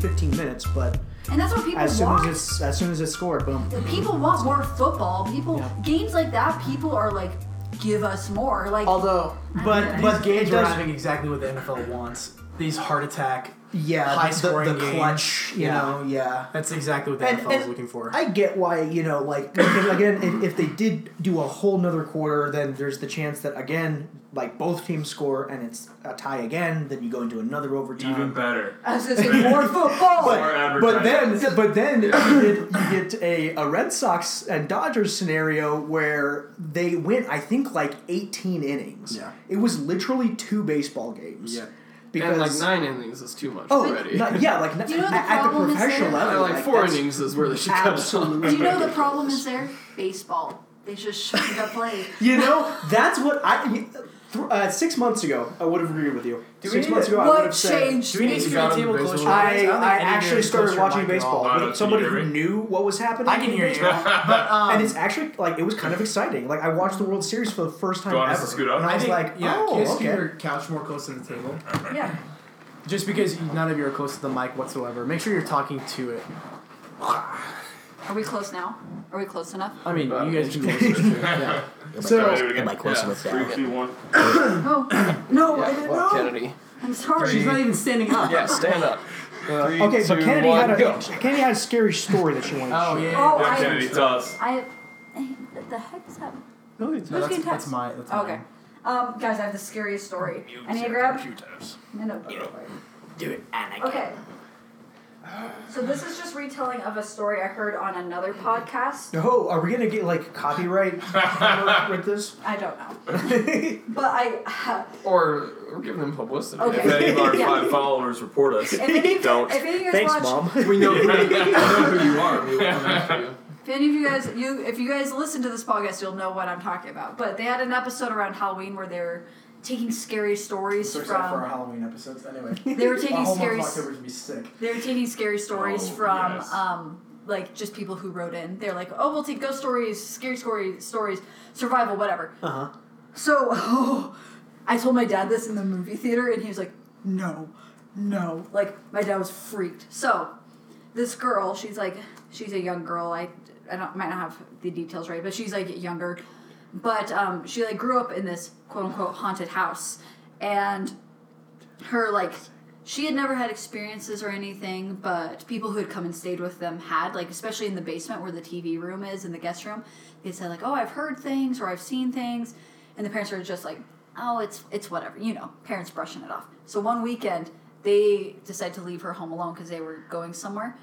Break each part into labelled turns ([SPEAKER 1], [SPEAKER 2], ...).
[SPEAKER 1] points, but
[SPEAKER 2] And that's what people
[SPEAKER 1] as soon as
[SPEAKER 2] want.
[SPEAKER 1] it's as soon as it's scored, boom.
[SPEAKER 2] people want more football. People
[SPEAKER 1] Yeah.
[SPEAKER 2] games like that. People are like, give us more. Like
[SPEAKER 3] Although
[SPEAKER 1] But
[SPEAKER 2] These
[SPEAKER 1] but
[SPEAKER 3] these games
[SPEAKER 1] it
[SPEAKER 3] were
[SPEAKER 1] does-
[SPEAKER 3] having exactly what the NFL wants. These heart attack.
[SPEAKER 1] yeah, the-
[SPEAKER 3] high-scoring
[SPEAKER 1] the, the
[SPEAKER 3] games.
[SPEAKER 1] clutch, you
[SPEAKER 3] Yeah.
[SPEAKER 1] know, yeah.
[SPEAKER 3] That's exactly what the
[SPEAKER 1] And-
[SPEAKER 3] NFL is
[SPEAKER 1] and
[SPEAKER 3] looking for.
[SPEAKER 1] I get why, you know, like because, again, if, if they did do a whole nother quarter, then there's the chance that again, like both teams score and it's a tie again. Then you go into another overtime.
[SPEAKER 4] Even better.
[SPEAKER 2] as is more football.
[SPEAKER 4] More
[SPEAKER 1] but
[SPEAKER 4] advertising.
[SPEAKER 1] then, but then you get, you get a, a Red Sox and Dodgers scenario where they went, I think, like 18 innings.
[SPEAKER 3] Yeah.
[SPEAKER 1] It was literally two baseball games.
[SPEAKER 3] Yeah.
[SPEAKER 1] Because,
[SPEAKER 5] and like nine innings is too much
[SPEAKER 1] oh,
[SPEAKER 5] already.
[SPEAKER 1] no- yeah, like
[SPEAKER 2] You know
[SPEAKER 1] at,
[SPEAKER 2] the
[SPEAKER 1] at the
[SPEAKER 2] problem is
[SPEAKER 1] professional
[SPEAKER 2] there-
[SPEAKER 1] level.
[SPEAKER 5] like, four
[SPEAKER 1] that's
[SPEAKER 5] innings is where they should cut it off.
[SPEAKER 1] Absolutely.
[SPEAKER 2] Do you know the
[SPEAKER 1] ridiculous.
[SPEAKER 2] problem is there? Baseball. They just shouldn't have played.
[SPEAKER 1] You know, that's what I. th- Uh, six months ago, I would have agreed with you.
[SPEAKER 3] Do we
[SPEAKER 1] six
[SPEAKER 3] need
[SPEAKER 1] months
[SPEAKER 3] to-
[SPEAKER 1] ago, I would
[SPEAKER 2] What
[SPEAKER 1] have said.
[SPEAKER 2] changed?
[SPEAKER 3] Do we need
[SPEAKER 2] things?
[SPEAKER 3] to get
[SPEAKER 5] got
[SPEAKER 3] a
[SPEAKER 5] him
[SPEAKER 3] table
[SPEAKER 5] baseball.
[SPEAKER 3] closer? to
[SPEAKER 5] I-
[SPEAKER 3] mine?
[SPEAKER 1] I,
[SPEAKER 3] don't think
[SPEAKER 1] I
[SPEAKER 3] any of you
[SPEAKER 1] actually
[SPEAKER 3] is closer
[SPEAKER 1] started
[SPEAKER 3] to
[SPEAKER 1] watching
[SPEAKER 3] mine at all.
[SPEAKER 1] baseball
[SPEAKER 4] Auto, can you
[SPEAKER 1] with somebody
[SPEAKER 4] hear
[SPEAKER 1] who
[SPEAKER 4] me?
[SPEAKER 1] knew what was happening.
[SPEAKER 3] I can hear you, but um,
[SPEAKER 1] and it's actually like it was kind of exciting. Like I watched the World Series for the first time
[SPEAKER 4] Do you want
[SPEAKER 1] ever,
[SPEAKER 4] us to scoot up?
[SPEAKER 1] and I
[SPEAKER 3] I
[SPEAKER 1] was
[SPEAKER 3] think,
[SPEAKER 1] like,
[SPEAKER 3] yeah,
[SPEAKER 1] "Oh,
[SPEAKER 3] can you
[SPEAKER 1] okay."
[SPEAKER 3] scoot your couch more close to the table.
[SPEAKER 2] Yeah.
[SPEAKER 3] Just because none of you are close to the mic whatsoever, make sure you're talking to it.
[SPEAKER 2] Are we close now? Are we close enough?
[SPEAKER 3] I mean,
[SPEAKER 5] Uh,
[SPEAKER 3] you guys can listen to it. Yeah.
[SPEAKER 4] Alright, do
[SPEAKER 3] So
[SPEAKER 4] it again.
[SPEAKER 6] Am I close enough
[SPEAKER 4] Three,
[SPEAKER 6] now?
[SPEAKER 4] two, one.
[SPEAKER 2] Oh,
[SPEAKER 1] no, I
[SPEAKER 5] Yeah,
[SPEAKER 1] didn't
[SPEAKER 5] well,
[SPEAKER 1] know.
[SPEAKER 5] Kennedy.
[SPEAKER 2] I'm sorry.
[SPEAKER 3] she's not even standing up.
[SPEAKER 5] Yeah, stand up. Three,
[SPEAKER 1] Okay, but
[SPEAKER 5] two,
[SPEAKER 1] Kennedy
[SPEAKER 5] one,
[SPEAKER 1] had a
[SPEAKER 5] go.
[SPEAKER 1] Kennedy had a scary story that she wanted. to
[SPEAKER 3] Oh
[SPEAKER 1] share.
[SPEAKER 3] yeah.
[SPEAKER 2] Oh,
[SPEAKER 4] Yeah,
[SPEAKER 2] I-
[SPEAKER 4] Kennedy, tell us.
[SPEAKER 2] I. What the heck is that?
[SPEAKER 3] No, it's- no, that's,
[SPEAKER 2] getting
[SPEAKER 3] that's
[SPEAKER 2] text?
[SPEAKER 3] my. That's
[SPEAKER 2] Oh, okay.
[SPEAKER 3] mine.
[SPEAKER 2] Um, guys, I have the scariest story. I need to grab. No, no. go for it.
[SPEAKER 3] Do it,
[SPEAKER 2] Okay. So this is just retelling of a story I heard on another podcast.
[SPEAKER 1] Oh, are we gonna get like copyright hammered with this?
[SPEAKER 2] I don't know, but I.
[SPEAKER 5] Or we're giving them publicity.
[SPEAKER 2] Okay.
[SPEAKER 4] If any of our
[SPEAKER 2] Yeah.
[SPEAKER 4] five followers report us,
[SPEAKER 2] If any, of you-
[SPEAKER 4] don't.
[SPEAKER 2] if any of you guys
[SPEAKER 1] Thanks,
[SPEAKER 2] watch,
[SPEAKER 1] mom.
[SPEAKER 5] We know, we know who you are. We will come after you.
[SPEAKER 2] If any of you guys, you if you guys listen to this podcast, you'll know what I'm talking about. But they had an episode around Halloween where they were taking scary stories
[SPEAKER 3] Sorry for our
[SPEAKER 2] from.
[SPEAKER 3] Halloween episodes. Anyway,
[SPEAKER 2] They were taking
[SPEAKER 3] Our whole month
[SPEAKER 2] scary.
[SPEAKER 3] of
[SPEAKER 2] s-
[SPEAKER 3] October is gonna be sick.
[SPEAKER 2] They were taking scary stories
[SPEAKER 4] Oh,
[SPEAKER 2] from
[SPEAKER 4] yes.
[SPEAKER 2] um, like just people who wrote in. They're like, oh, we'll take ghost stories, scary story stories, survival, whatever.
[SPEAKER 1] Uh
[SPEAKER 4] Uh-huh.
[SPEAKER 1] huh.
[SPEAKER 2] So I told my dad this in the movie theater, and he was like, "No, no!" Like my dad was freaked. So this girl, she's like, she's a young girl. I, I don't might not have the details right, but she's like younger. But um, she like grew up in this quote unquote haunted house, and her like she had never had experiences or anything, but people who had come and stayed with them had, like especially in the basement where the TV room is in the guest room, they said like, "Oh, I've heard things or I've seen things," and the parents were just like, "Oh, it's it's whatever," you know, parents brushing it off. So one weekend they decide to leave her home alone because they were going somewhere,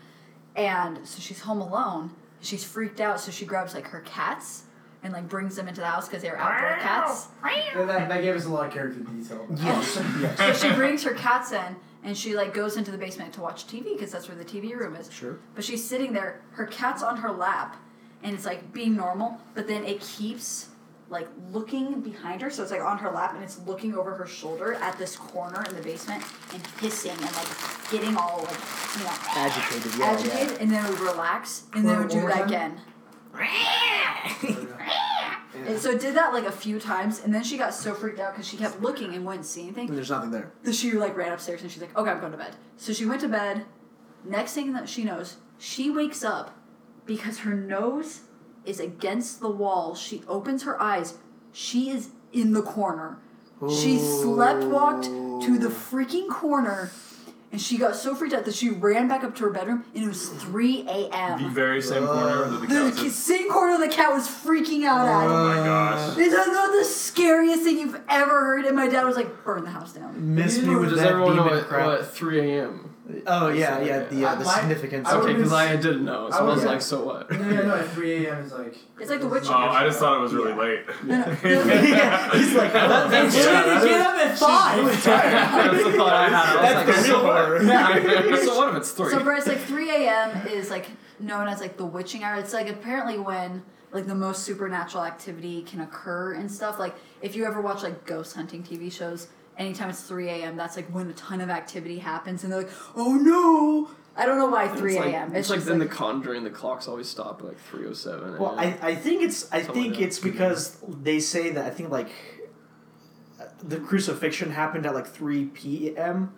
[SPEAKER 2] and so she's home alone. She's freaked out, so she grabs like her cats and like brings them into the house because they were outdoor cats.
[SPEAKER 3] Yeah, that, that gave us a lot of character detail.
[SPEAKER 1] Yes. yes.
[SPEAKER 2] so she brings her cats in and she like goes into the basement to watch TV because that's where the TV room is.
[SPEAKER 1] Sure.
[SPEAKER 2] But she's sitting there, her cat's on her lap, and it's like being normal, but then it keeps like looking behind her, so it's like on her lap and it's looking over her shoulder at this corner in the basement and hissing and like getting all like you know
[SPEAKER 1] Agitated. Yeah.
[SPEAKER 2] agitated and then it would relax and then it would do
[SPEAKER 3] One-
[SPEAKER 2] that
[SPEAKER 3] one more
[SPEAKER 2] again. And so it did that like a few times and then she got so freaked out because she kept looking and wouldn't see anything.
[SPEAKER 1] Yeah. There's nothing there.
[SPEAKER 2] So she like ran upstairs and she's like, "Okay, I'm going to bed." So she went to bed. Next thing that she knows, she wakes up because her nose is against the wall. She opens her eyes. She is in the corner. She slept walked to the freaking corner, and she got so freaked out that she ran back up to her bedroom, and it was 3
[SPEAKER 4] the
[SPEAKER 2] a.m.
[SPEAKER 4] very same corner that the couch
[SPEAKER 2] The
[SPEAKER 4] is.
[SPEAKER 2] same corner the cat was freaking out
[SPEAKER 4] Oh
[SPEAKER 2] at.
[SPEAKER 4] my gosh.
[SPEAKER 2] This is not the scariest thing you've ever heard, and my dad was like, "Burn the house down."
[SPEAKER 1] Miss
[SPEAKER 3] Does
[SPEAKER 1] me with
[SPEAKER 5] Does
[SPEAKER 1] that
[SPEAKER 5] everyone know
[SPEAKER 1] demon
[SPEAKER 5] what,
[SPEAKER 1] crap.
[SPEAKER 5] what 3 a.m.
[SPEAKER 1] Oh yeah, yeah. The uh, the
[SPEAKER 3] I-
[SPEAKER 1] significance.
[SPEAKER 3] I
[SPEAKER 1] of
[SPEAKER 3] would
[SPEAKER 5] Okay,
[SPEAKER 1] it.
[SPEAKER 3] would've
[SPEAKER 5] because
[SPEAKER 3] been-
[SPEAKER 5] I didn't know, so
[SPEAKER 3] I
[SPEAKER 5] I, was
[SPEAKER 3] would've-
[SPEAKER 5] like, so what?
[SPEAKER 3] No, no, no. At 3 a.m. is like.
[SPEAKER 2] It's like The Witch
[SPEAKER 4] Oh, I just thought it was really
[SPEAKER 2] Yeah.
[SPEAKER 4] late.
[SPEAKER 1] yeah, he's like, "Well, that's
[SPEAKER 3] get up at five.
[SPEAKER 5] That's the thought I had. I was
[SPEAKER 1] That's
[SPEAKER 5] like,
[SPEAKER 1] the
[SPEAKER 5] so
[SPEAKER 1] real
[SPEAKER 5] what?
[SPEAKER 1] horror.
[SPEAKER 5] so what if it's 3?
[SPEAKER 2] So Bryce, like three a.m. is like known as like the witching hour. It's like apparently when like the most supernatural activity can occur and stuff. Like if you ever watch like ghost hunting TV shows, anytime it's three a.m., that's like when a ton of activity happens, and they're like, "Oh no!" I don't know why three
[SPEAKER 5] It's like,
[SPEAKER 2] a.m.
[SPEAKER 5] It's, like
[SPEAKER 2] just
[SPEAKER 5] in The Conjuring, the clocks always stop at like 3:07.
[SPEAKER 1] Well, I, I think it's I
[SPEAKER 5] Something
[SPEAKER 1] think
[SPEAKER 5] like
[SPEAKER 1] it's because they say that I think like uh, the crucifixion happened at like three p.m.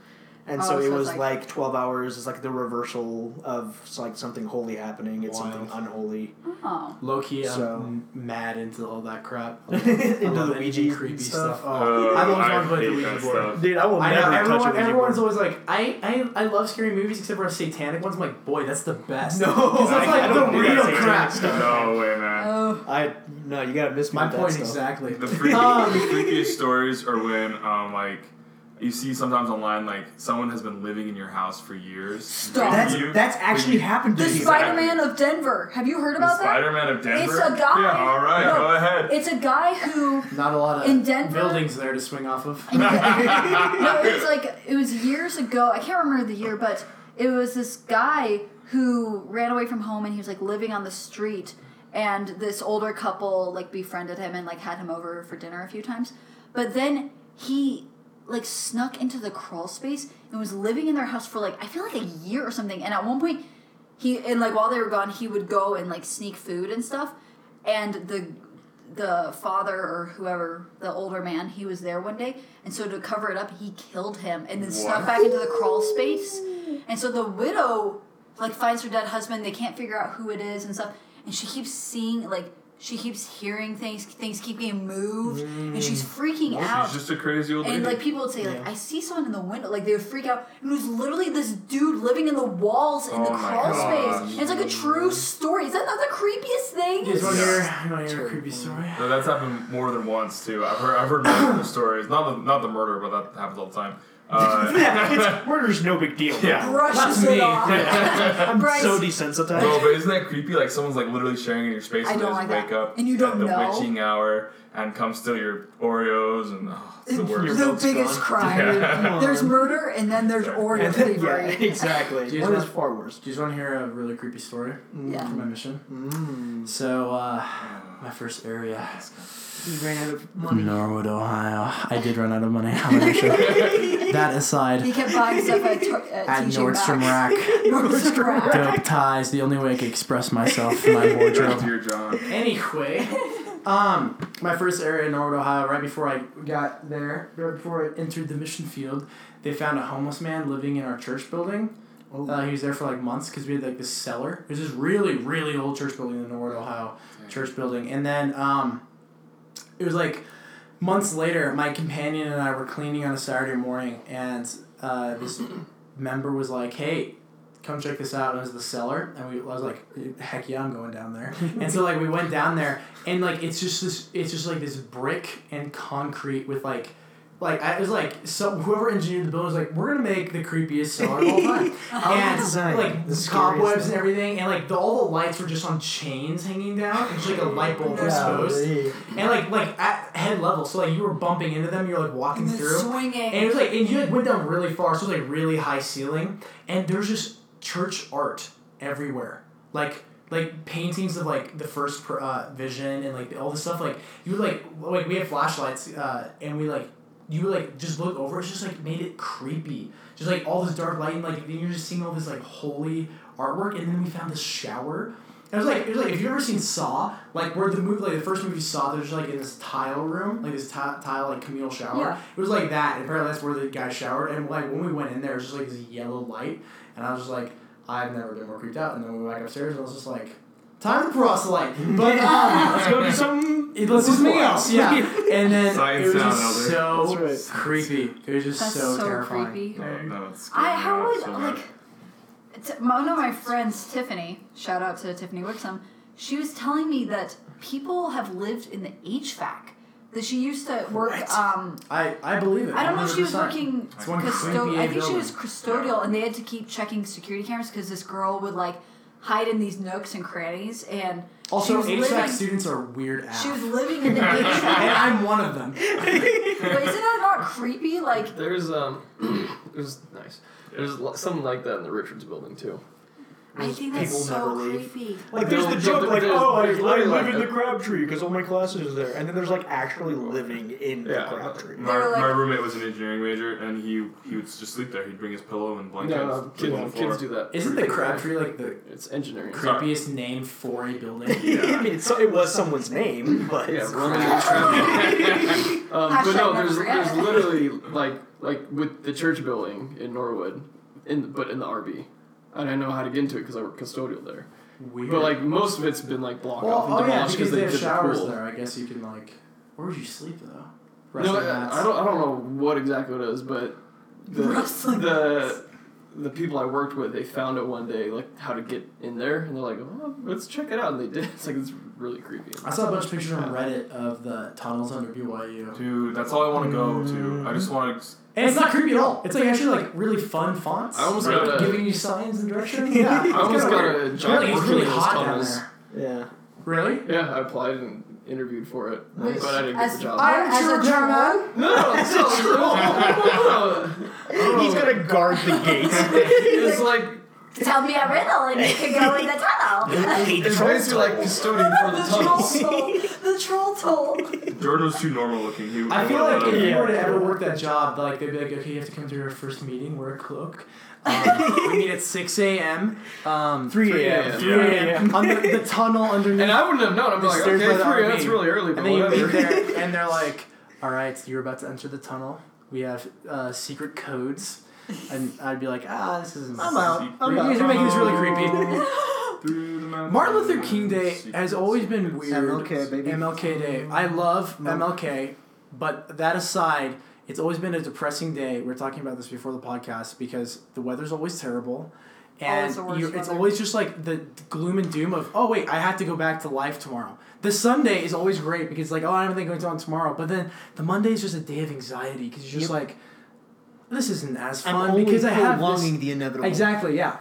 [SPEAKER 7] And
[SPEAKER 2] Oh,
[SPEAKER 7] so,
[SPEAKER 2] so
[SPEAKER 7] it
[SPEAKER 2] it's
[SPEAKER 7] was
[SPEAKER 2] like-
[SPEAKER 7] like, 12 hours is like the reversal of it's like something holy happening. It's something
[SPEAKER 3] Wild.
[SPEAKER 7] unholy.
[SPEAKER 2] Oh.
[SPEAKER 3] Low key, I'm
[SPEAKER 7] So-
[SPEAKER 3] m- mad into all that crap. I
[SPEAKER 7] Into
[SPEAKER 3] love
[SPEAKER 7] the
[SPEAKER 3] anything
[SPEAKER 7] Ouija
[SPEAKER 3] creepy
[SPEAKER 7] and
[SPEAKER 3] stuff.
[SPEAKER 7] stuff.
[SPEAKER 3] Oh,
[SPEAKER 4] Uh,
[SPEAKER 3] I've always
[SPEAKER 4] I
[SPEAKER 3] wanted to play the
[SPEAKER 4] hate
[SPEAKER 3] Ouija
[SPEAKER 4] that
[SPEAKER 3] board.
[SPEAKER 4] stuff.
[SPEAKER 7] Dude, I will
[SPEAKER 3] I know
[SPEAKER 7] never touch a
[SPEAKER 3] everyone,
[SPEAKER 7] Ouija
[SPEAKER 3] everyone's
[SPEAKER 7] board.
[SPEAKER 3] always like, I, I, I love scary movies except for satanic ones. I'm like, boy, that's the best.
[SPEAKER 7] No,
[SPEAKER 3] 'Cause that's
[SPEAKER 7] I-
[SPEAKER 3] like
[SPEAKER 7] I
[SPEAKER 3] the
[SPEAKER 7] don't do that
[SPEAKER 3] real
[SPEAKER 7] satanic
[SPEAKER 3] crap.
[SPEAKER 7] stuff.
[SPEAKER 4] No way, man.
[SPEAKER 2] Oh.
[SPEAKER 7] I no, you gotta miss me
[SPEAKER 3] My
[SPEAKER 7] with that
[SPEAKER 3] point
[SPEAKER 7] stuff.
[SPEAKER 3] exactly.
[SPEAKER 4] The, freaky,
[SPEAKER 3] Um,
[SPEAKER 4] the freakiest stories are when, um, like, you see sometimes online, like, someone has been living in your house for years.
[SPEAKER 2] Stop.
[SPEAKER 7] That's
[SPEAKER 4] You-
[SPEAKER 7] that's actually happened to
[SPEAKER 2] The
[SPEAKER 7] me.
[SPEAKER 4] Spider-
[SPEAKER 2] Spider Man of Denver. Have you heard
[SPEAKER 4] The
[SPEAKER 2] about that?
[SPEAKER 4] Spider-Man of Denver?
[SPEAKER 2] It's a guy.
[SPEAKER 4] Yeah, all right,
[SPEAKER 2] No.
[SPEAKER 4] go ahead.
[SPEAKER 2] It's a guy who
[SPEAKER 3] Not a lot of
[SPEAKER 2] In Denver-
[SPEAKER 3] buildings there to swing off of.
[SPEAKER 2] no, it was like it was years ago. I can't remember the year, but it was this guy who ran away from home and he was like living on the street. And this older couple like befriended him and like had him over for dinner a few times. But then he like snuck into the crawl space and was living in their house for like I feel like a year or something. And at one point, he and like while they were gone, he would go and like sneak food and stuff. And the the father or whoever, the older man, he was there one day, and so to cover it up, he killed him and then snuck
[SPEAKER 4] What?
[SPEAKER 2] back into the crawl space. And so the widow like finds her dead husband. They can't figure out who it is and stuff. And she keeps seeing like she keeps hearing things. Things keep getting moved, and she's freaking out.
[SPEAKER 4] She's just a crazy old lady.
[SPEAKER 2] And like people would say, like I see someone in the window, like they would freak out. And it was literally this dude living in the walls in the
[SPEAKER 4] Oh my
[SPEAKER 2] crawl
[SPEAKER 4] gosh.
[SPEAKER 2] space. And it's like a true story. Is that not the creepiest thing?
[SPEAKER 3] You guys want to
[SPEAKER 4] Yeah.
[SPEAKER 3] hear, you wanna hear a creepy story?
[SPEAKER 4] No, that's happened more than once too. I've heard I've heard multiple stories. Not the not the murder, but that happens all the time. Uh,
[SPEAKER 7] yeah, it's, murder's no big deal.
[SPEAKER 4] Yeah.
[SPEAKER 2] brushes it
[SPEAKER 3] me.
[SPEAKER 2] off.
[SPEAKER 7] I'm
[SPEAKER 2] Bryce.
[SPEAKER 7] so desensitized.
[SPEAKER 4] no, but isn't that creepy? Like someone's like literally sharing in your space
[SPEAKER 2] I
[SPEAKER 4] and
[SPEAKER 2] don't
[SPEAKER 4] they just
[SPEAKER 2] like
[SPEAKER 4] wake
[SPEAKER 2] that.
[SPEAKER 4] up
[SPEAKER 2] And you
[SPEAKER 4] at
[SPEAKER 2] don't
[SPEAKER 4] the
[SPEAKER 2] know.
[SPEAKER 4] witching hour and come steal your Oreos and oh, it's the worst.
[SPEAKER 2] the
[SPEAKER 7] milk's
[SPEAKER 2] biggest
[SPEAKER 7] gone.
[SPEAKER 2] crime.
[SPEAKER 7] Come
[SPEAKER 2] There's
[SPEAKER 7] on.
[SPEAKER 2] murder and then there's Oreo
[SPEAKER 7] And then- yeah,
[SPEAKER 2] flavoring.
[SPEAKER 7] exactly.
[SPEAKER 3] Dude,
[SPEAKER 7] One
[SPEAKER 3] it's
[SPEAKER 7] is
[SPEAKER 3] not-
[SPEAKER 7] far worse.
[SPEAKER 3] Do you just want to hear a really creepy story
[SPEAKER 2] Yeah.
[SPEAKER 3] from my mission? So, uh, my first area,
[SPEAKER 7] You ran out of money.
[SPEAKER 3] Norwood, Ohio. I did run out of money. I'm not sure. that aside,
[SPEAKER 2] He kept buying stuff at, tar- at, TJ
[SPEAKER 3] at
[SPEAKER 2] Maxx.
[SPEAKER 3] Nordstrom Rack,
[SPEAKER 2] Nordstrom Rack.
[SPEAKER 3] dope ties, the only way I could express myself, my wardrobe.
[SPEAKER 4] Dear John.
[SPEAKER 3] Anyway, um, my first area in Norwood, Ohio, right before I got there, right before I entered the mission field, they found a homeless man living in our church building. Uh, he was there for like months because we had like this cellar. It was this really, really old church building in Norwood, Ohio, church building. And then um, it was like months later, my companion and I were cleaning on a Saturday morning, and uh, this member was like, "Hey, come check this out. And it was the cellar, and we I was like, heck yeah, I'm going down there. and so like we went down there, and like it's just this, it's just like this brick and concrete with like. Like I it was like so whoever engineered the building was like we're gonna make the creepiest cellar of all time and
[SPEAKER 7] Design,
[SPEAKER 3] like
[SPEAKER 7] the scariest
[SPEAKER 3] cobwebs and
[SPEAKER 7] thing.
[SPEAKER 3] everything and like the, all the lights were just on chains hanging down and just like a light bulb was exposed
[SPEAKER 7] Golly.
[SPEAKER 3] and like like at head level so like you were bumping into them you're like walking
[SPEAKER 2] And then
[SPEAKER 3] through
[SPEAKER 2] swinging.
[SPEAKER 3] and it was like, and you like went down really far, so it was like really high ceiling, and there's just church art everywhere, like like paintings of like the first per, uh, vision and like all this stuff. Like you would, like like we had flashlights, uh, and we like you would, like just look over. It's just like made it creepy, just like all this dark light, and like then you're just seeing all this like holy artwork, and then we found this shower. It was like it was like if you ever seen Saw, like where the movie like the first movie Saw, there's like in this tile room, like this ti- tile like communal shower.
[SPEAKER 2] Yeah.
[SPEAKER 3] It was like that. And apparently that's where the guy showered. And like when we went in there, it was just like this yellow light, and I was just like, I've never been more creeped out. And then we went back upstairs, and I was just like, time to proselyte. But um,
[SPEAKER 7] Let's go do something.
[SPEAKER 3] it, let's do something
[SPEAKER 7] wild.
[SPEAKER 3] else. Yeah. And then
[SPEAKER 4] Sight and
[SPEAKER 3] it was
[SPEAKER 4] sound,
[SPEAKER 3] just so
[SPEAKER 7] Elder. That's
[SPEAKER 3] creepy. It was just
[SPEAKER 2] That's
[SPEAKER 3] so, terrifying.
[SPEAKER 2] creepy.
[SPEAKER 4] No, no, it's
[SPEAKER 2] I
[SPEAKER 4] good.
[SPEAKER 2] how
[SPEAKER 4] No,
[SPEAKER 2] would
[SPEAKER 4] so
[SPEAKER 2] like
[SPEAKER 4] bad.
[SPEAKER 2] t- my- one of my friends, Tiffany. Shout out to Tiffany Wixom. She was telling me that people have lived in the HVAC. That she used to work.
[SPEAKER 3] What?
[SPEAKER 2] Um,
[SPEAKER 3] I I believe it.
[SPEAKER 2] I don't know if she was
[SPEAKER 3] 100%.
[SPEAKER 2] working
[SPEAKER 3] It's one
[SPEAKER 2] custo-
[SPEAKER 3] creepy
[SPEAKER 2] I think she was
[SPEAKER 3] building.
[SPEAKER 2] custodial, and they had to keep checking security cameras because this girl would like hide in these nooks and crannies, and she
[SPEAKER 3] Also,
[SPEAKER 2] was
[SPEAKER 3] HVAC
[SPEAKER 2] living.
[SPEAKER 3] students are weird ass.
[SPEAKER 2] She was living in the HVAC.
[SPEAKER 3] and I'm one of them.
[SPEAKER 2] but isn't that not creepy? Like
[SPEAKER 5] There's um, it was nice. There's li- something like that in the Richards building too.
[SPEAKER 2] I think that's
[SPEAKER 7] people
[SPEAKER 2] so
[SPEAKER 7] never leave.
[SPEAKER 2] creepy.
[SPEAKER 7] Like there's
[SPEAKER 5] No,
[SPEAKER 7] the joke,
[SPEAKER 5] no,
[SPEAKER 7] like
[SPEAKER 5] there's-
[SPEAKER 7] oh, I, I
[SPEAKER 5] there's literally
[SPEAKER 7] live
[SPEAKER 5] like
[SPEAKER 7] in
[SPEAKER 5] a-
[SPEAKER 7] the Crabtree because all my classes are there, and then there's like actually living in
[SPEAKER 5] Yeah,
[SPEAKER 7] the
[SPEAKER 5] right.
[SPEAKER 7] Crabtree.
[SPEAKER 4] my,
[SPEAKER 2] They're like-
[SPEAKER 4] my roommate was an engineering major, and he he would just sleep there. He'd bring his pillow and blanket.
[SPEAKER 5] No,
[SPEAKER 4] and
[SPEAKER 5] no,
[SPEAKER 4] sleep on uh, the
[SPEAKER 5] kids, kids
[SPEAKER 4] floor.
[SPEAKER 5] do that.
[SPEAKER 3] Isn't the
[SPEAKER 5] pretty
[SPEAKER 3] Crabtree like the
[SPEAKER 5] much. It's engineering.
[SPEAKER 3] creepiest name for a building?
[SPEAKER 7] I mean, so it was someone's name, but
[SPEAKER 5] Yeah, Roman and Crabtree. um, but
[SPEAKER 2] Hashtag
[SPEAKER 5] no,
[SPEAKER 2] never
[SPEAKER 5] there's
[SPEAKER 2] forget.
[SPEAKER 5] there's literally like like with the church building in Norwood, in but in the RB. I didn't know how to get into it because I work custodial there.
[SPEAKER 3] Weird.
[SPEAKER 5] But like most of it's been like blocked
[SPEAKER 3] well,
[SPEAKER 5] off and
[SPEAKER 3] oh yeah,
[SPEAKER 5] demolished
[SPEAKER 3] because
[SPEAKER 5] they
[SPEAKER 3] they have
[SPEAKER 5] did
[SPEAKER 3] showers
[SPEAKER 5] the pool.
[SPEAKER 3] there. I guess you can like. Where would you sleep though?
[SPEAKER 5] No,
[SPEAKER 3] Wrestling mats.
[SPEAKER 5] I, I don't. I don't know what exactly it is, but the
[SPEAKER 2] Wrestling mats.
[SPEAKER 5] the the people I worked with, they found it one day, like how to get in there, and they're like, oh, "Let's check it out," and they did. It's like it's really creepy.
[SPEAKER 3] I saw a bunch of pictures on Reddit of the tunnels under BYU.
[SPEAKER 4] Dude, that's all I want to go to. I just want to.
[SPEAKER 3] And it's not creepy at all. It's like actually like really fun fonts.
[SPEAKER 5] I almost
[SPEAKER 3] Like,
[SPEAKER 5] got a-
[SPEAKER 3] giving you signs and directions.
[SPEAKER 7] Yeah.
[SPEAKER 5] I almost got a job
[SPEAKER 3] Really, it's
[SPEAKER 5] working
[SPEAKER 3] really
[SPEAKER 5] in those
[SPEAKER 3] hot down
[SPEAKER 5] tunnels.
[SPEAKER 3] there.
[SPEAKER 7] Yeah.
[SPEAKER 3] Really?
[SPEAKER 5] Yeah, I applied and interviewed for it,
[SPEAKER 7] Nice.
[SPEAKER 5] but I didn't get
[SPEAKER 2] As,
[SPEAKER 5] the job.
[SPEAKER 2] I-
[SPEAKER 7] Aren't
[SPEAKER 2] as
[SPEAKER 7] you a
[SPEAKER 2] a
[SPEAKER 7] German?
[SPEAKER 2] troll,
[SPEAKER 5] no, no, it's not true. no,
[SPEAKER 7] He's gonna guard the gates.
[SPEAKER 5] It's like
[SPEAKER 2] tell me a riddle and you can go in the tunnel.
[SPEAKER 5] it's basically like custodian for the tunnels.
[SPEAKER 2] toll. The troll toll.
[SPEAKER 4] Jordan was too normal looking. He.
[SPEAKER 3] I
[SPEAKER 4] he
[SPEAKER 3] feel
[SPEAKER 4] wouldn't
[SPEAKER 3] like
[SPEAKER 4] let
[SPEAKER 3] if
[SPEAKER 4] him.
[SPEAKER 3] you were to ever work that job, like they'd be like, okay, you have to come to your first meeting, wear a cloak. Um, we meet at six a.m. Um,
[SPEAKER 7] 3
[SPEAKER 5] 3
[SPEAKER 7] a.m.
[SPEAKER 5] a.m.
[SPEAKER 3] 3 a.m. on the, the tunnel underneath.
[SPEAKER 5] And I wouldn't have known. I'm
[SPEAKER 3] The
[SPEAKER 5] like,
[SPEAKER 3] stairs
[SPEAKER 5] okay,
[SPEAKER 3] by the
[SPEAKER 5] three,
[SPEAKER 3] RV.
[SPEAKER 5] that's really early, but
[SPEAKER 3] And then you
[SPEAKER 5] whatever.
[SPEAKER 3] meet there, and they're like, "All right, you're about to enter the tunnel. We have uh, secret codes." And I'd be like, "Ah, this isn't."
[SPEAKER 7] I'm out. I'm
[SPEAKER 3] These
[SPEAKER 7] out.
[SPEAKER 3] are making this really creepy.
[SPEAKER 4] Through the mountains.
[SPEAKER 3] Martin Luther King Day has always been weird.
[SPEAKER 7] MLK, baby.
[SPEAKER 3] MLK Day. I love MLK, but that aside, it's always been a depressing day. We are talking about this before the podcast because the weather's always terrible. And
[SPEAKER 2] Always the worst
[SPEAKER 3] you- it's
[SPEAKER 2] weather.
[SPEAKER 3] always just like the gloom and doom of, oh, wait, I have to go back to life tomorrow. The Sunday is always great because, like, oh, I have everything going on tomorrow. But then the Monday is just a day of anxiety because you're just like, this isn't as
[SPEAKER 7] I'm
[SPEAKER 3] fun
[SPEAKER 7] only
[SPEAKER 3] because I have
[SPEAKER 7] prolonging
[SPEAKER 3] this.
[SPEAKER 7] the inevitable.
[SPEAKER 3] Exactly, yeah.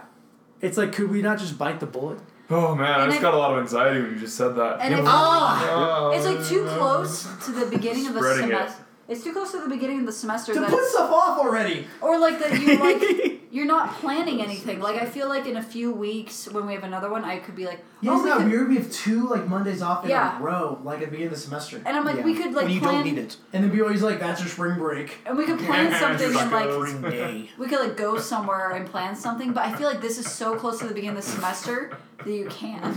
[SPEAKER 3] It's like, could we not just bite the bullet?
[SPEAKER 4] Oh man, I
[SPEAKER 2] And
[SPEAKER 4] just
[SPEAKER 2] I-
[SPEAKER 4] got a lot of anxiety when you just said that.
[SPEAKER 2] And if,
[SPEAKER 4] Oh,
[SPEAKER 2] It's like too close to the beginning of the
[SPEAKER 4] Spreading it.
[SPEAKER 2] semester. It's too close to the beginning of the semester
[SPEAKER 3] to
[SPEAKER 2] that
[SPEAKER 3] put stuff off already.
[SPEAKER 2] or like that you like you're not planning anything. Like I feel like in a few weeks when we have another one, I could be like,
[SPEAKER 3] Yeah,
[SPEAKER 2] oh,
[SPEAKER 3] isn't
[SPEAKER 2] we
[SPEAKER 3] that
[SPEAKER 2] could,
[SPEAKER 3] weird? We have two like Mondays off in
[SPEAKER 2] Yeah.
[SPEAKER 3] a row, like at the beginning of the semester.
[SPEAKER 2] and I'm like, we could like
[SPEAKER 7] when you
[SPEAKER 2] plan
[SPEAKER 7] don't need it.
[SPEAKER 3] And then BYU's like, that's your spring break.
[SPEAKER 2] and we could plan something and like
[SPEAKER 4] Spring
[SPEAKER 7] day.
[SPEAKER 2] we could like go somewhere and plan something. But I feel like this is so close to the beginning of the semester that you can't.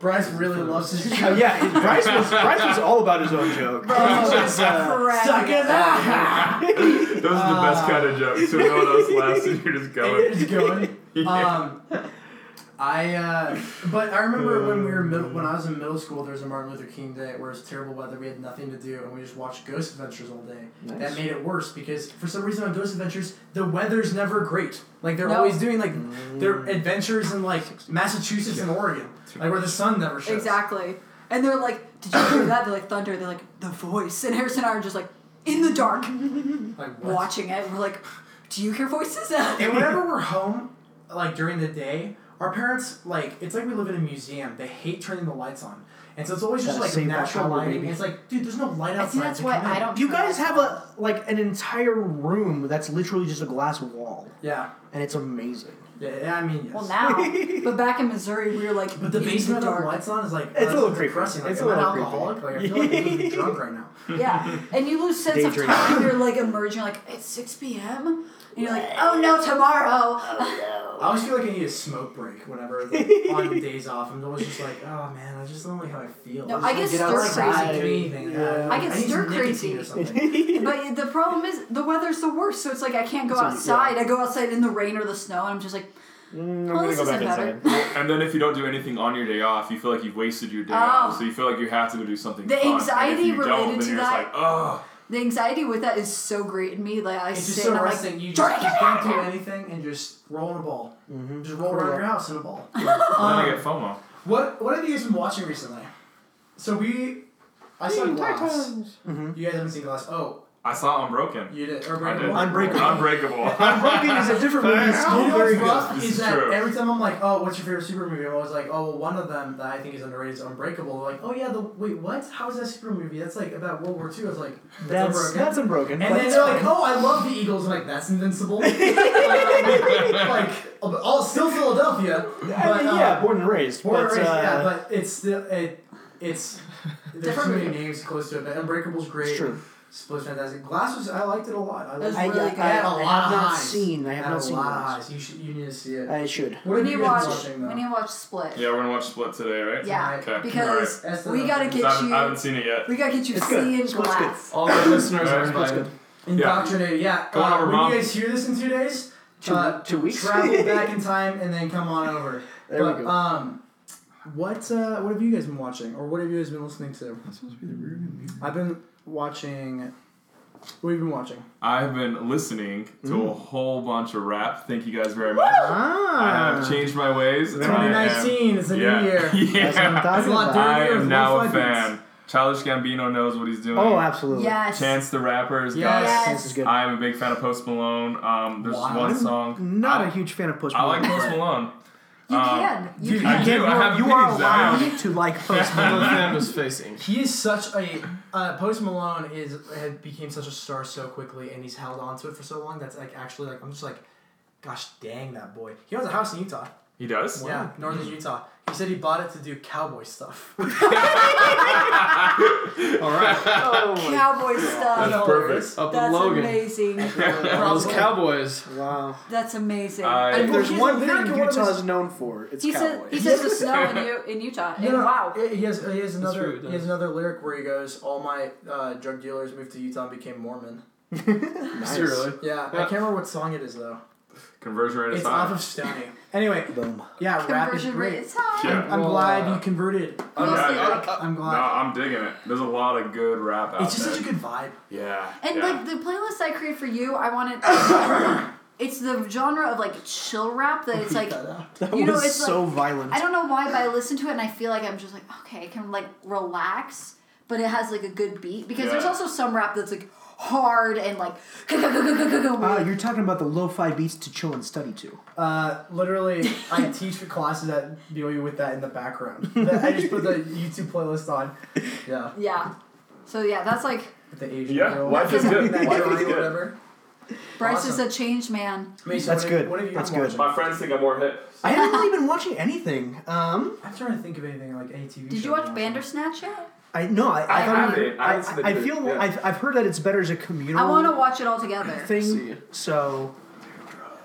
[SPEAKER 3] Bryce really loves his
[SPEAKER 1] Oh,
[SPEAKER 3] joke.
[SPEAKER 1] yeah, it- Bryce was Bryce was all about his own joke.
[SPEAKER 3] Oh,
[SPEAKER 2] just
[SPEAKER 3] uh,
[SPEAKER 2] cracking
[SPEAKER 3] suck it up.
[SPEAKER 4] Those are the
[SPEAKER 3] Ah.
[SPEAKER 4] best kind of jokes. So no one else laughs, and you're just going.
[SPEAKER 3] It's going.
[SPEAKER 4] Yeah.
[SPEAKER 3] Um, I uh, but I remember when we were middle, when I was in middle school, there was a Martin Luther King Day where it was terrible weather. We had nothing to do, and we just watched Ghost Adventures all day. That made it worse because for some reason on Ghost Adventures, the weather's never great. Like they're
[SPEAKER 2] No.
[SPEAKER 3] always doing like their adventures in like Massachusetts and Oregon, like where the sun never shows.
[SPEAKER 2] Exactly. And they're like, did you hear that? They're like thunder. They're like the voice. And Harrison and I are just like in the dark
[SPEAKER 3] Like what?
[SPEAKER 2] watching it. We're like, do you hear voices?
[SPEAKER 3] And whenever we're home, like during the day, our parents like it's like we live in a museum. They hate turning the lights on, and so it's always just
[SPEAKER 7] Gotta
[SPEAKER 3] like
[SPEAKER 7] save that
[SPEAKER 3] natural
[SPEAKER 7] power,
[SPEAKER 3] lighting.
[SPEAKER 7] baby.
[SPEAKER 3] It's like, dude, there's no light
[SPEAKER 2] I
[SPEAKER 3] outside.
[SPEAKER 2] think that's
[SPEAKER 3] to
[SPEAKER 2] why
[SPEAKER 3] come in.
[SPEAKER 2] I don't.
[SPEAKER 7] You guys have a like an entire room that's literally just a glass wall,
[SPEAKER 3] Yeah,
[SPEAKER 7] and it's amazing.
[SPEAKER 3] yeah. yeah, I mean, yes.
[SPEAKER 2] Well, now, but back in Missouri, we were like
[SPEAKER 3] But the
[SPEAKER 2] in
[SPEAKER 3] basement
[SPEAKER 2] dark.
[SPEAKER 3] with the lights on is like
[SPEAKER 7] It's a little creepy.
[SPEAKER 3] depressing. Like,
[SPEAKER 7] It's a
[SPEAKER 3] am I an
[SPEAKER 7] little creepy.
[SPEAKER 3] alcoholic? Like I feel like I'm gonna be drunk right now.
[SPEAKER 2] Yeah, and you lose sense of
[SPEAKER 7] Daydreaming.
[SPEAKER 2] time. You're like emerging, like it's six p.m. And you're like, oh no, tomorrow.
[SPEAKER 3] I always feel like I need a smoke break whenever like, on days off. I'm always just like, oh man, I just don't like how I feel.
[SPEAKER 2] No,
[SPEAKER 3] I, just
[SPEAKER 2] I get
[SPEAKER 3] wanna get
[SPEAKER 2] stir
[SPEAKER 3] outside and do
[SPEAKER 7] crazy.
[SPEAKER 3] anything.
[SPEAKER 7] Yeah.
[SPEAKER 2] I get
[SPEAKER 3] need some
[SPEAKER 2] stir
[SPEAKER 3] nicotine
[SPEAKER 2] crazy.
[SPEAKER 3] or something.
[SPEAKER 2] but the problem is the weather's the worst, so it's like I can't go
[SPEAKER 7] So, yeah.
[SPEAKER 2] outside. I go outside in the rain or the snow, and I'm just like,
[SPEAKER 7] Mm,
[SPEAKER 2] well, this isn't better.
[SPEAKER 4] And then if you don't do anything on your day off, you feel like you've wasted your day
[SPEAKER 2] Oh.
[SPEAKER 4] off. So you feel like you have to go do something.
[SPEAKER 2] The
[SPEAKER 4] fun. And if
[SPEAKER 2] anxiety
[SPEAKER 4] you don't,
[SPEAKER 2] related
[SPEAKER 4] then
[SPEAKER 2] to
[SPEAKER 4] you're just
[SPEAKER 2] that-
[SPEAKER 4] Like, oh,
[SPEAKER 2] The anxiety with that is so great in me. Like I
[SPEAKER 3] It's
[SPEAKER 2] sit
[SPEAKER 3] just so
[SPEAKER 2] and I'm
[SPEAKER 3] resting.
[SPEAKER 2] like,
[SPEAKER 3] you
[SPEAKER 2] "Jordan,
[SPEAKER 3] just,
[SPEAKER 2] get
[SPEAKER 3] just
[SPEAKER 2] me out
[SPEAKER 3] don't
[SPEAKER 2] of
[SPEAKER 3] do
[SPEAKER 2] here!"
[SPEAKER 3] anything and just roll in a ball.
[SPEAKER 7] Mm-hmm.
[SPEAKER 3] Just roll around your house in a ball.
[SPEAKER 4] then I
[SPEAKER 3] um,
[SPEAKER 4] get FOMO.
[SPEAKER 3] what What have you guys been watching recently? So we, I saw Glass.
[SPEAKER 7] Mm-hmm.
[SPEAKER 3] You guys haven't seen Glass. Oh,
[SPEAKER 4] I saw Unbroken.
[SPEAKER 3] you did. Or
[SPEAKER 4] I did.
[SPEAKER 3] Breakable.
[SPEAKER 7] Unbreakable.
[SPEAKER 4] Unbreakable.
[SPEAKER 7] Unbroken is a different movie. It's
[SPEAKER 3] You
[SPEAKER 7] still
[SPEAKER 3] know what's
[SPEAKER 7] very good.
[SPEAKER 3] rough
[SPEAKER 4] This
[SPEAKER 3] is
[SPEAKER 4] is
[SPEAKER 3] that
[SPEAKER 4] true.
[SPEAKER 3] every time I'm like, oh, what's your favorite super movie? I'm always like, oh, well, one of them that I think is underrated is Unbreakable. They're like, oh yeah, the wait, what? How is that super movie? That's like about World War II. I was like, that's
[SPEAKER 7] That's
[SPEAKER 3] Unbroken.
[SPEAKER 7] that's unbroken.
[SPEAKER 3] and
[SPEAKER 7] but
[SPEAKER 3] then
[SPEAKER 7] it's
[SPEAKER 3] they're like,
[SPEAKER 7] fine.
[SPEAKER 3] oh, I love the Eagles. I'm like, that's invincible. Um, like, all still Philadelphia. But,
[SPEAKER 7] I mean,
[SPEAKER 3] uh,
[SPEAKER 7] yeah, born and raised.
[SPEAKER 3] Born
[SPEAKER 7] but,
[SPEAKER 3] and raised,
[SPEAKER 7] uh,
[SPEAKER 3] yeah, but it's still it, it's there's too
[SPEAKER 2] Different
[SPEAKER 3] many
[SPEAKER 2] movie.
[SPEAKER 3] names close to it. But Unbreakable's great.
[SPEAKER 7] it's true.
[SPEAKER 3] Split's fantastic. Glass was I liked it a lot. I,
[SPEAKER 2] That's
[SPEAKER 3] liked,
[SPEAKER 7] I,
[SPEAKER 2] really
[SPEAKER 7] I,
[SPEAKER 2] good.
[SPEAKER 7] I,
[SPEAKER 3] had a
[SPEAKER 7] I
[SPEAKER 3] lot
[SPEAKER 7] have
[SPEAKER 3] of
[SPEAKER 7] not
[SPEAKER 3] highs.
[SPEAKER 7] seen. I
[SPEAKER 3] I
[SPEAKER 7] have
[SPEAKER 3] had
[SPEAKER 7] not
[SPEAKER 3] a
[SPEAKER 7] seen.
[SPEAKER 3] lot of
[SPEAKER 7] those.
[SPEAKER 3] highs. You should you need to see it.
[SPEAKER 7] I should.
[SPEAKER 3] what
[SPEAKER 2] We
[SPEAKER 3] have
[SPEAKER 2] need
[SPEAKER 3] you
[SPEAKER 2] to
[SPEAKER 3] been
[SPEAKER 2] watch.
[SPEAKER 3] watching though?
[SPEAKER 2] We need to watch Split.
[SPEAKER 4] yeah, we're gonna watch Split today, right?
[SPEAKER 2] Yeah,
[SPEAKER 4] Okay.
[SPEAKER 2] because
[SPEAKER 3] Alright.
[SPEAKER 2] we gotta
[SPEAKER 4] So I
[SPEAKER 2] get
[SPEAKER 4] haven't, I haven't
[SPEAKER 2] you.
[SPEAKER 4] seen it yet.
[SPEAKER 2] We gotta get you
[SPEAKER 7] It's
[SPEAKER 2] seeing
[SPEAKER 7] good. Split's good.
[SPEAKER 2] glass.
[SPEAKER 5] All the listeners are
[SPEAKER 4] That's
[SPEAKER 5] invited.
[SPEAKER 3] Indoctrinated, yeah.
[SPEAKER 4] Come on
[SPEAKER 3] Uh,
[SPEAKER 4] over,
[SPEAKER 3] when
[SPEAKER 4] Mom.
[SPEAKER 3] you guys hear this in two days,
[SPEAKER 8] Two,
[SPEAKER 3] uh,
[SPEAKER 8] two weeks.
[SPEAKER 3] travel back in time and then come on over.
[SPEAKER 8] There
[SPEAKER 3] but,
[SPEAKER 8] we go.
[SPEAKER 3] Um, what uh, what have you guys been watching, or what have you guys been listening to?
[SPEAKER 5] That's supposed to be the room.
[SPEAKER 3] I've been watching. What have you been watching?
[SPEAKER 4] I've been listening to a
[SPEAKER 3] Mm.
[SPEAKER 4] whole bunch of rap. Thank you guys very much. I
[SPEAKER 3] Ah,
[SPEAKER 4] have changed my ways. and I am-
[SPEAKER 3] 2019 is the
[SPEAKER 4] yeah.
[SPEAKER 3] new year.
[SPEAKER 1] That's what I'm
[SPEAKER 4] yeah.
[SPEAKER 1] talking
[SPEAKER 3] a lot
[SPEAKER 1] about.
[SPEAKER 3] different.
[SPEAKER 4] I
[SPEAKER 3] There's
[SPEAKER 4] am now
[SPEAKER 3] one
[SPEAKER 4] a
[SPEAKER 3] sentence.
[SPEAKER 4] fan. Childish Gambino knows what he's doing.
[SPEAKER 1] Oh, absolutely.
[SPEAKER 2] Yes.
[SPEAKER 4] Chance the Rapper is
[SPEAKER 3] Yes.
[SPEAKER 4] got
[SPEAKER 1] This is good.
[SPEAKER 4] it. I am a big fan of Post Malone. Um, there's
[SPEAKER 3] Wow.
[SPEAKER 4] one song.
[SPEAKER 1] Not
[SPEAKER 4] I-
[SPEAKER 1] a huge fan of Post
[SPEAKER 4] I
[SPEAKER 1] Malone.
[SPEAKER 4] like Post Malone.
[SPEAKER 2] You
[SPEAKER 4] Um,
[SPEAKER 2] can. You
[SPEAKER 3] dude,
[SPEAKER 2] can.
[SPEAKER 4] I do. I have
[SPEAKER 1] you are
[SPEAKER 4] opinions now.
[SPEAKER 1] allowed to like Post
[SPEAKER 5] The
[SPEAKER 1] Malone.
[SPEAKER 5] fan was facing.
[SPEAKER 3] He is such a uh, Post Malone is had became such a star so quickly, and he's held on to it for so long. That's like actually like I'm just like, gosh dang that boy. He owns a house in Utah.
[SPEAKER 4] He does.
[SPEAKER 3] Yeah, northern Utah. He said he bought it to do cowboy stuff.
[SPEAKER 5] All right.
[SPEAKER 8] Oh,
[SPEAKER 2] Cowboy stuff.
[SPEAKER 4] That's perfect.
[SPEAKER 5] Up in
[SPEAKER 2] That's
[SPEAKER 5] Logan.
[SPEAKER 2] amazing.
[SPEAKER 5] Those cowboys.
[SPEAKER 8] wow.
[SPEAKER 2] That's amazing.
[SPEAKER 4] I-
[SPEAKER 8] If there's
[SPEAKER 3] he's
[SPEAKER 8] one
[SPEAKER 3] a
[SPEAKER 8] thing
[SPEAKER 3] lyric in one of
[SPEAKER 8] Utah
[SPEAKER 3] his-
[SPEAKER 8] is known for, it's
[SPEAKER 2] he said
[SPEAKER 8] cowboys.
[SPEAKER 2] he says the snow in, U- in Utah. And wow.
[SPEAKER 3] He he has, he has another
[SPEAKER 5] true, it
[SPEAKER 3] he has
[SPEAKER 5] does.
[SPEAKER 3] another lyric where he goes, "All my uh, drug dealers moved to Utah and became Mormon."
[SPEAKER 8] nice.
[SPEAKER 5] Seriously.
[SPEAKER 3] Yeah, I can't remember what song it is though.
[SPEAKER 4] Conversion rate
[SPEAKER 3] It's
[SPEAKER 4] is
[SPEAKER 3] off
[SPEAKER 4] high.
[SPEAKER 3] of Stony. Anyway,
[SPEAKER 1] Boom.
[SPEAKER 3] yeah, rap is
[SPEAKER 2] Conversion rate
[SPEAKER 3] great.
[SPEAKER 2] is high.
[SPEAKER 4] Yeah.
[SPEAKER 3] I'm glad you converted.
[SPEAKER 2] Mostly
[SPEAKER 4] Yeah,
[SPEAKER 2] like-
[SPEAKER 1] Uh,
[SPEAKER 3] I'm
[SPEAKER 4] No,
[SPEAKER 3] glad.
[SPEAKER 4] I'm digging it. There's a lot of good rap out
[SPEAKER 3] It's just
[SPEAKER 4] there.
[SPEAKER 3] such a good vibe.
[SPEAKER 4] yeah.
[SPEAKER 2] And
[SPEAKER 4] yeah.
[SPEAKER 2] like the playlist I create for you, I want it. it's the genre of like chill rap that it's like
[SPEAKER 8] That
[SPEAKER 2] You know,
[SPEAKER 8] was
[SPEAKER 2] it's
[SPEAKER 8] so violent.
[SPEAKER 2] I don't know why, but I listen to it and I feel like I'm just like okay, I can like relax, but it has like a good beat because there's
[SPEAKER 4] Yeah.
[SPEAKER 2] also some rap that's like hard and like.
[SPEAKER 1] Uh, you're talking about the lo-fi beats to chill and study to.
[SPEAKER 3] Uh, literally, I teach for classes at BYU with that in the background. I just put the YouTube playlist on. Yeah,
[SPEAKER 2] yeah. So yeah, that's like
[SPEAKER 3] with the Asian
[SPEAKER 4] Yeah,
[SPEAKER 3] girl.
[SPEAKER 4] life
[SPEAKER 2] is good.
[SPEAKER 3] That
[SPEAKER 4] Life
[SPEAKER 3] girl,
[SPEAKER 4] is good.
[SPEAKER 3] Whatever.
[SPEAKER 2] Bryce
[SPEAKER 3] Awesome.
[SPEAKER 2] is a changed man.
[SPEAKER 3] Mason,
[SPEAKER 1] That's
[SPEAKER 3] what have-
[SPEAKER 1] good.
[SPEAKER 3] What have you
[SPEAKER 1] That's
[SPEAKER 3] been
[SPEAKER 1] good.
[SPEAKER 3] watching?
[SPEAKER 4] My friends think I'm more hip.
[SPEAKER 1] I haven't really been watching anything. Um,
[SPEAKER 3] I'm trying to think of anything like any TV.
[SPEAKER 2] Did
[SPEAKER 3] show
[SPEAKER 2] you
[SPEAKER 3] I'm
[SPEAKER 2] watch
[SPEAKER 3] watching.
[SPEAKER 2] Bandersnatch yet?
[SPEAKER 1] I no, I
[SPEAKER 4] I
[SPEAKER 1] I, thought
[SPEAKER 4] have
[SPEAKER 1] we-
[SPEAKER 4] it. I
[SPEAKER 1] I,
[SPEAKER 4] listened to
[SPEAKER 1] I
[SPEAKER 4] it,
[SPEAKER 1] feel
[SPEAKER 4] yeah.
[SPEAKER 1] I've, I've heard that it's better as a communal
[SPEAKER 2] I want to watch it all together.
[SPEAKER 1] thing.
[SPEAKER 5] See.
[SPEAKER 1] So,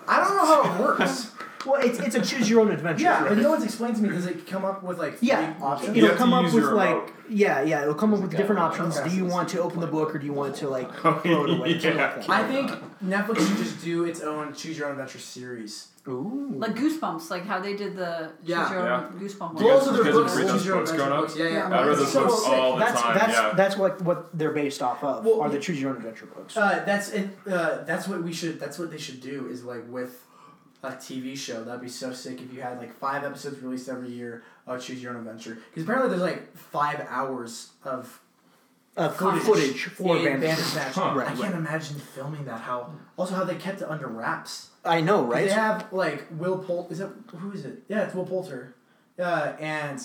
[SPEAKER 3] I don't know how it works.
[SPEAKER 1] well, it's it's a choose your own adventure.
[SPEAKER 3] yeah, but no one's explained to me. Does it come up with like three
[SPEAKER 1] Yeah,
[SPEAKER 3] options?
[SPEAKER 4] You
[SPEAKER 1] it'll
[SPEAKER 4] have to
[SPEAKER 1] come up
[SPEAKER 4] use
[SPEAKER 1] with
[SPEAKER 4] your
[SPEAKER 1] like
[SPEAKER 4] remote.
[SPEAKER 1] yeah, yeah. It'll come up with
[SPEAKER 5] Yeah.
[SPEAKER 1] different options.
[SPEAKER 3] Okay.
[SPEAKER 1] Do you want to open the book or do you want to like throw it away? Something
[SPEAKER 4] Yeah.
[SPEAKER 1] like that.
[SPEAKER 3] I think Netflix should just do its own choose your own adventure series.
[SPEAKER 1] Ooh.
[SPEAKER 2] Like Goosebumps, like how they did the
[SPEAKER 3] Yeah.
[SPEAKER 2] Shoot Your Own
[SPEAKER 4] Yeah.
[SPEAKER 2] Goosebumps.
[SPEAKER 4] You
[SPEAKER 3] Those
[SPEAKER 4] guys-
[SPEAKER 2] one.
[SPEAKER 3] are their
[SPEAKER 4] you guys
[SPEAKER 3] books.
[SPEAKER 4] read those
[SPEAKER 3] Choose your own
[SPEAKER 4] books
[SPEAKER 3] adventure
[SPEAKER 4] growing up?
[SPEAKER 3] books. Yeah, yeah.
[SPEAKER 2] Yeah, I
[SPEAKER 4] I read
[SPEAKER 2] That's
[SPEAKER 4] those
[SPEAKER 3] so
[SPEAKER 4] books
[SPEAKER 3] sick.
[SPEAKER 4] all the
[SPEAKER 1] that's
[SPEAKER 4] time.
[SPEAKER 1] that's
[SPEAKER 4] yeah.
[SPEAKER 1] that's what what they're based off of
[SPEAKER 3] Well,
[SPEAKER 1] are the choose your own adventure books.
[SPEAKER 3] Uh, that's it. Uh, that's what we should. That's what they should do. Is like with a TV show. That'd be so sick if you had like five episodes released every year. of choose your own adventure. Because apparently there's like five hours of
[SPEAKER 1] Uh,
[SPEAKER 2] footage.
[SPEAKER 1] footage for
[SPEAKER 3] in
[SPEAKER 1] Bandersnatch.
[SPEAKER 3] Bandersnatch.
[SPEAKER 4] Huh.
[SPEAKER 1] Right,
[SPEAKER 3] I
[SPEAKER 1] right.
[SPEAKER 3] can't imagine filming that. How also how they kept it under wraps.
[SPEAKER 1] I know,
[SPEAKER 3] 'Cause
[SPEAKER 1] right?
[SPEAKER 3] They have like Will Pol. Is that who is it? Yeah, it's Will Poulter. Uh, and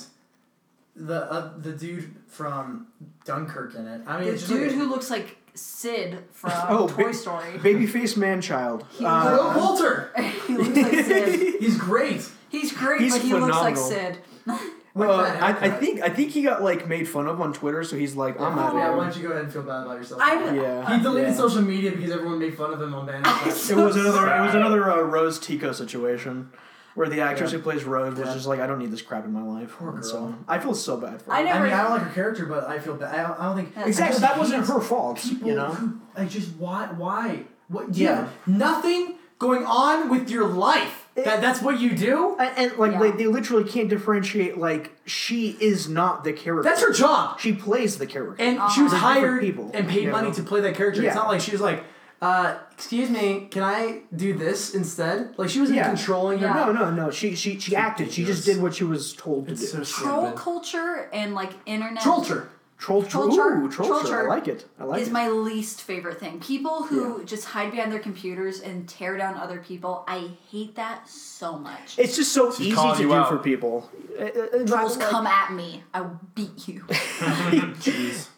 [SPEAKER 3] the uh, the dude from Dunkirk in it. I mean,
[SPEAKER 2] The
[SPEAKER 3] it's just like
[SPEAKER 2] dude
[SPEAKER 3] a-
[SPEAKER 2] who looks like Sid from
[SPEAKER 1] Oh,
[SPEAKER 2] Toy
[SPEAKER 1] big-
[SPEAKER 2] Story.
[SPEAKER 1] Babyface man child.
[SPEAKER 2] He
[SPEAKER 1] Uh,
[SPEAKER 3] Will Poulter.
[SPEAKER 2] he looks like Sid.
[SPEAKER 3] He's great. Uh,
[SPEAKER 2] He's great,
[SPEAKER 1] He's
[SPEAKER 2] but he looks like
[SPEAKER 1] phenomenal.
[SPEAKER 2] Sid.
[SPEAKER 1] well,
[SPEAKER 3] Like that
[SPEAKER 1] I, I
[SPEAKER 3] haircut.
[SPEAKER 1] think I think he got like made fun of on Twitter, so he's like, I'm out
[SPEAKER 3] yeah, why
[SPEAKER 1] of
[SPEAKER 3] don't you go ahead and feel bad about yourself?
[SPEAKER 2] I-
[SPEAKER 1] here. Yeah.
[SPEAKER 3] he deleted
[SPEAKER 1] yeah.
[SPEAKER 3] social media because everyone made fun of him on Bandersnatch.
[SPEAKER 8] It was another. It was another uh, Rose Tico situation, where the actress who plays Rose was
[SPEAKER 3] Yeah.
[SPEAKER 8] just like, "I don't need this crap in my life."
[SPEAKER 3] Poor
[SPEAKER 8] And
[SPEAKER 3] girl.
[SPEAKER 8] So I feel so bad for.
[SPEAKER 2] I
[SPEAKER 8] her.
[SPEAKER 3] I
[SPEAKER 2] never.
[SPEAKER 3] mean, I don't like her character, but I feel bad. I don't, I don't think
[SPEAKER 2] Yeah.
[SPEAKER 1] Exactly.
[SPEAKER 3] I
[SPEAKER 1] That
[SPEAKER 3] just
[SPEAKER 1] wasn't
[SPEAKER 3] hate
[SPEAKER 1] her fault.
[SPEAKER 3] people.
[SPEAKER 1] You know.
[SPEAKER 3] who- I just why why what? do you
[SPEAKER 1] Yeah.
[SPEAKER 3] have nothing going on with your life. that that's what you do.
[SPEAKER 1] And, and like
[SPEAKER 2] Yeah.
[SPEAKER 1] they, they literally can't differentiate. Like she is not the character.
[SPEAKER 3] That's her job.
[SPEAKER 1] She plays the character.
[SPEAKER 3] And she was
[SPEAKER 1] Uh-huh. Different
[SPEAKER 3] hired
[SPEAKER 1] people,
[SPEAKER 3] and paid
[SPEAKER 1] you
[SPEAKER 3] money
[SPEAKER 1] know?
[SPEAKER 3] to play that character. It's
[SPEAKER 1] Yeah.
[SPEAKER 3] not like she was like, uh, excuse me, can I do this instead? Like she wasn't
[SPEAKER 1] Yeah.
[SPEAKER 3] controlling her.
[SPEAKER 2] Yeah.
[SPEAKER 1] no, no, no. She she she acted. She just did what she was told to do.
[SPEAKER 2] troll culture and like internet
[SPEAKER 3] Trollter.
[SPEAKER 1] troll,
[SPEAKER 2] Troll
[SPEAKER 1] ooh,
[SPEAKER 2] chart-
[SPEAKER 1] troll,
[SPEAKER 2] troll
[SPEAKER 1] chart.
[SPEAKER 2] chart
[SPEAKER 1] I like it. I like
[SPEAKER 2] is
[SPEAKER 1] it.
[SPEAKER 2] my least favorite thing. People who just hide behind their computers and tear down other people. I hate that so much.
[SPEAKER 1] it's just so easy to
[SPEAKER 4] calling you
[SPEAKER 1] do
[SPEAKER 4] out.
[SPEAKER 1] for people. Uh, uh, uh,
[SPEAKER 2] Trolls
[SPEAKER 1] like-
[SPEAKER 2] come at me. I will beat you.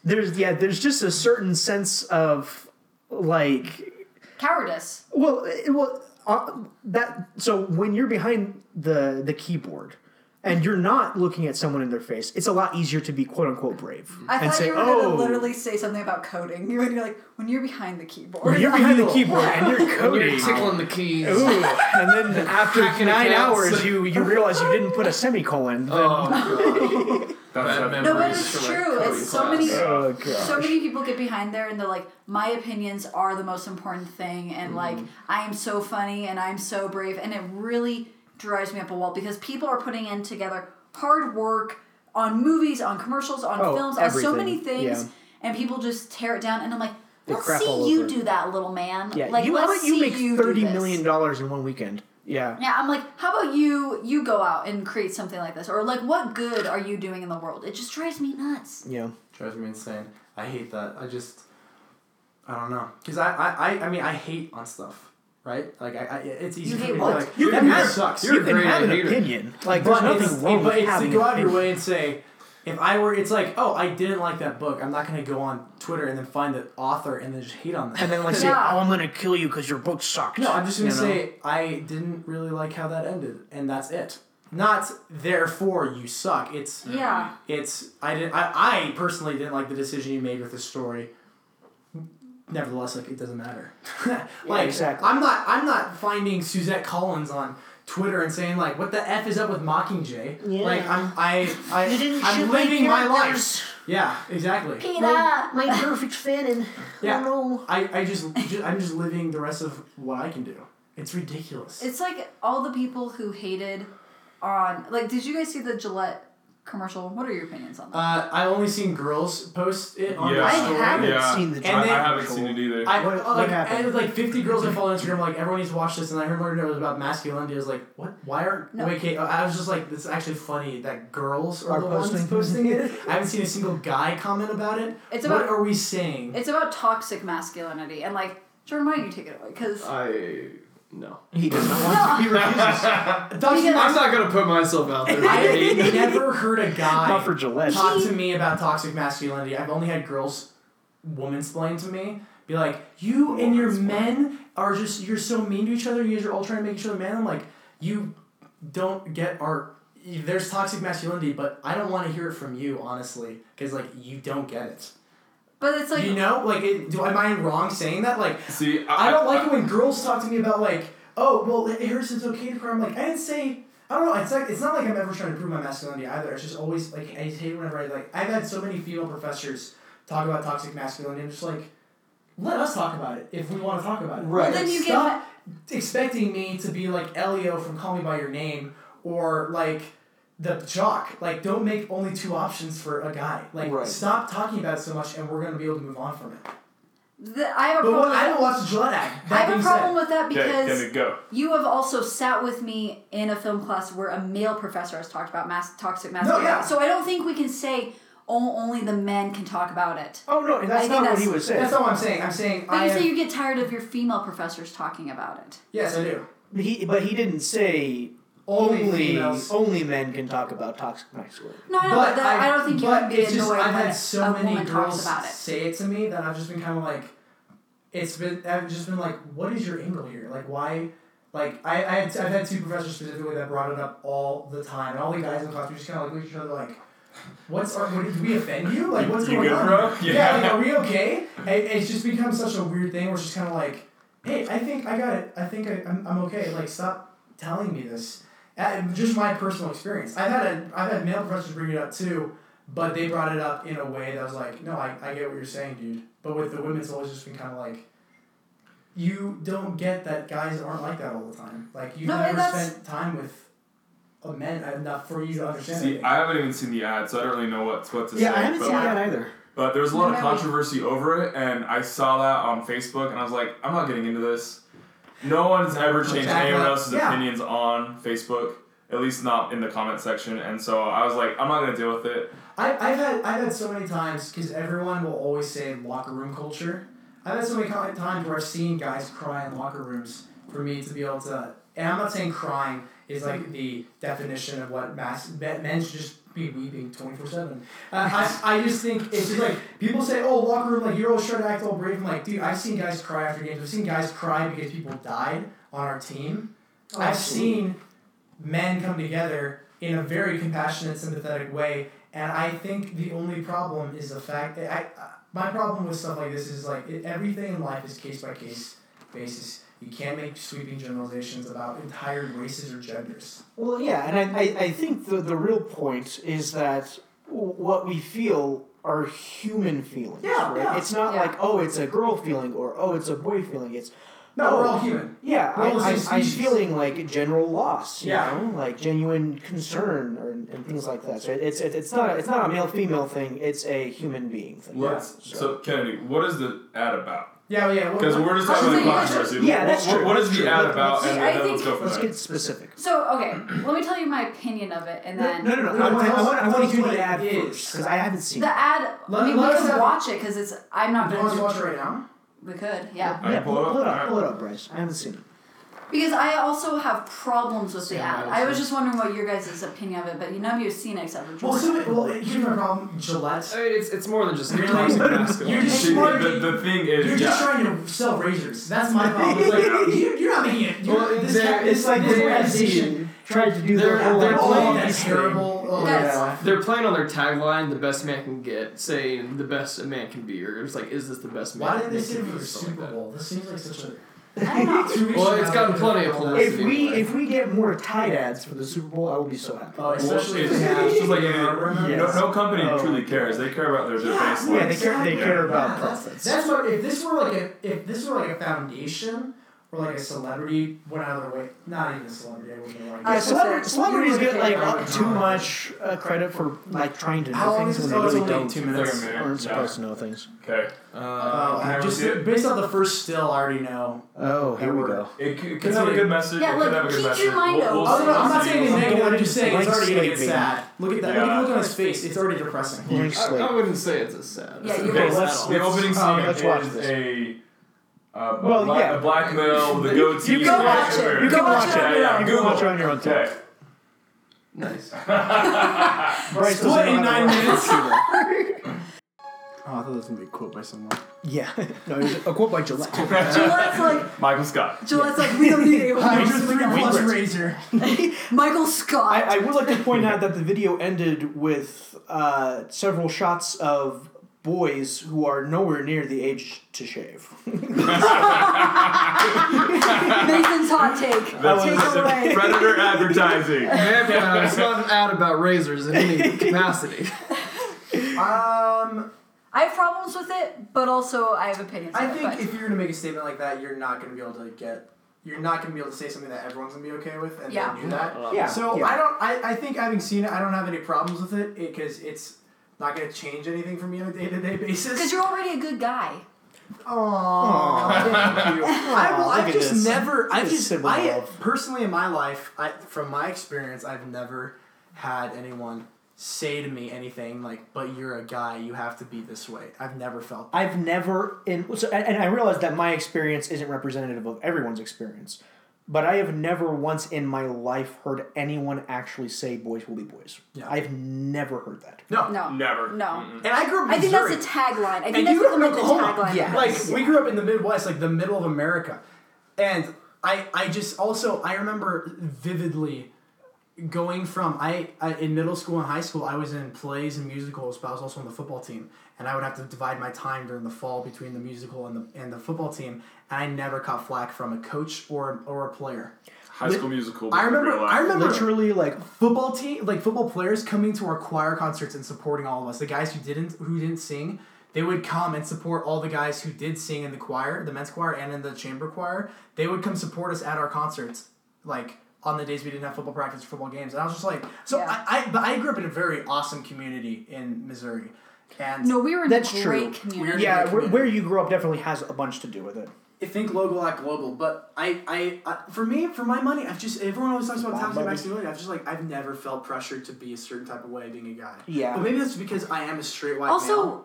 [SPEAKER 1] There's yeah. There's just a certain sense of like
[SPEAKER 2] Cowardice.
[SPEAKER 1] Well, it- well, uh, that so when you're behind the the keyboard and you're not looking at someone in their face, it's a lot easier to be quote unquote brave
[SPEAKER 2] I
[SPEAKER 1] and
[SPEAKER 2] thought
[SPEAKER 1] say,
[SPEAKER 2] you were
[SPEAKER 1] "Oh,
[SPEAKER 2] gonna literally say something about coding. You were gonna be like, when you're behind the keyboard.
[SPEAKER 1] when you're behind the keyboard and you're
[SPEAKER 5] You're
[SPEAKER 1] coding."
[SPEAKER 5] tickling the keys.
[SPEAKER 1] Ooh, and then after
[SPEAKER 5] Hacking
[SPEAKER 1] nine
[SPEAKER 5] accounts.
[SPEAKER 2] Oh.
[SPEAKER 1] hours, you you realize you didn't put a semicolon.
[SPEAKER 5] Oh,
[SPEAKER 4] That's
[SPEAKER 5] Bad
[SPEAKER 4] that
[SPEAKER 5] memory.
[SPEAKER 2] No, but
[SPEAKER 5] Memories
[SPEAKER 2] it's
[SPEAKER 5] from, like,
[SPEAKER 2] true.
[SPEAKER 5] Cody
[SPEAKER 2] It's so many.
[SPEAKER 5] class.
[SPEAKER 1] Oh god.
[SPEAKER 2] So many people get behind there and they're like, my opinions are the most important thing,
[SPEAKER 5] Mm-hmm.
[SPEAKER 2] and like, I am so funny and I'm so brave, and it really drives me up a wall because people are putting in together hard work on movies, on commercials, on
[SPEAKER 7] Oh,
[SPEAKER 2] films, on so
[SPEAKER 7] everything.
[SPEAKER 2] many things,
[SPEAKER 7] Yeah.
[SPEAKER 2] and people just tear it down, and I'm like,
[SPEAKER 7] They
[SPEAKER 2] let's
[SPEAKER 7] crap all
[SPEAKER 2] see you
[SPEAKER 7] over it."
[SPEAKER 2] do that, little man.
[SPEAKER 1] Yeah,
[SPEAKER 2] like,
[SPEAKER 1] you, how
[SPEAKER 2] let's
[SPEAKER 1] about you
[SPEAKER 2] see
[SPEAKER 1] make
[SPEAKER 2] you do
[SPEAKER 1] thirty
[SPEAKER 2] this.
[SPEAKER 1] million dollars in one weekend? Yeah.
[SPEAKER 2] Yeah, I'm like, how about you? You go out and create something like this, or like, what good are you doing in the world? It just drives me nuts.
[SPEAKER 1] Yeah.
[SPEAKER 3] drives me insane. I hate that. I just, I don't know, cause I, I, I, I mean, I hate on stuff, right? Like I, I it's easy
[SPEAKER 2] You
[SPEAKER 3] for
[SPEAKER 2] hate
[SPEAKER 3] me to
[SPEAKER 2] what?
[SPEAKER 3] like,
[SPEAKER 1] You
[SPEAKER 3] that
[SPEAKER 1] can
[SPEAKER 3] movie
[SPEAKER 1] have-
[SPEAKER 3] sucks.
[SPEAKER 5] you're
[SPEAKER 1] You can
[SPEAKER 5] great
[SPEAKER 1] have
[SPEAKER 5] at
[SPEAKER 1] an
[SPEAKER 5] hater.
[SPEAKER 1] opinion. Like
[SPEAKER 3] but
[SPEAKER 1] there's
[SPEAKER 3] it's,
[SPEAKER 1] nothing wrong
[SPEAKER 3] but
[SPEAKER 1] with
[SPEAKER 3] it's to
[SPEAKER 1] having
[SPEAKER 3] go
[SPEAKER 1] an
[SPEAKER 3] out of your
[SPEAKER 1] opinion.
[SPEAKER 3] way and say, if I were, it's like, oh, I didn't like that book. I'm not gonna go on Twitter and then find the author and then just hate on them.
[SPEAKER 1] and then like say,
[SPEAKER 2] Yeah.
[SPEAKER 1] "Oh, I'm gonna kill you because your book sucked."
[SPEAKER 3] No, I'm just
[SPEAKER 1] You
[SPEAKER 3] gonna
[SPEAKER 1] know?
[SPEAKER 3] say I didn't really like how that ended, and that's it. Not therefore you suck. It's
[SPEAKER 2] Yeah.
[SPEAKER 3] it's I didn't I, I personally didn't like the decision you made with this story. Nevertheless, like it doesn't matter. like
[SPEAKER 1] exactly.
[SPEAKER 3] I'm not I'm not finding Suzette Collins on Twitter and saying like what the f is up with Mockingjay?
[SPEAKER 7] Yeah.
[SPEAKER 3] Like I'm I I I'm living my life. Yeah, exactly.
[SPEAKER 7] My perfect fan
[SPEAKER 3] Yeah.
[SPEAKER 7] I don't know.
[SPEAKER 3] I, I just, ju- I'm just living the rest of what I can do. It's ridiculous.
[SPEAKER 2] It's like all the people who hated on like did you guys see the Gillette commercial? What are your opinions on that?
[SPEAKER 3] Uh, I only seen girls post it on
[SPEAKER 4] Yeah.
[SPEAKER 3] their
[SPEAKER 2] I
[SPEAKER 3] story.
[SPEAKER 2] haven't
[SPEAKER 4] yeah.
[SPEAKER 1] seen the
[SPEAKER 4] I, I
[SPEAKER 3] Jack
[SPEAKER 4] haven't
[SPEAKER 1] commercial.
[SPEAKER 4] seen it either.
[SPEAKER 3] I
[SPEAKER 1] What-
[SPEAKER 3] uh,
[SPEAKER 1] what
[SPEAKER 3] like
[SPEAKER 1] happened?
[SPEAKER 3] I had, like fifty girls I follow on Instagram like everyone needs to watch this and I heard later it was about masculinity. I was like, what? Why are
[SPEAKER 2] No.
[SPEAKER 3] wait? Okay, I was just like, this is actually funny that girls are,
[SPEAKER 7] Are
[SPEAKER 3] the ones
[SPEAKER 7] posting.
[SPEAKER 3] posting it. I haven't seen a single guy comment about it.
[SPEAKER 2] It's
[SPEAKER 3] what
[SPEAKER 2] about-
[SPEAKER 3] are we saying?
[SPEAKER 2] It's about toxic masculinity and like Jordan, why don't you take it away? Because
[SPEAKER 3] Uh,
[SPEAKER 5] I no.
[SPEAKER 1] He doesn't want.
[SPEAKER 2] no,
[SPEAKER 3] Doesn't
[SPEAKER 2] because-
[SPEAKER 5] I'm
[SPEAKER 3] matter.
[SPEAKER 5] not gonna put myself out there.
[SPEAKER 3] I
[SPEAKER 5] I mean,
[SPEAKER 3] have never heard a guy
[SPEAKER 1] Not for Gillette.
[SPEAKER 3] talk to me about toxic masculinity. I've only had girls woman-splain to me. Be like, you and your men are just, you're so mean to each other. You guys are all trying to make each other man. I'm like, you don't get our, there's toxic masculinity, but I don't want to hear it from you, honestly. Because, like, you don't get it.
[SPEAKER 2] but it's like
[SPEAKER 3] you know? Like, it, do, am I wrong saying that? Like,
[SPEAKER 4] See, I,
[SPEAKER 3] I don't like it when girls talk to me about like, oh, well, Harris, it's okay to cry. I'm like, I didn't say. I don't know. It's like it's not like I'm ever trying to prove my masculinity either. It's just always like I hate whenever I like. I've had so many female professors talk about toxic masculinity. I'm just like, let us talk about it if we want to talk about it.
[SPEAKER 2] Well, then you get
[SPEAKER 3] Stop expecting me to be like Elio from Call Me by Your Name or like the jock. Like, don't make only two options for a guy. Like,
[SPEAKER 1] Right.
[SPEAKER 3] stop talking about it so much, and we're gonna be able to move on from it.
[SPEAKER 2] the, I have a
[SPEAKER 3] But
[SPEAKER 2] problem.
[SPEAKER 3] what,
[SPEAKER 2] with
[SPEAKER 3] I
[SPEAKER 2] that.
[SPEAKER 3] don't watch Gillette Act.
[SPEAKER 2] I
[SPEAKER 3] That
[SPEAKER 2] have
[SPEAKER 3] being
[SPEAKER 2] a
[SPEAKER 3] said-
[SPEAKER 2] problem with that
[SPEAKER 4] Okay,
[SPEAKER 2] because
[SPEAKER 4] then it go.
[SPEAKER 2] you have also sat with me in a film class where a male professor has talked about mas- toxic masculinity.
[SPEAKER 3] yeah.
[SPEAKER 2] So I don't think we can say oh, only the men can talk about it.
[SPEAKER 1] Oh no,
[SPEAKER 2] I
[SPEAKER 1] that's
[SPEAKER 2] think
[SPEAKER 1] not what
[SPEAKER 2] that's-
[SPEAKER 1] he was saying.
[SPEAKER 3] That's not what I'm saying. I'm saying
[SPEAKER 2] But
[SPEAKER 3] I
[SPEAKER 2] you
[SPEAKER 3] am-
[SPEAKER 2] say you get tired of your female professors talking about it.
[SPEAKER 3] yes, I do.
[SPEAKER 1] He, but he didn't say
[SPEAKER 3] Only
[SPEAKER 1] only
[SPEAKER 3] females.
[SPEAKER 1] only men can talk about toxic masculinity.
[SPEAKER 2] No, I know, but, that, I, don't think you
[SPEAKER 3] but
[SPEAKER 2] can be
[SPEAKER 3] it's
[SPEAKER 2] annoyed
[SPEAKER 3] just,
[SPEAKER 2] when
[SPEAKER 3] I've had so
[SPEAKER 2] a
[SPEAKER 3] many
[SPEAKER 2] woman
[SPEAKER 3] girls
[SPEAKER 2] talks about it.
[SPEAKER 3] say it to me that I've just been kind of like, it's been. I've just been like, what is your angle here? Like, why? Like, I, I had, I've had two professors specifically that brought it up all the time, and all the guys in the class were just kind of like look at each other like. What's our, what, did we offend you? Like, what's
[SPEAKER 4] You
[SPEAKER 3] going
[SPEAKER 4] good,
[SPEAKER 3] on?
[SPEAKER 4] bro?
[SPEAKER 3] Yeah,
[SPEAKER 4] Yeah.
[SPEAKER 3] like, are we okay? And it's just become such a weird thing where it's just kind of like, hey, I think I got it. I think I, I'm, I'm okay. Like, stop telling me this. Uh, just my personal experience. I've had a, I've had male professors bring it up too, but they brought it up in a way that was like, no, I, I get what you're saying, dude. But with the women, it's always just been kind of like, you don't get that guys aren't like that all the time. Like, you've
[SPEAKER 2] No, and
[SPEAKER 3] never
[SPEAKER 2] that's-
[SPEAKER 3] spent time with a men enough for you to understand.
[SPEAKER 4] See,
[SPEAKER 3] anything.
[SPEAKER 4] I haven't even seen the ad, so I don't really know what what to
[SPEAKER 1] Yeah,
[SPEAKER 4] say.
[SPEAKER 1] I haven't
[SPEAKER 4] but
[SPEAKER 1] seen
[SPEAKER 4] like,
[SPEAKER 1] that either.
[SPEAKER 4] But there was a lot of
[SPEAKER 2] Whatever.
[SPEAKER 4] controversy over it, and I saw that on Facebook, and I was like, I'm not getting into this. No one's ever changed
[SPEAKER 3] Exactly.
[SPEAKER 4] anyone else's
[SPEAKER 3] Yeah.
[SPEAKER 4] opinions on Facebook, at least not in the comment section, and so I was like, I'm not gonna deal with it.
[SPEAKER 3] I, I've had I've had so many times because everyone will always say locker room culture. I've had so many co- times where I've seen guys cry in locker rooms for me to be able to. And I'm not saying crying is like the definition of what mass men men should just be weeping twenty four seven. Uh, I I just think it's just like people say, oh locker room, like you're always trying to act all brave. I'm like, dude, I've seen guys cry after games. I've seen guys cry because people died on our team. I've seen men come together in a very compassionate, sympathetic way, and I think the only problem is the fact that I, I my problem with stuff like this is like it, everything in life is case by case basis. You can't make sweeping generalizations about entire races or genders.
[SPEAKER 1] Well, yeah, and I, I, I think the, the real point is that what we feel are human feelings.
[SPEAKER 3] Yeah,
[SPEAKER 1] right?
[SPEAKER 3] yeah.
[SPEAKER 1] It's not
[SPEAKER 2] Yeah.
[SPEAKER 1] like oh, it's a girl feeling or oh, it's a boy feeling. It's
[SPEAKER 3] No, we're all
[SPEAKER 1] oh,
[SPEAKER 3] human.
[SPEAKER 1] Yeah,
[SPEAKER 3] We're all the
[SPEAKER 1] I,
[SPEAKER 3] same
[SPEAKER 1] I, I'm
[SPEAKER 3] species.
[SPEAKER 1] feeling like general loss. You
[SPEAKER 3] Yeah.
[SPEAKER 1] know, like genuine concern or, and things like that. So it's it's it's not it's not a male female thing. It's a human being thing.
[SPEAKER 4] Let's so Kennedy, what is the ad about?
[SPEAKER 3] Yeah, well, yeah. what-
[SPEAKER 4] Because we're just
[SPEAKER 2] I
[SPEAKER 4] talking
[SPEAKER 2] was
[SPEAKER 4] about the
[SPEAKER 2] thinking-
[SPEAKER 4] controversy.
[SPEAKER 1] yeah,
[SPEAKER 4] What-
[SPEAKER 1] that's
[SPEAKER 4] what-
[SPEAKER 1] true,
[SPEAKER 4] What is
[SPEAKER 1] that's
[SPEAKER 4] the
[SPEAKER 1] true.
[SPEAKER 4] ad
[SPEAKER 1] Let's-
[SPEAKER 4] about?
[SPEAKER 2] let's-
[SPEAKER 4] And
[SPEAKER 2] I
[SPEAKER 4] then let's
[SPEAKER 2] think-
[SPEAKER 4] go from
[SPEAKER 1] Let's
[SPEAKER 4] there.
[SPEAKER 1] get specific.
[SPEAKER 2] So okay, let me tell you my opinion of it, and then
[SPEAKER 1] No, no, no.
[SPEAKER 3] No,
[SPEAKER 1] I,
[SPEAKER 3] what
[SPEAKER 1] I,
[SPEAKER 3] else-
[SPEAKER 1] want, I
[SPEAKER 3] what
[SPEAKER 1] want
[SPEAKER 3] else
[SPEAKER 1] to hear
[SPEAKER 3] what
[SPEAKER 1] the ad
[SPEAKER 3] it
[SPEAKER 1] first
[SPEAKER 3] is?
[SPEAKER 1] because I haven't seen
[SPEAKER 2] the
[SPEAKER 1] it.
[SPEAKER 2] ad.
[SPEAKER 3] Let-
[SPEAKER 2] I mean,
[SPEAKER 3] let
[SPEAKER 2] we
[SPEAKER 3] us
[SPEAKER 2] could
[SPEAKER 3] have-
[SPEAKER 2] watch it because it's. I'm not.
[SPEAKER 3] Do you want us to
[SPEAKER 2] gonna-
[SPEAKER 3] watch it right now?
[SPEAKER 2] We could, yeah.
[SPEAKER 4] I
[SPEAKER 1] yeah,
[SPEAKER 4] can pull
[SPEAKER 1] pull,
[SPEAKER 4] it up.
[SPEAKER 1] it up.
[SPEAKER 4] Alright.
[SPEAKER 1] Pull it up, Bryce. I haven't seen it.
[SPEAKER 2] Because I also have problems with the
[SPEAKER 3] Yeah,
[SPEAKER 2] ad.
[SPEAKER 3] I
[SPEAKER 2] I was
[SPEAKER 3] see.
[SPEAKER 2] just wondering what your guys' opinion of it, but you know you've seen it except for
[SPEAKER 3] Well,
[SPEAKER 2] Jordan.
[SPEAKER 3] so, well, here's my problem. Gillette.
[SPEAKER 5] I mean, it's it's more than just
[SPEAKER 3] Really?
[SPEAKER 5] toxic masculinity.
[SPEAKER 3] You're just
[SPEAKER 4] See,
[SPEAKER 3] trying
[SPEAKER 4] the, the thing is,
[SPEAKER 3] You're
[SPEAKER 4] yeah.
[SPEAKER 3] just trying to sell razors. That's my problem. Like,
[SPEAKER 4] Yeah.
[SPEAKER 3] you, you're not making it. You're,
[SPEAKER 5] Well,
[SPEAKER 3] this
[SPEAKER 5] they're-
[SPEAKER 3] guy- this
[SPEAKER 5] it's like
[SPEAKER 3] this
[SPEAKER 5] they're-
[SPEAKER 3] organization.
[SPEAKER 1] Tried to do
[SPEAKER 5] They're-
[SPEAKER 1] the whole
[SPEAKER 5] they're
[SPEAKER 1] like,
[SPEAKER 5] playing
[SPEAKER 1] all
[SPEAKER 3] Oh,
[SPEAKER 5] that
[SPEAKER 1] these
[SPEAKER 3] that's
[SPEAKER 1] things.
[SPEAKER 3] terrible. Oh,
[SPEAKER 2] That's-
[SPEAKER 3] yeah.
[SPEAKER 5] They're playing on their tagline, "The best man can get," saying "The best a man can be," or it's like, "Is this the best man?"
[SPEAKER 3] Why did
[SPEAKER 5] can
[SPEAKER 3] they
[SPEAKER 5] be,"
[SPEAKER 3] say for
[SPEAKER 5] or
[SPEAKER 3] the
[SPEAKER 5] something
[SPEAKER 3] Super
[SPEAKER 5] like that.
[SPEAKER 3] Bowl? This seems like such a.
[SPEAKER 2] I don't know.
[SPEAKER 3] Two weeks
[SPEAKER 5] Well,
[SPEAKER 3] from
[SPEAKER 5] it's
[SPEAKER 3] now,
[SPEAKER 5] gotten
[SPEAKER 3] they're
[SPEAKER 5] plenty of
[SPEAKER 3] gonna-
[SPEAKER 5] publicity.
[SPEAKER 1] If we if we get more tie ads for the Super Bowl, I will be so happy.
[SPEAKER 3] Oh,
[SPEAKER 4] Well, it's,
[SPEAKER 3] especially if
[SPEAKER 4] it's
[SPEAKER 3] they have-
[SPEAKER 4] just like any-
[SPEAKER 1] Yes.
[SPEAKER 4] no, no company
[SPEAKER 1] Oh.
[SPEAKER 4] truly cares. They care about their, their
[SPEAKER 3] Yeah,
[SPEAKER 4] baseline.
[SPEAKER 1] Yeah, they care. They care about
[SPEAKER 3] Yeah,
[SPEAKER 1] profits.
[SPEAKER 3] That's what if this were like a if this were like a foundation or like a celebrity went out of their way not even a celebrity I wouldn't know
[SPEAKER 1] yeah,
[SPEAKER 2] I
[SPEAKER 3] why.
[SPEAKER 2] was gonna
[SPEAKER 1] celebrities,
[SPEAKER 2] say,
[SPEAKER 1] celebrities
[SPEAKER 2] you
[SPEAKER 1] get
[SPEAKER 2] really
[SPEAKER 1] like
[SPEAKER 2] care
[SPEAKER 3] about
[SPEAKER 1] too
[SPEAKER 3] it.
[SPEAKER 1] much uh, credit for like trying to
[SPEAKER 3] How
[SPEAKER 1] know
[SPEAKER 3] long
[SPEAKER 1] things
[SPEAKER 3] is
[SPEAKER 1] when they
[SPEAKER 3] it? Oh, it's
[SPEAKER 1] really
[SPEAKER 3] only
[SPEAKER 1] don't.
[SPEAKER 3] two
[SPEAKER 4] minutes.
[SPEAKER 1] Aren't supposed to know things.
[SPEAKER 4] Okay.
[SPEAKER 3] Uh,
[SPEAKER 4] Can I
[SPEAKER 3] just
[SPEAKER 4] see it?
[SPEAKER 3] based on the first still, I already know.
[SPEAKER 1] Oh,
[SPEAKER 3] here we go.
[SPEAKER 4] It, c- it could have a good message.
[SPEAKER 2] Yeah,
[SPEAKER 4] it
[SPEAKER 2] look,
[SPEAKER 4] could have a good
[SPEAKER 2] keep your
[SPEAKER 4] message.
[SPEAKER 2] mind
[SPEAKER 4] We'll- we'll
[SPEAKER 2] open.
[SPEAKER 3] Oh, no, no, I'm not
[SPEAKER 4] see.
[SPEAKER 3] saying anything negative. I'm just saying it's
[SPEAKER 1] Like
[SPEAKER 3] already gonna get
[SPEAKER 1] sleeping.
[SPEAKER 3] sad. Look at that. Look,
[SPEAKER 4] Yeah.
[SPEAKER 3] at- look on his face. It's already depressing.
[SPEAKER 1] Blank
[SPEAKER 5] I, I
[SPEAKER 1] slate.
[SPEAKER 5] wouldn't say it's as sad.
[SPEAKER 2] Yeah,
[SPEAKER 5] as
[SPEAKER 2] you
[SPEAKER 5] it
[SPEAKER 4] Okay,
[SPEAKER 5] is
[SPEAKER 1] Well,
[SPEAKER 5] at
[SPEAKER 1] let's-
[SPEAKER 5] all.
[SPEAKER 4] The opening scene
[SPEAKER 1] um, let's watch
[SPEAKER 4] is
[SPEAKER 1] this.
[SPEAKER 4] a. Uh, a
[SPEAKER 1] Well,
[SPEAKER 4] black,
[SPEAKER 1] yeah.
[SPEAKER 4] a black male, the goatee.
[SPEAKER 1] You
[SPEAKER 2] go watch it.
[SPEAKER 4] or-
[SPEAKER 2] You go watch it on
[SPEAKER 4] Yeah,
[SPEAKER 2] your
[SPEAKER 4] yeah,
[SPEAKER 2] own.
[SPEAKER 1] You
[SPEAKER 4] Google.
[SPEAKER 1] go watch it on your own time.
[SPEAKER 4] Okay.
[SPEAKER 5] nice.
[SPEAKER 1] Bryce doesn't
[SPEAKER 3] Split
[SPEAKER 1] know
[SPEAKER 3] in
[SPEAKER 1] how to
[SPEAKER 3] nine
[SPEAKER 1] work.
[SPEAKER 3] minutes.
[SPEAKER 1] Oh, I thought that was gonna be a quote by someone. Yeah, no, it was a quote by Gillette.
[SPEAKER 2] Gillette's like,
[SPEAKER 4] Michael Scott.
[SPEAKER 2] Gillette's like, we don't need it.
[SPEAKER 3] Razor three plus
[SPEAKER 1] Regrets.
[SPEAKER 3] razor.
[SPEAKER 2] Michael
[SPEAKER 1] I,
[SPEAKER 2] Scott.
[SPEAKER 1] I would like to point out that the video ended with uh, several shots of boys who are nowhere near the age to shave.
[SPEAKER 2] Mason's hot take.
[SPEAKER 4] That's
[SPEAKER 2] take it away.
[SPEAKER 4] predator advertising.
[SPEAKER 5] Yeah, it's not an ad about razors in any capacity.
[SPEAKER 3] Um,
[SPEAKER 2] I have problems with it, but also I have opinions.
[SPEAKER 3] I
[SPEAKER 2] on it,
[SPEAKER 3] think
[SPEAKER 2] but-
[SPEAKER 3] if you're gonna make a statement like that, you're not gonna be able to get. You're not gonna be able to say something that everyone's gonna be okay with, and
[SPEAKER 2] Yeah.
[SPEAKER 3] then do that.
[SPEAKER 1] Yeah.
[SPEAKER 3] So
[SPEAKER 1] yeah.
[SPEAKER 3] I don't. I, I think having seen it, I don't have any problems with it because it's not gonna change anything for me on a day to day
[SPEAKER 2] Because
[SPEAKER 3] basis.
[SPEAKER 2] you're already a good guy.
[SPEAKER 3] Aww. Thank you. I will,
[SPEAKER 1] Aw,
[SPEAKER 3] I've
[SPEAKER 1] look at
[SPEAKER 3] just
[SPEAKER 1] this.
[SPEAKER 3] never. I've
[SPEAKER 1] This is
[SPEAKER 3] just.
[SPEAKER 1] sibling
[SPEAKER 3] I
[SPEAKER 1] love.
[SPEAKER 3] personally in my life, I from my experience, I've never had anyone say to me anything like, "But you're a guy. You have to be this way." I've never felt. that.
[SPEAKER 1] I've never in so, and, and I realize that my experience isn't representative of everyone's experience, but I have never once in my life heard anyone actually say "boys will be boys."
[SPEAKER 3] Yeah.
[SPEAKER 1] I've never heard that.
[SPEAKER 3] No.
[SPEAKER 2] No.
[SPEAKER 4] Never.
[SPEAKER 2] No.
[SPEAKER 4] Mm-mm.
[SPEAKER 3] And I grew up. in
[SPEAKER 2] I think
[SPEAKER 3] Missouri.
[SPEAKER 2] that's a tagline. I think
[SPEAKER 3] and
[SPEAKER 2] that's
[SPEAKER 3] you
[SPEAKER 2] what the
[SPEAKER 3] grew up in Oklahoma.
[SPEAKER 2] tagline
[SPEAKER 3] yeah.
[SPEAKER 2] was.
[SPEAKER 3] Like we grew up in the Midwest, like the middle of America, and I I just also I remember vividly going from I, I in middle school and high school I was in plays and musicals, but I was also on the football team, and I would have to divide my time during the fall between the musical and the and the football team, and I never caught flack from a coach or or a player.
[SPEAKER 4] High School Musical. but
[SPEAKER 3] I
[SPEAKER 4] in
[SPEAKER 3] remember
[SPEAKER 4] real
[SPEAKER 3] I
[SPEAKER 4] life.
[SPEAKER 3] remember
[SPEAKER 1] Literally, like
[SPEAKER 3] football team like football players coming to our choir concerts and supporting all of us the guys who didn't who didn't sing they would come and support all the guys who did sing in the choir the men's choir and in the chamber choir they would come support us at our concerts like on the days we didn't have football practice or football games and i was just like so
[SPEAKER 2] Yeah.
[SPEAKER 3] I, I but i grew up in a very awesome community in missouri and
[SPEAKER 2] No, we were in
[SPEAKER 1] that's
[SPEAKER 2] a
[SPEAKER 1] true.
[SPEAKER 2] great community.
[SPEAKER 1] Yeah, where, where you grew up definitely has a bunch to do with it.
[SPEAKER 3] I think local at global, but I, I, I, for me, for my money, I've just everyone always talks about
[SPEAKER 1] Wow,
[SPEAKER 3] toxic
[SPEAKER 1] buddy.
[SPEAKER 3] masculinity. I've just like I've never felt pressured to be a certain type of way being a guy.
[SPEAKER 1] Yeah.
[SPEAKER 3] but maybe that's because I am a straight white male.
[SPEAKER 2] Also,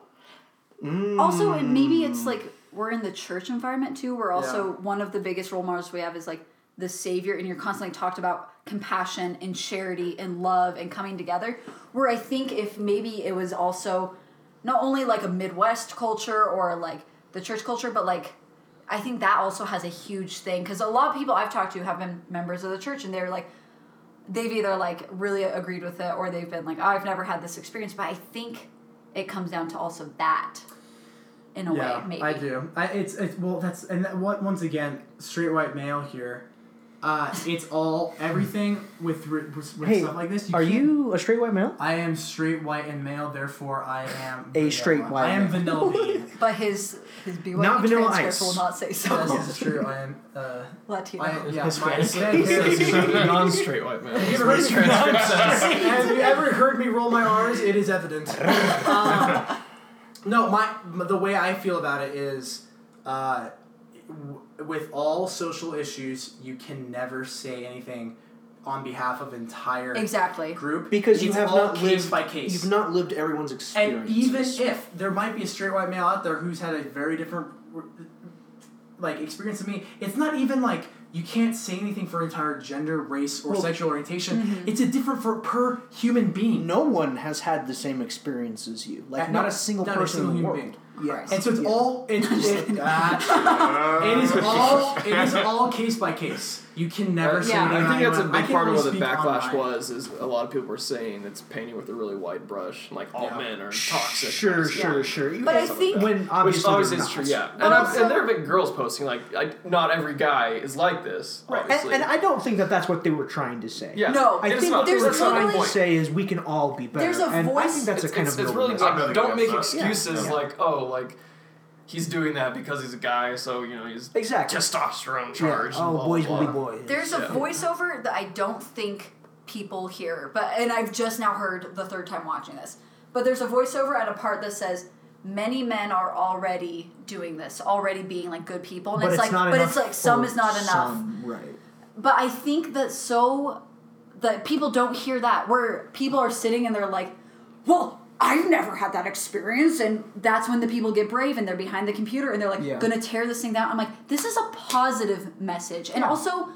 [SPEAKER 2] also, and maybe it's like we're in the church environment too. Where also one of the biggest role models we have is like the Savior, and you're constantly talked about compassion and charity and love and coming together. Where I think if maybe it was also not only like a Midwest culture or like the church culture, but like I think that also has a huge thing because a lot of people I've talked to have been members of the church, and they're like they've either like really agreed with it or they've been like, oh, I've never had this experience. But I think it comes down to also that in a
[SPEAKER 3] yeah,
[SPEAKER 2] way, maybe.
[SPEAKER 3] I do. I, it's it's well, that's and that, what once again straight white male here. Uh, it's all everything with with, with
[SPEAKER 1] Hey,
[SPEAKER 3] stuff like this. You
[SPEAKER 1] Are
[SPEAKER 3] can't-
[SPEAKER 1] you a straight white male?
[SPEAKER 3] I am straight white and male, therefore I am
[SPEAKER 1] A straight
[SPEAKER 3] vanilla.
[SPEAKER 1] white
[SPEAKER 3] I am
[SPEAKER 1] man.
[SPEAKER 3] vanilla bean.
[SPEAKER 2] But his his BYU
[SPEAKER 1] Not Vanilla
[SPEAKER 2] transcript
[SPEAKER 1] Ice.
[SPEAKER 2] will not say so.
[SPEAKER 3] Yes, this is true. I am. Uh,
[SPEAKER 2] Latino.
[SPEAKER 3] I am. Yeah, my
[SPEAKER 5] Hispanic.
[SPEAKER 3] Hispanic heritage-
[SPEAKER 5] non-straight white man.
[SPEAKER 3] Have you ever heard me- Have you ever heard me roll my R's? It is evident.
[SPEAKER 1] Uh-huh.
[SPEAKER 3] Um, no, my the way I feel about it is, uh, w- with all social issues, you can never say anything on behalf of entire
[SPEAKER 2] exactly.
[SPEAKER 3] group
[SPEAKER 1] Because you
[SPEAKER 3] It's
[SPEAKER 1] have
[SPEAKER 3] all
[SPEAKER 1] not
[SPEAKER 3] case
[SPEAKER 1] lived-
[SPEAKER 3] by case.
[SPEAKER 1] You've not lived everyone's experience.
[SPEAKER 3] And even if there might be a straight white male out there who's had a very different like experience than me, it's not even like you can't say anything for entire gender, race, or
[SPEAKER 1] Well-
[SPEAKER 3] sexual orientation. It's a different for per human being.
[SPEAKER 1] no one has had the same experience as you, like
[SPEAKER 3] Uh,
[SPEAKER 1] not
[SPEAKER 3] no,
[SPEAKER 1] a single
[SPEAKER 3] not a
[SPEAKER 1] person
[SPEAKER 3] single
[SPEAKER 1] in the
[SPEAKER 3] human
[SPEAKER 1] world.
[SPEAKER 3] being.
[SPEAKER 1] Yes.
[SPEAKER 3] And so it's
[SPEAKER 1] Yeah.
[SPEAKER 3] all it's it, ah, it is all it is all case by case. You can never say
[SPEAKER 2] Yeah.
[SPEAKER 3] anything.
[SPEAKER 5] I
[SPEAKER 3] on
[SPEAKER 5] think that's a
[SPEAKER 3] anyone. I
[SPEAKER 5] big
[SPEAKER 3] can
[SPEAKER 5] part of
[SPEAKER 3] only
[SPEAKER 5] what the
[SPEAKER 3] speak
[SPEAKER 5] backlash
[SPEAKER 3] online.
[SPEAKER 5] was. Is a lot of people were saying it's painting with a really wide brush, and like all
[SPEAKER 3] Yeah.
[SPEAKER 5] men are toxic.
[SPEAKER 1] Sure,
[SPEAKER 5] Which
[SPEAKER 1] sure, sure. Even
[SPEAKER 2] But I
[SPEAKER 1] if-
[SPEAKER 2] think-
[SPEAKER 1] when
[SPEAKER 5] Which
[SPEAKER 1] obviously
[SPEAKER 5] always
[SPEAKER 1] they're
[SPEAKER 5] is
[SPEAKER 1] not.
[SPEAKER 5] true, yeah. And,
[SPEAKER 2] But
[SPEAKER 5] I've,
[SPEAKER 2] also-
[SPEAKER 5] and there have been girls posting like, I, not every guy is like this.
[SPEAKER 1] Right. And,
[SPEAKER 5] Obviously.
[SPEAKER 1] and I don't think that that's what they were trying to say.
[SPEAKER 5] yeah.
[SPEAKER 2] No,
[SPEAKER 1] I
[SPEAKER 5] it is
[SPEAKER 1] think
[SPEAKER 5] not.
[SPEAKER 1] what they
[SPEAKER 2] there's
[SPEAKER 1] were
[SPEAKER 5] That's not my
[SPEAKER 1] trying
[SPEAKER 2] literally-
[SPEAKER 1] to
[SPEAKER 5] point.
[SPEAKER 1] say is we can all be better.
[SPEAKER 2] There's a
[SPEAKER 1] and I
[SPEAKER 2] voice-
[SPEAKER 1] think that's
[SPEAKER 5] it's,
[SPEAKER 1] a kind
[SPEAKER 5] it's,
[SPEAKER 1] of
[SPEAKER 5] it's
[SPEAKER 1] noble
[SPEAKER 5] really
[SPEAKER 1] message.
[SPEAKER 5] like
[SPEAKER 4] I'm really
[SPEAKER 5] don't make
[SPEAKER 4] against that.
[SPEAKER 1] Yeah.
[SPEAKER 5] excuses
[SPEAKER 1] Yeah.
[SPEAKER 5] like oh like he's doing that because he's a guy so you know he's
[SPEAKER 1] exactly.
[SPEAKER 5] testosterone
[SPEAKER 1] Yeah.
[SPEAKER 5] charged. and
[SPEAKER 1] Oh,
[SPEAKER 5] blah,
[SPEAKER 1] boys
[SPEAKER 5] blah,
[SPEAKER 1] will be
[SPEAKER 5] blah.
[SPEAKER 1] boys.
[SPEAKER 2] There's a
[SPEAKER 5] Yeah.
[SPEAKER 2] voiceover that I don't think people hear, but and I've just now heard the third time watching this. But there's a voiceover at a part that says many men are already doing this, already being like good people, and
[SPEAKER 1] but
[SPEAKER 2] it's like,
[SPEAKER 1] not
[SPEAKER 2] but
[SPEAKER 1] enough
[SPEAKER 2] it's like some
[SPEAKER 1] for
[SPEAKER 2] is not enough.
[SPEAKER 1] some, right.
[SPEAKER 2] But I think that so that people don't hear that where people are sitting and they're like, well. I've never had that experience, and that's when the people get brave and they're behind the computer and they're like,
[SPEAKER 1] Yeah.
[SPEAKER 2] gonna tear this thing down. I'm like, this is a positive message. And also,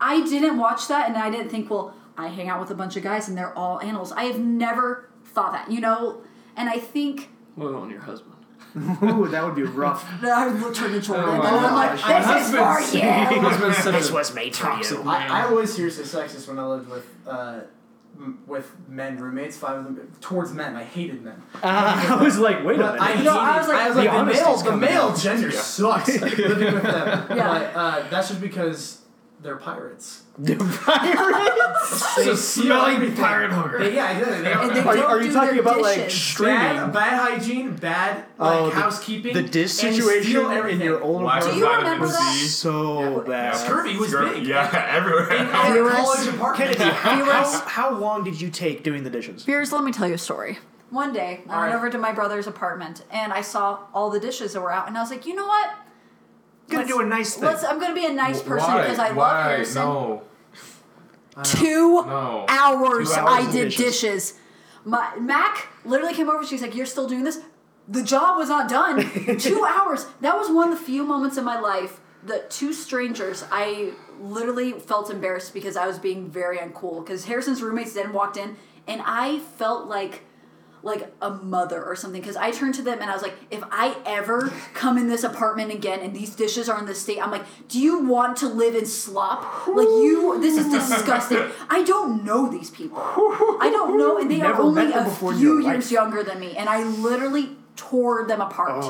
[SPEAKER 2] I didn't watch that and I didn't think, well, I hang out with a bunch of guys and they're all animals. I have never thought that, you know? And I think
[SPEAKER 5] What about your husband?
[SPEAKER 1] Ooh, that would be rough.
[SPEAKER 2] that I would turn to Jordan and
[SPEAKER 5] my
[SPEAKER 2] I'm like,
[SPEAKER 3] gosh.
[SPEAKER 2] this is for you.
[SPEAKER 5] husband's such a
[SPEAKER 1] was made
[SPEAKER 5] toxic man.
[SPEAKER 3] I, I was seriously sexist when I lived with uh, m- with men roommates. Five of them towards men. I hated men.
[SPEAKER 1] I was like, wait a
[SPEAKER 3] But
[SPEAKER 1] minute.
[SPEAKER 3] I,
[SPEAKER 2] No, I was like-
[SPEAKER 3] I was
[SPEAKER 1] The
[SPEAKER 3] like, the,
[SPEAKER 1] honesty's
[SPEAKER 3] male, the
[SPEAKER 1] coming
[SPEAKER 3] male
[SPEAKER 1] out.
[SPEAKER 3] gender
[SPEAKER 4] Yeah.
[SPEAKER 3] sucks living with them.
[SPEAKER 2] Yeah.
[SPEAKER 3] But uh, that's just because they're pirates.
[SPEAKER 1] pirates.
[SPEAKER 3] They
[SPEAKER 5] It's a
[SPEAKER 3] steal
[SPEAKER 5] smelly
[SPEAKER 3] everything.
[SPEAKER 5] pirate hooker.
[SPEAKER 3] They, yeah, exactly. They
[SPEAKER 2] And they
[SPEAKER 1] Are you-
[SPEAKER 2] don't
[SPEAKER 1] are you
[SPEAKER 2] do
[SPEAKER 1] talking
[SPEAKER 2] their
[SPEAKER 1] about, like,
[SPEAKER 2] dishes.
[SPEAKER 1] sh-
[SPEAKER 3] bad,
[SPEAKER 1] Streaming.
[SPEAKER 3] bad hygiene, bad like,
[SPEAKER 1] Oh, the-
[SPEAKER 3] housekeeping.
[SPEAKER 1] the dish
[SPEAKER 3] and
[SPEAKER 1] situation
[SPEAKER 3] steal everything.
[SPEAKER 1] in your old
[SPEAKER 4] Lack
[SPEAKER 2] Do
[SPEAKER 4] of
[SPEAKER 2] you
[SPEAKER 1] apartment
[SPEAKER 4] vitamin
[SPEAKER 2] remember that?
[SPEAKER 4] C.
[SPEAKER 1] was so bad.
[SPEAKER 3] Scurvy was
[SPEAKER 4] Scur-
[SPEAKER 3] big.
[SPEAKER 4] Yeah,
[SPEAKER 3] In
[SPEAKER 4] everywhere.
[SPEAKER 3] our
[SPEAKER 2] Viewers.
[SPEAKER 3] college apartment.
[SPEAKER 1] How, how long did you take doing the dishes?
[SPEAKER 2] Spears, let me tell you a story. One day, I
[SPEAKER 3] All
[SPEAKER 2] went
[SPEAKER 3] right.
[SPEAKER 2] over to my brother's apartment and I saw all the dishes that were out, and I was like, you know what?
[SPEAKER 1] Gonna
[SPEAKER 2] Let's-
[SPEAKER 1] do a nice thing.
[SPEAKER 3] uh,
[SPEAKER 2] Let's, I'm going to be a nice person
[SPEAKER 4] Why?
[SPEAKER 2] because I
[SPEAKER 4] Why?
[SPEAKER 2] love Harrison.
[SPEAKER 4] No,
[SPEAKER 2] Two
[SPEAKER 4] no.
[SPEAKER 2] hours,
[SPEAKER 4] Two hours
[SPEAKER 2] I
[SPEAKER 4] of
[SPEAKER 2] did dishes.
[SPEAKER 1] dishes.
[SPEAKER 2] My Mac literally came over. She's like, "You're still doing this? The job was not done. two hours. That was one of the few moments in my life that two strangers. I literally felt embarrassed because I was being very uncool. Because Harrison's roommates then walked in, and I felt like like a mother or something because i turned to them and i was like if i ever come in this apartment again and these dishes are in this state i'm like do you want to live in slop like you this is disgusting i don't know these people i don't know and they are
[SPEAKER 1] Never
[SPEAKER 2] only
[SPEAKER 1] met them
[SPEAKER 2] a
[SPEAKER 1] before in
[SPEAKER 2] few
[SPEAKER 1] your
[SPEAKER 2] years
[SPEAKER 1] life.
[SPEAKER 2] younger than me and i literally tore them apart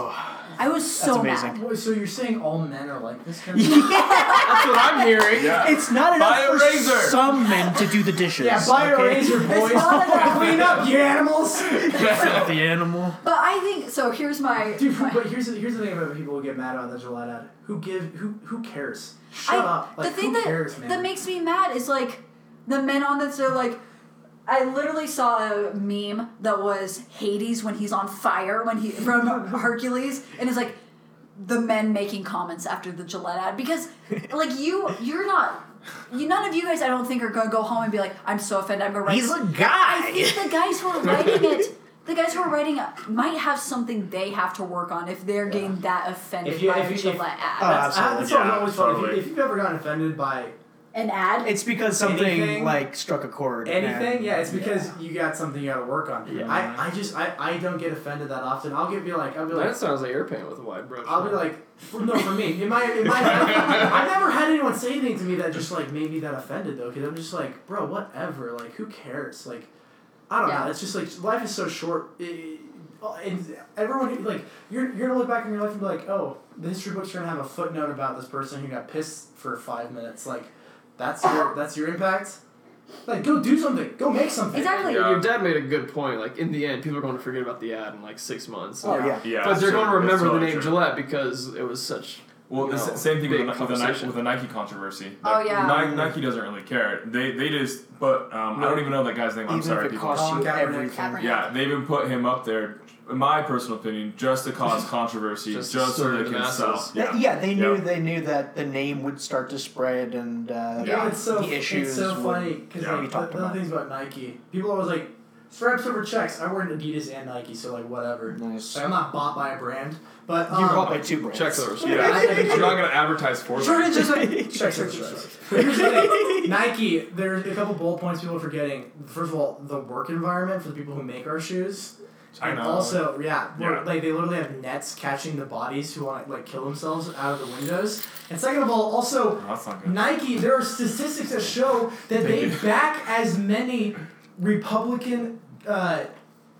[SPEAKER 2] i was so
[SPEAKER 1] amazing.
[SPEAKER 2] mad
[SPEAKER 3] Wait, So you're saying all men are like this? Kind of
[SPEAKER 5] That's what I'm hearing.
[SPEAKER 4] Yeah.
[SPEAKER 1] It's not enough
[SPEAKER 4] Buy a
[SPEAKER 1] for
[SPEAKER 4] razor.
[SPEAKER 1] some men to do the dishes.
[SPEAKER 3] yeah, buy a
[SPEAKER 1] okay?
[SPEAKER 3] razor, boys.
[SPEAKER 2] not enough.
[SPEAKER 3] Clean up, you animals.
[SPEAKER 1] the animal.
[SPEAKER 2] but i think so here's my
[SPEAKER 3] Dude, who- but here's the, here's the thing about people who get mad about that are allowed out. Who give who who cares? Shut
[SPEAKER 2] I-
[SPEAKER 3] up. Like
[SPEAKER 2] the thing
[SPEAKER 3] who
[SPEAKER 2] that
[SPEAKER 3] cares, man?
[SPEAKER 2] that makes me mad is like the men on this are like. I literally saw a meme that was Hades when he's on fire when he from Hercules, and it's like the men making comments after the Gillette ad because like you you're not you none of you guys I don't think are gonna go home and be like I'm so offended I'm gonna write
[SPEAKER 1] He's a
[SPEAKER 2] I
[SPEAKER 1] guy.
[SPEAKER 2] think the guys who are writing it, the guys who are writing it might have something they have to work on if they're getting that offended
[SPEAKER 3] If you-
[SPEAKER 2] by
[SPEAKER 3] if
[SPEAKER 2] a
[SPEAKER 3] you- if-
[SPEAKER 2] Gillette ad.
[SPEAKER 1] Oh,
[SPEAKER 3] That's,
[SPEAKER 1] absolutely.
[SPEAKER 3] Ah, that's what I've
[SPEAKER 4] Yeah,
[SPEAKER 3] always felt.
[SPEAKER 4] totally.
[SPEAKER 3] If, you, if you've ever gotten offended by
[SPEAKER 2] An ad.
[SPEAKER 1] Oh, It's because something
[SPEAKER 3] Anything-
[SPEAKER 1] like struck a chord.
[SPEAKER 3] anything,
[SPEAKER 1] and-
[SPEAKER 3] yeah, it's because you got something you got to work on.
[SPEAKER 5] Yeah.
[SPEAKER 3] I, I just I, I don't get offended that often. I'll get be like I'll be like
[SPEAKER 5] That sounds like you're painting with a wide brush.
[SPEAKER 3] I'll be like for- no for me. In my in my I've never had anyone say anything to me that just like made me that offended though because I'm just like bro whatever like who cares like I don't
[SPEAKER 2] Yeah.
[SPEAKER 3] know it's just like life is so short. It, it- and everyone like you're you're gonna look back in your life and be like oh the history books are gonna have a footnote about this person who got pissed for five minutes like That's your that's your impact. Like, go do something. Go make something.
[SPEAKER 2] Exactly.
[SPEAKER 4] Yeah.
[SPEAKER 5] Your dad made a good point. Like in the end, people are going to forget about the ad in like six months.
[SPEAKER 7] Oh yeah.
[SPEAKER 4] Yeah,
[SPEAKER 5] but they're
[SPEAKER 4] true.
[SPEAKER 5] going to remember
[SPEAKER 4] That's
[SPEAKER 5] the
[SPEAKER 4] totally
[SPEAKER 5] name
[SPEAKER 4] true.
[SPEAKER 5] Gillette because it was such.
[SPEAKER 4] Well,
[SPEAKER 5] you
[SPEAKER 4] the s-
[SPEAKER 5] know,
[SPEAKER 4] same thing with,
[SPEAKER 5] big
[SPEAKER 4] the- with the Nike
[SPEAKER 5] conversation.
[SPEAKER 4] with the Nike controversy.
[SPEAKER 2] Oh,
[SPEAKER 4] Like,
[SPEAKER 2] yeah.
[SPEAKER 4] Nike, Nike doesn't really care. They they just but um, I don't even know that guy's name. I'm
[SPEAKER 1] Even
[SPEAKER 4] sorry,
[SPEAKER 1] if it
[SPEAKER 4] people.
[SPEAKER 1] costs you
[SPEAKER 3] Colin Kaepernick.
[SPEAKER 1] everything.
[SPEAKER 2] Kaepernick.
[SPEAKER 4] yeah, they even put him up there. In my personal opinion, just to cause controversy,
[SPEAKER 5] Just
[SPEAKER 4] just,
[SPEAKER 5] to stir
[SPEAKER 4] so they
[SPEAKER 5] the
[SPEAKER 4] can
[SPEAKER 5] masses.
[SPEAKER 4] sell.
[SPEAKER 1] They- yeah, they knew
[SPEAKER 4] Yeah.
[SPEAKER 1] they knew that the name would start to spread and uh,
[SPEAKER 3] Yeah, it's so
[SPEAKER 1] the issues.
[SPEAKER 3] it's so
[SPEAKER 1] would-
[SPEAKER 3] funny because
[SPEAKER 4] Yeah.
[SPEAKER 1] We
[SPEAKER 3] like,
[SPEAKER 1] talked
[SPEAKER 3] the, the
[SPEAKER 1] about
[SPEAKER 3] other things about Nike, people always like stripes over checks. I wear an Adidas and Nike, so like whatever.
[SPEAKER 1] Nice.
[SPEAKER 3] Like, I'm not bought by a brand, but um,
[SPEAKER 1] you bought by two brands.
[SPEAKER 5] Checks over.
[SPEAKER 4] Yeah, I'm not gonna advertise for
[SPEAKER 3] Sure,
[SPEAKER 4] them.
[SPEAKER 3] it's just like checks over checks. But here's the thing, Nike, there's a couple bullet points people are forgetting. First of all, the work environment for the people who make our shoes.
[SPEAKER 4] I
[SPEAKER 3] and
[SPEAKER 4] know.
[SPEAKER 3] also, yeah, we're-
[SPEAKER 4] Yeah.
[SPEAKER 3] like they literally have nets catching the bodies who want to like kill themselves out of the windows. And second of all, also
[SPEAKER 4] Oh, that's not good.
[SPEAKER 3] Nike, there are statistics that show that
[SPEAKER 4] Thank
[SPEAKER 3] they
[SPEAKER 4] you.
[SPEAKER 3] back as many Republican uh,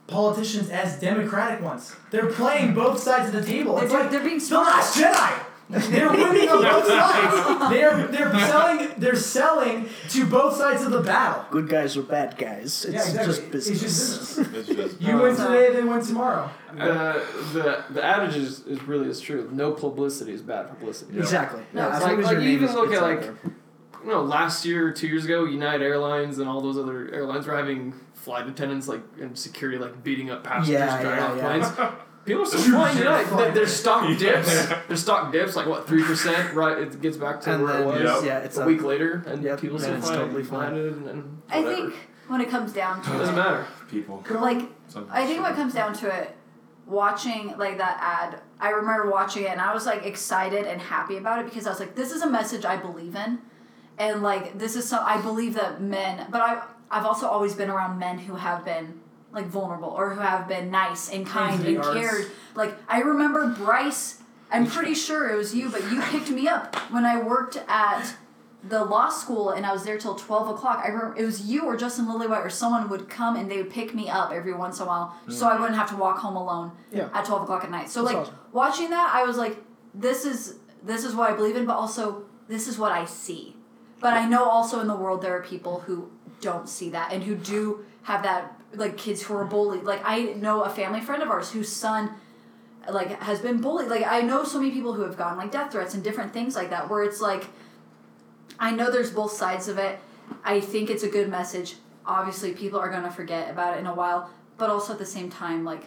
[SPEAKER 3] politicians as Democratic ones. They're playing both sides of the table.
[SPEAKER 2] They're,
[SPEAKER 3] It's
[SPEAKER 2] doing-
[SPEAKER 3] like
[SPEAKER 2] they're being
[SPEAKER 3] the
[SPEAKER 2] smart.
[SPEAKER 3] Last Jedi. They're winning on both sides. They're they're selling they're selling to both sides of the battle.
[SPEAKER 1] Good guys or bad guys. It's
[SPEAKER 3] yeah, exactly.
[SPEAKER 1] just business.
[SPEAKER 3] It's just business.
[SPEAKER 4] It's just
[SPEAKER 3] You win today, they win tomorrow.
[SPEAKER 5] Uh, the the adage is, is really is true. No publicity is bad publicity.
[SPEAKER 4] Yeah.
[SPEAKER 1] Exactly.
[SPEAKER 5] Yeah,
[SPEAKER 1] as
[SPEAKER 5] like-
[SPEAKER 1] long as
[SPEAKER 5] like
[SPEAKER 1] your
[SPEAKER 5] you
[SPEAKER 1] name
[SPEAKER 5] even
[SPEAKER 1] is-
[SPEAKER 5] look
[SPEAKER 1] it's
[SPEAKER 5] at,
[SPEAKER 1] out
[SPEAKER 5] like,
[SPEAKER 1] there.
[SPEAKER 5] you know, last year, two years ago, United Airlines and all those other airlines were having flight attendants like and security like beating up passengers
[SPEAKER 1] Yeah,
[SPEAKER 5] driving
[SPEAKER 1] yeah,
[SPEAKER 5] off
[SPEAKER 1] yeah.
[SPEAKER 5] planes. People are still flying
[SPEAKER 3] They're
[SPEAKER 5] tonight. Their, their stock
[SPEAKER 4] flying.
[SPEAKER 5] dips.
[SPEAKER 4] Yeah.
[SPEAKER 5] Their stock dips like what three percent? Right, it gets back to
[SPEAKER 1] And
[SPEAKER 5] where
[SPEAKER 1] then-
[SPEAKER 5] it
[SPEAKER 4] Yep.
[SPEAKER 5] was
[SPEAKER 1] yeah, it's
[SPEAKER 5] a
[SPEAKER 1] not-
[SPEAKER 5] week later, and
[SPEAKER 1] Yep,
[SPEAKER 5] people
[SPEAKER 1] and
[SPEAKER 5] still
[SPEAKER 1] it's
[SPEAKER 5] flying.
[SPEAKER 1] totally fine.
[SPEAKER 5] United And, and
[SPEAKER 2] I
[SPEAKER 5] whatever.
[SPEAKER 2] think when it comes down
[SPEAKER 5] it doesn't
[SPEAKER 2] to
[SPEAKER 5] matter.
[SPEAKER 4] people.
[SPEAKER 2] it, like
[SPEAKER 4] Sometimes.
[SPEAKER 2] I think what comes down to it, watching like that ad, I remember watching it and I was like excited and happy about it because I was like, this is a message I believe in, and like this is some I believe that men, but I I've also always been around men who have been like vulnerable or who have been nice and kind
[SPEAKER 3] Into the
[SPEAKER 2] and
[SPEAKER 3] arts.
[SPEAKER 2] cared. Like I remember Bryce, I'm pretty sure it was you, but you picked me up when I worked at the law school and I was there till 12 o'clock. I remember it was you or Justin Lillywhite or someone would come and they would pick me up every once in a while so I wouldn't have to walk home alone
[SPEAKER 1] Yeah.
[SPEAKER 2] at 12 o'clock at night. So,
[SPEAKER 1] That's
[SPEAKER 2] like,
[SPEAKER 1] awesome.
[SPEAKER 2] watching that, I was like, this is this is what I believe in, but also this is what I see. But I know also in the world there are people who don't see that and who do have that, like, kids who are bullied. Like, I know a family friend of ours whose son like has been bullied like i know so many people who have gotten like death threats and different things like that where it's like i know there's both sides of it i think it's a good message obviously people are going to forget about it in a while but also at the same time like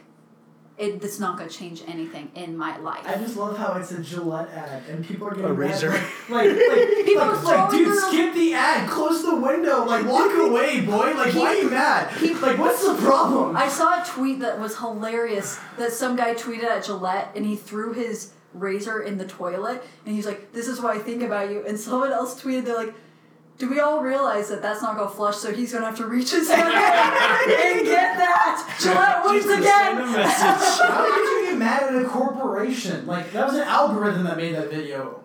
[SPEAKER 2] it, it's not going to change anything in my life
[SPEAKER 3] I just love how it's a Gillette ad, and people are getting
[SPEAKER 1] A
[SPEAKER 3] mad,
[SPEAKER 1] razor.
[SPEAKER 3] Like, like, like,
[SPEAKER 2] People
[SPEAKER 3] like,
[SPEAKER 2] are
[SPEAKER 3] like,
[SPEAKER 2] throwing
[SPEAKER 3] dude,
[SPEAKER 2] their-
[SPEAKER 3] skip the ad, close the window, like, walk away, boy. Like, why are you mad?
[SPEAKER 2] People-
[SPEAKER 3] like, what's the problem?
[SPEAKER 2] I saw a tweet that was hilarious that some guy tweeted at Gillette and he threw his razor in the toilet and he's like, This is what I think about you. And someone else tweeted, They're like, Do we all realize that that's not going to flush, so he's going to have to reach his hand and get that? Gillette wins again!
[SPEAKER 3] How could you get mad at a corporation? Like, that was an algorithm that made that video.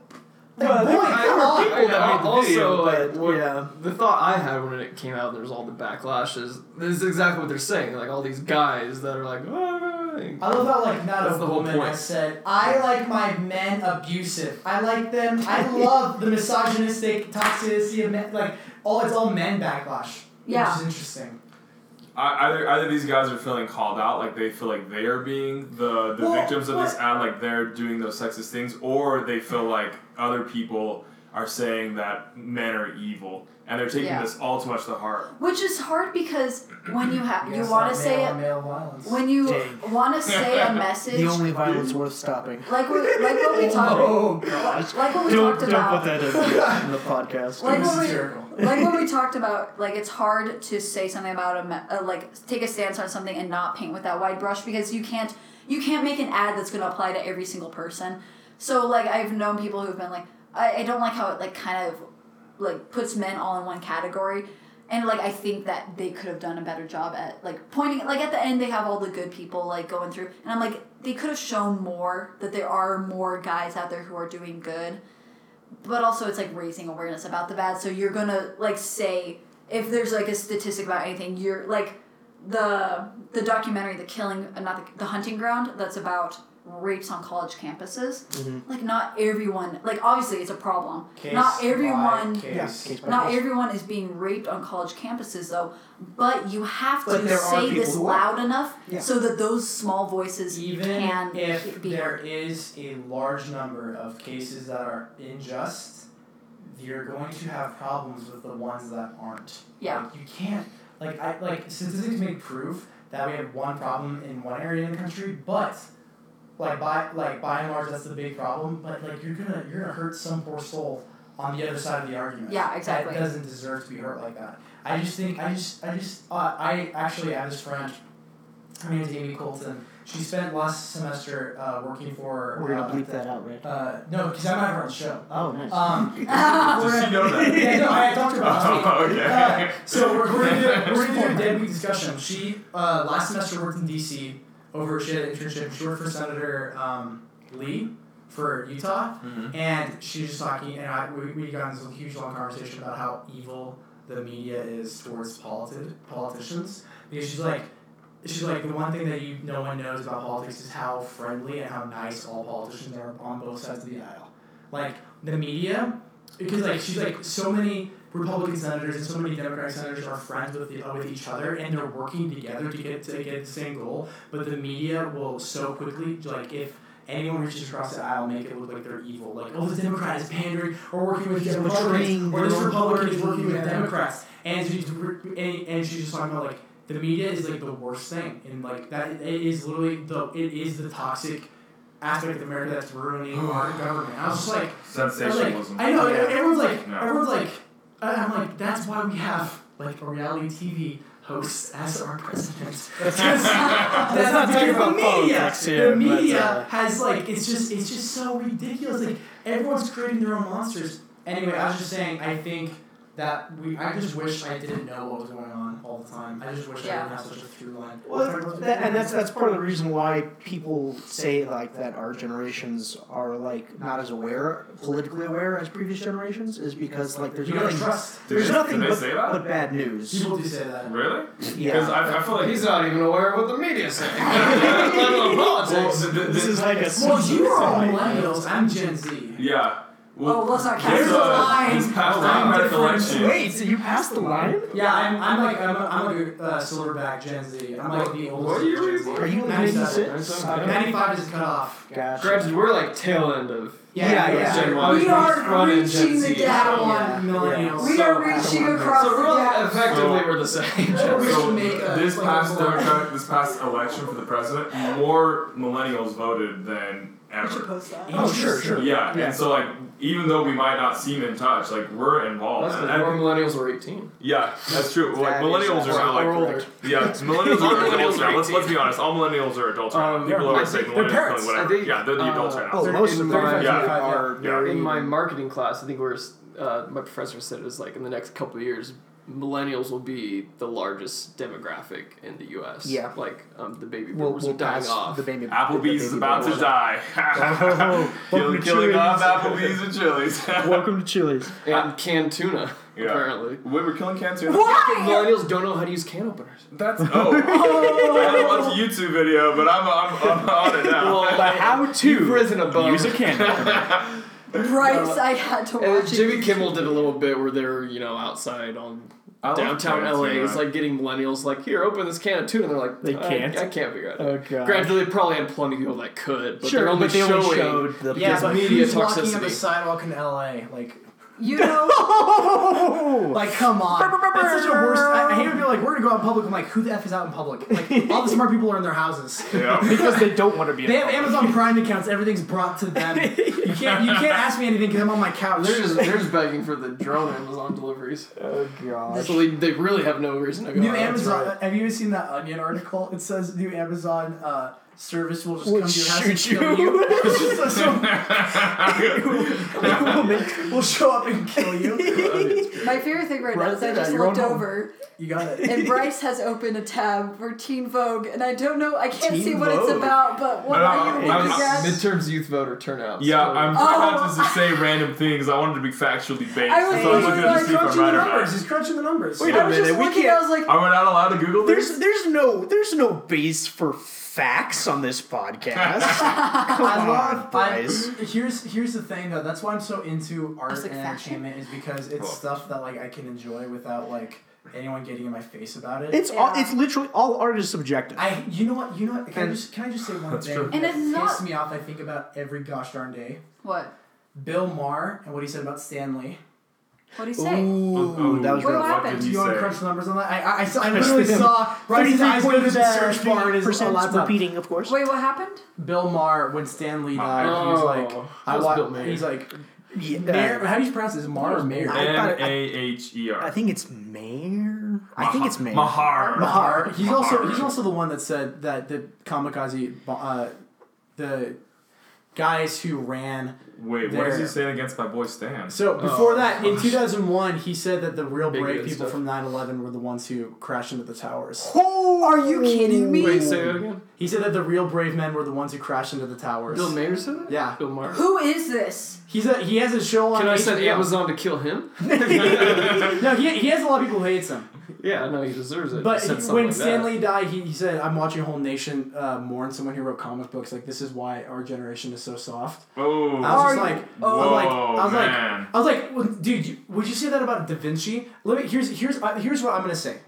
[SPEAKER 3] Like,
[SPEAKER 1] Well,
[SPEAKER 3] boy,
[SPEAKER 1] there
[SPEAKER 3] come
[SPEAKER 5] were
[SPEAKER 3] on.
[SPEAKER 5] people- Well, that made the
[SPEAKER 1] also,
[SPEAKER 5] video,
[SPEAKER 1] like,
[SPEAKER 5] but what-
[SPEAKER 1] yeah.
[SPEAKER 5] the thought I had when it came out, and there was all the backlash. Is this is exactly what they're saying? Like all these guys that are like, "Ah," and-
[SPEAKER 3] I love how like not
[SPEAKER 5] That's
[SPEAKER 3] a
[SPEAKER 5] the whole
[SPEAKER 3] woman
[SPEAKER 5] point.
[SPEAKER 3] has said I like my men abusive. I like them. I love the misogynistic toxicity of men. Like all it's all men backlash.
[SPEAKER 2] Yeah.
[SPEAKER 3] Which is interesting.
[SPEAKER 4] I, either either these guys are feeling called out, like they feel like they are being the, the
[SPEAKER 3] Well,
[SPEAKER 4] victims of this
[SPEAKER 3] but-
[SPEAKER 4] ad, like they're doing those sexist things, or they feel like other people are saying that men are evil and they're taking
[SPEAKER 2] Yeah.
[SPEAKER 4] this all too much to heart.
[SPEAKER 2] Which is hard because when you have
[SPEAKER 3] Yes,
[SPEAKER 2] you want to
[SPEAKER 3] uh, male
[SPEAKER 2] say
[SPEAKER 3] on
[SPEAKER 2] it,
[SPEAKER 3] male violence.
[SPEAKER 2] when you
[SPEAKER 1] Dang.
[SPEAKER 2] want to say a message,
[SPEAKER 1] The only violence worth stopping.
[SPEAKER 2] like we, like what we talked,
[SPEAKER 3] oh gosh.
[SPEAKER 2] like what we
[SPEAKER 1] Don't,
[SPEAKER 2] talked
[SPEAKER 1] don't
[SPEAKER 2] about.
[SPEAKER 1] put that in the, in the podcast.
[SPEAKER 2] Like
[SPEAKER 3] This
[SPEAKER 2] when
[SPEAKER 3] is
[SPEAKER 2] we-
[SPEAKER 3] hysterical.
[SPEAKER 2] like when we talked about like it's hard to say something about a me- uh, like take a stance on something and not paint with that wide brush because you can't you can't make an ad that's going to apply to every single person so like i've known people who've been like I, I don't like how it like kind of like puts men all in one category and like i think that they could have done a better job at like pointing like at the end they have all the good people like going through and i'm like they could have shown more that there are more guys out there who are doing good but also it's like raising awareness about the bad so you're gonna like say if there's like a statistic about anything you're like the the documentary the killing uh, not the, the hunting ground that's about rapes on college campuses, like not everyone, like obviously it's a problem.
[SPEAKER 3] Case
[SPEAKER 2] not
[SPEAKER 3] by
[SPEAKER 2] everyone,
[SPEAKER 3] case.
[SPEAKER 1] Yeah, case by
[SPEAKER 2] not everyone is being raped on college campuses though. But you have
[SPEAKER 3] But
[SPEAKER 2] to
[SPEAKER 3] there
[SPEAKER 2] say
[SPEAKER 3] are people
[SPEAKER 2] this
[SPEAKER 3] who are.
[SPEAKER 2] loud enough
[SPEAKER 7] Yeah.
[SPEAKER 2] so that those small voices
[SPEAKER 3] Even
[SPEAKER 2] can
[SPEAKER 3] if
[SPEAKER 2] be
[SPEAKER 3] there
[SPEAKER 2] heard.
[SPEAKER 3] is a large number of cases that are unjust, you're going to have problems with the ones that aren't.
[SPEAKER 2] Yeah.
[SPEAKER 3] Like, you can't like I like statistics may prove that we have one problem in one area in the country, but like by like by and large that's the big problem. But like you're gonna you're gonna hurt some poor soul on the other side of the argument.
[SPEAKER 2] Yeah, exactly.
[SPEAKER 3] That doesn't deserve to be hurt like that. I just think I just I just uh, I actually have this friend. Her name's Amy Colton. She spent last semester uh, working for.
[SPEAKER 1] We're gonna
[SPEAKER 3] uh,
[SPEAKER 1] bleep that out, right?
[SPEAKER 3] Uh, no, because I'm not her on the show.
[SPEAKER 1] Oh, nice.
[SPEAKER 3] Um,
[SPEAKER 4] Does she know that?
[SPEAKER 3] yeah, no, I talked to her about it.
[SPEAKER 4] oh, okay.
[SPEAKER 3] Uh, so we're, we're gonna do, we're gonna do a dead week discussion. She uh, last semester worked in D.C. over she had an internship. She worked for Senator um, Lee for Utah,
[SPEAKER 4] Mhm.
[SPEAKER 3] and she was just talking, and I, we we got into this huge long conversation about how evil the media is towards politi- politicians because she's like. She's like the one thing that you no one knows about politics is how friendly and how nice all politicians are on both sides of the aisle. Like the media, because like she's like so many Republican senators and so many Democratic senators are friends with the, with each other and they're working together to get to get the same goal. But the media will so quickly like if anyone reaches across the aisle, make it look like they're evil. Like oh, this Democrat is pandering or working with
[SPEAKER 1] He's
[SPEAKER 3] the Republicans,
[SPEAKER 1] betraying
[SPEAKER 3] or this
[SPEAKER 1] the
[SPEAKER 3] Republican is working with
[SPEAKER 1] Republicans.
[SPEAKER 3] Democrats. And she's re- and, and she's just talking about like the media is like the worst thing and like that it is literally the it is the toxic aspect of America that's ruining our government. I was just like.
[SPEAKER 4] Sensationalism.
[SPEAKER 3] I know. Everyone's like,
[SPEAKER 4] No.
[SPEAKER 3] everyone's like, and I'm like, that's why we have like a reality TV host as our president. That's,
[SPEAKER 1] Let's not talk
[SPEAKER 3] the
[SPEAKER 1] about
[SPEAKER 3] media.
[SPEAKER 1] politics here,
[SPEAKER 3] the
[SPEAKER 1] but,
[SPEAKER 3] media
[SPEAKER 1] uh,
[SPEAKER 3] has like, it's just, it's just so ridiculous. Like everyone's creating their own monsters. Anyway, I was just saying, I think. That we, I just wish I didn't know what was going on all the time. I just wish I
[SPEAKER 2] Yeah.
[SPEAKER 3] didn't have such a through line.
[SPEAKER 1] Well, that, and that's that's part of the reason why people say like that our generations are like not as aware, politically aware as previous generations, is because like there's
[SPEAKER 3] you gotta
[SPEAKER 1] nothing,
[SPEAKER 3] trust.
[SPEAKER 4] Did
[SPEAKER 1] there's
[SPEAKER 4] they-
[SPEAKER 1] nothing
[SPEAKER 4] did they
[SPEAKER 1] but,
[SPEAKER 4] say that?
[SPEAKER 1] but bad news.
[SPEAKER 3] People do say that.
[SPEAKER 4] Really? Because
[SPEAKER 1] Yeah.
[SPEAKER 4] I, I feel like
[SPEAKER 5] He's not even aware of what the media's saying. Let alone
[SPEAKER 4] Well,
[SPEAKER 5] politics.
[SPEAKER 4] th- th-
[SPEAKER 1] This is like a
[SPEAKER 3] Well, you are all
[SPEAKER 4] Sorry.
[SPEAKER 3] millennials. I'm Gen Z.
[SPEAKER 4] Yeah. Well,
[SPEAKER 2] oh, let's not cast
[SPEAKER 4] there's
[SPEAKER 2] a
[SPEAKER 4] a
[SPEAKER 2] line.
[SPEAKER 4] this past
[SPEAKER 3] Line
[SPEAKER 4] round
[SPEAKER 3] difference.
[SPEAKER 4] election.
[SPEAKER 1] Wait, so you passed the line?
[SPEAKER 3] Yeah, I'm, I'm like I'm, I'm like a uh, silverback Gen Z. I'm like the oldest.
[SPEAKER 5] What year
[SPEAKER 3] Gen
[SPEAKER 5] were you
[SPEAKER 3] Z.
[SPEAKER 5] born?
[SPEAKER 1] Are you like
[SPEAKER 3] 97?
[SPEAKER 1] 96?
[SPEAKER 5] Okay.
[SPEAKER 3] Ninety-five is cut off.
[SPEAKER 1] Gotcha.
[SPEAKER 5] Granted, we're like tail end of.
[SPEAKER 3] Yeah,
[SPEAKER 1] Yeah,
[SPEAKER 3] yeah.
[SPEAKER 1] yeah.
[SPEAKER 5] Gen Y.
[SPEAKER 2] We are
[SPEAKER 5] Front end Gen
[SPEAKER 2] reaching the
[SPEAKER 5] Z.
[SPEAKER 2] data
[SPEAKER 5] So-
[SPEAKER 2] one.
[SPEAKER 3] Millennials.
[SPEAKER 2] We
[SPEAKER 3] so,
[SPEAKER 2] are reaching across
[SPEAKER 5] So we're like,
[SPEAKER 2] the gap.
[SPEAKER 5] effectively we're the same.
[SPEAKER 3] Yeah.
[SPEAKER 5] Gen
[SPEAKER 3] We
[SPEAKER 5] Z.
[SPEAKER 4] So
[SPEAKER 3] should make a-
[SPEAKER 4] this
[SPEAKER 3] like a
[SPEAKER 4] past
[SPEAKER 3] poll.
[SPEAKER 4] Democrat, this past election for the president, more millennials voted than
[SPEAKER 2] We should
[SPEAKER 4] ever.
[SPEAKER 2] post that.
[SPEAKER 1] Oh, sure, sure.
[SPEAKER 4] Yeah,
[SPEAKER 1] Yeah.
[SPEAKER 4] and so like, even though we might not seem in touch, like we're involved.
[SPEAKER 5] That's
[SPEAKER 4] And-
[SPEAKER 5] because
[SPEAKER 4] and-
[SPEAKER 5] more millennials were 18.
[SPEAKER 4] yeah, that's true. Like
[SPEAKER 1] That is
[SPEAKER 4] millennials are
[SPEAKER 1] awesome.
[SPEAKER 4] now like
[SPEAKER 5] Or older.
[SPEAKER 4] yeah, millennials
[SPEAKER 5] All
[SPEAKER 4] are adults
[SPEAKER 5] millennials
[SPEAKER 4] now.
[SPEAKER 5] are
[SPEAKER 4] Let's, let's
[SPEAKER 5] 18.
[SPEAKER 4] be honest, all millennials are adults right now.
[SPEAKER 5] Um,
[SPEAKER 4] People
[SPEAKER 5] yeah,
[SPEAKER 4] always
[SPEAKER 5] I
[SPEAKER 4] say
[SPEAKER 5] think
[SPEAKER 4] millennials
[SPEAKER 5] they're
[SPEAKER 4] like,
[SPEAKER 5] parents, I
[SPEAKER 4] whatever.
[SPEAKER 5] think,
[SPEAKER 4] yeah, they're the
[SPEAKER 5] uh,
[SPEAKER 4] adults right now.
[SPEAKER 1] Oh, most
[SPEAKER 5] in
[SPEAKER 1] of
[SPEAKER 5] my-
[SPEAKER 1] them are
[SPEAKER 4] yeah.
[SPEAKER 1] very.
[SPEAKER 5] In my marketing class, I think we're s- uh, my professor said it was like in the next couple of years, millennials will be the largest demographic in the U.s.
[SPEAKER 1] Yeah.
[SPEAKER 5] like um, the baby
[SPEAKER 1] We'll,
[SPEAKER 5] boomers
[SPEAKER 1] we'll
[SPEAKER 5] are dying
[SPEAKER 1] pass
[SPEAKER 5] off.
[SPEAKER 1] the baby.
[SPEAKER 4] Applebee's is
[SPEAKER 1] the baby
[SPEAKER 4] about to
[SPEAKER 1] boomers.
[SPEAKER 4] die.
[SPEAKER 1] welcome
[SPEAKER 4] Kill,
[SPEAKER 1] to
[SPEAKER 4] killing
[SPEAKER 1] Chili's.
[SPEAKER 4] off Applebee's and Chili's.
[SPEAKER 1] Welcome to Chili's.
[SPEAKER 5] and canned tuna,
[SPEAKER 4] Yeah.
[SPEAKER 5] apparently.
[SPEAKER 4] Wait, we're killing cans too?
[SPEAKER 2] Why?
[SPEAKER 5] Millennials don't know how to use can openers.
[SPEAKER 4] That's oh. I didn't watch a YouTube video, but I'm I'm, I'm on it now.
[SPEAKER 1] The how
[SPEAKER 5] You've
[SPEAKER 1] to
[SPEAKER 5] risen above.
[SPEAKER 1] use a candle.
[SPEAKER 3] Uh,
[SPEAKER 2] Bryce, I had to
[SPEAKER 5] And
[SPEAKER 2] watch it.
[SPEAKER 5] Jimmy Kimmel did a little bit where they were, you know, outside on
[SPEAKER 4] I love
[SPEAKER 5] downtown
[SPEAKER 4] canned
[SPEAKER 5] LA.
[SPEAKER 4] tuna.
[SPEAKER 5] It's like getting millennials like, here, open this can of tuna. And they're like,
[SPEAKER 1] They
[SPEAKER 5] "I-
[SPEAKER 1] can't.
[SPEAKER 5] I, can't figure it out.
[SPEAKER 1] Oh god.
[SPEAKER 5] Granted, they probably had plenty of people that could, but
[SPEAKER 1] Sure,
[SPEAKER 5] they're only
[SPEAKER 1] but they
[SPEAKER 5] showing.
[SPEAKER 1] only showed the
[SPEAKER 5] Yeah,
[SPEAKER 3] yeah,
[SPEAKER 5] it's
[SPEAKER 3] but
[SPEAKER 5] media
[SPEAKER 3] who's walking on the
[SPEAKER 5] toxicity.
[SPEAKER 3] sidewalk in LA? Like,
[SPEAKER 2] You know,
[SPEAKER 1] Oh!
[SPEAKER 3] like come on. That's such a worst. I, I hate when people are like we're gonna go out in public. I'm like, who the f is out in public? Like, all the smart people are in their houses.
[SPEAKER 4] Yeah.
[SPEAKER 1] because they don't want to be.
[SPEAKER 3] They have Amazon Prime accounts. Everything's brought to them. You can't. You can't ask me anything because I'm on my couch.
[SPEAKER 5] They're just, they're just begging for the drone Amazon deliveries.
[SPEAKER 1] Oh god.
[SPEAKER 5] So they, they really have no reason to go.
[SPEAKER 3] New
[SPEAKER 5] out.
[SPEAKER 3] Amazon. Have you seen that Onion article? It says new Amazon uh, service will just
[SPEAKER 1] We'll
[SPEAKER 3] come to your house and
[SPEAKER 1] shoot
[SPEAKER 3] kill
[SPEAKER 1] you.
[SPEAKER 3] you. It's just so- we'll show up and kill you.
[SPEAKER 2] my favorite thing right now is I
[SPEAKER 3] Bryce,
[SPEAKER 2] just
[SPEAKER 3] you're on
[SPEAKER 2] looked
[SPEAKER 3] home.
[SPEAKER 2] over
[SPEAKER 3] You got it.
[SPEAKER 2] and Bryce has opened a tab for Teen Vogue, and I don't know, I can't
[SPEAKER 1] Teen
[SPEAKER 2] see what it's
[SPEAKER 1] Vogue.
[SPEAKER 2] about, but what
[SPEAKER 4] No,
[SPEAKER 2] are you
[SPEAKER 4] I'm-
[SPEAKER 2] looking
[SPEAKER 4] I'm-
[SPEAKER 2] at?
[SPEAKER 5] Uh, Midterms youth voter turnout.
[SPEAKER 4] Yeah, I'm
[SPEAKER 5] So-
[SPEAKER 4] about
[SPEAKER 1] Oh.
[SPEAKER 4] to just say random things. I wanted to be factually based,
[SPEAKER 2] I was
[SPEAKER 4] so I was
[SPEAKER 2] thinking,
[SPEAKER 4] looking to
[SPEAKER 2] like,
[SPEAKER 4] see if I'm
[SPEAKER 3] crunching the
[SPEAKER 4] right or not.
[SPEAKER 3] numbers. He's crunching the numbers.
[SPEAKER 1] Wait a
[SPEAKER 2] I was
[SPEAKER 1] minute,
[SPEAKER 2] just
[SPEAKER 1] we
[SPEAKER 2] looking,
[SPEAKER 1] can't-
[SPEAKER 2] I was like,
[SPEAKER 4] Are we not allowed to Google this?
[SPEAKER 1] There's there's no there's no base for facts on this podcast. Come
[SPEAKER 3] I
[SPEAKER 1] on,
[SPEAKER 3] love.
[SPEAKER 1] Bryce.
[SPEAKER 3] I, here's here's the thing though. That's why I'm so into art
[SPEAKER 2] like,
[SPEAKER 3] and
[SPEAKER 2] fashion?
[SPEAKER 3] entertainment is because it's
[SPEAKER 4] Cool.
[SPEAKER 3] stuff that like I can enjoy without like anyone getting in my face about it.
[SPEAKER 1] It's all,
[SPEAKER 2] Yeah.
[SPEAKER 1] it's literally all art is subjective.
[SPEAKER 3] I you know what you know what can I
[SPEAKER 1] And-
[SPEAKER 3] just can I just say one
[SPEAKER 4] That's
[SPEAKER 3] thing
[SPEAKER 4] true.
[SPEAKER 3] that
[SPEAKER 2] And it's
[SPEAKER 3] pissed
[SPEAKER 2] not-
[SPEAKER 3] me off I think about every gosh darn day
[SPEAKER 2] What?
[SPEAKER 3] Bill Maher and what he said about Stanley
[SPEAKER 2] What do you
[SPEAKER 1] Ooh,
[SPEAKER 2] say?
[SPEAKER 1] that was
[SPEAKER 2] What
[SPEAKER 1] really
[SPEAKER 2] about- happened?
[SPEAKER 4] Did
[SPEAKER 3] do
[SPEAKER 4] he
[SPEAKER 3] you want
[SPEAKER 4] say?
[SPEAKER 3] to crunch the numbers on that I I, I, saw- I literally saw Bryce's eyes go to
[SPEAKER 1] 33.7%
[SPEAKER 3] the search bar and his a lot up.
[SPEAKER 1] repeating, of course.
[SPEAKER 2] Wait, what happened?
[SPEAKER 3] Bill Maher when Stanley died he was
[SPEAKER 5] Oh,
[SPEAKER 3] like I
[SPEAKER 5] that was
[SPEAKER 3] wa-
[SPEAKER 5] Bill Maher.
[SPEAKER 3] he's like
[SPEAKER 1] Yeah,
[SPEAKER 3] Mayer, how do you pronounce this Maher or Mayer
[SPEAKER 1] I thought it- I-
[SPEAKER 4] M-A-H-E-R.
[SPEAKER 1] I think it's Mayor. I think it's Mayor.
[SPEAKER 4] Mahar.
[SPEAKER 3] Mahar. He's also
[SPEAKER 4] Mahar.
[SPEAKER 3] he's also the one that said that the kamikaze, uh, the guys who ran.
[SPEAKER 4] Wait, what is he
[SPEAKER 3] There.
[SPEAKER 4] saying against my boy Stan?
[SPEAKER 3] So before that, in 2001, he said that the real
[SPEAKER 5] Oh. Big
[SPEAKER 3] brave
[SPEAKER 5] good
[SPEAKER 3] people
[SPEAKER 5] stuff.
[SPEAKER 3] from 9/11 were the ones who crashed into the towers.
[SPEAKER 2] Are you kidding me?
[SPEAKER 5] Wait, say that again.
[SPEAKER 3] He said that the real brave men were the ones who crashed into the towers.
[SPEAKER 5] Bill Mayer said that.
[SPEAKER 3] Yeah.
[SPEAKER 5] Bill Maher.
[SPEAKER 2] Who is this?
[SPEAKER 3] He's a he has a show on.
[SPEAKER 5] Can I send
[SPEAKER 3] HBO.
[SPEAKER 5] Amazon to kill him?
[SPEAKER 3] No, he, he has a lot of people who hates him.
[SPEAKER 5] Yeah, no, he deserves it.
[SPEAKER 3] But
[SPEAKER 5] He said
[SPEAKER 3] he-
[SPEAKER 5] something
[SPEAKER 3] when
[SPEAKER 5] like that.
[SPEAKER 3] Stanley died, he, he said, "I'm watching a whole nation uh, mourn someone who wrote comic books. Like this is why our generation is so soft."
[SPEAKER 4] oh,
[SPEAKER 3] I was just
[SPEAKER 2] Are you-
[SPEAKER 3] like,
[SPEAKER 4] oh.
[SPEAKER 3] I'm like,
[SPEAKER 4] Whoa,
[SPEAKER 3] I was
[SPEAKER 4] man.
[SPEAKER 3] like, I was like, well, dude, you, would you say that about Da Vinci? Let me. Here's here's uh, here's what I'm gonna say.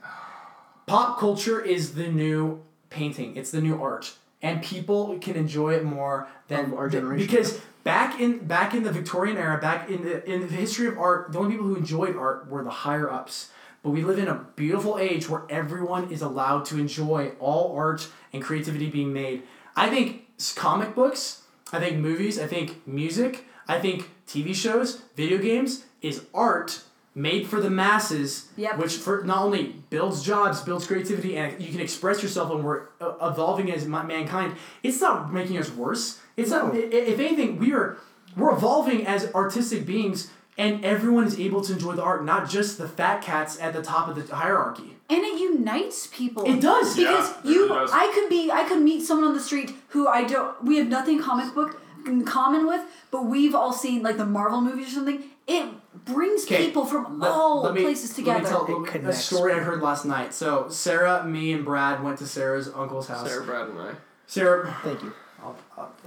[SPEAKER 3] Pop culture is the new painting. It's the new art, and people can enjoy it more than
[SPEAKER 1] Of our generation.
[SPEAKER 3] Because back in back in the Victorian era, back in the in the history of art, the only people who enjoyed art were the higher ups. But we live in a beautiful age where everyone is allowed to enjoy all art and creativity being made. I think s- comic books, I think movies, I think music, I think TV shows, video games is art made for the masses,
[SPEAKER 2] Yep.
[SPEAKER 3] which for not only builds jobs, builds creativity, and you can express yourself, and we're uh, evolving as ma- mankind. It's not making us worse. It's not. i- i- If anything, we are we're evolving as artistic beings, and everyone is able to enjoy the art, not just the fat cats at the top of the hierarchy.
[SPEAKER 2] And it unites people.
[SPEAKER 3] It does.
[SPEAKER 4] Yeah.
[SPEAKER 2] Because
[SPEAKER 4] it
[SPEAKER 2] you,
[SPEAKER 4] really does.
[SPEAKER 2] I could be, I could meet someone on the street who I don't, we have nothing comic book in common with, but we've all seen like the Marvel movies or something. It brings
[SPEAKER 3] 'Kay,
[SPEAKER 2] people from
[SPEAKER 3] Let-
[SPEAKER 2] all
[SPEAKER 3] let me-
[SPEAKER 2] Oh, places
[SPEAKER 3] Let
[SPEAKER 2] together.
[SPEAKER 3] me tell a- a
[SPEAKER 1] connects
[SPEAKER 3] story I heard last night. So Sarah, me, and Brad went to Sarah's uncle's house.
[SPEAKER 5] Sarah, Brad, and I.
[SPEAKER 3] Sarah
[SPEAKER 1] Thank you.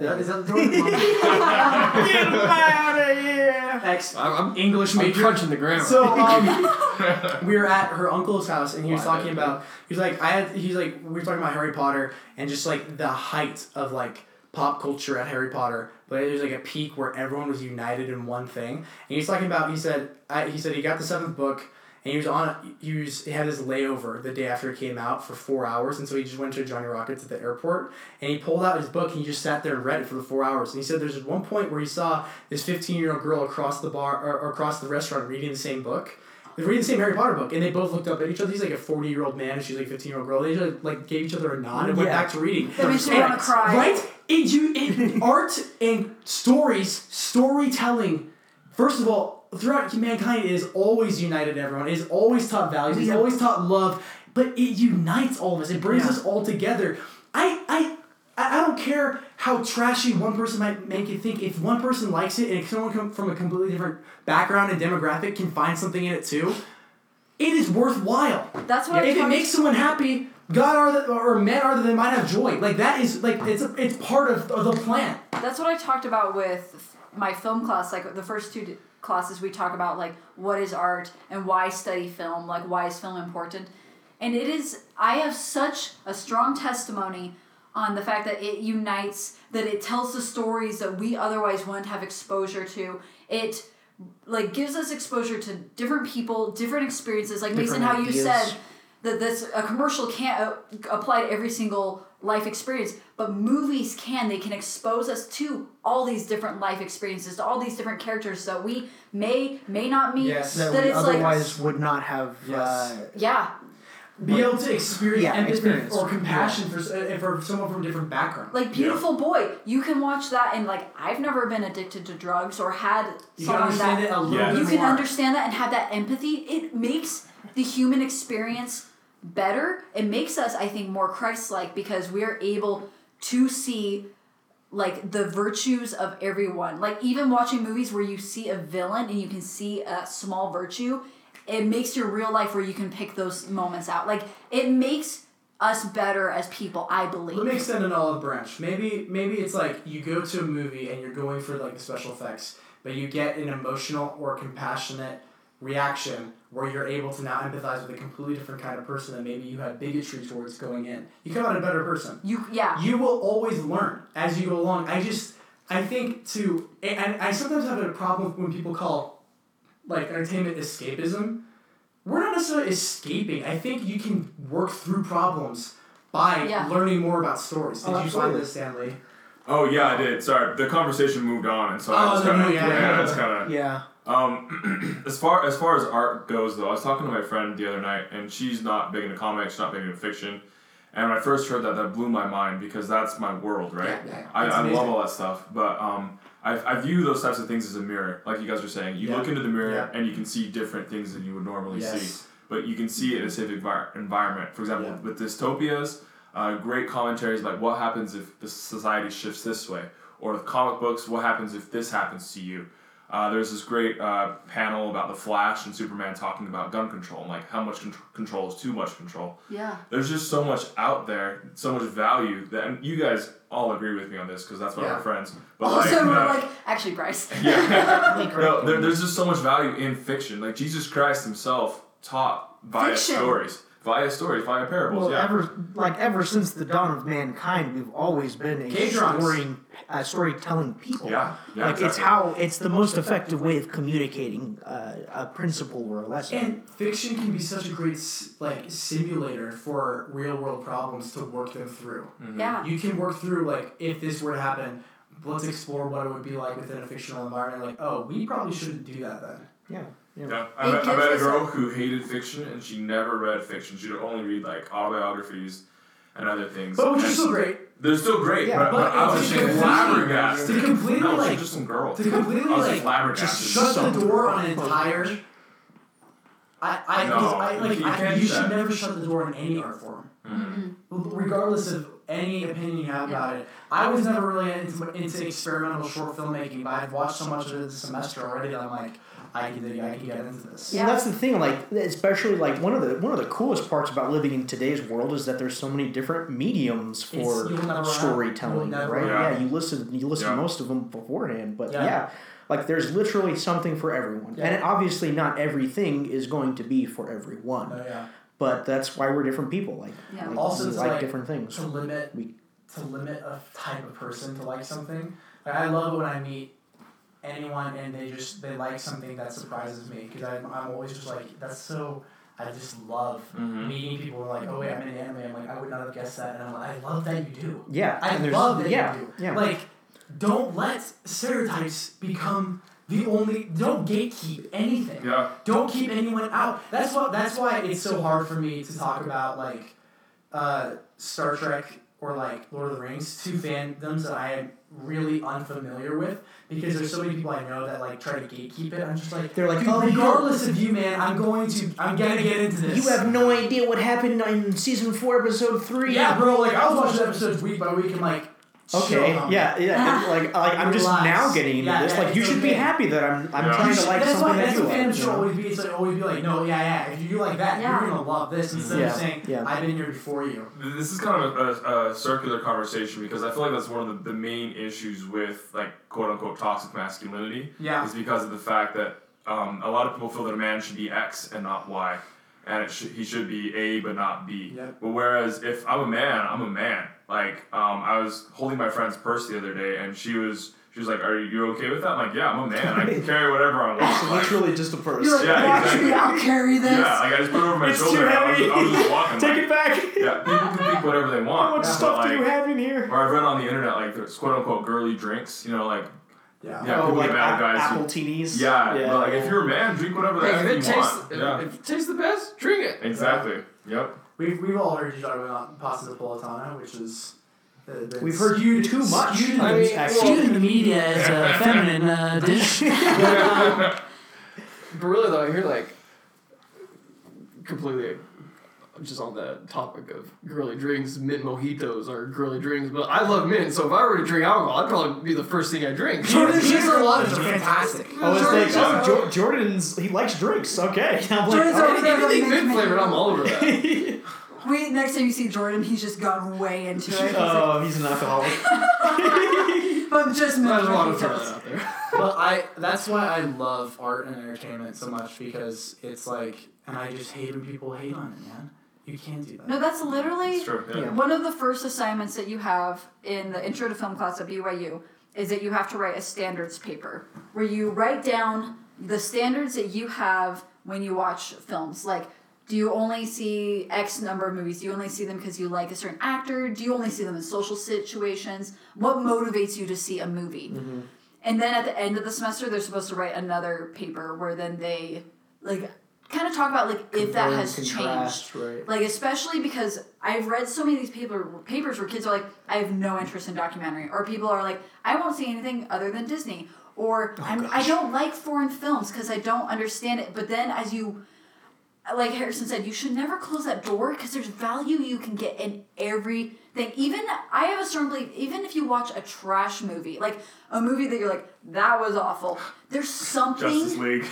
[SPEAKER 3] That is a Get out of here! Ex
[SPEAKER 5] I'm, I'm,
[SPEAKER 3] English
[SPEAKER 5] I'm
[SPEAKER 3] major.
[SPEAKER 5] crunching the ground.
[SPEAKER 3] So um, we were at her uncle's house, and he was
[SPEAKER 5] Why
[SPEAKER 3] talking
[SPEAKER 5] did
[SPEAKER 3] about. He's like, I had. He's like, we were talking about Harry Potter and just like the height of like pop culture at Harry Potter, but it was like a peak where everyone was united in one thing. And he's talking about. He said. I, he said he got the seventh book. And he was on. He was. He had his layover the day after it came out for four hours, and so he just went to Johnny Rockets at the airport, and he pulled out his book and he just sat there and read it for the four hours. And he said there's this one point where he saw this fifteen year old girl across the bar or, or across the restaurant reading the same book. They were reading the same Harry Potter book, and they both looked up at each other. He's like a forty-year-old man, and she's like a fifteen-year-old girl. They just like gave each other a nod and went
[SPEAKER 1] Yeah.
[SPEAKER 3] back to reading.
[SPEAKER 2] That makes me
[SPEAKER 3] And-
[SPEAKER 2] wanna cry.
[SPEAKER 3] Right? It, you, it, art and stories, storytelling. First of all, throughout mankind, it has always united everyone. It has always taught values. It's always taught love. But it unites all of us. It brings us all together. I, I, I I don't care how trashy one person might make it think. If one person likes it, and if someone come from a completely different background and demographic can find something in it too, it is worthwhile.
[SPEAKER 2] That's what I
[SPEAKER 3] If it
[SPEAKER 2] tried-
[SPEAKER 3] makes someone happy, God are the, or men are the, they might have joy. Like that is like it's a, it's part of, of the plan.
[SPEAKER 2] That's what I talked about with my film class. Like the first two d- classes, we talk about like what is art and why study film. Like why is film important? And it is. I have such a strong testimony on the fact that it unites. That it tells the stories that we otherwise wouldn't have exposure to. It like gives us exposure to different people, different experiences. Like Mason, how
[SPEAKER 1] Different
[SPEAKER 2] you
[SPEAKER 1] ideas.
[SPEAKER 2] said that this a commercial can't uh, apply to every single life experience, but movies can. They can expose us to all these different life experiences, to all these different characters that we may may not meet.
[SPEAKER 3] Yes.
[SPEAKER 2] that,
[SPEAKER 3] That
[SPEAKER 1] we
[SPEAKER 2] it's
[SPEAKER 1] otherwise would not have.
[SPEAKER 3] Yes.
[SPEAKER 1] Uh,
[SPEAKER 2] like yeah,
[SPEAKER 3] Be able to experience
[SPEAKER 1] Yeah,
[SPEAKER 3] empathy
[SPEAKER 1] experience.
[SPEAKER 3] or compassion for s- uh, for someone from a different background.
[SPEAKER 2] like beautiful boy. You can watch that and like I've never been addicted to drugs or had
[SPEAKER 3] you can
[SPEAKER 2] someone
[SPEAKER 3] understand it
[SPEAKER 2] that
[SPEAKER 3] a little
[SPEAKER 4] Yeah.
[SPEAKER 3] bit
[SPEAKER 2] you can
[SPEAKER 3] more.
[SPEAKER 2] understand that and have that empathy. It makes the human experience better. It makes us, I think, more Christ-like because we are able to see like the virtues of everyone. Like even watching movies where you see a villain and you can see a small virtue, it makes your real life where you can pick those moments out. Like it makes us better as people, I believe.
[SPEAKER 3] Let me extend an olive branch. Maybe maybe it's like you go to a movie and you're going for like the special effects, but you get an emotional or compassionate reaction where you're able to now empathize with a completely different kind of person that maybe you had bigotry towards going in. You come out a better person.
[SPEAKER 2] you yeah.
[SPEAKER 3] You will always learn as you go along. I just I think to and I sometimes have a problem when people call like entertainment escapism. We're not necessarily escaping. I think you can work through problems by
[SPEAKER 2] Yeah.
[SPEAKER 3] learning more about stories. Did
[SPEAKER 7] Oh,
[SPEAKER 3] you find
[SPEAKER 7] absolutely.
[SPEAKER 3] this, Stanley?
[SPEAKER 4] Oh yeah, I did. Sorry, the conversation moved on, and so I
[SPEAKER 3] Oh,
[SPEAKER 4] was
[SPEAKER 3] no,
[SPEAKER 4] kind
[SPEAKER 3] no,
[SPEAKER 4] of
[SPEAKER 3] yeah,
[SPEAKER 4] yeah,
[SPEAKER 3] yeah.
[SPEAKER 4] that's kind of
[SPEAKER 7] Yeah.
[SPEAKER 4] Um, as far as far as art goes, though, I was talking to my friend the other night, and she's not big into comics, not big into fiction. And when I first heard that, that blew my mind because that's my world, right?
[SPEAKER 3] Yeah, yeah.
[SPEAKER 4] I,
[SPEAKER 3] It's
[SPEAKER 4] I
[SPEAKER 3] amazing.
[SPEAKER 4] love all that stuff, but um, I, I view those types of things as a mirror, like you guys were saying. You
[SPEAKER 3] Yeah.
[SPEAKER 4] look into the mirror
[SPEAKER 3] Yeah.
[SPEAKER 4] and you can see different things than you would normally
[SPEAKER 3] Yes.
[SPEAKER 4] see, but you can see it in a safe envir- environment. For example,
[SPEAKER 3] Yeah.
[SPEAKER 4] with dystopias, uh, great commentaries like what happens if the society shifts this way, or with comic books, what happens if this happens to you. Uh, there's this great uh, panel about the Flash and Superman talking about gun control and like how much con- control is too much control.
[SPEAKER 2] Yeah.
[SPEAKER 4] There's just so much out there, so much value that and you guys all agree with me on this because that's why
[SPEAKER 3] Yeah.
[SPEAKER 4] we're friends. But
[SPEAKER 2] Also,
[SPEAKER 4] like,
[SPEAKER 2] we're
[SPEAKER 4] uh,
[SPEAKER 2] like, actually, Bryce.
[SPEAKER 4] yeah, no, there, there's just so much value in fiction. Like Jesus Christ himself taught via
[SPEAKER 2] Fiction.
[SPEAKER 4] stories, via stories, via parables.
[SPEAKER 7] Well,
[SPEAKER 4] yeah,
[SPEAKER 7] ever like ever since the dawn of mankind, we've always been a
[SPEAKER 3] K-dramas.
[SPEAKER 7] story, uh, storytelling people.
[SPEAKER 4] yeah, yeah.
[SPEAKER 7] like it's
[SPEAKER 4] exactly.
[SPEAKER 7] how it's the most effective way of communicating uh, a principle or a lesson.
[SPEAKER 3] And fiction can be such a great s- like simulator for real world problems to work them through.
[SPEAKER 7] Mm.
[SPEAKER 2] Yeah.
[SPEAKER 3] You can work through like if this were to happen, let's explore what it would be like within a fictional environment. Like, oh, we probably shouldn't do that then.
[SPEAKER 7] yeah, yeah.
[SPEAKER 4] Yeah, I
[SPEAKER 2] It
[SPEAKER 4] met, I
[SPEAKER 2] gives
[SPEAKER 4] met a
[SPEAKER 2] us
[SPEAKER 4] girl who hated fiction and she never read fiction. She would only read like autobiographies and other things.
[SPEAKER 3] But which
[SPEAKER 4] And
[SPEAKER 3] is still great.
[SPEAKER 4] They're still great,
[SPEAKER 7] Yeah,
[SPEAKER 4] but,
[SPEAKER 3] but
[SPEAKER 4] I
[SPEAKER 3] it's
[SPEAKER 4] was just
[SPEAKER 3] just
[SPEAKER 4] flabbergasted.
[SPEAKER 3] to completely,
[SPEAKER 4] no, she's
[SPEAKER 3] like-
[SPEAKER 4] just some girl.
[SPEAKER 3] To completely
[SPEAKER 4] I was
[SPEAKER 3] like
[SPEAKER 4] flabbergasted.
[SPEAKER 3] just shut the door on an entire. I I, 'cause
[SPEAKER 4] No,
[SPEAKER 3] I like
[SPEAKER 4] you
[SPEAKER 3] I-
[SPEAKER 4] can't
[SPEAKER 3] you
[SPEAKER 4] do
[SPEAKER 3] should
[SPEAKER 4] that.
[SPEAKER 3] never shut the door on any art form.
[SPEAKER 4] Mhm.
[SPEAKER 3] regardless of any opinion you have about it. I was never really into, into experimental short filmmaking, but I've watched so much of it this semester already that I'm like, I can, I can get into this.
[SPEAKER 7] Well, that's the thing. Like, especially like one of the one of the coolest parts about living in today's world is that there's so many different mediums
[SPEAKER 3] It's-
[SPEAKER 7] for
[SPEAKER 3] you'll never run out. You'll
[SPEAKER 7] storytelling,
[SPEAKER 3] never
[SPEAKER 7] right?
[SPEAKER 4] run out.
[SPEAKER 7] Yeah. you listen, you listen
[SPEAKER 4] Yeah.
[SPEAKER 7] to most of them beforehand, but
[SPEAKER 3] Yeah.
[SPEAKER 7] yeah. like there's literally something for everyone,
[SPEAKER 3] Yeah.
[SPEAKER 7] and obviously not everything is going to be for everyone,
[SPEAKER 3] Oh, yeah.
[SPEAKER 7] but that's why we're different people. Like,
[SPEAKER 2] Yeah.
[SPEAKER 7] like,
[SPEAKER 3] Also,
[SPEAKER 7] we
[SPEAKER 3] it's
[SPEAKER 7] like
[SPEAKER 3] like-
[SPEAKER 7] different things.
[SPEAKER 3] To limit,
[SPEAKER 7] We-
[SPEAKER 3] to limit a type of person to like something. Like, I love it when I meet anyone and they just they like something that surprises me because I'm, I'm always just like that's so I just love
[SPEAKER 4] Mhm.
[SPEAKER 3] meeting people who are like oh wait I'm in anime I'm like I would not have guessed that and I'm like I love that you do
[SPEAKER 7] Yeah,
[SPEAKER 3] I
[SPEAKER 7] and there's,
[SPEAKER 3] love that you
[SPEAKER 7] yeah,
[SPEAKER 3] do.
[SPEAKER 7] yeah.
[SPEAKER 3] Like, don't let stereotypes become the only. Don't gatekeep anything.
[SPEAKER 4] Yeah.
[SPEAKER 3] Don't keep anyone out. That's why. That's why it's so hard for me to talk about like uh, Star Trek or like Lord of the Rings, two fandoms that I am really unfamiliar with because there's so many people I know that like try to gatekeep it. I'm just like
[SPEAKER 7] They're like,
[SPEAKER 3] "Dude,
[SPEAKER 7] "Oh, you-
[SPEAKER 3] regardless of you, man, I'm going to. I'm gonna get into this.
[SPEAKER 7] you have no idea what happened in season four, episode three.
[SPEAKER 3] Yeah, bro. Like I was watching episodes week by week and like.
[SPEAKER 7] Okay.
[SPEAKER 3] chill, homie.
[SPEAKER 7] Yeah. Yeah. like, like I'm just
[SPEAKER 3] Relax.
[SPEAKER 7] now getting into
[SPEAKER 3] Yeah,
[SPEAKER 7] this.
[SPEAKER 3] yeah,
[SPEAKER 7] Like, you
[SPEAKER 3] it's
[SPEAKER 7] should be
[SPEAKER 3] okay.
[SPEAKER 7] happy that I'm. I'm
[SPEAKER 4] Yeah.
[SPEAKER 7] trying to
[SPEAKER 3] You
[SPEAKER 7] like
[SPEAKER 3] should- that's
[SPEAKER 7] something
[SPEAKER 3] why,
[SPEAKER 7] that
[SPEAKER 3] that's
[SPEAKER 7] you
[SPEAKER 3] what
[SPEAKER 7] like.
[SPEAKER 3] fans
[SPEAKER 7] you
[SPEAKER 3] should
[SPEAKER 7] know?
[SPEAKER 3] always be. It's like always be like, no, yeah, yeah. If you like that,
[SPEAKER 2] Yeah.
[SPEAKER 3] you're gonna love this instead
[SPEAKER 7] Yeah,
[SPEAKER 3] of saying,
[SPEAKER 7] yeah.
[SPEAKER 3] I've been here before you.
[SPEAKER 4] This is kind of a, a, a circular conversation because I feel like that's one of the, the main issues with like quote unquote toxic masculinity.
[SPEAKER 3] Yeah.
[SPEAKER 4] Is because of the fact that um, a lot of people feel that a man should be X and not Y, and it should, he should be A but not B.
[SPEAKER 3] Yep.
[SPEAKER 4] But whereas if I'm a man, I'm a man. Like um, I was holding my friend's purse the other day, and she was she was like, "Are you okay with that?" I'm like, "Yeah, I'm a man. I can carry whatever I want." Like,
[SPEAKER 1] Literally just a purse.
[SPEAKER 2] You're like,
[SPEAKER 4] Yeah,
[SPEAKER 2] "Watch
[SPEAKER 4] exactly.
[SPEAKER 2] me, I'll carry this.
[SPEAKER 4] yeah, like I just put it over my
[SPEAKER 1] It's too
[SPEAKER 4] shoulder. and I was
[SPEAKER 1] heavy.
[SPEAKER 4] just- I was just walking.
[SPEAKER 1] Take
[SPEAKER 4] like,
[SPEAKER 1] it back.
[SPEAKER 4] Yeah, people can think whatever they want.
[SPEAKER 1] How much
[SPEAKER 4] but,
[SPEAKER 1] stuff do
[SPEAKER 4] like,
[SPEAKER 1] you have in here?
[SPEAKER 4] or I've read on the internet like there's quote unquote girly drinks, you know, like
[SPEAKER 3] Yeah.
[SPEAKER 4] yeah,
[SPEAKER 1] oh,
[SPEAKER 4] people
[SPEAKER 1] like
[SPEAKER 4] get mad at
[SPEAKER 1] a-
[SPEAKER 4] guys.
[SPEAKER 1] apple
[SPEAKER 4] who,
[SPEAKER 1] teenies.
[SPEAKER 4] yeah,
[SPEAKER 1] yeah.
[SPEAKER 4] but like if you're a man, drink whatever the
[SPEAKER 5] Hey,
[SPEAKER 4] heck
[SPEAKER 5] if it
[SPEAKER 4] you
[SPEAKER 5] tastes,
[SPEAKER 4] want.
[SPEAKER 5] if,
[SPEAKER 4] yeah,
[SPEAKER 5] if it tastes the best, drink it.
[SPEAKER 4] exactly. Yep.
[SPEAKER 3] We've, we've all heard you talk about pasta napolitana, which is. Uh, that's
[SPEAKER 7] We've heard you too much.
[SPEAKER 3] skewed in
[SPEAKER 5] I mean,
[SPEAKER 3] the-
[SPEAKER 5] well-
[SPEAKER 3] skewed in the media as a feminine uh, dish.
[SPEAKER 5] But really, though, I hear like completely just on the topic of girly drinks, mint mojitos are girly drinks. But I love mint, so if I were to drink alcohol, that'd probably be the first thing I drink.
[SPEAKER 3] Jordan's drinks are a lot of fantastic.
[SPEAKER 1] Oh, it's
[SPEAKER 5] Jordan-
[SPEAKER 1] like, oh, Jor- Jordan's, he likes drinks. Okay. I'm like,
[SPEAKER 2] Jordan's
[SPEAKER 1] oh,
[SPEAKER 2] over there.
[SPEAKER 5] Anything mint flavored, I'm all over that.
[SPEAKER 2] We next time you see Jordan, he's just gone way into it. He's like,
[SPEAKER 1] Oh, he's an alcoholic.
[SPEAKER 2] I'm just
[SPEAKER 5] I just
[SPEAKER 2] measuring
[SPEAKER 5] want to throw that
[SPEAKER 2] details.
[SPEAKER 5] out there.
[SPEAKER 3] well, I that's why I love art and entertainment so much because it's like, and I just hate when people hate on it, man. You can't do that.
[SPEAKER 2] No, that's literally
[SPEAKER 4] It's true. Yeah.
[SPEAKER 1] Yeah.
[SPEAKER 2] one of the first assignments that you have in the intro to film class at BYU is that you have to write a standards paper where you write down the standards that you have when you watch films. Like, do you only see X number of movies? Do you only see them because you like a certain actor? Do you only see them in social situations? What motivates you to see a movie? And then at the end of the semester, they're supposed to write another paper where then they like kind of talk about like if that has changed
[SPEAKER 1] right?
[SPEAKER 2] like especially because I've read so many of these paper papers where kids are like, I have no interest in documentary, or people are like, I won't see anything other than Disney, or I'm, I don't like foreign films because I don't understand it. But then, as you, like Harrison said, you should never close that door because there's value you can get in everything. Even I have a strong belief, even if you watch a trash movie, like a movie that you're like, that was awful. There's
[SPEAKER 4] Justice
[SPEAKER 2] something.
[SPEAKER 4] League.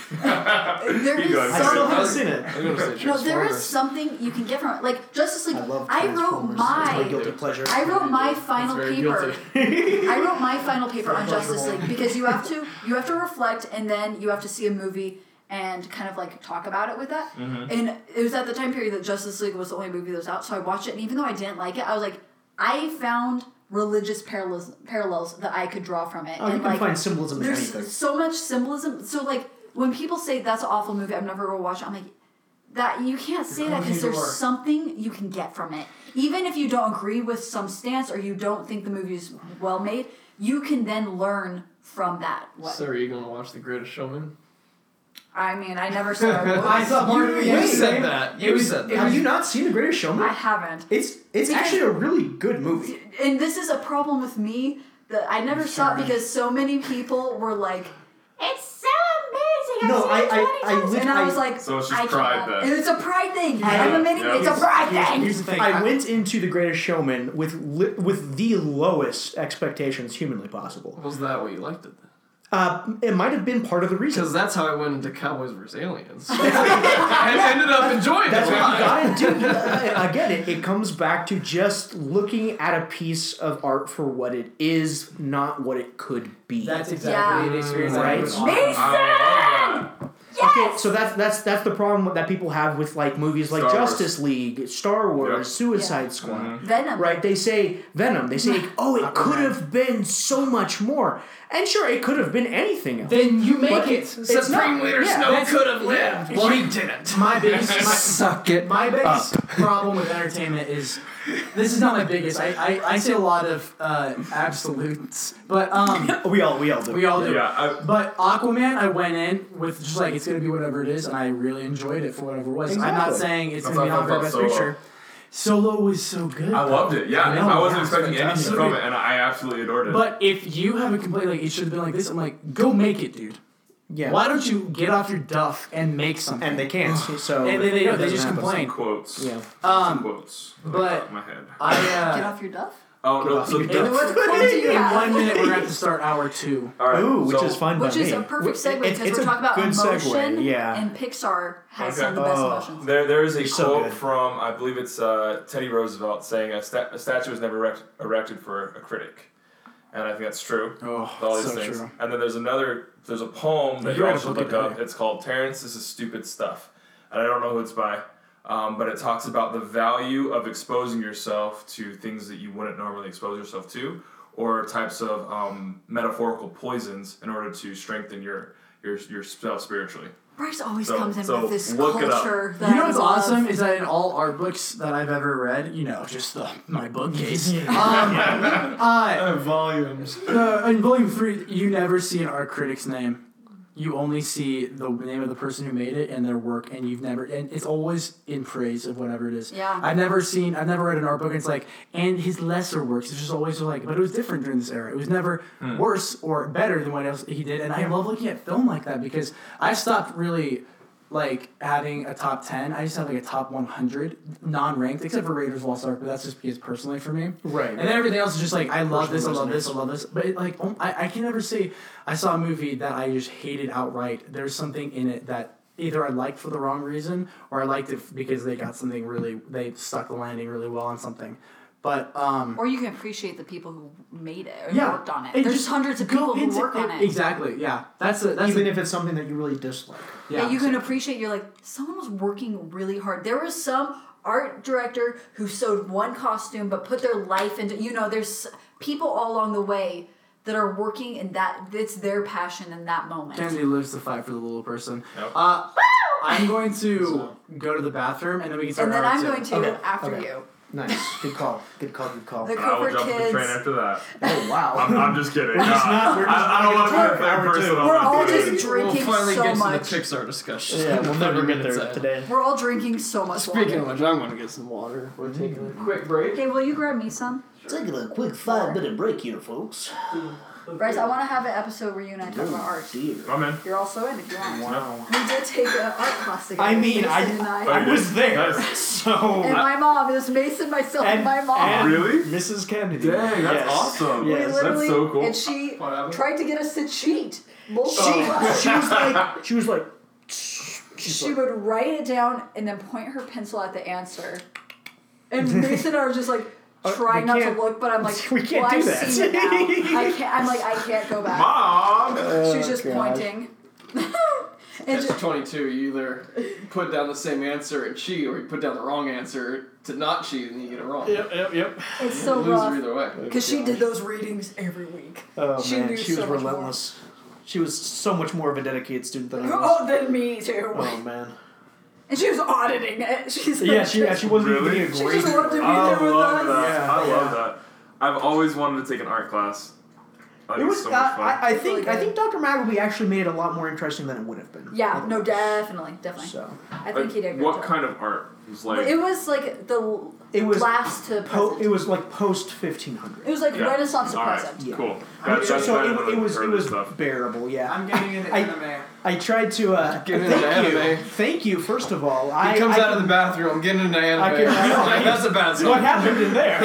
[SPEAKER 2] There
[SPEAKER 4] Keep going.
[SPEAKER 2] is
[SPEAKER 1] I still
[SPEAKER 2] something.
[SPEAKER 1] haven't seen it.
[SPEAKER 5] I'm gonna say
[SPEAKER 2] No, there is
[SPEAKER 5] Transformers.
[SPEAKER 2] something you can get from it. Like Justice League,
[SPEAKER 7] I love
[SPEAKER 2] I wrote
[SPEAKER 7] Transformers. It's my
[SPEAKER 2] my
[SPEAKER 7] guilty pleasure.
[SPEAKER 2] I wrote my final
[SPEAKER 5] very
[SPEAKER 2] paper. I wrote my final paper on
[SPEAKER 3] Pleasurable.
[SPEAKER 2] Justice League because you have to you have to reflect and then you have to see a movie and kind of like talk about it with that.
[SPEAKER 1] Mm-hmm.
[SPEAKER 2] And it was at the time period that Justice League was the only movie that was out, so I watched it. And even though I didn't like it, I was like, I found religious parallels parallels that I could draw from it.
[SPEAKER 1] Oh,
[SPEAKER 2] and
[SPEAKER 1] you can
[SPEAKER 2] like,
[SPEAKER 1] find symbolism in
[SPEAKER 2] there's
[SPEAKER 1] anything.
[SPEAKER 2] so much symbolism. So like when people say that's an awful movie, I've never gonna watch it. I'm like, that you can't say that
[SPEAKER 3] closing
[SPEAKER 2] because
[SPEAKER 3] the
[SPEAKER 2] there's
[SPEAKER 3] door.
[SPEAKER 2] something you can get from it. Even if you don't agree with some stance or you don't think the movie is well made, you can then learn from that. What?
[SPEAKER 5] So are you gonna watch The Greatest Showman?
[SPEAKER 2] I mean, I never said I would.
[SPEAKER 3] I
[SPEAKER 2] I,
[SPEAKER 3] saw Mark
[SPEAKER 1] You-
[SPEAKER 3] of the
[SPEAKER 1] you
[SPEAKER 3] Ants.
[SPEAKER 1] said
[SPEAKER 5] that.
[SPEAKER 3] You said
[SPEAKER 1] Have you not seen The Greatest Showman?
[SPEAKER 2] haven't.
[SPEAKER 1] It's it's
[SPEAKER 2] Because-
[SPEAKER 1] actually a really good movie.
[SPEAKER 2] And this is a problem with me that I never saw it because so many people were like, "It's so amazing."
[SPEAKER 1] No,
[SPEAKER 2] I've seen
[SPEAKER 1] I-
[SPEAKER 2] it
[SPEAKER 1] I-
[SPEAKER 2] 20
[SPEAKER 1] I
[SPEAKER 2] times."
[SPEAKER 1] lit-
[SPEAKER 2] and I
[SPEAKER 1] I-
[SPEAKER 2] was like,
[SPEAKER 4] So it's just
[SPEAKER 2] I
[SPEAKER 4] pride
[SPEAKER 2] can't.
[SPEAKER 4] then.
[SPEAKER 2] And it's a pride thing.
[SPEAKER 1] I-
[SPEAKER 2] I'm admitting
[SPEAKER 4] Yeah.
[SPEAKER 2] it's a pride thing.
[SPEAKER 3] Here's the thing.
[SPEAKER 1] I went into The Greatest Showman with li- with the lowest expectations humanly possible.
[SPEAKER 5] Was that why you liked it?
[SPEAKER 1] Uh, it might have been part of the reason.
[SPEAKER 5] Because that's how I went into Cowboys vs Aliens. and ended up enjoying
[SPEAKER 1] That's
[SPEAKER 5] it.
[SPEAKER 1] what you
[SPEAKER 5] Why?
[SPEAKER 1] gotta do. Uh, Again, it, it comes back to just looking at a piece of art for what it is, not what it could be.
[SPEAKER 3] That's exactly
[SPEAKER 2] Yeah.
[SPEAKER 3] the experience I
[SPEAKER 1] Right.
[SPEAKER 3] had with
[SPEAKER 2] Mason!
[SPEAKER 3] art.
[SPEAKER 1] Okay, so that's that's that's the problem that people have with like movies like
[SPEAKER 4] Star Wars.
[SPEAKER 1] Justice League, Star Wars,
[SPEAKER 4] Yep.
[SPEAKER 1] Suicide
[SPEAKER 2] Yeah.
[SPEAKER 1] Squad.
[SPEAKER 2] Venom.
[SPEAKER 1] Right? They say Venom. They say, "Oh, it could have been so much more." And sure, it could have been anything else.
[SPEAKER 3] Then you make
[SPEAKER 1] But
[SPEAKER 3] it.
[SPEAKER 1] it's
[SPEAKER 5] Supreme
[SPEAKER 1] not-
[SPEAKER 5] Leader
[SPEAKER 1] yeah,
[SPEAKER 5] Snow
[SPEAKER 3] that's-
[SPEAKER 5] could have lived. Well, he didn't.
[SPEAKER 3] My biggest, my,
[SPEAKER 5] Suck it.
[SPEAKER 3] My biggest problem with entertainment is this is not my biggest. I, I, I say a lot of uh, absolutes, but um,
[SPEAKER 1] We all we all do.
[SPEAKER 3] we all do.
[SPEAKER 4] Yeah,
[SPEAKER 3] But Aquaman, I went in with just like it's gonna be whatever it is, and I really enjoyed it for whatever it was. I'm not
[SPEAKER 1] Exactly.
[SPEAKER 3] saying it's
[SPEAKER 4] That's
[SPEAKER 3] gonna be
[SPEAKER 4] how I
[SPEAKER 3] on for
[SPEAKER 4] felt
[SPEAKER 3] best
[SPEAKER 4] about Solo.
[SPEAKER 3] picture. Solo was so good.
[SPEAKER 4] I, I loved it. Yeah,
[SPEAKER 3] I
[SPEAKER 4] I,
[SPEAKER 3] know,
[SPEAKER 4] wasn't
[SPEAKER 3] yeah, it's
[SPEAKER 4] expecting anything
[SPEAKER 3] fantastic.
[SPEAKER 4] from it, and I absolutely adored it.
[SPEAKER 3] But if you have a complaint like it should have been like this, I'm like, go make it, dude.
[SPEAKER 1] yeah.
[SPEAKER 3] Why don't you get off your duff and make something?
[SPEAKER 1] And they can't. So
[SPEAKER 3] and they, they,
[SPEAKER 1] it
[SPEAKER 3] don't, they
[SPEAKER 1] Oh, doesn't
[SPEAKER 3] just
[SPEAKER 1] happen.
[SPEAKER 3] complain.
[SPEAKER 4] quotes.
[SPEAKER 1] Yeah.
[SPEAKER 4] Some
[SPEAKER 3] Um,
[SPEAKER 4] quotes.
[SPEAKER 3] but-
[SPEAKER 4] in my head.
[SPEAKER 3] I uh,
[SPEAKER 2] Get off your duff.
[SPEAKER 4] Oh no. So
[SPEAKER 3] In,
[SPEAKER 1] That's
[SPEAKER 3] one-
[SPEAKER 1] what
[SPEAKER 3] one-
[SPEAKER 1] it
[SPEAKER 3] in
[SPEAKER 2] is.
[SPEAKER 3] one minute, we're gonna have to start hour two.
[SPEAKER 4] all right.
[SPEAKER 1] Ooh, which
[SPEAKER 4] so-
[SPEAKER 1] is fine
[SPEAKER 2] Which
[SPEAKER 1] by
[SPEAKER 2] is
[SPEAKER 1] me.
[SPEAKER 2] a perfect
[SPEAKER 1] It-
[SPEAKER 2] segue
[SPEAKER 1] it's-
[SPEAKER 2] because
[SPEAKER 1] it's
[SPEAKER 2] we're
[SPEAKER 1] a
[SPEAKER 2] talking about
[SPEAKER 1] good
[SPEAKER 2] emotion,
[SPEAKER 1] segue, yeah.
[SPEAKER 2] and Pixar has
[SPEAKER 4] Okay.
[SPEAKER 2] some of the best
[SPEAKER 1] Oh.
[SPEAKER 2] emotions.
[SPEAKER 4] There, there is a
[SPEAKER 1] So
[SPEAKER 4] quote
[SPEAKER 1] good.
[SPEAKER 4] from I believe it's uh, Teddy Roosevelt saying a, sta- a statue is never erect- erected for a critic, and I think that's true.
[SPEAKER 3] Oh,
[SPEAKER 4] with all these
[SPEAKER 3] so
[SPEAKER 4] things.
[SPEAKER 3] true.
[SPEAKER 4] And then there's another there's a poem that
[SPEAKER 3] You
[SPEAKER 4] you
[SPEAKER 3] gotta
[SPEAKER 4] all should
[SPEAKER 3] look
[SPEAKER 4] look
[SPEAKER 3] it up.
[SPEAKER 4] up. It's called Terrence. This is stupid stuff, and I don't know who it's by, um, but it talks about the value of exposing yourself to things that you wouldn't normally expose yourself to, or types of um, metaphorical poisons in order to strengthen your your yourself spiritually.
[SPEAKER 2] Bryce always
[SPEAKER 4] So-
[SPEAKER 2] comes in
[SPEAKER 4] so
[SPEAKER 2] with this
[SPEAKER 4] look it up.
[SPEAKER 2] culture that
[SPEAKER 3] You know
[SPEAKER 2] I
[SPEAKER 3] what's
[SPEAKER 2] love.
[SPEAKER 3] awesome is that in all art books that I've ever read, you know, just the, my bookcase. Um, uh,
[SPEAKER 5] volumes.
[SPEAKER 3] the, Uh, in volume three, you never see an art critic's name. You only see the name of the person who made it and their work, and you've never, and it's always in praise of whatever it is.
[SPEAKER 2] Yeah.
[SPEAKER 3] I've never seen, I've never read an art book, and it's like, and his lesser works. It's just always like, but it was different during this era. It was never worse or better than what else he did. And I love looking at film like that because I stopped really like having a top 10 i just have like a top 100 non-ranked except for raiders of the lost ark but that's just because personally for me
[SPEAKER 1] Right.
[SPEAKER 3] and then everything else is just like i love this i love this i love this but it, like oh, I, I can never say i saw a movie that i just hated outright there's something in it that either I liked for the wrong reason or I liked it because they got something really they stuck the landing really well on something. But um,
[SPEAKER 2] Or you can appreciate the people who made it or
[SPEAKER 3] Yeah,
[SPEAKER 2] worked on it.
[SPEAKER 3] and
[SPEAKER 2] There's
[SPEAKER 3] just
[SPEAKER 2] hundreds of
[SPEAKER 3] go
[SPEAKER 2] people who
[SPEAKER 3] into-
[SPEAKER 2] work on it.
[SPEAKER 3] Exactly. Yeah. That's a, that's
[SPEAKER 7] even
[SPEAKER 3] a,
[SPEAKER 7] if it's something that you really dislike.
[SPEAKER 3] yeah.
[SPEAKER 2] that you can appreciate. You're like, someone was working really hard. There was some art director who sewed one costume but put their life into. You know, there's people all along the way that are working and that it's their passion in that moment.
[SPEAKER 3] Kennedy lives to fight for the little person.
[SPEAKER 4] Yep.
[SPEAKER 3] Uh, I'm going to go to the bathroom and then we can start.
[SPEAKER 2] and then
[SPEAKER 3] our
[SPEAKER 2] I'm
[SPEAKER 3] tip.
[SPEAKER 2] going to
[SPEAKER 7] Okay,
[SPEAKER 2] after
[SPEAKER 7] okay.
[SPEAKER 2] you.
[SPEAKER 7] Nice. Good call. Good call. Good call.
[SPEAKER 2] The
[SPEAKER 4] And I will
[SPEAKER 2] Covert
[SPEAKER 4] jump on the
[SPEAKER 2] Kids.
[SPEAKER 4] train after that.
[SPEAKER 7] Oh
[SPEAKER 4] I'm,
[SPEAKER 7] wow.
[SPEAKER 4] I'm just kidding.
[SPEAKER 1] just
[SPEAKER 4] No,
[SPEAKER 1] not- we're just
[SPEAKER 4] I, I don't want
[SPEAKER 1] not
[SPEAKER 4] to be a
[SPEAKER 1] gonna
[SPEAKER 4] bad
[SPEAKER 1] talk. We're
[SPEAKER 4] person.
[SPEAKER 1] too-
[SPEAKER 4] I'm
[SPEAKER 2] We're
[SPEAKER 4] not
[SPEAKER 2] all
[SPEAKER 4] doing
[SPEAKER 2] just
[SPEAKER 4] it.
[SPEAKER 2] drinking
[SPEAKER 5] we'll finally
[SPEAKER 2] so
[SPEAKER 5] get
[SPEAKER 2] much.
[SPEAKER 5] to the Pixar discussion.
[SPEAKER 1] yeah, we'll never get there
[SPEAKER 5] Inside.
[SPEAKER 1] today.
[SPEAKER 2] We're all drinking so much.
[SPEAKER 5] Speaking
[SPEAKER 2] water.
[SPEAKER 5] of which, I'm gonna get some water. We're taking a Mm-hmm. quick break.
[SPEAKER 2] Okay, will you grab me some?
[SPEAKER 7] Taking a quick five minute break here, folks.
[SPEAKER 2] Bryce, I want to have an episode where you and I talk about art.
[SPEAKER 7] dear.
[SPEAKER 4] I'm in.
[SPEAKER 2] You're also in if you want.
[SPEAKER 7] Wow.
[SPEAKER 2] We did take an art class together.
[SPEAKER 1] I mean, I,
[SPEAKER 2] Mason and
[SPEAKER 4] Oh,
[SPEAKER 1] I
[SPEAKER 4] you
[SPEAKER 1] was
[SPEAKER 4] did?
[SPEAKER 1] there,
[SPEAKER 4] Nice.
[SPEAKER 2] And
[SPEAKER 1] so
[SPEAKER 2] my mom. It was Mason, myself, and,
[SPEAKER 1] And-
[SPEAKER 2] my mom.
[SPEAKER 1] and-
[SPEAKER 4] Really?
[SPEAKER 1] Mrs. Kennedy.
[SPEAKER 4] Dang, that's
[SPEAKER 1] Yes.
[SPEAKER 4] awesome.
[SPEAKER 2] we
[SPEAKER 1] Yes.
[SPEAKER 2] literally,
[SPEAKER 4] That's so cool.
[SPEAKER 2] And she
[SPEAKER 5] What happened? Oh.
[SPEAKER 2] tried to get us to cheat. Multiple
[SPEAKER 1] She,
[SPEAKER 2] times.
[SPEAKER 1] she was like, she was like,
[SPEAKER 2] she would write it down and then point her pencil at the answer. And Mason and I were just like,
[SPEAKER 1] Uh,
[SPEAKER 2] trying
[SPEAKER 1] we
[SPEAKER 2] not to
[SPEAKER 1] can't-
[SPEAKER 2] look, but I'm like,
[SPEAKER 1] we can't
[SPEAKER 2] well,
[SPEAKER 1] do
[SPEAKER 2] I've
[SPEAKER 1] that."
[SPEAKER 2] seen it now. I can't. I'm like, I can't go back.
[SPEAKER 4] Mom!
[SPEAKER 1] Oh,
[SPEAKER 2] she was just pointing. and
[SPEAKER 5] That's
[SPEAKER 2] just,
[SPEAKER 5] 22. You either put down the same answer and cheat, or you put down the wrong answer to not cheat and you get it wrong.
[SPEAKER 1] yep, yep, yep.
[SPEAKER 2] it's
[SPEAKER 5] You're
[SPEAKER 2] so
[SPEAKER 5] a loser
[SPEAKER 2] rough.
[SPEAKER 5] either way.
[SPEAKER 2] Because she did those readings every week.
[SPEAKER 1] Oh
[SPEAKER 2] She
[SPEAKER 1] man,
[SPEAKER 2] knew
[SPEAKER 1] she was
[SPEAKER 2] so much more.
[SPEAKER 1] relentless. She was so much more of a dedicated student than I was.
[SPEAKER 2] Oh, then me too.
[SPEAKER 1] Oh man.
[SPEAKER 2] And she was auditing it. She's
[SPEAKER 1] Yeah, she yeah, she wasn't
[SPEAKER 4] Really?
[SPEAKER 1] even
[SPEAKER 2] She
[SPEAKER 1] a
[SPEAKER 2] just
[SPEAKER 1] grade.
[SPEAKER 2] wanted to be
[SPEAKER 4] I
[SPEAKER 2] there with us.
[SPEAKER 4] love that.
[SPEAKER 1] Yeah,
[SPEAKER 4] I love
[SPEAKER 1] yeah.
[SPEAKER 4] that. I've always wanted to take an art class. I
[SPEAKER 1] It
[SPEAKER 4] think it's
[SPEAKER 1] was.
[SPEAKER 4] so
[SPEAKER 1] Uh,
[SPEAKER 4] much fun.
[SPEAKER 1] I, I
[SPEAKER 2] It's really
[SPEAKER 1] think. I
[SPEAKER 2] good.
[SPEAKER 1] think Dr. Magleby actually made it a lot more interesting than it would have been.
[SPEAKER 2] Yeah, no, definitely, definitely.
[SPEAKER 1] So
[SPEAKER 2] I think he did. a Good
[SPEAKER 4] Uh, What
[SPEAKER 2] job.
[SPEAKER 4] kind of art? It was like
[SPEAKER 2] It was like the
[SPEAKER 1] It was
[SPEAKER 2] last to
[SPEAKER 1] po-
[SPEAKER 2] present.
[SPEAKER 1] it was like post fifteen hundred.
[SPEAKER 2] It was like
[SPEAKER 4] Yeah.
[SPEAKER 2] Renaissance to
[SPEAKER 4] All right,
[SPEAKER 2] present.
[SPEAKER 1] Yeah.
[SPEAKER 4] Cool. That,
[SPEAKER 1] so
[SPEAKER 4] that's
[SPEAKER 1] so
[SPEAKER 4] better
[SPEAKER 1] it,
[SPEAKER 4] than
[SPEAKER 1] it
[SPEAKER 4] the
[SPEAKER 1] was it
[SPEAKER 4] Kirby
[SPEAKER 1] was
[SPEAKER 4] stuff.
[SPEAKER 1] bearable. Yeah.
[SPEAKER 3] I'm getting into
[SPEAKER 1] I-
[SPEAKER 3] anime.
[SPEAKER 1] I tried to. Uh,
[SPEAKER 5] Get into
[SPEAKER 1] thank you.
[SPEAKER 5] anime.
[SPEAKER 1] Thank you. First of all,
[SPEAKER 5] He
[SPEAKER 1] I
[SPEAKER 5] comes
[SPEAKER 1] I,
[SPEAKER 5] out of the bathroom. I'm getting into anime.
[SPEAKER 1] I can-
[SPEAKER 5] Like, That's a bad sign.
[SPEAKER 1] What happened in there?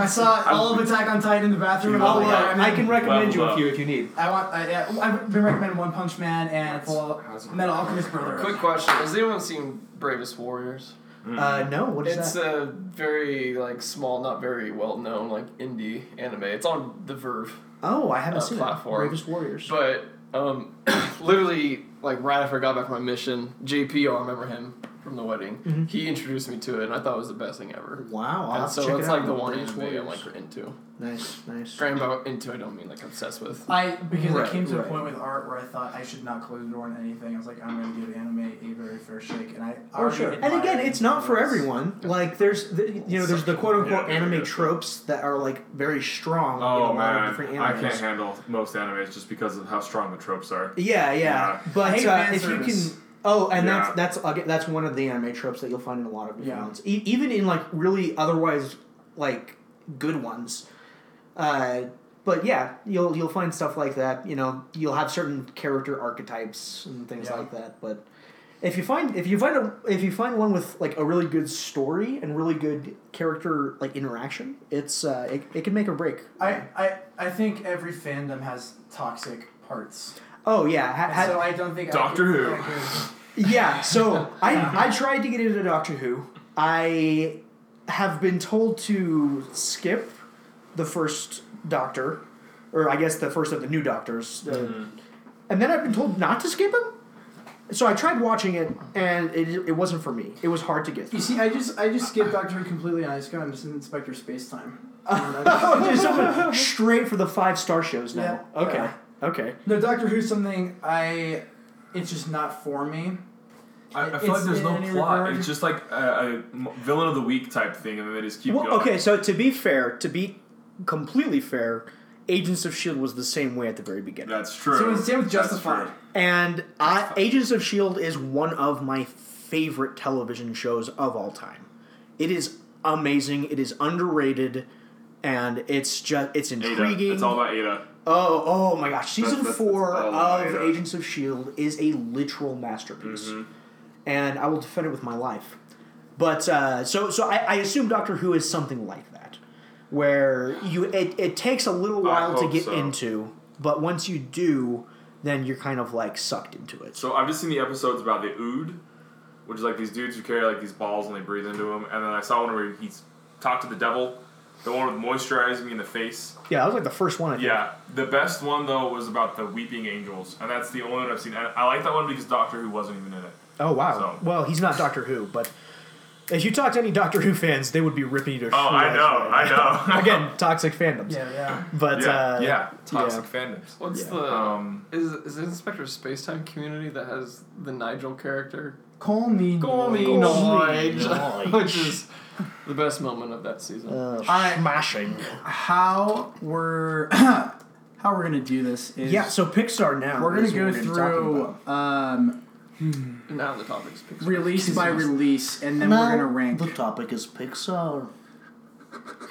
[SPEAKER 3] I saw all of Attack on Titan in the bathroom. and I
[SPEAKER 1] I'll,
[SPEAKER 3] was
[SPEAKER 1] uh,
[SPEAKER 3] like, I'm
[SPEAKER 1] I
[SPEAKER 3] in.
[SPEAKER 1] can recommend you
[SPEAKER 4] Level
[SPEAKER 1] a
[SPEAKER 4] up.
[SPEAKER 1] few if you need.
[SPEAKER 3] I want. I, yeah, I've been recommending One Punch Man and Full
[SPEAKER 4] how's it-
[SPEAKER 3] Metal Alchemist Brotherhood.
[SPEAKER 5] Quick question: Has anyone seen Bravest Warriors?
[SPEAKER 4] Hmm.
[SPEAKER 1] Uh, no, what is
[SPEAKER 5] It's
[SPEAKER 1] that?
[SPEAKER 5] a very like small, not very well known like indie anime. It's on the Verve,
[SPEAKER 1] oh, I haven't
[SPEAKER 5] uh,
[SPEAKER 1] seen
[SPEAKER 5] platform.
[SPEAKER 1] it. Bravest Warriors.
[SPEAKER 5] but um, literally like right after I got back from my mission, JP, I remember him from the wedding.
[SPEAKER 1] Mm-hmm.
[SPEAKER 5] He introduced me to it, and I thought it was the best thing ever.
[SPEAKER 1] wow, I'll
[SPEAKER 5] And
[SPEAKER 1] have to
[SPEAKER 5] so
[SPEAKER 1] check
[SPEAKER 5] it's
[SPEAKER 1] it
[SPEAKER 5] like
[SPEAKER 1] out.
[SPEAKER 5] the one
[SPEAKER 1] Bravest
[SPEAKER 5] anime I'm
[SPEAKER 1] Warriors.
[SPEAKER 5] like into.
[SPEAKER 1] Nice, nice.
[SPEAKER 5] Grand about into, I don't mean like obsessed with.
[SPEAKER 3] I because
[SPEAKER 1] Right,
[SPEAKER 3] I came to a
[SPEAKER 1] right.
[SPEAKER 3] point with art where I thought I should not close the door on anything. I was like, I'm going to give anime a very fair shake, and I
[SPEAKER 1] Oh,
[SPEAKER 3] already
[SPEAKER 1] sure. And
[SPEAKER 3] admire
[SPEAKER 1] again, it's not for
[SPEAKER 3] those.
[SPEAKER 1] everyone. Like there's, the, you know, there's the quote unquote
[SPEAKER 4] Yeah,
[SPEAKER 1] anime
[SPEAKER 4] yeah.
[SPEAKER 1] tropes that are like very strong in
[SPEAKER 4] Oh
[SPEAKER 1] a lot of
[SPEAKER 4] man,
[SPEAKER 1] different
[SPEAKER 4] I
[SPEAKER 1] animes.
[SPEAKER 4] can't handle most animes just because of how strong the tropes are.
[SPEAKER 1] Yeah, yeah.
[SPEAKER 4] Yeah.
[SPEAKER 3] I
[SPEAKER 1] But
[SPEAKER 3] hate
[SPEAKER 1] uh,
[SPEAKER 3] fan
[SPEAKER 1] if you
[SPEAKER 3] service.
[SPEAKER 1] can, oh, and
[SPEAKER 4] Yeah.
[SPEAKER 1] that's that's again, that's one of the anime tropes that you'll find in a lot of different
[SPEAKER 3] Yeah.
[SPEAKER 1] ones, e- even in like really otherwise like good ones. Uh, but yeah, you'll you'll find stuff like that. You know, you'll have certain character archetypes and things
[SPEAKER 3] Yeah.
[SPEAKER 1] like that. But if you find if you find a if you find one with like a really good story and really good character like interaction, it's uh, it, it can make or break.
[SPEAKER 3] I, I I think every fandom has toxic parts.
[SPEAKER 1] Oh yeah, ha- ha-
[SPEAKER 3] so I don't think
[SPEAKER 4] Doctor
[SPEAKER 3] I
[SPEAKER 4] Who.
[SPEAKER 1] Yeah, so I I tried to get into Doctor Who. I have been told to skip the first Doctor, or I guess the first of the new Doctors, uh, and then I've been told not to skip him. So I tried watching it, and it, it wasn't for me. It was hard to get.
[SPEAKER 3] You
[SPEAKER 1] Through.
[SPEAKER 3] see, I just I just skipped Doctor Who completely, and I just got into Inspector Space Time.
[SPEAKER 1] Oh, just something straight for the five star shows now.
[SPEAKER 3] Yeah.
[SPEAKER 1] okay,
[SPEAKER 3] Yeah.
[SPEAKER 1] okay.
[SPEAKER 3] no, Doctor Who's something I. It's just not for me.
[SPEAKER 4] I, I feel
[SPEAKER 3] It's
[SPEAKER 4] like there's
[SPEAKER 3] in
[SPEAKER 4] no
[SPEAKER 3] any
[SPEAKER 4] plot.
[SPEAKER 3] regard-
[SPEAKER 4] It's just like a, a villain of the week type thing, and then they just keep
[SPEAKER 1] Well,
[SPEAKER 4] going.
[SPEAKER 1] okay, so to be fair, to be completely fair, Agents of Shield E was the same way at the very beginning.
[SPEAKER 4] That's true.
[SPEAKER 3] Same with- same with
[SPEAKER 4] That's
[SPEAKER 3] Justified.
[SPEAKER 4] true.
[SPEAKER 1] And I, Agents of S.H.I.E.L.D. is one of my favorite television shows of all time. It is amazing, it is underrated, and it's just it's intriguing.
[SPEAKER 4] Ada. It's all about Ada.
[SPEAKER 1] oh, oh my gosh. Season
[SPEAKER 4] That's- that's-
[SPEAKER 1] four
[SPEAKER 4] that's all about
[SPEAKER 1] of
[SPEAKER 4] Ada.
[SPEAKER 1] Agents of S.H.I.E.L.D. E is a literal masterpiece.
[SPEAKER 4] Mm-hmm.
[SPEAKER 1] And I will defend it with my life. But uh, so so I, I assume Doctor Who is something like that. Where you it, it takes a little
[SPEAKER 4] I
[SPEAKER 1] while to
[SPEAKER 4] hope
[SPEAKER 1] get
[SPEAKER 4] so.
[SPEAKER 1] into, but once you do,
[SPEAKER 9] then you're kind of like sucked into it.
[SPEAKER 4] So I've just seen the episodes about the Ood, which is like these dudes who carry like these balls and they breathe into them. And then I saw one where he's talked to the devil, the one with moisturizing me in the face.
[SPEAKER 9] Yeah, that was like the first one. I think.
[SPEAKER 4] Yeah, the best one though was about the weeping angels, and that's the only one I've seen. And I like that one because Doctor Who wasn't even in it.
[SPEAKER 9] Oh wow.
[SPEAKER 4] So-
[SPEAKER 9] Well, he's not Doctor Who, but if you talk to any Doctor Who fans, they would be ripping you to.
[SPEAKER 4] Oh, I know, I know.
[SPEAKER 9] Again, toxic fandoms.
[SPEAKER 10] Yeah, yeah.
[SPEAKER 9] But
[SPEAKER 4] yeah,
[SPEAKER 9] uh,
[SPEAKER 4] yeah, toxic fandoms.
[SPEAKER 5] What's
[SPEAKER 9] Yeah.
[SPEAKER 5] the
[SPEAKER 1] Oh,
[SPEAKER 4] Um,
[SPEAKER 5] is is it Inspector Space Time Community that has the Nigel character?
[SPEAKER 10] Call me.
[SPEAKER 5] Call me
[SPEAKER 9] Call me
[SPEAKER 5] Nigel,
[SPEAKER 9] Nigel.
[SPEAKER 5] which is the best moment of that season.
[SPEAKER 9] Uh,
[SPEAKER 10] Alright.
[SPEAKER 9] smashing.
[SPEAKER 10] How we're how we're gonna do this is
[SPEAKER 9] Yeah, so Pixar now.
[SPEAKER 10] we're gonna
[SPEAKER 9] is what
[SPEAKER 10] go
[SPEAKER 9] we're gonna talk
[SPEAKER 10] through
[SPEAKER 9] about.
[SPEAKER 10] um,
[SPEAKER 5] and now the topics. Pixar.
[SPEAKER 10] release by release, and then
[SPEAKER 9] Now,
[SPEAKER 10] we're gonna rank.
[SPEAKER 9] The topic is Pixar.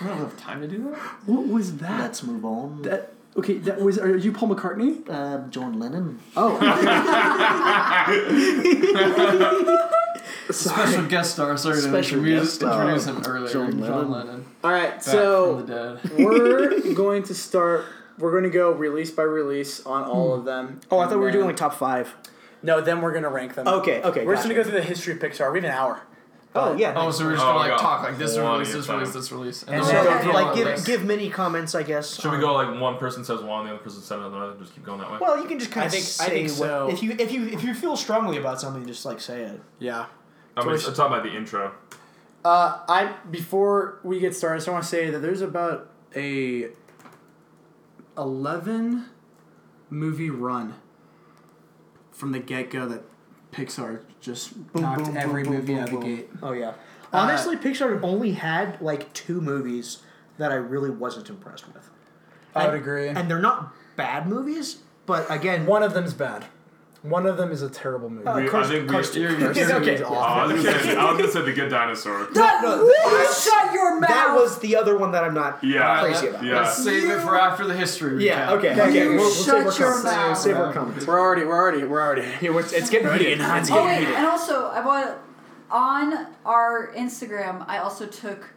[SPEAKER 5] I don't have time to do that.
[SPEAKER 3] What was that?
[SPEAKER 9] Let's move on.
[SPEAKER 3] That okay? That was. Are you Paul McCartney?
[SPEAKER 9] Uh,
[SPEAKER 1] Um,
[SPEAKER 9] John Lennon.
[SPEAKER 3] Oh,
[SPEAKER 5] Special guest star. Sorry to
[SPEAKER 9] Special
[SPEAKER 5] introduce,
[SPEAKER 9] guest star.
[SPEAKER 5] introduce him earlier.
[SPEAKER 9] John
[SPEAKER 5] John Lennon.
[SPEAKER 9] Lennon.
[SPEAKER 3] all right.
[SPEAKER 5] Back
[SPEAKER 3] So
[SPEAKER 5] from the dead.
[SPEAKER 3] we're going to start. We're going to go release by release on all of them.
[SPEAKER 1] Oh, I thought
[SPEAKER 3] and
[SPEAKER 1] we were doing
[SPEAKER 3] then-
[SPEAKER 1] like top five.
[SPEAKER 3] No, then we're gonna rank them.
[SPEAKER 1] Okay, okay,
[SPEAKER 3] We're just gonna
[SPEAKER 1] gotcha.
[SPEAKER 3] go through the history of Pixar. We have an hour.
[SPEAKER 1] Oh yeah.
[SPEAKER 5] Oh, so we're just
[SPEAKER 4] Oh,
[SPEAKER 5] gonna
[SPEAKER 4] we
[SPEAKER 5] like
[SPEAKER 4] got
[SPEAKER 5] talk like this
[SPEAKER 4] plenty
[SPEAKER 5] release,
[SPEAKER 4] of
[SPEAKER 5] this
[SPEAKER 4] time.
[SPEAKER 5] release, this release,
[SPEAKER 10] And
[SPEAKER 5] then
[SPEAKER 10] so,
[SPEAKER 5] we'll go through
[SPEAKER 10] like,
[SPEAKER 5] all
[SPEAKER 1] like
[SPEAKER 5] the
[SPEAKER 1] give,
[SPEAKER 5] lists.
[SPEAKER 1] give mini comments, I guess.
[SPEAKER 4] should we
[SPEAKER 1] on-
[SPEAKER 4] go like one person says one, the other person says another, just keep going that way?
[SPEAKER 1] Well, you can just kind
[SPEAKER 3] I
[SPEAKER 1] of
[SPEAKER 3] think- I
[SPEAKER 1] say
[SPEAKER 3] think
[SPEAKER 1] what,
[SPEAKER 3] so.
[SPEAKER 1] if you if you if you feel strongly about something, just like say it.
[SPEAKER 3] Yeah.
[SPEAKER 4] I mean, I'm talking about the intro.
[SPEAKER 3] Uh, I before we get started, so I want to say that there's about a
[SPEAKER 10] Eleven movie run from the get go that Pixar just knocked
[SPEAKER 1] boom,
[SPEAKER 10] every
[SPEAKER 1] boom, boom,
[SPEAKER 10] movie
[SPEAKER 1] boom,
[SPEAKER 10] out of the
[SPEAKER 1] boom.
[SPEAKER 10] gate.
[SPEAKER 1] Oh
[SPEAKER 4] Uh,
[SPEAKER 1] yeah. Honestly, Pixar only had like two movies that I really wasn't impressed with,
[SPEAKER 3] I would agree.
[SPEAKER 1] and they're not bad movies. But again,
[SPEAKER 3] One of them's bad. One of them is a terrible movie.
[SPEAKER 1] Uh,
[SPEAKER 4] We- I
[SPEAKER 1] Kirst-
[SPEAKER 4] think we-
[SPEAKER 1] Kirst-
[SPEAKER 5] You're- you're-
[SPEAKER 1] Kirst-
[SPEAKER 5] you're-
[SPEAKER 1] okay.
[SPEAKER 3] It's
[SPEAKER 4] Oh, I
[SPEAKER 3] awful.
[SPEAKER 4] was gonna say- I was gonna say the good dinosaur.
[SPEAKER 2] That,
[SPEAKER 1] no,
[SPEAKER 2] shut your mouth.
[SPEAKER 1] that was the other one that I'm not
[SPEAKER 4] Yeah.
[SPEAKER 1] crazy about.
[SPEAKER 4] Yeah.
[SPEAKER 5] Let's save it for after the history.
[SPEAKER 1] Yeah.
[SPEAKER 5] recap.
[SPEAKER 1] Okay.
[SPEAKER 3] Yeah,
[SPEAKER 1] okay.
[SPEAKER 3] you
[SPEAKER 1] We'll, we'll
[SPEAKER 2] shut
[SPEAKER 1] save our
[SPEAKER 2] your
[SPEAKER 1] comments.
[SPEAKER 2] mouth.
[SPEAKER 1] We'll save our comments.
[SPEAKER 3] We're already, we're already, we're already.
[SPEAKER 1] Yeah, it's, it's getting heated. It's
[SPEAKER 2] Oh
[SPEAKER 1] getting
[SPEAKER 2] wait,
[SPEAKER 1] heated.
[SPEAKER 2] and also I want on our Instagram. I also took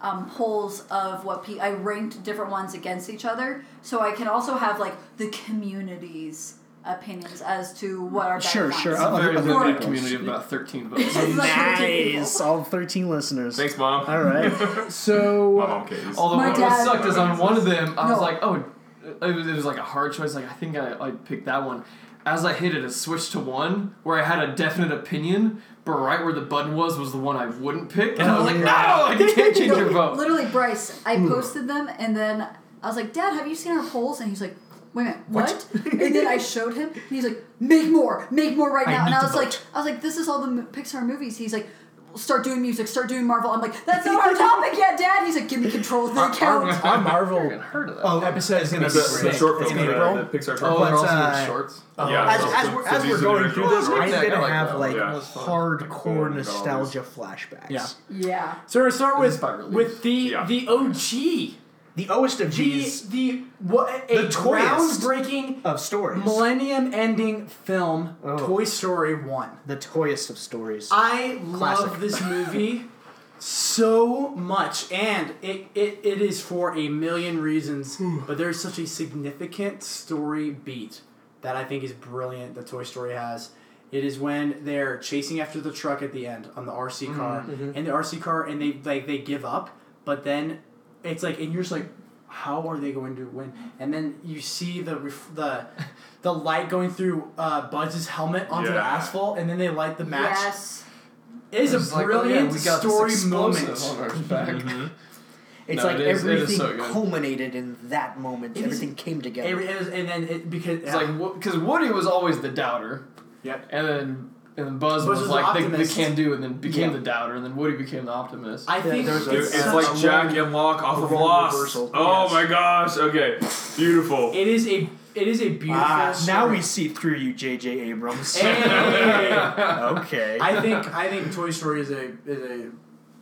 [SPEAKER 2] um, polls of what pe- I ranked different ones against each other, so I can also have like the community's opinions as to what are better
[SPEAKER 1] Sure,
[SPEAKER 2] ones.
[SPEAKER 1] sure.
[SPEAKER 5] It's a
[SPEAKER 1] I'll-
[SPEAKER 5] very
[SPEAKER 1] I'll-
[SPEAKER 5] limited
[SPEAKER 2] I'll-
[SPEAKER 5] community of about 13
[SPEAKER 3] Oh,
[SPEAKER 5] votes.
[SPEAKER 2] It's like thirteen people.
[SPEAKER 1] All 13 listeners.
[SPEAKER 4] Thanks, mom.
[SPEAKER 1] All right.
[SPEAKER 3] So
[SPEAKER 4] My mom cares.
[SPEAKER 5] Although
[SPEAKER 2] My
[SPEAKER 5] what,
[SPEAKER 2] dad-
[SPEAKER 5] sucked is on one of them, I was
[SPEAKER 2] No.
[SPEAKER 5] like, oh, it was, it was like a hard choice. Like I think I, I picked that one. As I hit it, it switched to one where I had a definite opinion, but right where the button was was the one I wouldn't pick, and I was like, no, I can't change your
[SPEAKER 2] No,
[SPEAKER 5] vote.
[SPEAKER 2] literally, Bryce. I posted them, and then I was like, "Dad, have you seen our polls?" And he's like, "Wait a minute, what?" and then I showed him, and he's like, "Make more, make more right now." and I was like, "I was like, this is all the m- Pixar movies." He's like. Start doing music. Start doing Marvel. I'm like, that's not our topic yet, Dad. He's like, give me control of the account.
[SPEAKER 3] our
[SPEAKER 5] I
[SPEAKER 3] Marvel
[SPEAKER 5] haven't heard of that.
[SPEAKER 1] Oh, episode is going
[SPEAKER 4] The,
[SPEAKER 1] to
[SPEAKER 4] the
[SPEAKER 1] be sick.
[SPEAKER 4] short
[SPEAKER 1] It's
[SPEAKER 4] film,
[SPEAKER 1] going to be
[SPEAKER 4] the, the Pixar short
[SPEAKER 5] oh,
[SPEAKER 4] film.
[SPEAKER 5] they're
[SPEAKER 1] but,
[SPEAKER 5] also
[SPEAKER 1] uh,
[SPEAKER 5] in shorts.
[SPEAKER 3] Oh,
[SPEAKER 4] yeah,
[SPEAKER 1] As,
[SPEAKER 4] so-
[SPEAKER 1] as,
[SPEAKER 4] so
[SPEAKER 1] we're, as
[SPEAKER 4] these
[SPEAKER 1] we're
[SPEAKER 4] are the
[SPEAKER 1] going
[SPEAKER 4] original
[SPEAKER 1] through this,
[SPEAKER 4] ones.
[SPEAKER 1] I'm
[SPEAKER 5] Yeah, I
[SPEAKER 1] going to
[SPEAKER 5] like
[SPEAKER 1] have
[SPEAKER 5] that.
[SPEAKER 1] like
[SPEAKER 4] Yeah.
[SPEAKER 1] hardcore
[SPEAKER 4] Like,
[SPEAKER 1] nostalgia flashbacks.
[SPEAKER 3] Yeah.
[SPEAKER 2] yeah.
[SPEAKER 3] So we're gonna start
[SPEAKER 5] This
[SPEAKER 3] with
[SPEAKER 5] is by release.
[SPEAKER 3] with the
[SPEAKER 4] Yeah.
[SPEAKER 3] the OG,
[SPEAKER 1] The oest of
[SPEAKER 3] the
[SPEAKER 1] G's
[SPEAKER 3] the what a
[SPEAKER 1] The toyest.
[SPEAKER 3] groundbreaking
[SPEAKER 1] of stories.
[SPEAKER 3] millennium-ending film,
[SPEAKER 1] Oh.
[SPEAKER 3] Toy Story One.
[SPEAKER 1] the toyest of stories.
[SPEAKER 3] I love
[SPEAKER 1] Classic.
[SPEAKER 3] this movie so much, and it, it, it is for a million reasons, but there's such a significant story beat that I think is brilliant that Toy Story has. It is when they're chasing after the truck at the end on the RC car, and the RC car, and they like they give up, but then it's like, and you're just like, how are they going to win? And then you see the ref- the the light going through uh, Buzz's helmet onto the
[SPEAKER 4] Yeah.
[SPEAKER 3] asphalt, and then they light the match.
[SPEAKER 2] Yes.
[SPEAKER 3] It is
[SPEAKER 5] It's
[SPEAKER 3] a
[SPEAKER 5] like, oh, yeah,
[SPEAKER 3] brilliant
[SPEAKER 5] we got this
[SPEAKER 3] story
[SPEAKER 5] explosive
[SPEAKER 3] moment.
[SPEAKER 5] on our back.
[SPEAKER 1] it's
[SPEAKER 5] No,
[SPEAKER 1] like
[SPEAKER 5] it is- it
[SPEAKER 1] everything
[SPEAKER 5] is so good.
[SPEAKER 1] culminated in that moment.
[SPEAKER 3] It is-
[SPEAKER 1] everything came together.
[SPEAKER 3] Every- it was- and then it because
[SPEAKER 5] It's like because Woody was always the doubter,
[SPEAKER 3] yeah,
[SPEAKER 5] and then and then Buzz,
[SPEAKER 3] Buzz
[SPEAKER 5] was,
[SPEAKER 3] was the
[SPEAKER 5] like the, the
[SPEAKER 3] optimist.
[SPEAKER 5] can do, and then became
[SPEAKER 1] Yeah.
[SPEAKER 5] the doubter, and then Woody became the optimist.
[SPEAKER 3] I think
[SPEAKER 1] there was a-
[SPEAKER 4] Dude,
[SPEAKER 3] it's,
[SPEAKER 4] it's,
[SPEAKER 3] such
[SPEAKER 4] like
[SPEAKER 3] a
[SPEAKER 4] Jack
[SPEAKER 3] long-
[SPEAKER 4] and Locke off of
[SPEAKER 1] role
[SPEAKER 4] Lost.
[SPEAKER 1] reversal,
[SPEAKER 4] Oh
[SPEAKER 1] yes.
[SPEAKER 4] my gosh. Okay. Beautiful.
[SPEAKER 3] It is a it is a beautiful.
[SPEAKER 1] Ah, now
[SPEAKER 3] story.
[SPEAKER 1] we see through you, J.J. Abrams.
[SPEAKER 3] And
[SPEAKER 1] okay.
[SPEAKER 3] I think I think Toy Story is a is a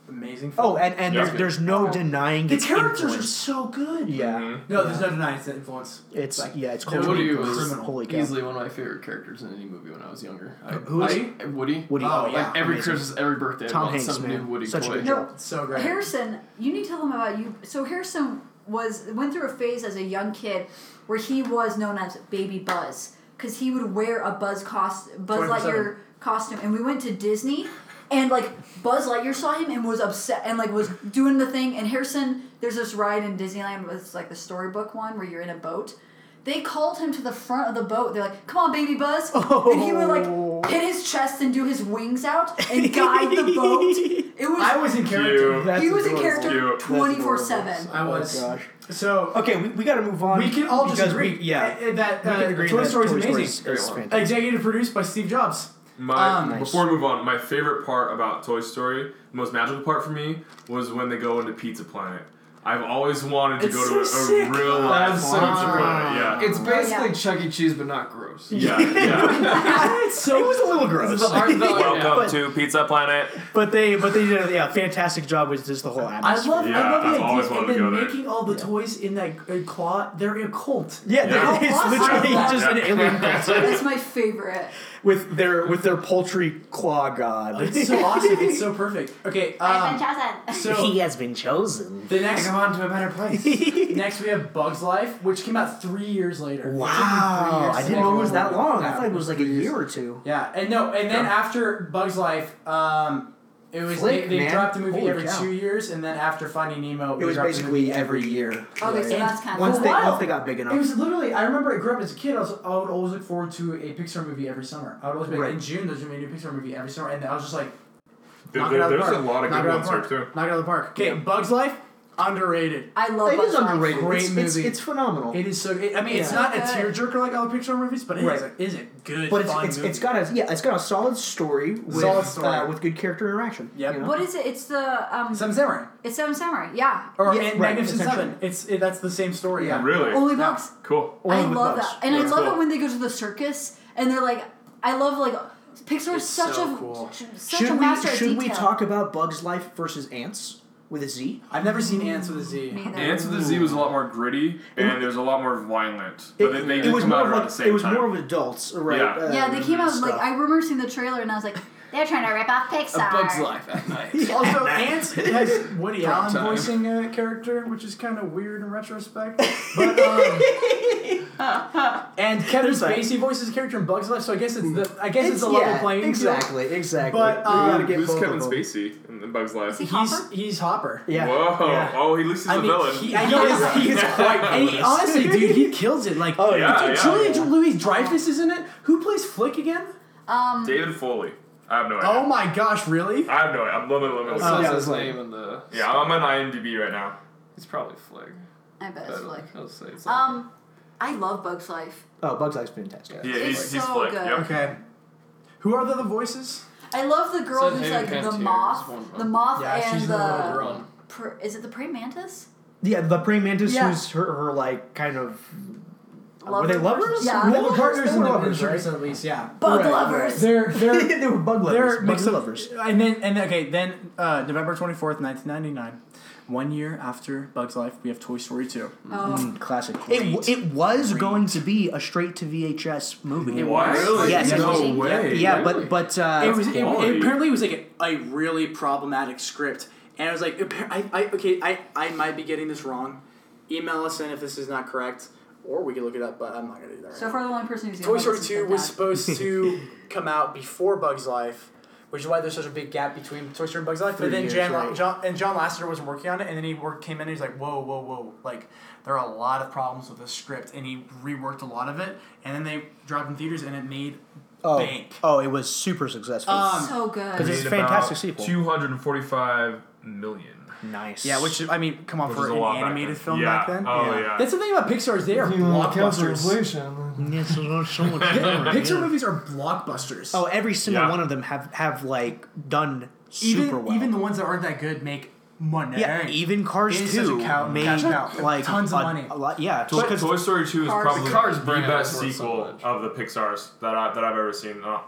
[SPEAKER 3] amazing. Film.
[SPEAKER 1] oh, and, and
[SPEAKER 4] Yeah.
[SPEAKER 1] there's, there's no denying
[SPEAKER 3] the
[SPEAKER 1] its
[SPEAKER 3] characters are
[SPEAKER 1] influence.
[SPEAKER 3] so good.
[SPEAKER 1] Yeah.
[SPEAKER 5] Mm-hmm.
[SPEAKER 4] Mhm.
[SPEAKER 3] No, there's no denying it's an influence.
[SPEAKER 1] It's
[SPEAKER 3] Like,
[SPEAKER 1] yeah, it's
[SPEAKER 3] no
[SPEAKER 1] cultural.
[SPEAKER 5] Woody
[SPEAKER 1] influence.
[SPEAKER 5] was
[SPEAKER 1] holy cow.
[SPEAKER 5] easily one of my favorite characters in any movie when I was younger. I,
[SPEAKER 1] Who is
[SPEAKER 5] I, Woody.
[SPEAKER 1] Woody.
[SPEAKER 3] Oh, yeah.
[SPEAKER 5] Like every
[SPEAKER 1] Amazing.
[SPEAKER 5] Christmas, every birthday,
[SPEAKER 1] Tom
[SPEAKER 5] I want
[SPEAKER 1] Hanks,
[SPEAKER 5] some new
[SPEAKER 1] man.
[SPEAKER 5] Woody
[SPEAKER 1] Such a
[SPEAKER 5] toy.
[SPEAKER 1] good
[SPEAKER 2] No,
[SPEAKER 3] It's so great.
[SPEAKER 2] Harrison, you need to tell them about you. So Harrison was went through a phase as a young kid where he was known as Baby Buzz because he would wear a Buzz cost Buzz
[SPEAKER 3] 24/7.
[SPEAKER 2] Lightyear costume, and we went to Disney, and like Buzz Lightyear saw him and was upset and like was doing the thing. And Harrison, there's this ride in Disneyland with like the storybook one where you're in a boat. They called him to the front of the boat. They're like, "Come on, baby Buzz!" And he would
[SPEAKER 3] Oh.
[SPEAKER 2] like hit his chest and do his wings out and guide the boat. It was
[SPEAKER 3] I was in character.
[SPEAKER 4] Cute.
[SPEAKER 1] That's
[SPEAKER 2] he was in
[SPEAKER 1] adorable.
[SPEAKER 2] character
[SPEAKER 4] Cute.
[SPEAKER 2] twenty four seven.
[SPEAKER 3] I was.
[SPEAKER 1] Oh, gosh.
[SPEAKER 3] So
[SPEAKER 1] Okay, we, we got to move on.
[SPEAKER 3] we can all just
[SPEAKER 1] because
[SPEAKER 3] agree.
[SPEAKER 1] we- yeah.
[SPEAKER 3] uh, that
[SPEAKER 1] We
[SPEAKER 3] uh,
[SPEAKER 1] can agree
[SPEAKER 3] Toy
[SPEAKER 1] that
[SPEAKER 3] Story is
[SPEAKER 1] Toy
[SPEAKER 3] amazing.
[SPEAKER 1] is
[SPEAKER 4] Great one.
[SPEAKER 1] fantastic.
[SPEAKER 3] Executive produced by Steve Jobs.
[SPEAKER 4] My
[SPEAKER 5] Ah,
[SPEAKER 3] Um,
[SPEAKER 1] Nice.
[SPEAKER 4] before we move on, my favorite part about Toy Story, the most magical part for me, was when they go into Pizza Planet. I've always wanted to
[SPEAKER 5] It's
[SPEAKER 4] go to a,
[SPEAKER 5] so
[SPEAKER 4] a
[SPEAKER 5] sick.
[SPEAKER 4] real life
[SPEAKER 5] That's
[SPEAKER 4] Pizza
[SPEAKER 5] so cool.
[SPEAKER 4] Planet.
[SPEAKER 5] It's basically Chuck E. Cheese, but not gross.
[SPEAKER 4] Yeah, yeah, yeah.
[SPEAKER 3] It's so
[SPEAKER 1] It was a little gross.
[SPEAKER 5] The art, the, yeah.
[SPEAKER 1] But-
[SPEAKER 4] to Pizza Planet.
[SPEAKER 1] But they, but they did a yeah, fantastic job with just the whole
[SPEAKER 3] I
[SPEAKER 1] atmosphere.
[SPEAKER 3] love,
[SPEAKER 4] Yeah,
[SPEAKER 3] I love
[SPEAKER 4] I've
[SPEAKER 3] the
[SPEAKER 4] always
[SPEAKER 3] idea
[SPEAKER 4] wanted
[SPEAKER 3] of
[SPEAKER 4] to go
[SPEAKER 3] them
[SPEAKER 4] there.
[SPEAKER 3] making all the toys in that uh, claw. They're a cult.
[SPEAKER 1] yeah, they-
[SPEAKER 4] Yeah.
[SPEAKER 1] it's literally
[SPEAKER 2] Yeah.
[SPEAKER 1] just an alien concept
[SPEAKER 2] That's my favorite.
[SPEAKER 1] with their with their poultry claw god.
[SPEAKER 3] It's so awesome. It's so perfect. Okay. Um, so
[SPEAKER 1] has been chosen.
[SPEAKER 3] the
[SPEAKER 5] Take
[SPEAKER 3] next
[SPEAKER 5] him on to a better place.
[SPEAKER 3] next we have Bugs Life, which came out three years later. It took me three
[SPEAKER 1] Wow,
[SPEAKER 3] years
[SPEAKER 1] I
[SPEAKER 3] to
[SPEAKER 1] didn't
[SPEAKER 3] make
[SPEAKER 1] know it
[SPEAKER 3] it
[SPEAKER 1] was
[SPEAKER 3] over.
[SPEAKER 1] that long. I
[SPEAKER 3] Yeah.
[SPEAKER 1] thought it was like a year or two.
[SPEAKER 3] Yeah, and no, and then after Bugs Life, um, it was
[SPEAKER 1] Flick,
[SPEAKER 3] they, they
[SPEAKER 1] man.
[SPEAKER 3] dropped the movie
[SPEAKER 1] Holy
[SPEAKER 3] every
[SPEAKER 1] cow.
[SPEAKER 3] two years, and then after Finding Nemo,
[SPEAKER 1] It was basically every year.
[SPEAKER 2] Okay, so
[SPEAKER 3] And
[SPEAKER 2] that's kind
[SPEAKER 1] Once
[SPEAKER 2] of
[SPEAKER 1] they
[SPEAKER 3] while.
[SPEAKER 1] once they got big
[SPEAKER 3] It
[SPEAKER 1] enough.
[SPEAKER 3] was literally. I remember I grew up as a kid. I, was, I would always look forward to a Pixar movie every summer. I would always be like,
[SPEAKER 1] Right.
[SPEAKER 3] in June. There's gonna be a new Pixar movie every summer, and I was just like,
[SPEAKER 4] There,
[SPEAKER 3] knock
[SPEAKER 4] there-
[SPEAKER 3] it out of the
[SPEAKER 4] there's a
[SPEAKER 3] park,
[SPEAKER 4] lot of
[SPEAKER 3] knock
[SPEAKER 4] good
[SPEAKER 3] it out
[SPEAKER 4] ones
[SPEAKER 3] of the
[SPEAKER 4] there
[SPEAKER 3] park,
[SPEAKER 4] too.
[SPEAKER 3] Knock it out of the park. Okay, Bugs Life, underrated.
[SPEAKER 2] I love
[SPEAKER 1] It is
[SPEAKER 2] Bugs Life.
[SPEAKER 1] underrated.
[SPEAKER 3] Great
[SPEAKER 1] it's, It's,
[SPEAKER 3] movie.
[SPEAKER 1] it's phenomenal.
[SPEAKER 3] It is so. It, I mean, it's
[SPEAKER 2] Yeah.
[SPEAKER 3] not a
[SPEAKER 2] Good.
[SPEAKER 3] tearjerker like all the Pixar movies, but it is
[SPEAKER 1] Right.
[SPEAKER 3] a, is a good
[SPEAKER 1] but it's,
[SPEAKER 3] fun
[SPEAKER 1] it's,
[SPEAKER 3] movie.
[SPEAKER 1] it's got a yeah, it's got a solid story with
[SPEAKER 3] Solid story.
[SPEAKER 1] Uh, with good character interaction.
[SPEAKER 3] Yep.
[SPEAKER 1] you know?
[SPEAKER 2] What is it? It's the um.
[SPEAKER 3] Seven Samurai
[SPEAKER 2] it's Seven Samurai. Yeah.
[SPEAKER 3] or
[SPEAKER 1] Yeah,
[SPEAKER 3] and
[SPEAKER 1] right,
[SPEAKER 3] Magnificent
[SPEAKER 1] essentially.
[SPEAKER 3] Seven. It's it, that's the same story.
[SPEAKER 1] Yeah.
[SPEAKER 4] Really
[SPEAKER 2] Only
[SPEAKER 3] Yeah.
[SPEAKER 2] Bugs.
[SPEAKER 4] cool.
[SPEAKER 2] I
[SPEAKER 1] Only with
[SPEAKER 2] love
[SPEAKER 1] Bugs.
[SPEAKER 2] that, and I
[SPEAKER 4] That's
[SPEAKER 2] love
[SPEAKER 4] cool.
[SPEAKER 2] it when they go to the circus and they're like, I love like Pixar is
[SPEAKER 3] It's
[SPEAKER 2] such
[SPEAKER 3] so
[SPEAKER 2] a
[SPEAKER 3] cool.
[SPEAKER 2] such
[SPEAKER 1] should
[SPEAKER 2] a master
[SPEAKER 1] we
[SPEAKER 2] at
[SPEAKER 1] should we
[SPEAKER 2] detail.
[SPEAKER 1] talk about Bugs Life versus Ants with a Z?
[SPEAKER 3] I've never seen Ants with a Z.
[SPEAKER 2] Me neither.
[SPEAKER 4] Ants of the Z was a lot more gritty, and there's a lot more violent. But they, they
[SPEAKER 1] it
[SPEAKER 4] did
[SPEAKER 1] was
[SPEAKER 4] come
[SPEAKER 1] more
[SPEAKER 4] out
[SPEAKER 1] of
[SPEAKER 4] around
[SPEAKER 1] like,
[SPEAKER 4] the same
[SPEAKER 1] it was
[SPEAKER 4] time.
[SPEAKER 1] more of adults, right?
[SPEAKER 4] Yeah.
[SPEAKER 1] uh,
[SPEAKER 2] yeah, they came out
[SPEAKER 1] stuff.
[SPEAKER 2] like I remember seeing the trailer and I was like, they're trying to rip off
[SPEAKER 5] a
[SPEAKER 2] Pixar.
[SPEAKER 5] bug's life at night.
[SPEAKER 1] Oh,
[SPEAKER 3] Also, Ants has Woody
[SPEAKER 5] Prime
[SPEAKER 3] Allen
[SPEAKER 5] time.
[SPEAKER 3] voicing a character, which is kind of weird in retrospect. But, um, and Kevin
[SPEAKER 1] that.
[SPEAKER 3] Spacey voices a character in Bugs Life, so I guess it's the I guess it's, a level
[SPEAKER 1] yeah,
[SPEAKER 3] playing field.
[SPEAKER 1] Exactly, exactly.
[SPEAKER 3] But,
[SPEAKER 1] We
[SPEAKER 3] um,
[SPEAKER 1] gotta get
[SPEAKER 4] Who's
[SPEAKER 1] both of
[SPEAKER 4] Kevin
[SPEAKER 1] them.
[SPEAKER 4] Spacey in the Bug's Life?
[SPEAKER 2] He
[SPEAKER 3] He's
[SPEAKER 2] Hopper?
[SPEAKER 3] he's Hopper.
[SPEAKER 1] Yeah.
[SPEAKER 4] Whoa!
[SPEAKER 1] Yeah.
[SPEAKER 4] Oh, he looks he's
[SPEAKER 3] I
[SPEAKER 4] a
[SPEAKER 3] mean,
[SPEAKER 4] villain.
[SPEAKER 3] he, I know he's- he is quite. And he, honestly, dude, he kills it. Like,
[SPEAKER 1] Oh,
[SPEAKER 4] yeah,
[SPEAKER 3] dude,
[SPEAKER 4] yeah.
[SPEAKER 3] Julia Louis Dreyfus is in it. Who plays Flick again?
[SPEAKER 2] Um,
[SPEAKER 4] David Foley. I have no idea.
[SPEAKER 3] Oh my gosh, really?
[SPEAKER 4] I have no idea. I'm limited, limited.
[SPEAKER 5] That's
[SPEAKER 4] limited.
[SPEAKER 1] yeah,
[SPEAKER 5] his
[SPEAKER 1] that's
[SPEAKER 5] name in the.
[SPEAKER 4] yeah, I'm on IMDb right now.
[SPEAKER 5] It's probably Flick.
[SPEAKER 2] I bet it's Flick.
[SPEAKER 5] I'll say it's like-
[SPEAKER 2] Um, I love Bugs Life.
[SPEAKER 1] Oh, Bugs Life's fantastic.
[SPEAKER 4] Yeah,
[SPEAKER 2] It's
[SPEAKER 4] he's, he's
[SPEAKER 2] so
[SPEAKER 4] Flick.
[SPEAKER 2] good.
[SPEAKER 4] Yep.
[SPEAKER 3] Okay. Who are the other voices?
[SPEAKER 2] I love the girl
[SPEAKER 5] So
[SPEAKER 2] who's
[SPEAKER 5] Hayden
[SPEAKER 2] like the
[SPEAKER 5] Panettiere is one
[SPEAKER 2] moth,
[SPEAKER 5] of
[SPEAKER 2] the
[SPEAKER 5] them.
[SPEAKER 2] moth
[SPEAKER 3] Yeah,
[SPEAKER 2] and
[SPEAKER 3] she's
[SPEAKER 2] the.
[SPEAKER 3] the little girl.
[SPEAKER 2] Pr- is it the praying mantis?
[SPEAKER 1] Yeah, the praying mantis
[SPEAKER 2] Yeah.
[SPEAKER 1] who's her, her like kind of
[SPEAKER 2] Lovers?
[SPEAKER 1] they lovers?
[SPEAKER 2] Yeah.
[SPEAKER 1] They
[SPEAKER 3] Uh, They were partners
[SPEAKER 1] They
[SPEAKER 3] in
[SPEAKER 1] were
[SPEAKER 3] the
[SPEAKER 1] lovers,
[SPEAKER 3] circus, at least. Yeah.
[SPEAKER 2] Bug
[SPEAKER 1] Right,
[SPEAKER 2] lovers.
[SPEAKER 3] They're they're
[SPEAKER 1] they were bug lovers.
[SPEAKER 3] They're
[SPEAKER 1] Bug
[SPEAKER 3] mixed up-
[SPEAKER 1] lovers.
[SPEAKER 3] And then, and then, okay, then uh, November 24th, 1999, one year after Bug's Life, we have Toy Story 2. Hmm.
[SPEAKER 2] Oh,
[SPEAKER 1] Mm, Classic. It, w- it was going to be a straight to VHS movie.
[SPEAKER 4] What? Really?
[SPEAKER 1] Yes.
[SPEAKER 4] No
[SPEAKER 2] Yeah,
[SPEAKER 4] way.
[SPEAKER 1] Yeah, but but uh,
[SPEAKER 3] it was, it,
[SPEAKER 4] quality.
[SPEAKER 3] it, apparently, it was like a, a really problematic script. And I was like, appa- I, I, okay, I, I might be getting this wrong. Email us in if this is not correct, or we can look it up, but I'm not going to do that. right
[SPEAKER 2] so far the only person who's
[SPEAKER 3] Toy Story 2 was supposed to come out before Bug's Life, which is why there's such a big gap between Toy Story and Bug's Life. But
[SPEAKER 1] Three
[SPEAKER 3] then
[SPEAKER 1] years,
[SPEAKER 3] Jan,
[SPEAKER 1] right.
[SPEAKER 3] John and John Lasseter wasn't working on it, and then he work, came in and he's like, whoa, whoa, whoa, like there are a lot of problems with this script, and he reworked a lot of it, and then they dropped in theaters, and it made
[SPEAKER 1] oh,
[SPEAKER 3] bank.
[SPEAKER 1] oh, it was super successful.
[SPEAKER 3] Um,
[SPEAKER 2] so good.
[SPEAKER 1] Because it's a fantastic sequel.
[SPEAKER 4] Two hundred and forty-five million.
[SPEAKER 1] nice.
[SPEAKER 3] Yeah, which I mean, come on
[SPEAKER 4] Which
[SPEAKER 3] for
[SPEAKER 4] is a
[SPEAKER 3] an
[SPEAKER 4] lot back
[SPEAKER 3] animated
[SPEAKER 4] then.
[SPEAKER 3] film
[SPEAKER 4] Yeah.
[SPEAKER 3] back then.
[SPEAKER 4] Oh, yeah.
[SPEAKER 3] That's the thing about Pixar is they are blockbusters. Pixar movies are blockbusters.
[SPEAKER 1] oh, every single
[SPEAKER 4] Yeah.
[SPEAKER 1] one of them have have like done
[SPEAKER 3] even
[SPEAKER 1] super well.
[SPEAKER 3] even the ones that aren't that good make money.
[SPEAKER 1] yeah, e- even Cars
[SPEAKER 3] It is such a
[SPEAKER 1] Two
[SPEAKER 3] cow-
[SPEAKER 1] made
[SPEAKER 3] cash cow.
[SPEAKER 1] like
[SPEAKER 3] Tons of
[SPEAKER 1] a-
[SPEAKER 3] money.
[SPEAKER 1] A lot, yeah,
[SPEAKER 4] Toy,
[SPEAKER 1] because
[SPEAKER 4] Toy Story Two is
[SPEAKER 2] Cars-
[SPEAKER 4] probably
[SPEAKER 5] The Cars
[SPEAKER 4] the
[SPEAKER 5] brand
[SPEAKER 4] best
[SPEAKER 5] is worth so
[SPEAKER 4] sequel
[SPEAKER 5] much.
[SPEAKER 4] of the Pixar's that I that I've ever seen. Uh,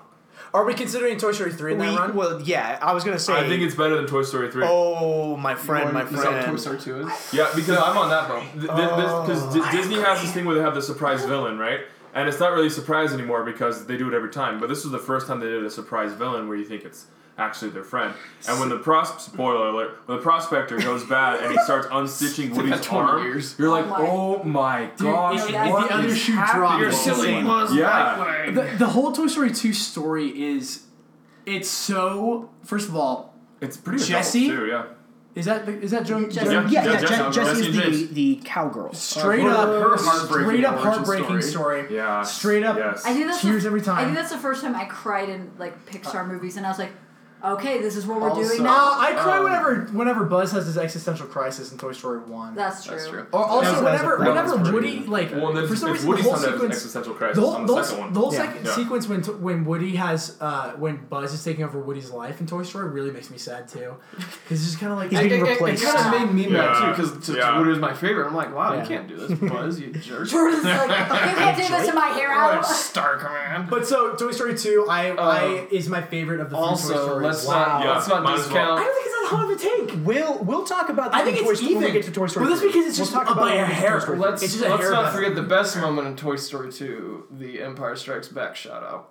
[SPEAKER 3] Are we considering Toy Story three in
[SPEAKER 1] we
[SPEAKER 3] that run?
[SPEAKER 1] well, yeah, I was gonna say.
[SPEAKER 4] I think it's better than Toy Story Three.
[SPEAKER 1] oh, my friend, my
[SPEAKER 5] Is that Toy
[SPEAKER 1] friend.
[SPEAKER 5] Story 2 is?
[SPEAKER 4] Yeah, because I'm on that boat. Because Disney has this thing where they have the surprise villain, right? And it's not really a surprise anymore because they do it every time. But this was the first time they did a surprise villain where you think it's actually their friend. And when the pros spoiler alert, when the prospector goes bad and he starts unstitching
[SPEAKER 5] been
[SPEAKER 4] Woody's
[SPEAKER 5] 20
[SPEAKER 4] arm,
[SPEAKER 5] years.
[SPEAKER 4] you're like,
[SPEAKER 2] Oh my-
[SPEAKER 4] oh my gosh,
[SPEAKER 2] if- if
[SPEAKER 4] what
[SPEAKER 2] the
[SPEAKER 3] other
[SPEAKER 4] is
[SPEAKER 3] shoe
[SPEAKER 4] happening?
[SPEAKER 3] dropped,
[SPEAKER 5] Your silly was
[SPEAKER 4] Yeah.
[SPEAKER 5] that way.
[SPEAKER 3] The, the whole Toy Story 2 story is. It's so. First of all,
[SPEAKER 4] It's pretty adult,
[SPEAKER 3] Jesse?
[SPEAKER 4] too, yeah.
[SPEAKER 3] is that the- is that Joan?
[SPEAKER 2] Jesse.
[SPEAKER 3] Joan-
[SPEAKER 4] Yeah,
[SPEAKER 1] Yeah, yeah,
[SPEAKER 4] yeah,
[SPEAKER 1] Je-
[SPEAKER 4] Jesse- Jesse
[SPEAKER 1] Jessie's
[SPEAKER 4] James.
[SPEAKER 1] the, the cowgirl.
[SPEAKER 3] Straight
[SPEAKER 5] Her-
[SPEAKER 3] up,
[SPEAKER 5] her heartbreaking
[SPEAKER 3] straight up
[SPEAKER 5] origin
[SPEAKER 3] heartbreaking story.
[SPEAKER 4] Yeah.
[SPEAKER 3] Straight up-
[SPEAKER 4] Yes.
[SPEAKER 2] I think that's
[SPEAKER 3] Tears
[SPEAKER 2] the,
[SPEAKER 3] every time.
[SPEAKER 2] I think that's the first time I cried in like Pixar movies, and I was like, okay, this is what we're
[SPEAKER 5] Also-
[SPEAKER 2] doing
[SPEAKER 3] Uh,
[SPEAKER 2] now.
[SPEAKER 3] I cry
[SPEAKER 5] Um,
[SPEAKER 3] whenever whenever Buzz has his existential crisis in Toy Story One.
[SPEAKER 2] That's true.
[SPEAKER 5] That's true.
[SPEAKER 3] or also
[SPEAKER 1] That was- that was
[SPEAKER 3] whenever
[SPEAKER 1] a- that
[SPEAKER 3] whenever
[SPEAKER 5] was pretty
[SPEAKER 3] Woody
[SPEAKER 5] good.
[SPEAKER 3] like
[SPEAKER 4] well, and then
[SPEAKER 3] for some
[SPEAKER 4] it's
[SPEAKER 3] reason
[SPEAKER 4] Woody's
[SPEAKER 3] the whole
[SPEAKER 4] son that has an
[SPEAKER 3] sequence
[SPEAKER 4] existential crisis
[SPEAKER 3] the whole,
[SPEAKER 4] on
[SPEAKER 3] the
[SPEAKER 4] the
[SPEAKER 3] whole
[SPEAKER 4] second
[SPEAKER 3] se-
[SPEAKER 4] one.
[SPEAKER 3] the whole
[SPEAKER 1] Yeah.
[SPEAKER 3] second
[SPEAKER 4] Yeah.
[SPEAKER 3] sequence when when Woody has uh, when Buzz is taking over Woody's life in Toy Story really makes me sad too. 'Cause It's just kind of like
[SPEAKER 1] He's
[SPEAKER 5] It,
[SPEAKER 1] being
[SPEAKER 5] it,
[SPEAKER 1] replaced.
[SPEAKER 5] kind of made me
[SPEAKER 4] Yeah.
[SPEAKER 5] mad too, because
[SPEAKER 4] Yeah.
[SPEAKER 5] Woody was my favorite. I'm like, wow,
[SPEAKER 3] Yeah.
[SPEAKER 5] you can't do this, Buzz, you jerk.
[SPEAKER 2] Jordan's like, you can't do this in my hair out.
[SPEAKER 5] Star Command.
[SPEAKER 3] But so Toy Story Two, I, I
[SPEAKER 5] Uh,
[SPEAKER 3] is my favorite of the three Toy
[SPEAKER 5] Also,
[SPEAKER 3] Stories.
[SPEAKER 5] let's
[SPEAKER 3] wow.
[SPEAKER 5] not
[SPEAKER 4] Yeah,
[SPEAKER 5] let's not
[SPEAKER 4] might as well.
[SPEAKER 5] discount.
[SPEAKER 3] I don't think it's that hard of a take.
[SPEAKER 1] We'll we'll talk about that
[SPEAKER 3] I think
[SPEAKER 1] in Toy
[SPEAKER 3] it's
[SPEAKER 1] Story when
[SPEAKER 3] even.
[SPEAKER 1] we get to Toy Story.
[SPEAKER 3] Well, that's
[SPEAKER 1] 3.
[SPEAKER 3] because it's
[SPEAKER 1] We'll
[SPEAKER 3] just
[SPEAKER 1] talk
[SPEAKER 3] a-
[SPEAKER 1] about
[SPEAKER 3] by
[SPEAKER 1] it
[SPEAKER 3] a
[SPEAKER 1] when we get to
[SPEAKER 3] hair.
[SPEAKER 1] Toy Story 3.
[SPEAKER 5] Let's,
[SPEAKER 3] It's just a
[SPEAKER 5] let's
[SPEAKER 3] hair
[SPEAKER 5] not
[SPEAKER 3] better.
[SPEAKER 5] forget the best moment in Toy Story 2, the Empire Strikes Back shout out.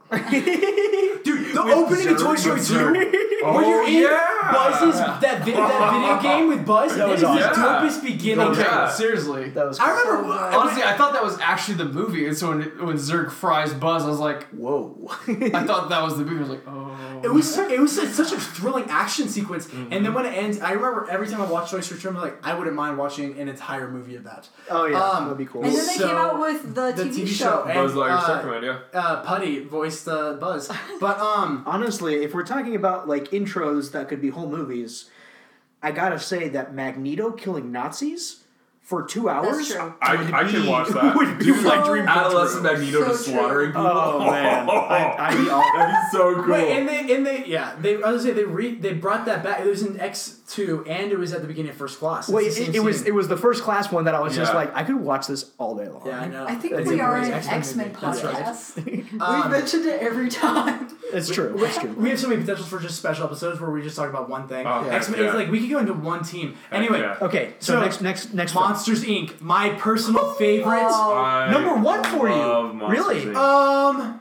[SPEAKER 3] Dude, the opening of Toy Story
[SPEAKER 4] Zero.
[SPEAKER 3] Two. when you're in
[SPEAKER 4] yeah.
[SPEAKER 3] Buzz's that, vi- that video game with Buzz,
[SPEAKER 1] That was
[SPEAKER 3] it is the
[SPEAKER 4] awesome.
[SPEAKER 3] dopest beginning.
[SPEAKER 5] Okay,
[SPEAKER 4] Yeah.
[SPEAKER 5] seriously.
[SPEAKER 1] That was
[SPEAKER 3] I
[SPEAKER 1] cool.
[SPEAKER 3] remember
[SPEAKER 2] So good.
[SPEAKER 5] Honestly, I thought that was actually the movie. And so when, when Zerg fries Buzz, I was like,
[SPEAKER 1] whoa.
[SPEAKER 5] I thought that was the movie. I was like, oh.
[SPEAKER 3] It was it was such- such a thrilling action sequence, and then when it ends, I remember every time I watched Toy Story 2, I'm like, I wouldn't mind watching an entire movie of that.
[SPEAKER 1] oh yeah,
[SPEAKER 3] Um,
[SPEAKER 1] that'd be cool.
[SPEAKER 2] And then they
[SPEAKER 3] So,
[SPEAKER 2] came out with the,
[SPEAKER 3] the TV show.
[SPEAKER 2] show.
[SPEAKER 3] And,
[SPEAKER 4] Buzz Lightyear
[SPEAKER 3] uh,
[SPEAKER 4] Star Command, yeah.
[SPEAKER 3] Uh, Putty voiced uh, Buzz, but um,
[SPEAKER 1] Honestly, if we're talking about like intros that could be whole movies, I gotta say that Magneto killing Nazis for two hours.
[SPEAKER 2] true.
[SPEAKER 4] I,
[SPEAKER 1] would
[SPEAKER 4] I can
[SPEAKER 1] be-
[SPEAKER 4] watch that.
[SPEAKER 1] Would be
[SPEAKER 4] Dude,
[SPEAKER 1] my
[SPEAKER 2] so-
[SPEAKER 1] dream. come
[SPEAKER 4] adolescent
[SPEAKER 1] true.
[SPEAKER 4] Magneto
[SPEAKER 2] So
[SPEAKER 4] just
[SPEAKER 2] true.
[SPEAKER 4] slaughtering people.
[SPEAKER 1] Oh man, I, I'd be all.
[SPEAKER 4] That'd be so cool.
[SPEAKER 3] wait, and they and they yeah they I was gonna say they re, they brought that back. It was in X two, and it was at the beginning of First Class. It's
[SPEAKER 1] Wait,
[SPEAKER 3] the same
[SPEAKER 1] it, it was
[SPEAKER 3] scene.
[SPEAKER 1] it was the first class one that I was just
[SPEAKER 4] Yeah.
[SPEAKER 1] like I could watch this all day long.
[SPEAKER 3] yeah, I know.
[SPEAKER 2] I think
[SPEAKER 3] That's
[SPEAKER 2] we
[SPEAKER 3] a
[SPEAKER 2] are
[SPEAKER 3] great
[SPEAKER 2] an
[SPEAKER 3] X-Men
[SPEAKER 2] X Men
[SPEAKER 3] movie. That's right.
[SPEAKER 2] podcast.
[SPEAKER 3] Um,
[SPEAKER 2] we mentioned it every time.
[SPEAKER 1] it's true. It's true.
[SPEAKER 3] We have so many potentials for just special episodes where we just talk about one thing.
[SPEAKER 4] Oh, heck
[SPEAKER 3] X Men,
[SPEAKER 4] yeah.
[SPEAKER 3] it's like we could go into one team. Anyway,
[SPEAKER 4] yeah.
[SPEAKER 1] Okay, so,
[SPEAKER 3] So-
[SPEAKER 1] next next next one.
[SPEAKER 3] Monsters Inc. My personal favorite.
[SPEAKER 2] Oh.
[SPEAKER 4] I
[SPEAKER 1] Number one for you.
[SPEAKER 4] love Monsters,
[SPEAKER 1] Really?
[SPEAKER 4] Inc.
[SPEAKER 3] Um,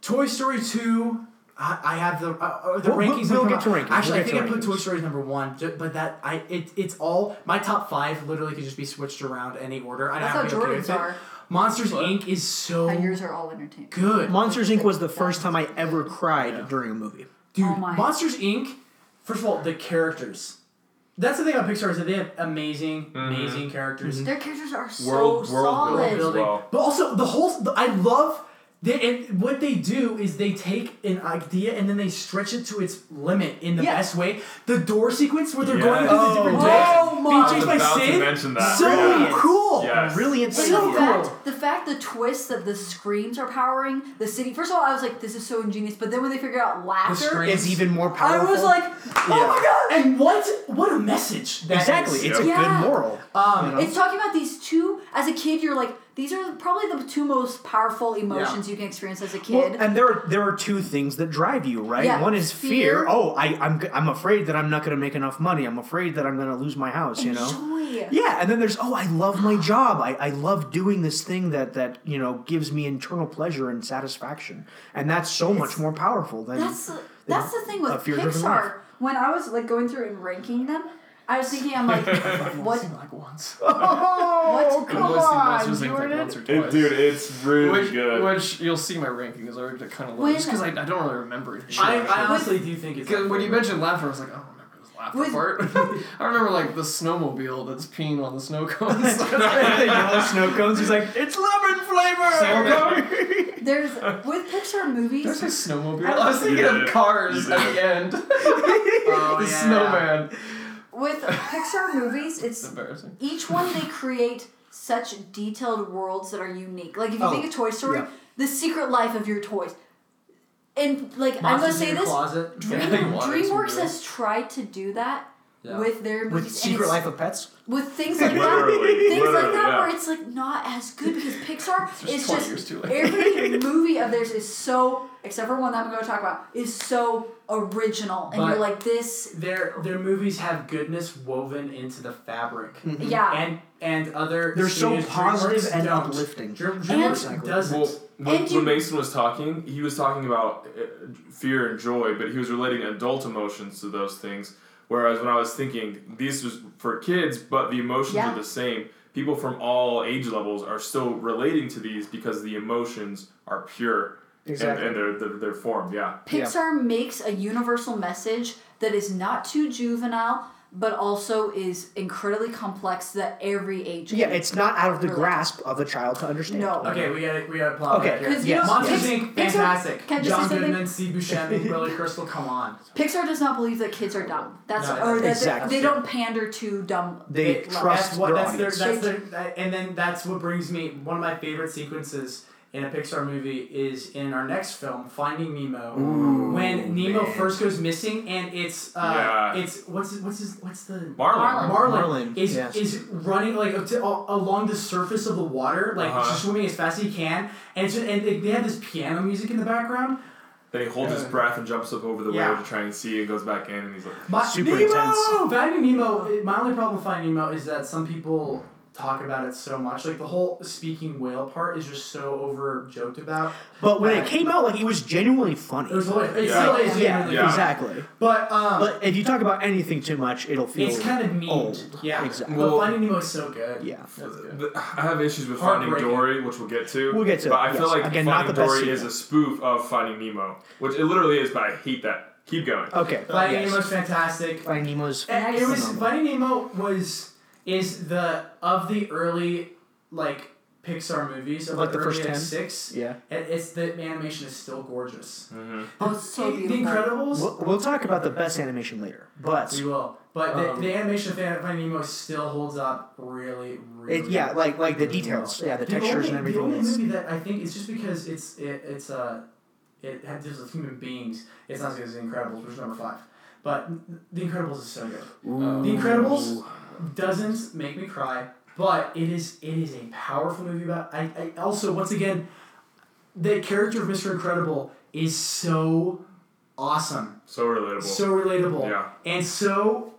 [SPEAKER 3] Toy Story two. I, I have the uh, uh, the
[SPEAKER 1] We'll- we'll-
[SPEAKER 3] rankings.
[SPEAKER 1] we'll
[SPEAKER 3] that
[SPEAKER 1] get
[SPEAKER 3] come
[SPEAKER 1] to
[SPEAKER 3] out.
[SPEAKER 1] rankings.
[SPEAKER 3] Actually,
[SPEAKER 1] We'll
[SPEAKER 3] I
[SPEAKER 1] get
[SPEAKER 3] think I
[SPEAKER 1] to
[SPEAKER 3] put
[SPEAKER 1] rankings.
[SPEAKER 3] Toy Story as number one, ju- but that I it it's all my top five. Literally, could just be switched around any order. I
[SPEAKER 2] That's
[SPEAKER 3] I'd
[SPEAKER 2] how
[SPEAKER 3] be okay with
[SPEAKER 2] Jordan's
[SPEAKER 3] it.
[SPEAKER 2] are.
[SPEAKER 3] Monsters Inc. is so
[SPEAKER 2] And yours are all entertainment.
[SPEAKER 3] good.
[SPEAKER 1] Monsters Inc. was the first time I ever cried during a movie.
[SPEAKER 3] Dude,
[SPEAKER 2] Oh my.
[SPEAKER 3] Monsters Inc. First of all, the characters. That's the thing about Pixar is that they have amazing,
[SPEAKER 1] Mm-hmm.
[SPEAKER 3] amazing characters.
[SPEAKER 2] Their characters are so
[SPEAKER 4] World- world
[SPEAKER 2] solid.
[SPEAKER 4] building.
[SPEAKER 3] building.
[SPEAKER 4] Wow.
[SPEAKER 3] But also the whole. The, I love. They, and what they do is they take an idea and then they stretch it to its limit in the
[SPEAKER 2] Yeah.
[SPEAKER 3] best way. The door sequence where they're
[SPEAKER 4] Yes.
[SPEAKER 3] going through
[SPEAKER 4] Oh,
[SPEAKER 3] the different doors,
[SPEAKER 2] yes. Oh my-
[SPEAKER 3] being chased
[SPEAKER 4] I was
[SPEAKER 3] by
[SPEAKER 4] about to
[SPEAKER 3] Sid.
[SPEAKER 4] mention that.
[SPEAKER 3] So
[SPEAKER 4] Brilliant.
[SPEAKER 3] cool.
[SPEAKER 4] Yes.
[SPEAKER 1] Brilliant
[SPEAKER 2] And
[SPEAKER 3] So
[SPEAKER 2] the
[SPEAKER 1] stuff.
[SPEAKER 3] cool.
[SPEAKER 2] fact, the fact, the twist that the screams are powering the city. First of all, I was like, "This is so ingenious," but then when they figure out laughter,
[SPEAKER 3] scream.
[SPEAKER 1] It's even more
[SPEAKER 2] I
[SPEAKER 1] powerful.
[SPEAKER 2] was like, "Oh my god!"
[SPEAKER 3] And what what a message. that
[SPEAKER 1] exactly.
[SPEAKER 3] is.
[SPEAKER 1] It's a
[SPEAKER 2] Yeah.
[SPEAKER 1] good moral.
[SPEAKER 3] Um,
[SPEAKER 2] oh, It's talking about these two. As a kid, you're like, "These are probably the two most powerful emotions you can experience as a
[SPEAKER 1] Well,
[SPEAKER 2] kid."
[SPEAKER 1] and there are there are two things that drive you, right?
[SPEAKER 2] Yeah,
[SPEAKER 1] One is fear.
[SPEAKER 2] fear.
[SPEAKER 1] Oh, I I'm g- I'm afraid that I'm not going to make enough money. I'm afraid that I'm going to lose my house. You know.
[SPEAKER 2] Joy.
[SPEAKER 1] Yeah, and then there's oh, I love my job. I, I love doing this thing that that you know gives me internal pleasure and satisfaction, and that's so much more powerful than
[SPEAKER 2] That's the- that's the thing with
[SPEAKER 1] a fear-driven life.
[SPEAKER 2] Pixar. When I was like going through and ranking them, I was thinking, I'm like, "What?
[SPEAKER 5] like once.
[SPEAKER 1] Oh,
[SPEAKER 2] What?
[SPEAKER 5] I've only seen Monsters Inc. like once or
[SPEAKER 4] It-
[SPEAKER 5] twice.
[SPEAKER 4] dude, it's really
[SPEAKER 5] which,
[SPEAKER 4] good.
[SPEAKER 5] which you'll see my rankings are kind of low
[SPEAKER 2] When-
[SPEAKER 5] just because I, I don't really remember it.
[SPEAKER 3] I, I honestly do think it's.
[SPEAKER 5] Because when you
[SPEAKER 3] favorite.
[SPEAKER 5] mentioned laughter, I was like, I don't remember this laughter
[SPEAKER 2] With-
[SPEAKER 5] part. I remember like the snowmobile that's peeing on the snow cones.
[SPEAKER 1] the yellow snow cones. He's like, it's lemon flavor.
[SPEAKER 2] There's with Pixar movies."
[SPEAKER 5] Did I say snowmobile? I was thinking
[SPEAKER 4] You
[SPEAKER 5] of
[SPEAKER 4] did.
[SPEAKER 5] cars
[SPEAKER 4] You
[SPEAKER 5] at
[SPEAKER 4] did.
[SPEAKER 5] the end.
[SPEAKER 3] Oh,
[SPEAKER 5] the
[SPEAKER 3] yeah.
[SPEAKER 5] snowman.
[SPEAKER 2] with Pixar movies,
[SPEAKER 5] It's
[SPEAKER 2] it's
[SPEAKER 5] embarrassing.
[SPEAKER 2] each one they create such detailed worlds that are unique. Like if you
[SPEAKER 3] Oh,
[SPEAKER 2] think of Toy Story,
[SPEAKER 3] yeah.
[SPEAKER 2] the secret life of your toys. And like I'm gonna
[SPEAKER 3] Monsters
[SPEAKER 2] say
[SPEAKER 3] in your
[SPEAKER 2] this,
[SPEAKER 3] closet.
[SPEAKER 5] Yeah, I
[SPEAKER 2] Dream,
[SPEAKER 5] think water is
[SPEAKER 2] DreamWorks
[SPEAKER 5] really-
[SPEAKER 2] has tried to do that
[SPEAKER 5] Yeah.
[SPEAKER 2] with their movies.
[SPEAKER 11] with
[SPEAKER 2] and
[SPEAKER 11] Secret
[SPEAKER 2] it's-
[SPEAKER 11] Life of Pets.
[SPEAKER 2] with things like
[SPEAKER 4] Literally,
[SPEAKER 2] that, things like
[SPEAKER 4] literally,
[SPEAKER 2] that,
[SPEAKER 4] yeah.
[SPEAKER 2] where it's like not as good because Pixar
[SPEAKER 5] just
[SPEAKER 2] is
[SPEAKER 5] 20
[SPEAKER 2] just
[SPEAKER 5] years too late.
[SPEAKER 2] every movie of theirs is so, except for one that I'm going to talk about, is so original, and you're
[SPEAKER 3] But-
[SPEAKER 2] like this,
[SPEAKER 3] Their their movies have goodness woven into the fabric.
[SPEAKER 2] Mm-hmm. yeah.
[SPEAKER 3] And and other
[SPEAKER 11] They're so
[SPEAKER 3] studios-
[SPEAKER 11] positive
[SPEAKER 3] DreamWorks
[SPEAKER 11] and
[SPEAKER 3] don't.
[SPEAKER 11] uplifting.
[SPEAKER 3] Dr-
[SPEAKER 11] And-
[SPEAKER 3] DreamWorks doesn't.
[SPEAKER 4] Well, when,
[SPEAKER 2] And you-
[SPEAKER 4] when Mason was talking, he was talking about uh, fear and joy, but he was relating adult emotions to those things. Whereas when I was thinking, these was for kids, but the emotions
[SPEAKER 2] Yeah.
[SPEAKER 4] are the same. People from all age levels are still relating to these because the emotions are pure
[SPEAKER 11] Exactly.
[SPEAKER 4] and, and they're, they're, they're formed. Yeah.
[SPEAKER 2] Pixar makes a universal message that is not too juvenile, but also is incredibly complex that every age.
[SPEAKER 11] Yeah,
[SPEAKER 2] can-
[SPEAKER 11] it's not out of the
[SPEAKER 2] relate.
[SPEAKER 11] grasp of a child to understand.
[SPEAKER 2] No.
[SPEAKER 3] Okay, we got we got plot
[SPEAKER 11] Okay,
[SPEAKER 3] back here.
[SPEAKER 2] Because
[SPEAKER 11] Yes.
[SPEAKER 2] you know,
[SPEAKER 3] Monsters
[SPEAKER 2] Pix-
[SPEAKER 3] Inc.
[SPEAKER 2] Pixar-
[SPEAKER 3] Fantastic.
[SPEAKER 2] Can I just
[SPEAKER 3] John
[SPEAKER 2] say something?
[SPEAKER 3] Goodman, Steve Buscemi, Billy Crystal. Come on.
[SPEAKER 2] Pixar does not believe that kids are dumb. That's
[SPEAKER 3] No,
[SPEAKER 2] or that they-
[SPEAKER 11] exactly.
[SPEAKER 2] they don't pander to dumb.
[SPEAKER 11] They
[SPEAKER 2] It-
[SPEAKER 11] trust
[SPEAKER 3] that's what
[SPEAKER 11] their
[SPEAKER 3] that's
[SPEAKER 11] audience.
[SPEAKER 3] their that's their that- and then that's what brings me one of my favorite sequences in a Pixar movie is in our next film Finding Nemo when Nemo first goes missing and it's uh
[SPEAKER 4] Yeah.
[SPEAKER 3] it's what's his- what's his what's the
[SPEAKER 4] Marlon.
[SPEAKER 2] Marlon.
[SPEAKER 3] Marlin,
[SPEAKER 11] Marlin,
[SPEAKER 3] is
[SPEAKER 11] yes.
[SPEAKER 3] is running like up to, all, along the surface of the water like
[SPEAKER 4] Uh-huh.
[SPEAKER 3] just swimming as fast as he can and it's just, and they, they have this piano music in the background
[SPEAKER 4] Then he holds his
[SPEAKER 3] Yeah.
[SPEAKER 4] breath and jumps up over the
[SPEAKER 3] Yeah.
[SPEAKER 4] wave to try and see and goes back in and he's like,
[SPEAKER 3] My,
[SPEAKER 11] Super
[SPEAKER 3] Nemo!
[SPEAKER 11] intense.
[SPEAKER 3] Finding Nemo. My only problem with Finding Nemo is that some people talk about it so much. Like the whole speaking whale part is just so over joked about.
[SPEAKER 1] But when
[SPEAKER 3] Uh,
[SPEAKER 1] it came out, like it was genuinely funny.
[SPEAKER 3] It was hilarious. It
[SPEAKER 4] Yeah.
[SPEAKER 3] still is
[SPEAKER 1] yeah,
[SPEAKER 3] genuinely
[SPEAKER 4] Yeah.
[SPEAKER 3] funny.
[SPEAKER 1] exactly.
[SPEAKER 3] But um,
[SPEAKER 1] But if you talk about anything too much, it'll feel.
[SPEAKER 3] it's kind of mean.
[SPEAKER 1] old.
[SPEAKER 3] Yeah,
[SPEAKER 1] Exactly.
[SPEAKER 3] But Finding Nemo is so good.
[SPEAKER 1] yeah.
[SPEAKER 4] The- Uh, I have issues with Finding
[SPEAKER 3] Heartbreaking.
[SPEAKER 4] Dory, which we'll get to.
[SPEAKER 1] We'll get to
[SPEAKER 4] But
[SPEAKER 1] it,
[SPEAKER 4] I feel
[SPEAKER 1] yes.
[SPEAKER 4] like
[SPEAKER 1] Again, not
[SPEAKER 4] Finding
[SPEAKER 1] the best
[SPEAKER 4] Dory is
[SPEAKER 1] sequel.
[SPEAKER 4] a spoof of Finding Nemo, which it literally is. But I hate that. Keep going.
[SPEAKER 3] Uh,
[SPEAKER 1] Okay.
[SPEAKER 3] Finding
[SPEAKER 1] yes.
[SPEAKER 3] Nemo's fantastic.
[SPEAKER 1] Finding Nemo's.
[SPEAKER 3] And it was
[SPEAKER 1] phenomenal.
[SPEAKER 3] Finding Nemo was is the of the early like Pixar movies of
[SPEAKER 1] Like the
[SPEAKER 3] early,
[SPEAKER 1] first 10?
[SPEAKER 3] six.
[SPEAKER 1] Yeah.
[SPEAKER 3] It, it's the animation is still gorgeous.
[SPEAKER 4] Mm-hmm.
[SPEAKER 2] Oh, it's so
[SPEAKER 3] The-
[SPEAKER 2] beautiful.
[SPEAKER 3] The Incredibles.
[SPEAKER 1] We'll, we'll talk about the best animation later, but
[SPEAKER 3] We will. But the,
[SPEAKER 1] Um,
[SPEAKER 3] the animation of Fan- Finding Nemo still holds up really, really.
[SPEAKER 1] it, yeah, like like the
[SPEAKER 3] really
[SPEAKER 1] details,
[SPEAKER 3] well.
[SPEAKER 1] yeah, the
[SPEAKER 3] The
[SPEAKER 1] textures
[SPEAKER 3] only,
[SPEAKER 1] and
[SPEAKER 3] The
[SPEAKER 1] everything.
[SPEAKER 3] only
[SPEAKER 1] Is,
[SPEAKER 3] movie that I think is just because it's it, it's uh, it has deals with human beings. It's not as good as The Incredibles, which is number five. But The Incredibles is so good. The Incredibles doesn't make me cry, but it is it is a powerful movie about. I, I also once again, the character of Mr. Incredible is so awesome
[SPEAKER 4] So relatable.
[SPEAKER 3] so relatable.
[SPEAKER 4] Yeah.
[SPEAKER 3] And so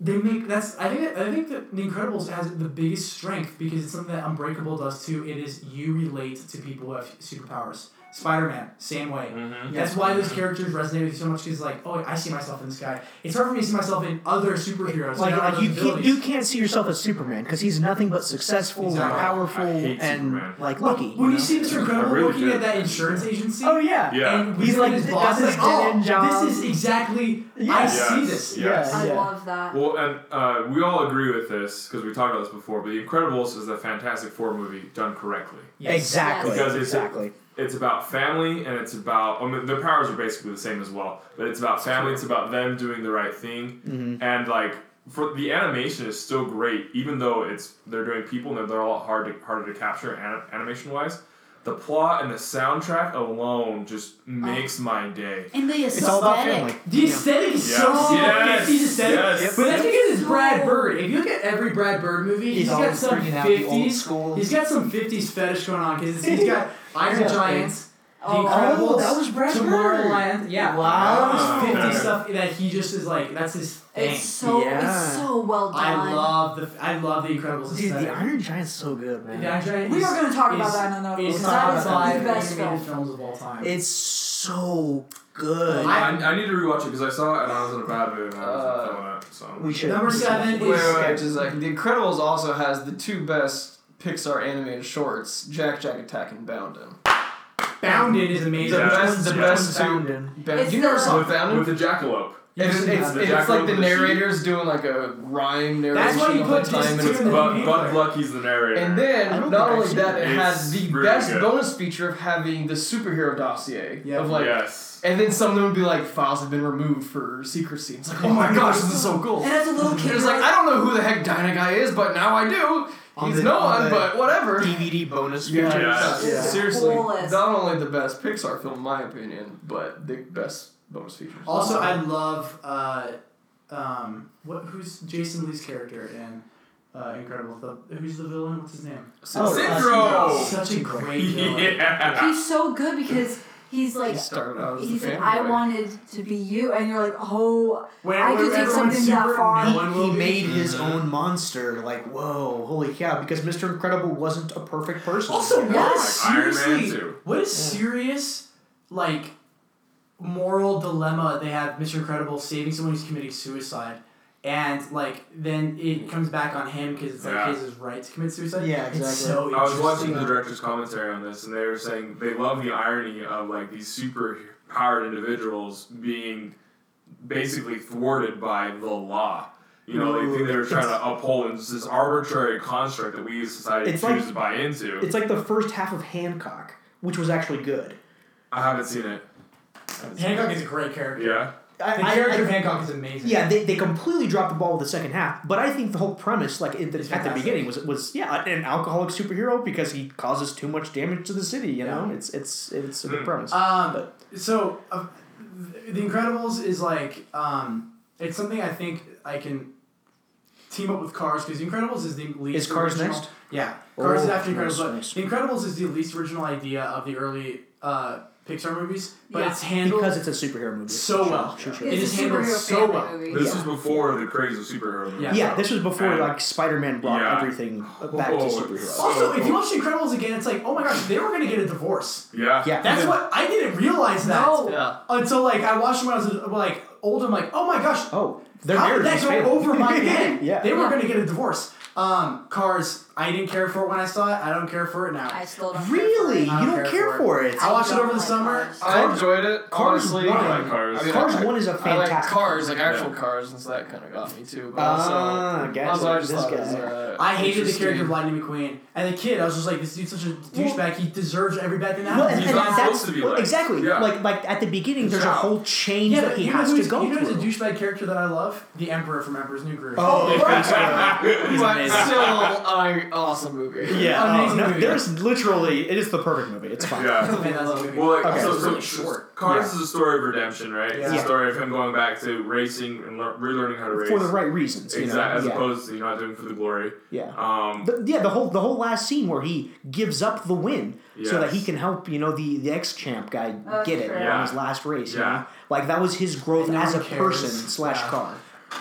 [SPEAKER 3] they make that's I think I think that The Incredibles has the biggest strength because it's something that Unbreakable does too. It is you relate to people who have superpowers. Spider Man, same way.
[SPEAKER 4] Mhm.
[SPEAKER 3] That's why those characters resonate with you so much because like, oh, I see myself in this guy. It's hard for me to see myself in other superheroes.
[SPEAKER 1] like
[SPEAKER 3] and other
[SPEAKER 1] like you can't
[SPEAKER 3] abilities.
[SPEAKER 1] you can't see yourself as Superman because he's nothing but successful
[SPEAKER 3] Exactly.
[SPEAKER 1] and powerful
[SPEAKER 4] I hate
[SPEAKER 1] and
[SPEAKER 4] Superman.
[SPEAKER 1] like
[SPEAKER 3] Look,
[SPEAKER 1] lucky.
[SPEAKER 3] When you see Mr. Incredible
[SPEAKER 4] I really
[SPEAKER 3] working
[SPEAKER 4] do.
[SPEAKER 3] at that insurance agency,
[SPEAKER 1] Oh yeah.
[SPEAKER 4] Yeah.
[SPEAKER 3] and
[SPEAKER 1] He's
[SPEAKER 3] he's
[SPEAKER 1] like,
[SPEAKER 3] like his
[SPEAKER 1] got
[SPEAKER 3] boss
[SPEAKER 1] this
[SPEAKER 3] like, oh,
[SPEAKER 1] dead-end job."
[SPEAKER 3] this is exactly I
[SPEAKER 1] Yes.
[SPEAKER 3] see
[SPEAKER 4] Yes.
[SPEAKER 3] this.
[SPEAKER 4] Yes.
[SPEAKER 2] I
[SPEAKER 1] Yeah.
[SPEAKER 2] love that.
[SPEAKER 4] Well, and uh, we all agree with this because we talked about this before. But The Incredibles is a Fantastic Four movie done correctly.
[SPEAKER 3] Yes.
[SPEAKER 1] Exactly.
[SPEAKER 4] Because it's-
[SPEAKER 1] exactly.
[SPEAKER 4] It's about family, and it's about I mean, their powers are basically the same as well. But it's about family. It's about them doing the right thing,
[SPEAKER 5] Mm-hmm.
[SPEAKER 4] and like for the animation is still great, even though it's they're doing people and they're a lot hard to, harder to capture anim- animation wise. The plot and the soundtrack alone just makes my day.
[SPEAKER 2] And the aesthetic.
[SPEAKER 1] It's all about family.
[SPEAKER 3] The aesthetic is
[SPEAKER 4] Yes.
[SPEAKER 3] so simple.
[SPEAKER 4] Yes.
[SPEAKER 3] Fifties aesthetic.
[SPEAKER 4] Yes.
[SPEAKER 3] But that's because it's
[SPEAKER 2] So-
[SPEAKER 3] Brad Bird. If you look at every Brad Bird movie,
[SPEAKER 1] He's
[SPEAKER 3] he's got
[SPEAKER 1] always
[SPEAKER 3] some
[SPEAKER 1] bringing out the old
[SPEAKER 3] fifties.
[SPEAKER 1] school.
[SPEAKER 3] He's got some fifties fetish going on because he's got Iron
[SPEAKER 1] Yeah.
[SPEAKER 3] Giants, The
[SPEAKER 2] Oh,
[SPEAKER 3] Incredibles,
[SPEAKER 1] oh, that was Brad Bird.
[SPEAKER 3] Tomorrowland. Yeah,
[SPEAKER 1] Wow.
[SPEAKER 3] All this
[SPEAKER 4] Okay.
[SPEAKER 3] fifty stuff that he just is like that's his thing.
[SPEAKER 2] It's so
[SPEAKER 1] Yeah.
[SPEAKER 2] it's so well done.
[SPEAKER 3] I love the I love the Incredibles
[SPEAKER 1] Dude,
[SPEAKER 3] aesthetic.
[SPEAKER 1] the Iron Giant's so good,
[SPEAKER 3] The
[SPEAKER 1] man.
[SPEAKER 3] Iron Giant
[SPEAKER 2] we
[SPEAKER 3] is,
[SPEAKER 2] are going to talk
[SPEAKER 3] is-
[SPEAKER 2] about that in another
[SPEAKER 3] Is
[SPEAKER 2] one.
[SPEAKER 3] top
[SPEAKER 2] That is
[SPEAKER 3] five
[SPEAKER 2] the best
[SPEAKER 3] animated
[SPEAKER 2] film.
[SPEAKER 3] films of all time.
[SPEAKER 1] It's so good.
[SPEAKER 3] I-
[SPEAKER 4] I, I need to rewatch it because I saw it and I was in a bad mood and I wasn't
[SPEAKER 5] Uh,
[SPEAKER 4] feeling it. So
[SPEAKER 1] we should.
[SPEAKER 3] Number seven
[SPEAKER 5] Wait, wait, wait,
[SPEAKER 3] is
[SPEAKER 5] just a second. The Incredibles also has the two best Pixar animated shorts: Jack Jack Attack and Boundin.
[SPEAKER 3] Bounded is amazing.
[SPEAKER 5] The
[SPEAKER 4] Yeah.
[SPEAKER 5] best, the
[SPEAKER 4] Yeah.
[SPEAKER 5] best two.
[SPEAKER 1] Boundin'.
[SPEAKER 5] Bound-
[SPEAKER 2] It's
[SPEAKER 5] you never
[SPEAKER 2] the-
[SPEAKER 5] saw
[SPEAKER 4] with
[SPEAKER 5] Boundin?
[SPEAKER 4] the jackalope.
[SPEAKER 5] It's, it's,
[SPEAKER 4] The
[SPEAKER 5] it's
[SPEAKER 4] jackalope
[SPEAKER 5] like the
[SPEAKER 4] with the sheep.
[SPEAKER 5] narrator's doing like a rhyme narration
[SPEAKER 3] That's why you
[SPEAKER 5] the whole
[SPEAKER 3] put
[SPEAKER 5] time,
[SPEAKER 3] this
[SPEAKER 5] and it's
[SPEAKER 3] too.
[SPEAKER 4] Bud, Bud Lucky's the narrator.
[SPEAKER 5] And
[SPEAKER 1] I don't
[SPEAKER 5] then,
[SPEAKER 1] think
[SPEAKER 5] not
[SPEAKER 1] I've
[SPEAKER 5] only
[SPEAKER 1] seen
[SPEAKER 5] that,
[SPEAKER 4] it.
[SPEAKER 5] it has the
[SPEAKER 4] It's really
[SPEAKER 5] best
[SPEAKER 4] good.
[SPEAKER 5] bonus feature of having the superhero dossier
[SPEAKER 3] Yeah.
[SPEAKER 5] of like,
[SPEAKER 4] yes.
[SPEAKER 5] and then some of them would be like, files have been removed for secrecy. It's like, oh my gosh, this is so cool.
[SPEAKER 2] And
[SPEAKER 5] And
[SPEAKER 2] as a little kid,
[SPEAKER 5] it's like, I don't know who the heck Dyna Guy is, but now I do.
[SPEAKER 1] On
[SPEAKER 5] He's
[SPEAKER 1] the-
[SPEAKER 5] no
[SPEAKER 1] on
[SPEAKER 5] one,
[SPEAKER 1] the
[SPEAKER 5] but whatever.
[SPEAKER 1] DVD bonus
[SPEAKER 5] Yeah,
[SPEAKER 1] feature.
[SPEAKER 4] Yes.
[SPEAKER 2] Yeah.
[SPEAKER 5] seriously,
[SPEAKER 2] Coolest.
[SPEAKER 5] not only the best Pixar film, in my opinion, but the best bonus features.
[SPEAKER 3] Also, I love uh, um, what who's Jason Lee's character in uh, Incredible? The, who's the villain? What's his name?
[SPEAKER 1] Oh,
[SPEAKER 4] Syndrome!
[SPEAKER 3] Such a great villain.
[SPEAKER 4] yeah.
[SPEAKER 2] He's so good because he's like,
[SPEAKER 5] He started out as
[SPEAKER 2] he's
[SPEAKER 5] a
[SPEAKER 2] like,
[SPEAKER 5] fanboy.
[SPEAKER 2] I wanted to be you, and you're like, oh,
[SPEAKER 3] When
[SPEAKER 2] I could take
[SPEAKER 3] everyone's
[SPEAKER 2] something that
[SPEAKER 3] super-
[SPEAKER 2] far.
[SPEAKER 3] no one
[SPEAKER 1] He,
[SPEAKER 3] will
[SPEAKER 1] he
[SPEAKER 3] be-
[SPEAKER 1] made his own monster. Like, whoa, holy cow! Because Mr. Incredible wasn't a perfect person.
[SPEAKER 3] Also,
[SPEAKER 2] Yeah.
[SPEAKER 3] what is
[SPEAKER 4] Like Iron Man
[SPEAKER 3] seriously,
[SPEAKER 4] too.
[SPEAKER 3] what is serious like moral dilemma they have Mr. Incredible saving someone who's committing suicide, and like then it comes back on him because it's like
[SPEAKER 4] Yeah.
[SPEAKER 3] his, his right to commit suicide.
[SPEAKER 1] Yeah,
[SPEAKER 3] It's
[SPEAKER 1] exactly.
[SPEAKER 3] so
[SPEAKER 4] I was
[SPEAKER 3] interesting.
[SPEAKER 4] watching the director's commentary on this, and they were saying they love the irony of like these super powered individuals being basically thwarted by the law. You know, they think they were trying to uphold and this arbitrary construct that we as society
[SPEAKER 1] It's
[SPEAKER 4] choose
[SPEAKER 1] like-
[SPEAKER 4] to buy into.
[SPEAKER 1] It's like the first half of Hancock, which was actually good.
[SPEAKER 4] I haven't seen it. I haven't seen
[SPEAKER 3] Hancock is a great character.
[SPEAKER 4] it. Yeah.
[SPEAKER 1] I,
[SPEAKER 3] The
[SPEAKER 1] I-
[SPEAKER 3] character of
[SPEAKER 1] I-
[SPEAKER 3] Hancock is amazing.
[SPEAKER 1] yeah, they, they completely dropped the ball with the second half, but I think the whole premise, like in the,
[SPEAKER 3] It's
[SPEAKER 1] at the
[SPEAKER 3] fantastic.
[SPEAKER 1] beginning, was was yeah, an alcoholic superhero because he causes too much damage to the city. You
[SPEAKER 3] Yeah.
[SPEAKER 1] know, it's it's it's a good
[SPEAKER 4] Mm.
[SPEAKER 1] premise.
[SPEAKER 3] Um, so uh, the Incredibles is like um, it's something I think I can team up with Cars because Incredibles is the least.
[SPEAKER 1] Is Cars
[SPEAKER 3] original-
[SPEAKER 1] next?
[SPEAKER 3] Yeah, Cars is
[SPEAKER 1] Oh,
[SPEAKER 3] after
[SPEAKER 1] nice,
[SPEAKER 3] Incredibles. but
[SPEAKER 1] nice.
[SPEAKER 3] The Incredibles is the least original idea of the early uh, Pixar movies, but
[SPEAKER 2] Yeah.
[SPEAKER 3] it's handled
[SPEAKER 1] because it's a superhero movie.
[SPEAKER 3] so
[SPEAKER 1] Sure,
[SPEAKER 3] well.
[SPEAKER 1] sure, sure.
[SPEAKER 2] It's
[SPEAKER 3] It
[SPEAKER 2] a
[SPEAKER 3] is handled
[SPEAKER 2] superhero
[SPEAKER 3] so
[SPEAKER 2] family
[SPEAKER 3] well.
[SPEAKER 2] movie.
[SPEAKER 4] This
[SPEAKER 2] yeah.
[SPEAKER 4] was before the craze of superhero movies.
[SPEAKER 3] Yeah.
[SPEAKER 1] Yeah, this was before
[SPEAKER 4] And-
[SPEAKER 1] like Spider-Man brought
[SPEAKER 4] Yeah.
[SPEAKER 1] everything back
[SPEAKER 4] Oh,
[SPEAKER 1] to
[SPEAKER 4] it's
[SPEAKER 1] superheroes.
[SPEAKER 4] so-
[SPEAKER 3] Also, if you watch Incredibles again, it's like, oh my gosh, they were gonna get a divorce.
[SPEAKER 4] Yeah.
[SPEAKER 1] Yeah,
[SPEAKER 3] That's what I didn't realize that
[SPEAKER 2] No.
[SPEAKER 5] Yeah.
[SPEAKER 3] until like I watched them when I was like old. I'm like, oh my gosh,
[SPEAKER 1] Oh, their
[SPEAKER 3] How
[SPEAKER 1] marriage
[SPEAKER 3] did that
[SPEAKER 1] is
[SPEAKER 3] go
[SPEAKER 1] failing.
[SPEAKER 3] over my head?
[SPEAKER 1] Yeah.
[SPEAKER 3] They were
[SPEAKER 2] Yeah.
[SPEAKER 3] going to get a divorce. Um, cars, I didn't care for it when I saw it. I don't care for it now.
[SPEAKER 2] I still don't.
[SPEAKER 1] Really, you
[SPEAKER 3] I
[SPEAKER 1] don't care for it.
[SPEAKER 3] I watched it
[SPEAKER 2] don't
[SPEAKER 3] over the
[SPEAKER 2] like
[SPEAKER 3] summer.
[SPEAKER 2] Cars.
[SPEAKER 5] I enjoyed it.
[SPEAKER 1] Cars
[SPEAKER 5] honestly,
[SPEAKER 1] one.
[SPEAKER 4] I
[SPEAKER 5] like,
[SPEAKER 4] like cars.
[SPEAKER 5] I mean,
[SPEAKER 1] Cars
[SPEAKER 5] I-
[SPEAKER 1] one is a
[SPEAKER 5] I like
[SPEAKER 1] fantastic.
[SPEAKER 5] cars, like actual
[SPEAKER 4] Yeah.
[SPEAKER 5] cars, and so that kind of got me too. But
[SPEAKER 1] Ah,
[SPEAKER 5] also,
[SPEAKER 1] gotcha,
[SPEAKER 5] also I just
[SPEAKER 1] this
[SPEAKER 5] thought it was,
[SPEAKER 1] guy.
[SPEAKER 5] uh,
[SPEAKER 3] I hated the
[SPEAKER 5] interesting.
[SPEAKER 3] character of Lightning McQueen. And the kid, I was just like, this dude's such a douchebag. He deserves every bad thing that
[SPEAKER 1] Well, and,
[SPEAKER 3] happens.
[SPEAKER 1] and
[SPEAKER 4] He's not
[SPEAKER 1] that's
[SPEAKER 4] supposed to be
[SPEAKER 1] well,
[SPEAKER 4] like-
[SPEAKER 1] exactly
[SPEAKER 4] yeah.
[SPEAKER 1] like like at the beginning. There's a
[SPEAKER 3] Yeah.
[SPEAKER 1] whole change
[SPEAKER 3] yeah,
[SPEAKER 1] that
[SPEAKER 3] but
[SPEAKER 1] he
[SPEAKER 3] you
[SPEAKER 1] has
[SPEAKER 3] know
[SPEAKER 1] to
[SPEAKER 3] who's,
[SPEAKER 1] go
[SPEAKER 3] you know who's a
[SPEAKER 1] through.
[SPEAKER 3] douchebag character that I love? The Emperor from Emperor's New Groove.
[SPEAKER 1] Oh,
[SPEAKER 5] but still, I awesome movie.
[SPEAKER 1] yeah,
[SPEAKER 3] Amazing
[SPEAKER 1] oh, no,
[SPEAKER 3] movie.
[SPEAKER 1] there's literally it is the perfect movie. It's fine.
[SPEAKER 4] Yeah.
[SPEAKER 3] Man, that's a movie.
[SPEAKER 4] Well, like,
[SPEAKER 1] Okay.
[SPEAKER 4] so, so
[SPEAKER 3] Really short.
[SPEAKER 4] Cars is a story of redemption, right? It's a
[SPEAKER 1] Yeah.
[SPEAKER 4] story of him going back to racing and lear- relearning how to race.
[SPEAKER 1] for the right reasons. You
[SPEAKER 4] Exactly,
[SPEAKER 1] know?
[SPEAKER 4] as
[SPEAKER 1] yeah.
[SPEAKER 4] opposed to you're not doing it for the glory.
[SPEAKER 1] yeah.
[SPEAKER 4] Um,
[SPEAKER 1] The, yeah, the whole the whole last scene where he gives up the win so that
[SPEAKER 4] Yes.
[SPEAKER 1] he can help you know the, the ex champ guy
[SPEAKER 2] That's
[SPEAKER 1] get it
[SPEAKER 2] true.
[SPEAKER 1] on
[SPEAKER 4] Yeah.
[SPEAKER 1] his last race. You
[SPEAKER 4] Yeah.
[SPEAKER 1] know? like that was his growth
[SPEAKER 3] Oh, And no
[SPEAKER 1] as a
[SPEAKER 3] one cares.
[SPEAKER 1] person slash
[SPEAKER 3] Yeah.
[SPEAKER 1] car.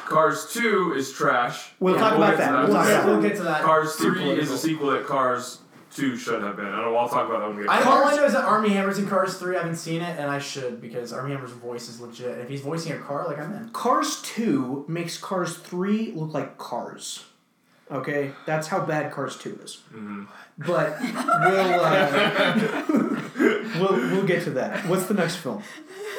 [SPEAKER 4] Cars 2 is trash.
[SPEAKER 1] We'll talk about
[SPEAKER 4] get to
[SPEAKER 1] that. We'll talk
[SPEAKER 3] yeah,
[SPEAKER 1] about
[SPEAKER 3] we'll get to that.
[SPEAKER 4] Cars 3 is a sequel that Cars 2 should have been. I don't know, I'll talk about that when we get
[SPEAKER 3] I,
[SPEAKER 4] to
[SPEAKER 3] all I know is that Army Hammer's in Cars 3. I haven't seen it, and I should because Army Hammer's voice is legit. If he's voicing a car, like I'm in.
[SPEAKER 1] Cars two makes Cars three look like Cars. Okay, that's how bad Cars two is. But we'll, uh, we'll we'll get to that. What's the next film?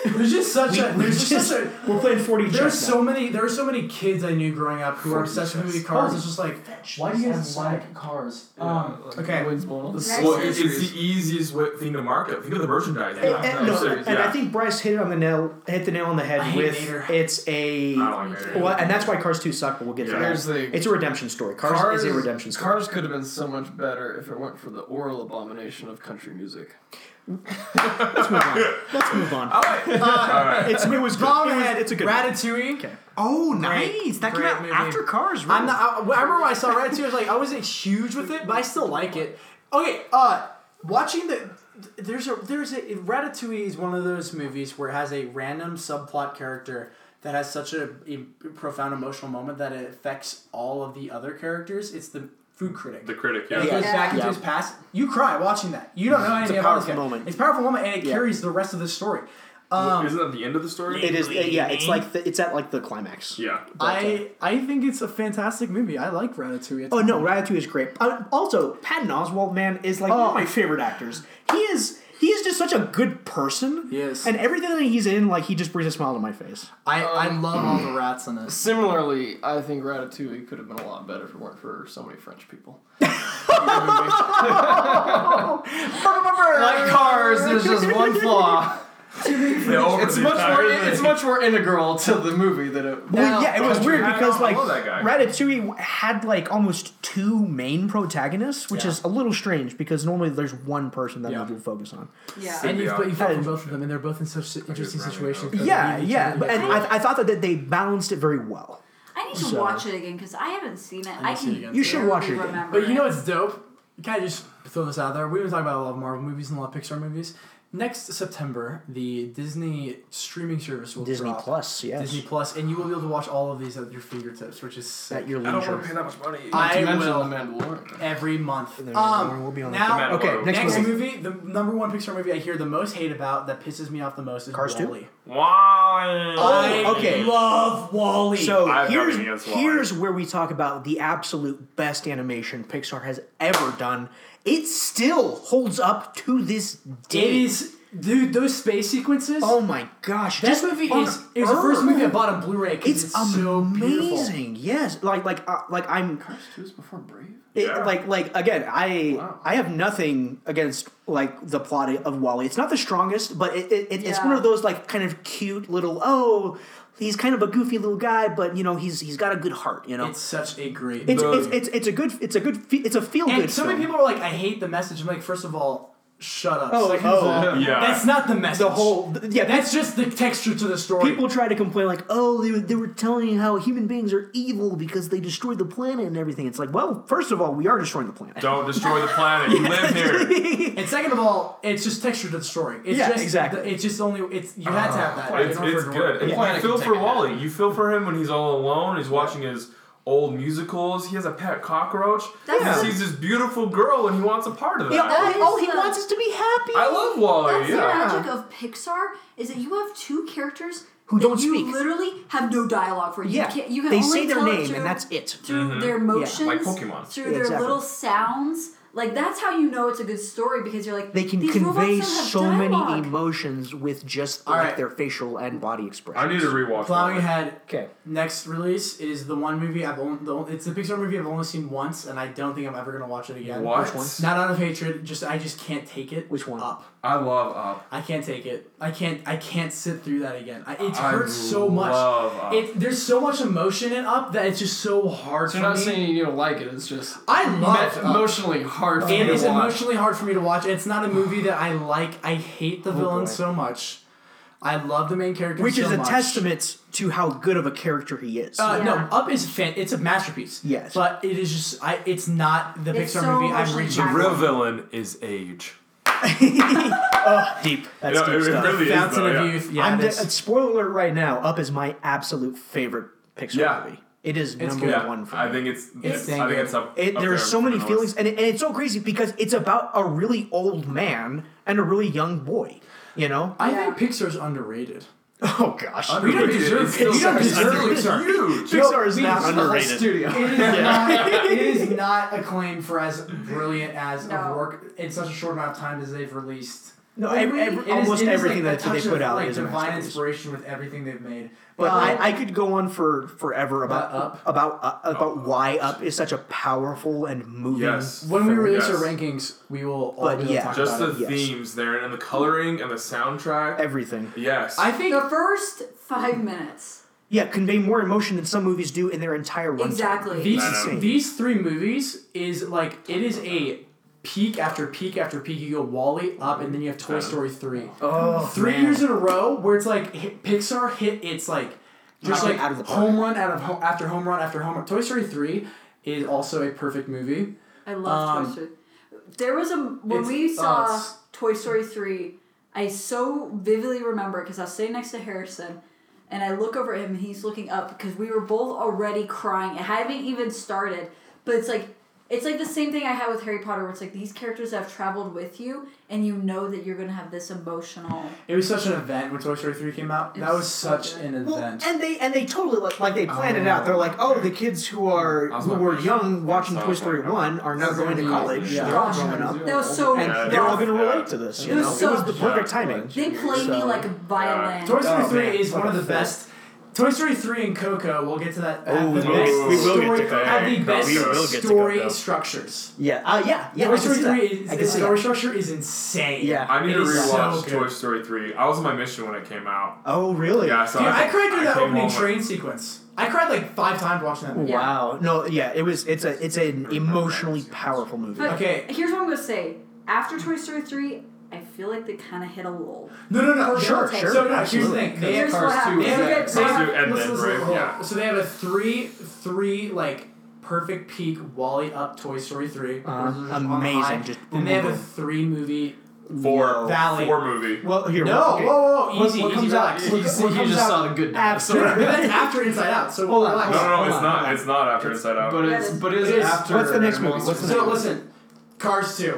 [SPEAKER 3] There's just such a.
[SPEAKER 1] We
[SPEAKER 3] There's just,
[SPEAKER 1] just-
[SPEAKER 3] such a.
[SPEAKER 1] we're playing forty.
[SPEAKER 3] There's so many. There are so many kids I knew growing up who are
[SPEAKER 1] Fucking
[SPEAKER 3] obsessed with
[SPEAKER 1] chess.
[SPEAKER 3] movie cars.
[SPEAKER 1] Oh.
[SPEAKER 3] It's just like, why do you guys like cars? Um,
[SPEAKER 5] like,
[SPEAKER 3] okay.
[SPEAKER 5] Wins one of the
[SPEAKER 2] Next
[SPEAKER 4] Well,
[SPEAKER 5] series.
[SPEAKER 4] it- it's the easiest way, thing to market. Think of the merchandise.
[SPEAKER 1] And,
[SPEAKER 4] Yeah.
[SPEAKER 1] and, no,
[SPEAKER 4] Series,
[SPEAKER 1] and
[SPEAKER 4] yeah.
[SPEAKER 1] I think Bryce hit it on the nail, hit the nail on the head
[SPEAKER 3] I hate
[SPEAKER 1] with
[SPEAKER 3] Vader.
[SPEAKER 1] it's a,
[SPEAKER 4] I don't like Vader.
[SPEAKER 1] well, and that's why Cars Two sucked. But we'll get to
[SPEAKER 4] Yeah.
[SPEAKER 1] that.
[SPEAKER 5] Here's the-
[SPEAKER 1] it's a redemption story. Cars, is a redemption story.
[SPEAKER 5] Cars could have been so much better if it weren't for the oral abomination of country music.
[SPEAKER 1] Let's move on. Let's move on. it's it was
[SPEAKER 3] Wrong
[SPEAKER 1] good. It was-
[SPEAKER 3] Head,
[SPEAKER 1] It's a good.
[SPEAKER 3] Ratatouille.
[SPEAKER 1] oh,
[SPEAKER 3] Great-
[SPEAKER 1] nice! That came
[SPEAKER 3] great
[SPEAKER 1] out
[SPEAKER 3] movie.
[SPEAKER 1] after Cars. Really.
[SPEAKER 3] I'm not. I, I remember when I saw Ratatouille. I was like, I wasn't huge with it, but I still like it. Okay. Uh, watching the. There's a there's a Ratatouille is one of those movies where it has a random subplot character that has such a, a profound emotional moment that it affects all of the other characters. It's the food critic.
[SPEAKER 4] the critic,
[SPEAKER 3] It
[SPEAKER 4] yeah.
[SPEAKER 3] goes
[SPEAKER 2] Yeah.
[SPEAKER 3] back into his past. You cry watching that. You don't know anything about this
[SPEAKER 1] powerful
[SPEAKER 3] guy.
[SPEAKER 1] moment.
[SPEAKER 3] It's a powerful moment, and it carries the rest of the story. Um,
[SPEAKER 4] Isn't that the end of the story?
[SPEAKER 1] It is. yeah, it's like the, it's at like the climax.
[SPEAKER 4] yeah.
[SPEAKER 3] I I think it's a fantastic movie. I like Ratatouille. It's
[SPEAKER 1] Oh no, Ratatouille is great. Uh, also, Patton Oswald, man, is like one of my favorite actors. He is. He is just such a good person.
[SPEAKER 3] Yes.
[SPEAKER 1] And everything that he's in, like, he just brings a smile to my face.
[SPEAKER 3] I, I love all the rats in this.
[SPEAKER 5] Similarly, I think Ratatouille could have been a lot better if it weren't for so many French people. like Cars, there's just one flaw.
[SPEAKER 4] They over
[SPEAKER 5] It's
[SPEAKER 4] the
[SPEAKER 5] much
[SPEAKER 4] entire
[SPEAKER 5] more
[SPEAKER 4] thing.
[SPEAKER 5] it's much more integral to the movie than it.
[SPEAKER 1] Well, yeah, it was weird
[SPEAKER 4] I
[SPEAKER 1] because
[SPEAKER 4] don't
[SPEAKER 1] like
[SPEAKER 4] know that guy.
[SPEAKER 1] Ratatouille had like almost two main protagonists, which
[SPEAKER 5] Yeah.
[SPEAKER 1] is a little strange because normally there's one person that
[SPEAKER 5] Yeah.
[SPEAKER 1] we do focus on.
[SPEAKER 2] Yeah.
[SPEAKER 4] Sid-
[SPEAKER 3] And you,
[SPEAKER 4] Yeah.
[SPEAKER 3] but you felt for both of them, and they're both in such interesting
[SPEAKER 4] running
[SPEAKER 3] situations.
[SPEAKER 4] out.
[SPEAKER 3] that
[SPEAKER 1] Yeah,
[SPEAKER 3] they need each
[SPEAKER 1] yeah,
[SPEAKER 3] other
[SPEAKER 1] but,
[SPEAKER 3] to
[SPEAKER 1] and
[SPEAKER 3] get through.
[SPEAKER 1] I, I thought that they balanced it very well.
[SPEAKER 2] I need to
[SPEAKER 1] So-
[SPEAKER 2] watch it again because I haven't seen it. I,
[SPEAKER 12] need to see it
[SPEAKER 2] can.
[SPEAKER 12] again,
[SPEAKER 1] You should
[SPEAKER 2] barely
[SPEAKER 1] watch it again.
[SPEAKER 2] remember
[SPEAKER 3] But you know
[SPEAKER 2] it.
[SPEAKER 3] what's dope? Can I just throw this out there? We've been talking about a lot of Marvel movies and a lot of Pixar movies. Next September, the Disney streaming service will
[SPEAKER 1] Disney
[SPEAKER 3] drop.
[SPEAKER 1] Plus, yes.
[SPEAKER 3] Disney Plus, and you will be able to watch all of these at your fingertips, which is sick.
[SPEAKER 1] at your
[SPEAKER 4] I don't want to
[SPEAKER 1] leisure.
[SPEAKER 4] pay that much money.
[SPEAKER 5] Not to
[SPEAKER 3] I
[SPEAKER 5] mention
[SPEAKER 3] will
[SPEAKER 5] the Mandalorian.
[SPEAKER 3] every month.
[SPEAKER 1] And there's more,
[SPEAKER 3] Um,
[SPEAKER 1] we'll be on the
[SPEAKER 3] now,
[SPEAKER 4] Mandalorian.
[SPEAKER 1] Okay, next,
[SPEAKER 3] next,
[SPEAKER 1] movie.
[SPEAKER 3] movie, the number one Pixar movie I hear the most hate about that pisses me off the most is
[SPEAKER 1] Cars two? Oh,
[SPEAKER 3] Wall-E.
[SPEAKER 4] Why?
[SPEAKER 3] I
[SPEAKER 1] okay.
[SPEAKER 3] love Wall-E.
[SPEAKER 1] So
[SPEAKER 4] I have
[SPEAKER 1] here's
[SPEAKER 4] nothing against Wall-E.
[SPEAKER 1] here's where we talk about the absolute best animation Pixar has ever done. It still holds up to this
[SPEAKER 3] it
[SPEAKER 1] day.
[SPEAKER 3] is, dude. Those space sequences.
[SPEAKER 1] Oh my gosh!
[SPEAKER 3] That
[SPEAKER 1] just
[SPEAKER 3] movie
[SPEAKER 1] on
[SPEAKER 3] is it was the first
[SPEAKER 1] Earth.
[SPEAKER 3] movie I bought on Blu-ray
[SPEAKER 1] It's,
[SPEAKER 3] because it's, so beautiful.
[SPEAKER 1] amazing. yes, like like uh, like I'm
[SPEAKER 5] Cars two is before Brave.
[SPEAKER 1] it-
[SPEAKER 4] Yeah.
[SPEAKER 1] like like again. I
[SPEAKER 5] Wow.
[SPEAKER 1] I have nothing against like the plot of Wally. It's not the strongest, but it, it, it- it's one
[SPEAKER 2] Yeah.
[SPEAKER 1] of those like kind of cute little oh. He's kind of a goofy little guy, but you know he's he's got a good heart. You know,
[SPEAKER 3] It's such a great.
[SPEAKER 1] it's
[SPEAKER 4] the-
[SPEAKER 1] it's, it's, it's a good it's a good fe- it's a feel
[SPEAKER 3] and
[SPEAKER 1] good.
[SPEAKER 3] so many people are like, I hate the message. I'm like, first of all, shut up.
[SPEAKER 1] Oh,
[SPEAKER 3] Second
[SPEAKER 1] oh.
[SPEAKER 3] of all,
[SPEAKER 4] Yeah.
[SPEAKER 3] that's not the message.
[SPEAKER 1] the whole th- yeah.
[SPEAKER 3] That's just the texture to the story.
[SPEAKER 1] People try to complain like, oh, they, were- they were telling you how human beings are evil because they destroyed the planet and everything. It's like, well, first of all, we are destroying the planet.
[SPEAKER 4] Don't destroy the planet. You live here.
[SPEAKER 3] and second of all, it's just texture to the story. It's
[SPEAKER 1] Yeah,
[SPEAKER 3] just,
[SPEAKER 1] exactly.
[SPEAKER 3] It's just only. It's you had to have that.
[SPEAKER 4] It's,
[SPEAKER 3] in order
[SPEAKER 4] it's
[SPEAKER 3] to
[SPEAKER 4] good.
[SPEAKER 3] work.
[SPEAKER 4] And
[SPEAKER 5] Yeah.
[SPEAKER 4] you feel
[SPEAKER 5] Take
[SPEAKER 4] for
[SPEAKER 5] it.
[SPEAKER 4] Wally. You feel for him when he's all alone. He's watching his old musicals. He has a pet cockroach.
[SPEAKER 2] That's-
[SPEAKER 4] He sees this beautiful girl and he wants a part of that.
[SPEAKER 1] Yeah, all,
[SPEAKER 2] That
[SPEAKER 1] he-
[SPEAKER 2] is
[SPEAKER 1] all oh, he
[SPEAKER 2] the-
[SPEAKER 1] wants is to be happy.
[SPEAKER 4] I love Wally.
[SPEAKER 2] That's
[SPEAKER 4] Oh, yeah.
[SPEAKER 2] the magic of Pixar is that you have two characters
[SPEAKER 1] Who
[SPEAKER 2] that
[SPEAKER 1] don't
[SPEAKER 2] you
[SPEAKER 1] speak.
[SPEAKER 2] Literally have no dialogue for you.
[SPEAKER 1] yeah,
[SPEAKER 2] You, can't, you can
[SPEAKER 1] they
[SPEAKER 2] only
[SPEAKER 1] say their
[SPEAKER 2] tell it
[SPEAKER 1] name
[SPEAKER 2] through-
[SPEAKER 1] and that's it.
[SPEAKER 2] through their motions,
[SPEAKER 4] Mm-hmm. Like Pokemon.
[SPEAKER 2] through
[SPEAKER 1] Yeah,
[SPEAKER 2] their
[SPEAKER 1] exactly.
[SPEAKER 2] little sounds. Like that's how you know it's a good story because you're like
[SPEAKER 1] They can
[SPEAKER 2] These
[SPEAKER 1] convey
[SPEAKER 2] robots don't have
[SPEAKER 1] so many
[SPEAKER 2] dialogue."
[SPEAKER 1] emotions with just
[SPEAKER 3] All
[SPEAKER 1] like
[SPEAKER 3] right.
[SPEAKER 1] their facial and body
[SPEAKER 4] I
[SPEAKER 1] expressions.
[SPEAKER 4] need to rewatch.
[SPEAKER 3] Plowing
[SPEAKER 4] Wall-E.
[SPEAKER 3] ahead.
[SPEAKER 1] Okay.
[SPEAKER 3] Next release is the one movie I've only. The, only- it's the Pixar movie I've only seen once, and I don't think I'm ever gonna watch it again.
[SPEAKER 4] What?
[SPEAKER 1] Which one?
[SPEAKER 3] Not out of hatred. Just I just can't take it.
[SPEAKER 1] Which one?
[SPEAKER 3] Up.
[SPEAKER 4] I love uh, Up.
[SPEAKER 3] I can't take it. I can't. I can't sit through that again. I, it
[SPEAKER 4] I
[SPEAKER 3] hurts so much.
[SPEAKER 4] love uh, Up.
[SPEAKER 3] It there's so much emotion in up that it's just so hard
[SPEAKER 5] So
[SPEAKER 3] for
[SPEAKER 5] you're not
[SPEAKER 3] me.
[SPEAKER 5] saying you don't like it. It's just
[SPEAKER 3] I
[SPEAKER 1] uh,
[SPEAKER 3] love
[SPEAKER 5] me-
[SPEAKER 3] Up.
[SPEAKER 5] emotionally hard for
[SPEAKER 3] It
[SPEAKER 5] me
[SPEAKER 3] is
[SPEAKER 5] to watch.
[SPEAKER 3] emotionally hard for me to watch. It's not a movie that I like. I hate the villain so much. I love the main character
[SPEAKER 1] Which
[SPEAKER 3] so
[SPEAKER 1] is a
[SPEAKER 3] much.
[SPEAKER 1] testament to how good of a character he is.
[SPEAKER 3] Uh, No,
[SPEAKER 2] Yeah.
[SPEAKER 3] Up is fan. It's a masterpiece.
[SPEAKER 1] Yes.
[SPEAKER 3] but it is just. I. It's not the
[SPEAKER 2] It's
[SPEAKER 3] Pixar
[SPEAKER 2] so
[SPEAKER 3] movie I'm
[SPEAKER 2] emotionally
[SPEAKER 3] reaching.
[SPEAKER 4] the
[SPEAKER 2] impactful.
[SPEAKER 3] for.
[SPEAKER 4] real villain is age.
[SPEAKER 1] deep. Oh, That's
[SPEAKER 4] Yeah,
[SPEAKER 1] deep
[SPEAKER 4] it
[SPEAKER 1] stuff.
[SPEAKER 4] really is,
[SPEAKER 3] Fountain
[SPEAKER 4] though,
[SPEAKER 3] of
[SPEAKER 4] yeah.
[SPEAKER 3] Youth. Yeah,
[SPEAKER 1] I'm
[SPEAKER 3] it is.
[SPEAKER 1] just, spoiler alert right now. Up is my absolute favorite Pixar
[SPEAKER 4] Yeah.
[SPEAKER 1] movie. It is number
[SPEAKER 4] Yeah,
[SPEAKER 1] one for me.
[SPEAKER 4] I think it's. it's I
[SPEAKER 3] dang
[SPEAKER 4] think
[SPEAKER 3] good.
[SPEAKER 4] it's up.
[SPEAKER 1] It,
[SPEAKER 4] up
[SPEAKER 1] there are
[SPEAKER 4] there
[SPEAKER 1] so
[SPEAKER 4] for
[SPEAKER 1] many
[SPEAKER 4] the
[SPEAKER 1] feelings, and, it, and it's so crazy because it's about a really old man and a really young boy. You know?
[SPEAKER 3] I
[SPEAKER 2] Yeah.
[SPEAKER 3] think Pixar's underrated.
[SPEAKER 1] oh gosh,
[SPEAKER 4] list.
[SPEAKER 3] We don't
[SPEAKER 4] Underrated.
[SPEAKER 3] deserve
[SPEAKER 4] It's
[SPEAKER 3] Pixar.
[SPEAKER 4] still
[SPEAKER 3] We don't deserve
[SPEAKER 4] underrated.
[SPEAKER 3] Pixar.
[SPEAKER 4] Huge.
[SPEAKER 1] Pixar is
[SPEAKER 5] We
[SPEAKER 1] not
[SPEAKER 5] just love
[SPEAKER 1] underrated.
[SPEAKER 5] Studio.
[SPEAKER 3] It is, not, it is not acclaimed for as brilliant as
[SPEAKER 2] No.
[SPEAKER 3] a work in such a short amount of time as they've released.
[SPEAKER 1] No, every,
[SPEAKER 3] It
[SPEAKER 1] every,
[SPEAKER 3] is-
[SPEAKER 1] almost
[SPEAKER 3] it is
[SPEAKER 1] everything
[SPEAKER 3] like a
[SPEAKER 1] that they
[SPEAKER 3] touch
[SPEAKER 1] put
[SPEAKER 3] of,
[SPEAKER 1] out
[SPEAKER 3] like,
[SPEAKER 1] is a
[SPEAKER 3] divine
[SPEAKER 1] masterpiece.
[SPEAKER 3] inspiration with everything they've made.
[SPEAKER 1] But
[SPEAKER 3] Um,
[SPEAKER 1] I, I could go on for forever about
[SPEAKER 3] About Up?
[SPEAKER 1] about uh, about why Up is such a powerful and moving.
[SPEAKER 4] Oh. Yes.
[SPEAKER 3] when we release
[SPEAKER 4] Yes.
[SPEAKER 3] our rankings, we will all
[SPEAKER 1] But
[SPEAKER 3] be able to
[SPEAKER 1] yeah.
[SPEAKER 3] talk
[SPEAKER 4] Just
[SPEAKER 3] about
[SPEAKER 4] the
[SPEAKER 3] it.
[SPEAKER 1] Yes.
[SPEAKER 4] themes there, and the coloring, and the soundtrack.
[SPEAKER 1] Everything,
[SPEAKER 4] yes.
[SPEAKER 3] I think
[SPEAKER 2] The first five minutes,
[SPEAKER 1] yeah, convey more emotion than some movies do in their entire runtime.
[SPEAKER 2] exactly.
[SPEAKER 3] these
[SPEAKER 4] I
[SPEAKER 1] uh,
[SPEAKER 4] know.
[SPEAKER 3] these three movies is like it is a peak after peak after peak. You go Wally up, and then you have Toy Story three.
[SPEAKER 1] Oh,
[SPEAKER 3] Three
[SPEAKER 1] man.
[SPEAKER 3] years in a row where it's like hit, Pixar hit its like
[SPEAKER 1] Knocked
[SPEAKER 3] just
[SPEAKER 1] it
[SPEAKER 3] like
[SPEAKER 1] out of the park.
[SPEAKER 3] home run out of ho- after home run after home run. Toy Story three is also a perfect movie.
[SPEAKER 2] I love Toy
[SPEAKER 3] Um,
[SPEAKER 2] Story. There was a when
[SPEAKER 3] it's-
[SPEAKER 2] we
[SPEAKER 3] oh,
[SPEAKER 2] saw
[SPEAKER 3] it's-
[SPEAKER 2] Toy Story three. I so vividly remember because I was sitting next to Harrison, and I look over at him and he's looking up because we were both already crying. It hadn't even started, but it's like it's like the same thing I had with Harry Potter, where it's like these characters have traveled with you, and you know that you're gonna have this emotional.
[SPEAKER 3] It was such an event when Toy Story three came out. that
[SPEAKER 2] It's
[SPEAKER 3] was
[SPEAKER 2] so
[SPEAKER 3] such
[SPEAKER 2] good.
[SPEAKER 3] an event.
[SPEAKER 1] Well, and they and they totally like, like they planned it out. They're like, oh, the kids who are
[SPEAKER 4] I was
[SPEAKER 1] who
[SPEAKER 4] like-
[SPEAKER 1] were young watching
[SPEAKER 4] I was
[SPEAKER 1] Toy Story
[SPEAKER 4] like, oh,
[SPEAKER 1] one are now
[SPEAKER 5] that's
[SPEAKER 1] going to
[SPEAKER 5] gonna be-
[SPEAKER 1] college.
[SPEAKER 3] yeah.
[SPEAKER 1] They're all growing up,
[SPEAKER 2] That was so.
[SPEAKER 1] and
[SPEAKER 4] Yeah,
[SPEAKER 1] they're all
[SPEAKER 2] rough.
[SPEAKER 1] going to relate to this. You
[SPEAKER 2] It was
[SPEAKER 1] know,
[SPEAKER 2] so-
[SPEAKER 1] it was the perfect timing.
[SPEAKER 2] They play me
[SPEAKER 1] So-
[SPEAKER 2] like a violin.
[SPEAKER 3] Toy Story
[SPEAKER 1] Oh,
[SPEAKER 3] 3
[SPEAKER 1] man.
[SPEAKER 3] is one of the
[SPEAKER 1] Fucking
[SPEAKER 3] best Toy Story 3 and Coco, we'll get to that. at
[SPEAKER 13] Oh,
[SPEAKER 3] the
[SPEAKER 13] we
[SPEAKER 3] best
[SPEAKER 13] will- we will get
[SPEAKER 3] story,
[SPEAKER 13] to Coco.
[SPEAKER 3] At the
[SPEAKER 13] We
[SPEAKER 3] best
[SPEAKER 13] will get to
[SPEAKER 3] story
[SPEAKER 13] Coco.
[SPEAKER 3] structures.
[SPEAKER 1] Yeah. Uh, yeah. Yeah.
[SPEAKER 3] Toy
[SPEAKER 1] I can
[SPEAKER 3] Story
[SPEAKER 1] see that.
[SPEAKER 3] 3, is,
[SPEAKER 1] I
[SPEAKER 3] the
[SPEAKER 1] can see
[SPEAKER 3] story
[SPEAKER 1] that.
[SPEAKER 3] structure is insane.
[SPEAKER 1] Yeah.
[SPEAKER 4] I need
[SPEAKER 3] It
[SPEAKER 4] to
[SPEAKER 3] is so
[SPEAKER 4] rewatch
[SPEAKER 3] good.
[SPEAKER 4] Toy Story 3. I was on my mission when it came out.
[SPEAKER 1] Oh, really?
[SPEAKER 4] Yeah, so
[SPEAKER 3] Dude, I,
[SPEAKER 4] think
[SPEAKER 3] cried during that
[SPEAKER 4] came
[SPEAKER 3] opening
[SPEAKER 4] home
[SPEAKER 3] train sequence. I cried like five times watching that movie.
[SPEAKER 2] Yeah.
[SPEAKER 1] Wow. No. Yeah. It was. It's a. It's an emotionally powerful movie.
[SPEAKER 2] But
[SPEAKER 3] Okay.
[SPEAKER 2] here's what I'm gonna say. After Toy Story 3, I feel like they kind of hit a lull.
[SPEAKER 1] Mm.
[SPEAKER 3] No, no, no.
[SPEAKER 1] Sure,
[SPEAKER 3] no,
[SPEAKER 1] sure,
[SPEAKER 3] So, no, here's the
[SPEAKER 1] absolutely.
[SPEAKER 3] thing. They
[SPEAKER 2] Here's
[SPEAKER 3] have,
[SPEAKER 2] what happened.
[SPEAKER 3] they have,
[SPEAKER 4] and
[SPEAKER 2] Okay,
[SPEAKER 4] then-
[SPEAKER 3] they have-
[SPEAKER 4] Cars two
[SPEAKER 3] listen,
[SPEAKER 4] and then,
[SPEAKER 3] listen,
[SPEAKER 4] right?
[SPEAKER 3] hold on.
[SPEAKER 4] Yeah.
[SPEAKER 3] So they have a three, three like perfect peak Wally up Toy Story 3.
[SPEAKER 1] Uh-huh.
[SPEAKER 3] which is just on the
[SPEAKER 1] Amazing,
[SPEAKER 3] high.
[SPEAKER 1] just
[SPEAKER 3] Then
[SPEAKER 1] boom,
[SPEAKER 3] they have
[SPEAKER 1] boom,
[SPEAKER 3] a
[SPEAKER 1] boom.
[SPEAKER 3] three movie
[SPEAKER 4] Four.
[SPEAKER 3] valley.
[SPEAKER 4] Four movie.
[SPEAKER 1] Well, here.
[SPEAKER 3] no,
[SPEAKER 1] okay.
[SPEAKER 3] whoa, whoa,
[SPEAKER 1] What-
[SPEAKER 3] easy,
[SPEAKER 1] what
[SPEAKER 3] easy,
[SPEAKER 1] comes
[SPEAKER 3] relax.
[SPEAKER 1] out-
[SPEAKER 5] You, see, you just saw the good dinosaur.
[SPEAKER 1] after-
[SPEAKER 3] That's after Inside Out. So
[SPEAKER 1] Hold on,
[SPEAKER 3] relax.
[SPEAKER 4] No, no, no.
[SPEAKER 1] Hold
[SPEAKER 4] It's
[SPEAKER 1] on, hold
[SPEAKER 4] not.
[SPEAKER 1] on.
[SPEAKER 4] It's not after Inside Out.
[SPEAKER 5] But it's but
[SPEAKER 3] It is.
[SPEAKER 5] after.
[SPEAKER 1] What's the next movie?
[SPEAKER 5] Monsters.
[SPEAKER 1] What's the
[SPEAKER 3] So listen, Cars two.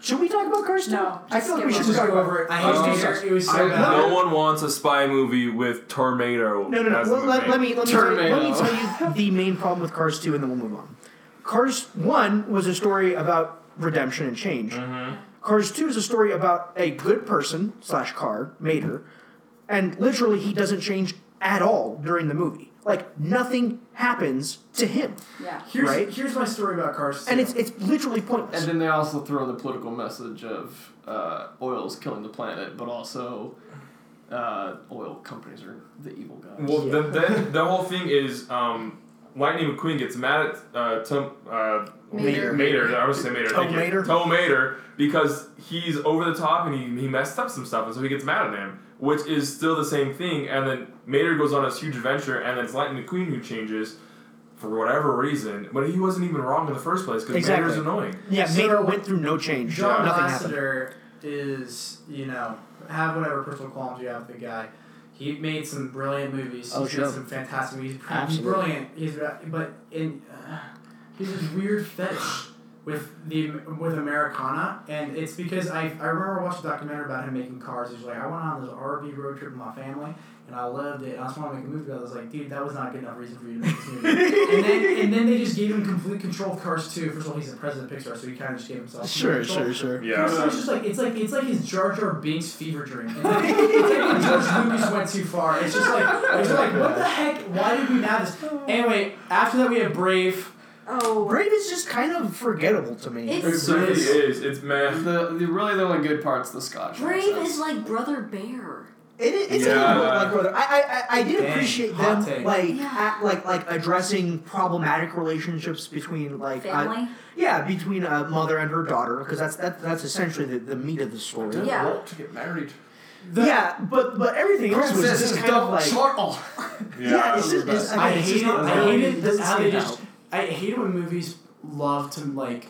[SPEAKER 1] Should we talk about Cars two?
[SPEAKER 2] No,
[SPEAKER 1] I
[SPEAKER 2] just
[SPEAKER 1] feel like we
[SPEAKER 2] skip
[SPEAKER 1] should just
[SPEAKER 2] over it.
[SPEAKER 1] talk about.
[SPEAKER 3] it. I
[SPEAKER 4] Um,
[SPEAKER 3] hated it. It was so
[SPEAKER 4] I-
[SPEAKER 3] bad.
[SPEAKER 4] no one wants a spy movie with tornado.
[SPEAKER 1] No, no, no.
[SPEAKER 4] as
[SPEAKER 1] Well,
[SPEAKER 4] the
[SPEAKER 1] let, let
[SPEAKER 4] main-
[SPEAKER 1] me let me, tell you, let me
[SPEAKER 5] Terminator.
[SPEAKER 1] tell you the main problem with Cars two, and then we'll move on. Cars one was a story about redemption and change. Cars two is a story about a good person slash car Mater, and literally he doesn't change at all during the movie. Like nothing happens to him,
[SPEAKER 2] Yeah.
[SPEAKER 3] Here's
[SPEAKER 1] right?
[SPEAKER 3] here's my story about Cars two.
[SPEAKER 1] and it's it's literally
[SPEAKER 5] And
[SPEAKER 1] pointless.
[SPEAKER 5] then they also throw in the political message of uh, oil's killing the planet, but also uh, oil companies are the evil guys.
[SPEAKER 4] Well, then, then the whole thing is um, Lightning McQueen gets mad at uh, Tom, uh,
[SPEAKER 2] Mater.
[SPEAKER 4] Mater. I was gonna say Mater.
[SPEAKER 1] Tom
[SPEAKER 4] thank you.
[SPEAKER 1] Mater?
[SPEAKER 4] Tom Mater, because he's over the top and he, he messed up some stuff, and so he gets mad at him, which is still the same thing. And then Mater goes on this huge adventure, and then it's Lightning McQueen who changes for whatever reason, but he wasn't even wrong in the first place because
[SPEAKER 1] Exactly.
[SPEAKER 4] Mater's annoying.
[SPEAKER 1] yeah,
[SPEAKER 3] So-
[SPEAKER 1] Mater went through no change.
[SPEAKER 3] John
[SPEAKER 1] nothing happened.
[SPEAKER 3] Lasseter is, you know, have whatever personal qualms you have with the guy. He made some brilliant movies.
[SPEAKER 1] Oh,
[SPEAKER 3] He's
[SPEAKER 1] sure.
[SPEAKER 3] made some fantastic movies. He's
[SPEAKER 1] Absolutely.
[SPEAKER 3] brilliant. He's but in uh, he's this weird fetish with the with Americana, and it's because I I remember watching a documentary about him making cars. He's like, I went on this RV road trip with my family, and I loved it. And I just want to make a movie about it. I was like, dude, that was not a good enough reason for you to make this movie. and then and then they just gave him complete control of Cars too. First of all, he's the president of Pixar, so he kind of just gave himself complete
[SPEAKER 1] Sure,
[SPEAKER 3] control.
[SPEAKER 1] sure, sure.
[SPEAKER 3] It's
[SPEAKER 4] Yeah.
[SPEAKER 3] just like it's like it's like his Jar Jar Binks fever dream. It's like, it's like when George Lucas went too far. It's just like it's like what the heck? Why did we have this? Anyway, after that we have Brave.
[SPEAKER 2] Oh.
[SPEAKER 1] Brave is just kind of forgettable to me.
[SPEAKER 2] It's-
[SPEAKER 4] It really is. It's meh.
[SPEAKER 5] the, the really the only good part's the Scotch.
[SPEAKER 2] Brave
[SPEAKER 5] accents.
[SPEAKER 2] is like Brother Bear.
[SPEAKER 1] It is, it's a
[SPEAKER 4] Yeah.
[SPEAKER 1] little bit like brother. I I, I, I did
[SPEAKER 3] Dang,
[SPEAKER 1] appreciate
[SPEAKER 3] hot
[SPEAKER 1] them
[SPEAKER 3] take.
[SPEAKER 1] like
[SPEAKER 2] Yeah.
[SPEAKER 1] at, like like addressing problematic relationships between like uh,
[SPEAKER 2] Family.
[SPEAKER 1] yeah between a mother and her daughter because that's that, that's essentially the, the meat of the story.
[SPEAKER 2] Yeah.
[SPEAKER 5] Want to get married.
[SPEAKER 1] Yeah, but but everything else was
[SPEAKER 5] Princess
[SPEAKER 1] just
[SPEAKER 5] is oh,
[SPEAKER 1] kind of
[SPEAKER 5] double
[SPEAKER 1] like
[SPEAKER 5] chortle.
[SPEAKER 1] yeah, it's just it's,
[SPEAKER 3] I
[SPEAKER 1] mean, it's
[SPEAKER 3] hate
[SPEAKER 1] just
[SPEAKER 3] it.
[SPEAKER 1] not-
[SPEAKER 3] I hate it.
[SPEAKER 1] doesn't
[SPEAKER 3] how they
[SPEAKER 1] stand
[SPEAKER 3] just.
[SPEAKER 1] out.
[SPEAKER 3] I hate it when movies love to like.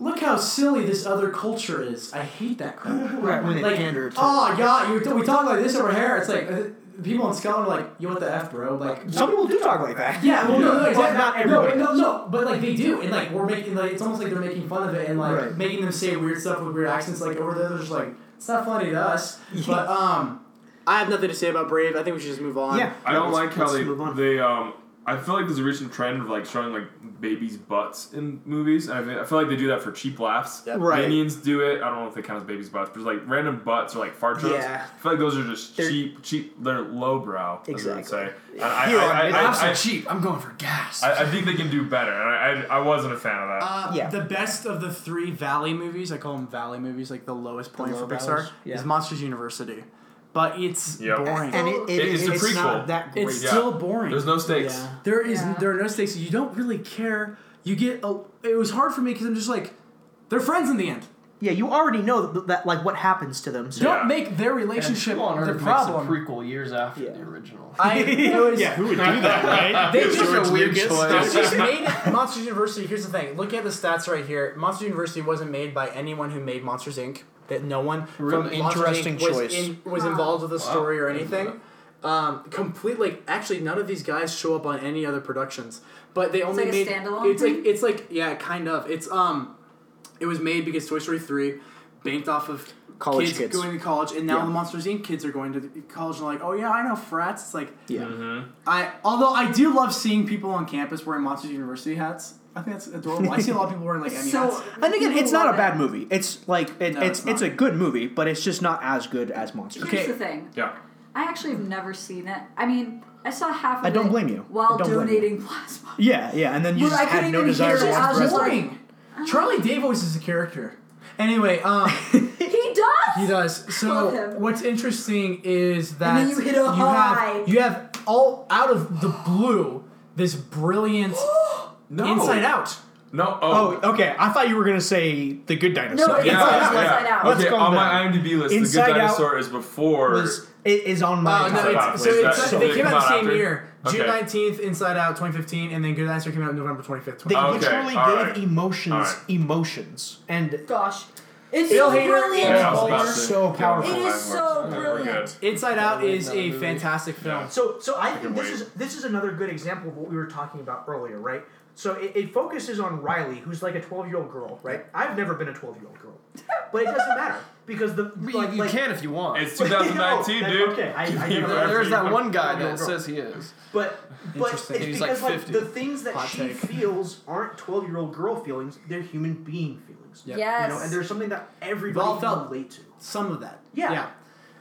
[SPEAKER 3] Look how silly this other culture is. I hate that crap.
[SPEAKER 1] right when they
[SPEAKER 3] like,
[SPEAKER 1] pander to
[SPEAKER 3] oh god, you, we talk like this over here. It's like uh, people in Scotland are like, "Yo, what the f, bro?" Like,
[SPEAKER 1] some people do talk like that.
[SPEAKER 3] Yeah, well, no, no,
[SPEAKER 1] But
[SPEAKER 3] exactly.
[SPEAKER 1] not
[SPEAKER 3] no,
[SPEAKER 1] everybody.
[SPEAKER 3] no, no, but like they do, and like we're making like it's almost like they're making fun of it and like
[SPEAKER 1] Right.
[SPEAKER 3] making them say weird stuff with weird accents. Like over there, they're just like it's not funny to us. But um, I have nothing to say about Brave. I think we should just move on.
[SPEAKER 1] yeah.
[SPEAKER 4] I don't
[SPEAKER 1] Let's-
[SPEAKER 4] like how
[SPEAKER 1] let's
[SPEAKER 4] they
[SPEAKER 1] move on.
[SPEAKER 4] they um. I feel like there's a recent trend of like showing like babies' butts in movies. I, mean, I feel like they do that for cheap laughs.
[SPEAKER 1] Right.
[SPEAKER 4] Minions do it. I don't know if they count as babies' butts, but it's like random butts or like fart jokes.
[SPEAKER 1] Yeah.
[SPEAKER 4] I feel like those are just
[SPEAKER 1] They're-
[SPEAKER 4] cheap, cheap. They're lowbrow. as I would say. And I,
[SPEAKER 1] Here
[SPEAKER 4] I,
[SPEAKER 1] on
[SPEAKER 4] I,
[SPEAKER 1] Mid-
[SPEAKER 4] I,
[SPEAKER 5] I'm so
[SPEAKER 4] I,
[SPEAKER 5] cheap. I'm going for gas.
[SPEAKER 4] I, I think they can do better. And I, I, I wasn't a fan of that.
[SPEAKER 3] Uh,
[SPEAKER 1] Yeah.
[SPEAKER 3] The best of the three Valley movies, I call them Valley movies, like the lowest point
[SPEAKER 1] low
[SPEAKER 3] for Pixar,
[SPEAKER 1] valleys, yeah.
[SPEAKER 3] is Monsters University, but it's
[SPEAKER 4] Yep.
[SPEAKER 3] boring.
[SPEAKER 1] and it, it,
[SPEAKER 4] It- it's a prequel.
[SPEAKER 1] not that great.
[SPEAKER 3] It's
[SPEAKER 4] Yeah.
[SPEAKER 3] still boring.
[SPEAKER 4] There's no stakes.
[SPEAKER 1] Yeah.
[SPEAKER 3] There is
[SPEAKER 2] Yeah.
[SPEAKER 3] there are no stakes. You don't really care. You get a, it was hard for me because I'm just like they're friends in the end.
[SPEAKER 1] yeah, you already know that, that like what happens to them. So
[SPEAKER 3] Don't
[SPEAKER 4] Yeah.
[SPEAKER 3] make their
[SPEAKER 5] And
[SPEAKER 3] relationship
[SPEAKER 5] Who on
[SPEAKER 3] the
[SPEAKER 5] Earth
[SPEAKER 3] problem.
[SPEAKER 5] makes a prequel years after
[SPEAKER 1] Yeah.
[SPEAKER 5] the original.
[SPEAKER 3] I it was,
[SPEAKER 13] Yeah, who would do that, right?
[SPEAKER 3] They
[SPEAKER 13] It's
[SPEAKER 3] just
[SPEAKER 13] George
[SPEAKER 5] a weird
[SPEAKER 13] Lucas.
[SPEAKER 5] choice.
[SPEAKER 3] They just made Monsters University. Here's the thing. Look at the stats right here. Monsters University wasn't made by anyone who made Monsters Inc. That no one from
[SPEAKER 5] Really
[SPEAKER 3] Monsters,
[SPEAKER 1] interesting
[SPEAKER 3] Inc. was
[SPEAKER 1] choice.
[SPEAKER 3] in- was
[SPEAKER 2] Wow.
[SPEAKER 3] involved with the
[SPEAKER 5] Wow.
[SPEAKER 3] story or
[SPEAKER 5] I didn't know
[SPEAKER 3] anything. Um, complete like actually none of these guys show up on any other productions, but they only
[SPEAKER 2] like a
[SPEAKER 3] made
[SPEAKER 2] standalone
[SPEAKER 3] it's like
[SPEAKER 2] thing?
[SPEAKER 3] it's like yeah kind of it's um it was made because Toy Story three banked off of
[SPEAKER 1] College
[SPEAKER 3] kids,
[SPEAKER 1] kids.
[SPEAKER 3] going to college and now
[SPEAKER 1] Yeah.
[SPEAKER 3] the Monsters Inc kids are going to the college and like oh yeah I know frats it's like
[SPEAKER 1] yeah.
[SPEAKER 3] I although I do love seeing people on campus wearing Monsters University hats. I think that's adorable. I see a lot of people wearing like Emmy
[SPEAKER 2] So
[SPEAKER 3] hats.
[SPEAKER 1] And again,
[SPEAKER 2] people
[SPEAKER 1] it's not a
[SPEAKER 2] love
[SPEAKER 1] bad
[SPEAKER 2] it.
[SPEAKER 1] movie. It's like it,
[SPEAKER 3] No,
[SPEAKER 1] it's
[SPEAKER 3] it's
[SPEAKER 1] it's
[SPEAKER 3] not.
[SPEAKER 1] a good movie, but it's just not as good as Monsters.
[SPEAKER 2] Here's
[SPEAKER 3] Okay.
[SPEAKER 2] the thing.
[SPEAKER 4] Yeah.
[SPEAKER 2] I actually have never seen it. I mean, I saw half of
[SPEAKER 1] I don't
[SPEAKER 2] it
[SPEAKER 1] blame you.
[SPEAKER 2] while
[SPEAKER 1] I don't blame you.
[SPEAKER 2] donating plasma.
[SPEAKER 1] Yeah, yeah, and then you
[SPEAKER 3] But I
[SPEAKER 1] just
[SPEAKER 3] couldn't
[SPEAKER 1] had no
[SPEAKER 3] even
[SPEAKER 1] desire
[SPEAKER 3] hear
[SPEAKER 1] to
[SPEAKER 2] it. I
[SPEAKER 1] watch
[SPEAKER 2] was
[SPEAKER 1] the
[SPEAKER 2] just
[SPEAKER 1] rest.
[SPEAKER 2] like-
[SPEAKER 3] boring. Charlie Davos is a character. Anyway, um,
[SPEAKER 2] He does.
[SPEAKER 3] he does.
[SPEAKER 2] Love
[SPEAKER 3] So
[SPEAKER 2] him.
[SPEAKER 3] what's interesting is that
[SPEAKER 2] then you hit a high.
[SPEAKER 3] have you have all out of the blue this brilliant
[SPEAKER 4] No.
[SPEAKER 3] Inside Out.
[SPEAKER 4] No.
[SPEAKER 1] Oh,
[SPEAKER 4] Oh.
[SPEAKER 1] okay. I thought you were gonna say the good dinosaur.
[SPEAKER 2] No, it's
[SPEAKER 4] yeah,
[SPEAKER 2] Inside
[SPEAKER 4] yeah,
[SPEAKER 2] Out, Inside
[SPEAKER 4] yeah.
[SPEAKER 2] Out.
[SPEAKER 1] Let's
[SPEAKER 4] Okay,
[SPEAKER 1] calm
[SPEAKER 4] on
[SPEAKER 1] down.
[SPEAKER 4] my IMDb list,
[SPEAKER 1] Inside
[SPEAKER 4] the
[SPEAKER 1] Out
[SPEAKER 4] good dinosaur is before.
[SPEAKER 1] was it is on
[SPEAKER 3] Uh,
[SPEAKER 1] my
[SPEAKER 3] no,
[SPEAKER 4] Inside
[SPEAKER 3] it's,
[SPEAKER 4] Out
[SPEAKER 3] so
[SPEAKER 4] was
[SPEAKER 3] it's,
[SPEAKER 4] that-
[SPEAKER 3] they
[SPEAKER 4] so
[SPEAKER 3] came out the
[SPEAKER 4] it came out
[SPEAKER 3] same
[SPEAKER 4] after?
[SPEAKER 3] year, June
[SPEAKER 4] Okay.
[SPEAKER 3] nineteenth, Inside Out, twenty fifteen, and then Good Answer came out November twenty fifth.
[SPEAKER 1] They
[SPEAKER 4] Okay,
[SPEAKER 1] literally
[SPEAKER 4] all
[SPEAKER 1] gave
[SPEAKER 4] right.
[SPEAKER 1] emotions
[SPEAKER 4] All right.
[SPEAKER 1] emotions and
[SPEAKER 2] Gosh, it's
[SPEAKER 3] Bill Hader
[SPEAKER 2] brilliant.
[SPEAKER 4] Yeah, I was about
[SPEAKER 1] They're
[SPEAKER 4] to-
[SPEAKER 1] so
[SPEAKER 4] yeah,
[SPEAKER 1] powerful.
[SPEAKER 4] I
[SPEAKER 2] It is
[SPEAKER 4] was
[SPEAKER 2] so
[SPEAKER 4] about to- okay, we're
[SPEAKER 2] brilliant.
[SPEAKER 3] Inside Out
[SPEAKER 5] Yeah,
[SPEAKER 3] is
[SPEAKER 5] that
[SPEAKER 3] a
[SPEAKER 5] movie.
[SPEAKER 3] fantastic film.
[SPEAKER 4] Yeah.
[SPEAKER 1] So, so I think
[SPEAKER 4] can
[SPEAKER 1] this
[SPEAKER 4] wait.
[SPEAKER 1] is this is another good example of what we were talking about earlier, right? So it, it focuses on Riley, who's like a twelve-year-old girl, right? I've never been a twelve-year-old girl, but it doesn't matter because the
[SPEAKER 5] You,
[SPEAKER 1] like,
[SPEAKER 5] you
[SPEAKER 1] like-
[SPEAKER 5] can if you want.
[SPEAKER 4] It's 2019,
[SPEAKER 1] No, that's
[SPEAKER 4] dude.
[SPEAKER 1] Okay, I, I
[SPEAKER 4] Give me
[SPEAKER 1] never-
[SPEAKER 4] whatever
[SPEAKER 5] There's
[SPEAKER 4] you
[SPEAKER 5] that
[SPEAKER 4] want.
[SPEAKER 5] one guy
[SPEAKER 1] Girl,
[SPEAKER 5] that
[SPEAKER 1] girl.
[SPEAKER 5] says he is.
[SPEAKER 1] But but it's
[SPEAKER 3] Interesting.
[SPEAKER 5] He's like
[SPEAKER 1] because like,
[SPEAKER 5] 50.
[SPEAKER 1] the things that
[SPEAKER 3] Hot
[SPEAKER 1] she
[SPEAKER 3] take.
[SPEAKER 1] feels aren't twelve year old girl feelings; they're human being feelings.
[SPEAKER 3] Yeah.
[SPEAKER 2] Yes.
[SPEAKER 1] You know, and there's something that
[SPEAKER 3] We've
[SPEAKER 1] everybody
[SPEAKER 3] all
[SPEAKER 1] can
[SPEAKER 3] felt-
[SPEAKER 1] relate to.
[SPEAKER 3] Some of that.
[SPEAKER 1] Yeah.
[SPEAKER 3] Yeah.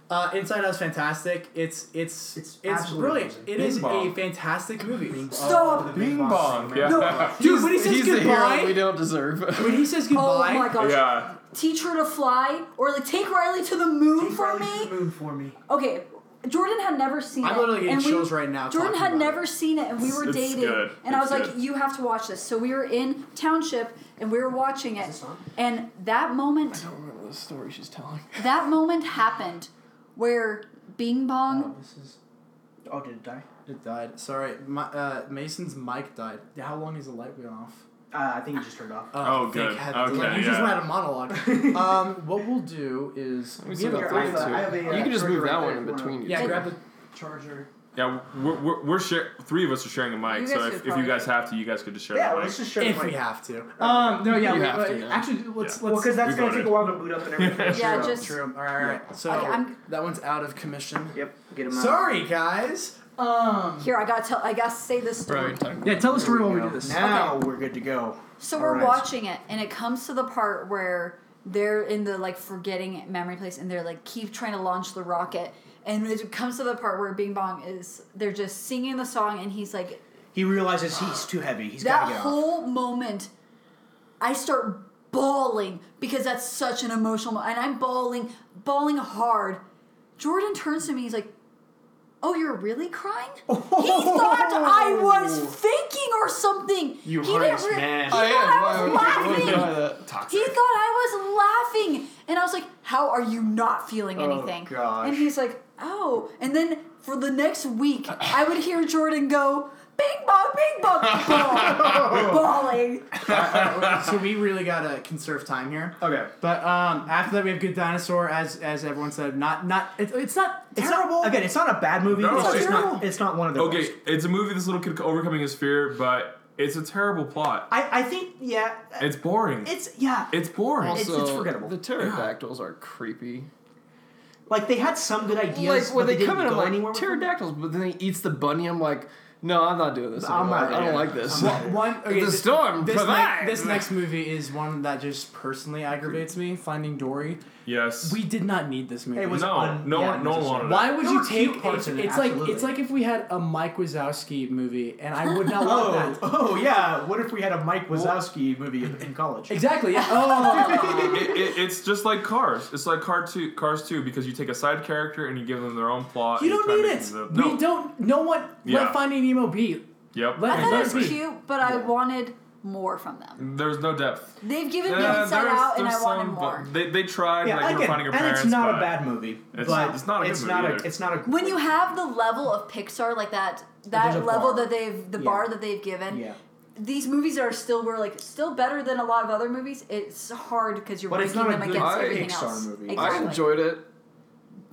[SPEAKER 3] Uh, Inside Out is fantastic. It's it's
[SPEAKER 1] It's absolutely
[SPEAKER 3] brilliant.
[SPEAKER 1] amazing.
[SPEAKER 3] It
[SPEAKER 4] Bing
[SPEAKER 3] is a
[SPEAKER 4] bong.
[SPEAKER 3] fantastic movie.
[SPEAKER 2] Stop.
[SPEAKER 4] Bing bong. Yeah.
[SPEAKER 3] Dude, when he says
[SPEAKER 5] he's the
[SPEAKER 3] goodbye,
[SPEAKER 5] hero we don't deserve.
[SPEAKER 3] when he says
[SPEAKER 2] Oh
[SPEAKER 3] goodbye,
[SPEAKER 2] my gosh.
[SPEAKER 4] yeah.
[SPEAKER 2] Teach her to fly, or like take Riley to the moon for me.
[SPEAKER 1] Moon for me.
[SPEAKER 2] Okay, Jordan had never seen
[SPEAKER 3] I'm
[SPEAKER 2] it.
[SPEAKER 3] literally getting
[SPEAKER 2] and
[SPEAKER 3] chills
[SPEAKER 2] we,
[SPEAKER 3] right now
[SPEAKER 2] Jordan
[SPEAKER 3] talking
[SPEAKER 2] had
[SPEAKER 3] about
[SPEAKER 2] never seen it, and we were
[SPEAKER 4] It's- it's
[SPEAKER 2] dating.
[SPEAKER 4] good.
[SPEAKER 2] And I was
[SPEAKER 4] It's
[SPEAKER 2] like,
[SPEAKER 4] good.
[SPEAKER 2] "You have to watch this." So we were in Township, and we were watching it.
[SPEAKER 1] this on?
[SPEAKER 2] And that moment,
[SPEAKER 5] I don't remember the story she's telling.
[SPEAKER 2] that moment happened where Bing Bong.
[SPEAKER 1] this is. Oh, did it die?
[SPEAKER 3] it died. Sorry, my, uh, Mason's mic died. How long is the light been off?
[SPEAKER 1] Uh, I think it just turned off.
[SPEAKER 4] Oh,
[SPEAKER 3] thank
[SPEAKER 4] good.
[SPEAKER 3] heavens.
[SPEAKER 4] Okay,
[SPEAKER 3] Like, You just
[SPEAKER 4] yeah.
[SPEAKER 3] ran a monologue. um, what we'll do is
[SPEAKER 5] We
[SPEAKER 3] we
[SPEAKER 5] still
[SPEAKER 3] have
[SPEAKER 5] got
[SPEAKER 3] a
[SPEAKER 1] here,
[SPEAKER 5] three
[SPEAKER 1] I have
[SPEAKER 5] to
[SPEAKER 1] a- I have
[SPEAKER 5] it.
[SPEAKER 1] a, uh,
[SPEAKER 5] You can just
[SPEAKER 1] charger
[SPEAKER 5] move
[SPEAKER 1] right
[SPEAKER 5] that
[SPEAKER 1] there
[SPEAKER 5] one
[SPEAKER 1] if
[SPEAKER 5] in
[SPEAKER 1] you wanna-
[SPEAKER 5] between you.
[SPEAKER 3] yeah,
[SPEAKER 5] two.
[SPEAKER 3] grab the
[SPEAKER 1] Charger.
[SPEAKER 4] Yeah, we're, we're, we're share, three of us are sharing a
[SPEAKER 2] You
[SPEAKER 4] mic,
[SPEAKER 2] guys
[SPEAKER 4] so
[SPEAKER 2] should
[SPEAKER 4] if, if
[SPEAKER 2] probably-
[SPEAKER 4] you guys have to, you guys could just share
[SPEAKER 1] Yeah,
[SPEAKER 4] the mic.
[SPEAKER 1] let's just share
[SPEAKER 3] if
[SPEAKER 1] the
[SPEAKER 3] we
[SPEAKER 1] mic.
[SPEAKER 3] have to. Um, no, yeah,
[SPEAKER 5] You
[SPEAKER 3] we,
[SPEAKER 5] have
[SPEAKER 3] uh,
[SPEAKER 5] to, yeah.
[SPEAKER 3] actually, let's
[SPEAKER 4] Yeah.
[SPEAKER 1] Well,
[SPEAKER 3] let's.
[SPEAKER 1] because that's gonna
[SPEAKER 4] We got
[SPEAKER 1] take
[SPEAKER 4] it.
[SPEAKER 1] a while to boot up and everything.
[SPEAKER 2] Yeah,
[SPEAKER 3] true,
[SPEAKER 2] just-
[SPEAKER 3] true. All right, all right. So
[SPEAKER 2] Okay, I'm-
[SPEAKER 3] that one's out of commission.
[SPEAKER 1] Yep. Get him out.
[SPEAKER 3] Sorry, guys. Um.
[SPEAKER 2] Here, I gotta tell. I gotta say this story.
[SPEAKER 5] Right. time.
[SPEAKER 3] Yeah, tell the story while we
[SPEAKER 1] Now-
[SPEAKER 3] do this.
[SPEAKER 1] Now we're good to go.
[SPEAKER 2] So
[SPEAKER 1] All
[SPEAKER 2] we're
[SPEAKER 1] right.
[SPEAKER 2] watching it, and it comes to the part where they're in the like forgetting memory place, and they're like keep trying to launch the rocket, and it comes to the part where Bing Bong is they're just singing the song, and he's like
[SPEAKER 1] He realizes he's too heavy. He's
[SPEAKER 2] that
[SPEAKER 1] gotta get off.
[SPEAKER 2] whole moment. I start bawling because that's such an emotional, mo- and I'm bawling, bawling hard. Jordan turns to me, he's like. Oh, you're really crying? He thought I was faking or something.
[SPEAKER 1] Oh. You
[SPEAKER 2] he
[SPEAKER 1] heart
[SPEAKER 2] didn't
[SPEAKER 1] is
[SPEAKER 2] rea-
[SPEAKER 1] mad.
[SPEAKER 2] He
[SPEAKER 5] I
[SPEAKER 2] thought I
[SPEAKER 5] am.
[SPEAKER 2] was
[SPEAKER 5] Why would
[SPEAKER 2] laughing.
[SPEAKER 5] you do that?
[SPEAKER 2] He thought I was laughing, and I was like, "How are you not feeling
[SPEAKER 4] Oh,
[SPEAKER 2] anything?"
[SPEAKER 1] gosh.
[SPEAKER 2] And he's like, "Oh." And then for the next week, I would hear Jordan go, "Bing bong, bing bong, bong," bawling.
[SPEAKER 3] so we really gotta conserve time here.
[SPEAKER 1] Okay.
[SPEAKER 3] But um, after that, we have Good Dinosaur, as as everyone said. Not not it's it's not
[SPEAKER 1] It's
[SPEAKER 3] terrible.
[SPEAKER 1] not, again, it's not a bad movie.
[SPEAKER 4] No,
[SPEAKER 1] it's,
[SPEAKER 4] it's
[SPEAKER 1] just
[SPEAKER 2] terrible.
[SPEAKER 1] not. It's not one of the
[SPEAKER 4] Okay,
[SPEAKER 1] worst.
[SPEAKER 4] it's a movie this little kid overcoming his fear, but it's a terrible plot.
[SPEAKER 1] I, I think yeah.
[SPEAKER 4] It's boring.
[SPEAKER 1] It's yeah.
[SPEAKER 4] It's boring.
[SPEAKER 1] It's-
[SPEAKER 5] Also,
[SPEAKER 1] it's forgettable.
[SPEAKER 5] The pterodactyls are creepy.
[SPEAKER 1] like they had some good ideas,
[SPEAKER 5] like when
[SPEAKER 1] but they,
[SPEAKER 5] they, come in,
[SPEAKER 1] didn't
[SPEAKER 5] I'm
[SPEAKER 1] go
[SPEAKER 5] like
[SPEAKER 1] anywhere. with them.
[SPEAKER 5] pterodactyls, but then he eats the bunny. I'm like, no, I'm not doing this.
[SPEAKER 1] I'm
[SPEAKER 5] anymore.
[SPEAKER 1] not
[SPEAKER 5] I
[SPEAKER 1] doing
[SPEAKER 5] don't
[SPEAKER 1] it.
[SPEAKER 5] like this.
[SPEAKER 3] One- one okay,
[SPEAKER 5] the
[SPEAKER 3] thi-
[SPEAKER 5] storm
[SPEAKER 3] This,
[SPEAKER 5] provides.
[SPEAKER 3] ne- this next movie is one that just personally aggravates me. Finding Dory.
[SPEAKER 4] yes.
[SPEAKER 3] We did not need this movie.
[SPEAKER 1] It was
[SPEAKER 4] no,
[SPEAKER 1] un-
[SPEAKER 4] no
[SPEAKER 1] yeah,
[SPEAKER 4] one, no
[SPEAKER 1] it
[SPEAKER 4] one
[SPEAKER 1] was
[SPEAKER 4] wanted
[SPEAKER 3] Why would
[SPEAKER 1] There
[SPEAKER 3] you
[SPEAKER 1] were cute
[SPEAKER 3] take
[SPEAKER 1] parts in
[SPEAKER 3] It's,
[SPEAKER 1] it,
[SPEAKER 3] it's like
[SPEAKER 1] absolutely.
[SPEAKER 3] it's like if we had a Mike Wazowski movie, and I would not want
[SPEAKER 1] Oh,
[SPEAKER 3] that.
[SPEAKER 1] oh yeah. What if we had a Mike Wazowski movie in, in college?
[SPEAKER 3] Exactly. Yeah. Oh.
[SPEAKER 4] it, it, it's just like Cars. It's like Car Two, Cars Two, because you take a side character and you give them their own plot.
[SPEAKER 3] You
[SPEAKER 4] and
[SPEAKER 3] don't
[SPEAKER 4] try to
[SPEAKER 3] need
[SPEAKER 4] make
[SPEAKER 3] it.
[SPEAKER 4] them the-
[SPEAKER 3] We don't. No one.
[SPEAKER 4] Yeah.
[SPEAKER 3] Let Finding Nemo be.
[SPEAKER 4] Yep.
[SPEAKER 3] Let-
[SPEAKER 2] I thought it was
[SPEAKER 4] exactly.
[SPEAKER 2] cute, but I wanted more from them.
[SPEAKER 4] There's no depth.
[SPEAKER 2] They've given me
[SPEAKER 4] Yeah,
[SPEAKER 2] Inside
[SPEAKER 4] there's-
[SPEAKER 2] Out, and
[SPEAKER 4] there's
[SPEAKER 2] I wanted
[SPEAKER 4] some,
[SPEAKER 2] more.
[SPEAKER 4] but They, they tried
[SPEAKER 1] Yeah,
[SPEAKER 4] like you were
[SPEAKER 1] again,
[SPEAKER 4] finding a
[SPEAKER 1] and
[SPEAKER 4] parents,
[SPEAKER 1] it's not
[SPEAKER 4] but
[SPEAKER 1] a bad movie,
[SPEAKER 4] it's-
[SPEAKER 1] but
[SPEAKER 4] it's not a good
[SPEAKER 1] it's
[SPEAKER 4] movie
[SPEAKER 1] not
[SPEAKER 4] either.
[SPEAKER 1] a it's not a good
[SPEAKER 2] when you have the level of Pixar, like that, that
[SPEAKER 1] a
[SPEAKER 2] level
[SPEAKER 1] bar.
[SPEAKER 2] that they've, the
[SPEAKER 1] Yeah.
[SPEAKER 2] bar that they've given,
[SPEAKER 1] yeah,
[SPEAKER 2] these movies are still were like still better than a lot of other movies. It's hard because you're
[SPEAKER 1] But it's
[SPEAKER 2] ranking
[SPEAKER 1] not a
[SPEAKER 2] them
[SPEAKER 1] good
[SPEAKER 2] against
[SPEAKER 5] Pixar
[SPEAKER 2] everything else.
[SPEAKER 1] movie.
[SPEAKER 5] I
[SPEAKER 2] Exactly.
[SPEAKER 5] enjoyed it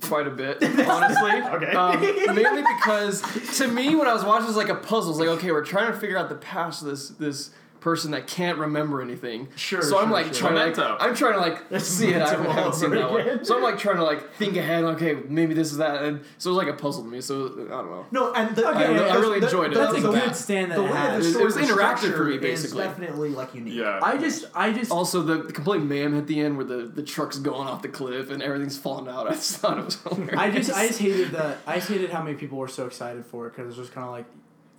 [SPEAKER 5] quite a bit, honestly.
[SPEAKER 1] Okay.
[SPEAKER 5] Um, mainly because to me, when I was watching, it was like a puzzle. It's like, okay, we're trying to figure out the past of this this person that can't remember anything.
[SPEAKER 14] Sure,
[SPEAKER 5] So I'm
[SPEAKER 14] sure,
[SPEAKER 5] like
[SPEAKER 14] sure.
[SPEAKER 5] trying to
[SPEAKER 4] Memento.
[SPEAKER 5] like, I'm trying to like see it. I haven't,
[SPEAKER 1] Memento
[SPEAKER 5] haven't
[SPEAKER 1] all
[SPEAKER 5] seen
[SPEAKER 1] over
[SPEAKER 5] that
[SPEAKER 1] again.
[SPEAKER 5] one. So I'm like trying to like think ahead. Okay, maybe this is that. And so it was like a puzzle to me. So I don't know.
[SPEAKER 1] No, and the,
[SPEAKER 5] I- I really enjoyed it.
[SPEAKER 1] That's
[SPEAKER 5] That's
[SPEAKER 1] the,
[SPEAKER 5] a
[SPEAKER 1] the,
[SPEAKER 5] good
[SPEAKER 1] way-
[SPEAKER 3] stand that
[SPEAKER 1] the
[SPEAKER 3] it
[SPEAKER 1] way that
[SPEAKER 5] It
[SPEAKER 1] the
[SPEAKER 5] was- it
[SPEAKER 1] story
[SPEAKER 5] was
[SPEAKER 1] was
[SPEAKER 5] interactive for
[SPEAKER 1] structured
[SPEAKER 5] me, basically.
[SPEAKER 1] Is definitely like unique.
[SPEAKER 4] Yeah.
[SPEAKER 3] I just, I just,
[SPEAKER 5] Also, the, the complete mayhem at the end where the, the truck's going off the cliff and everything's falling out. I just thought it was hilarious.
[SPEAKER 3] I just, I just hated the, I just hated how many people were so excited for it because it was just kind of like,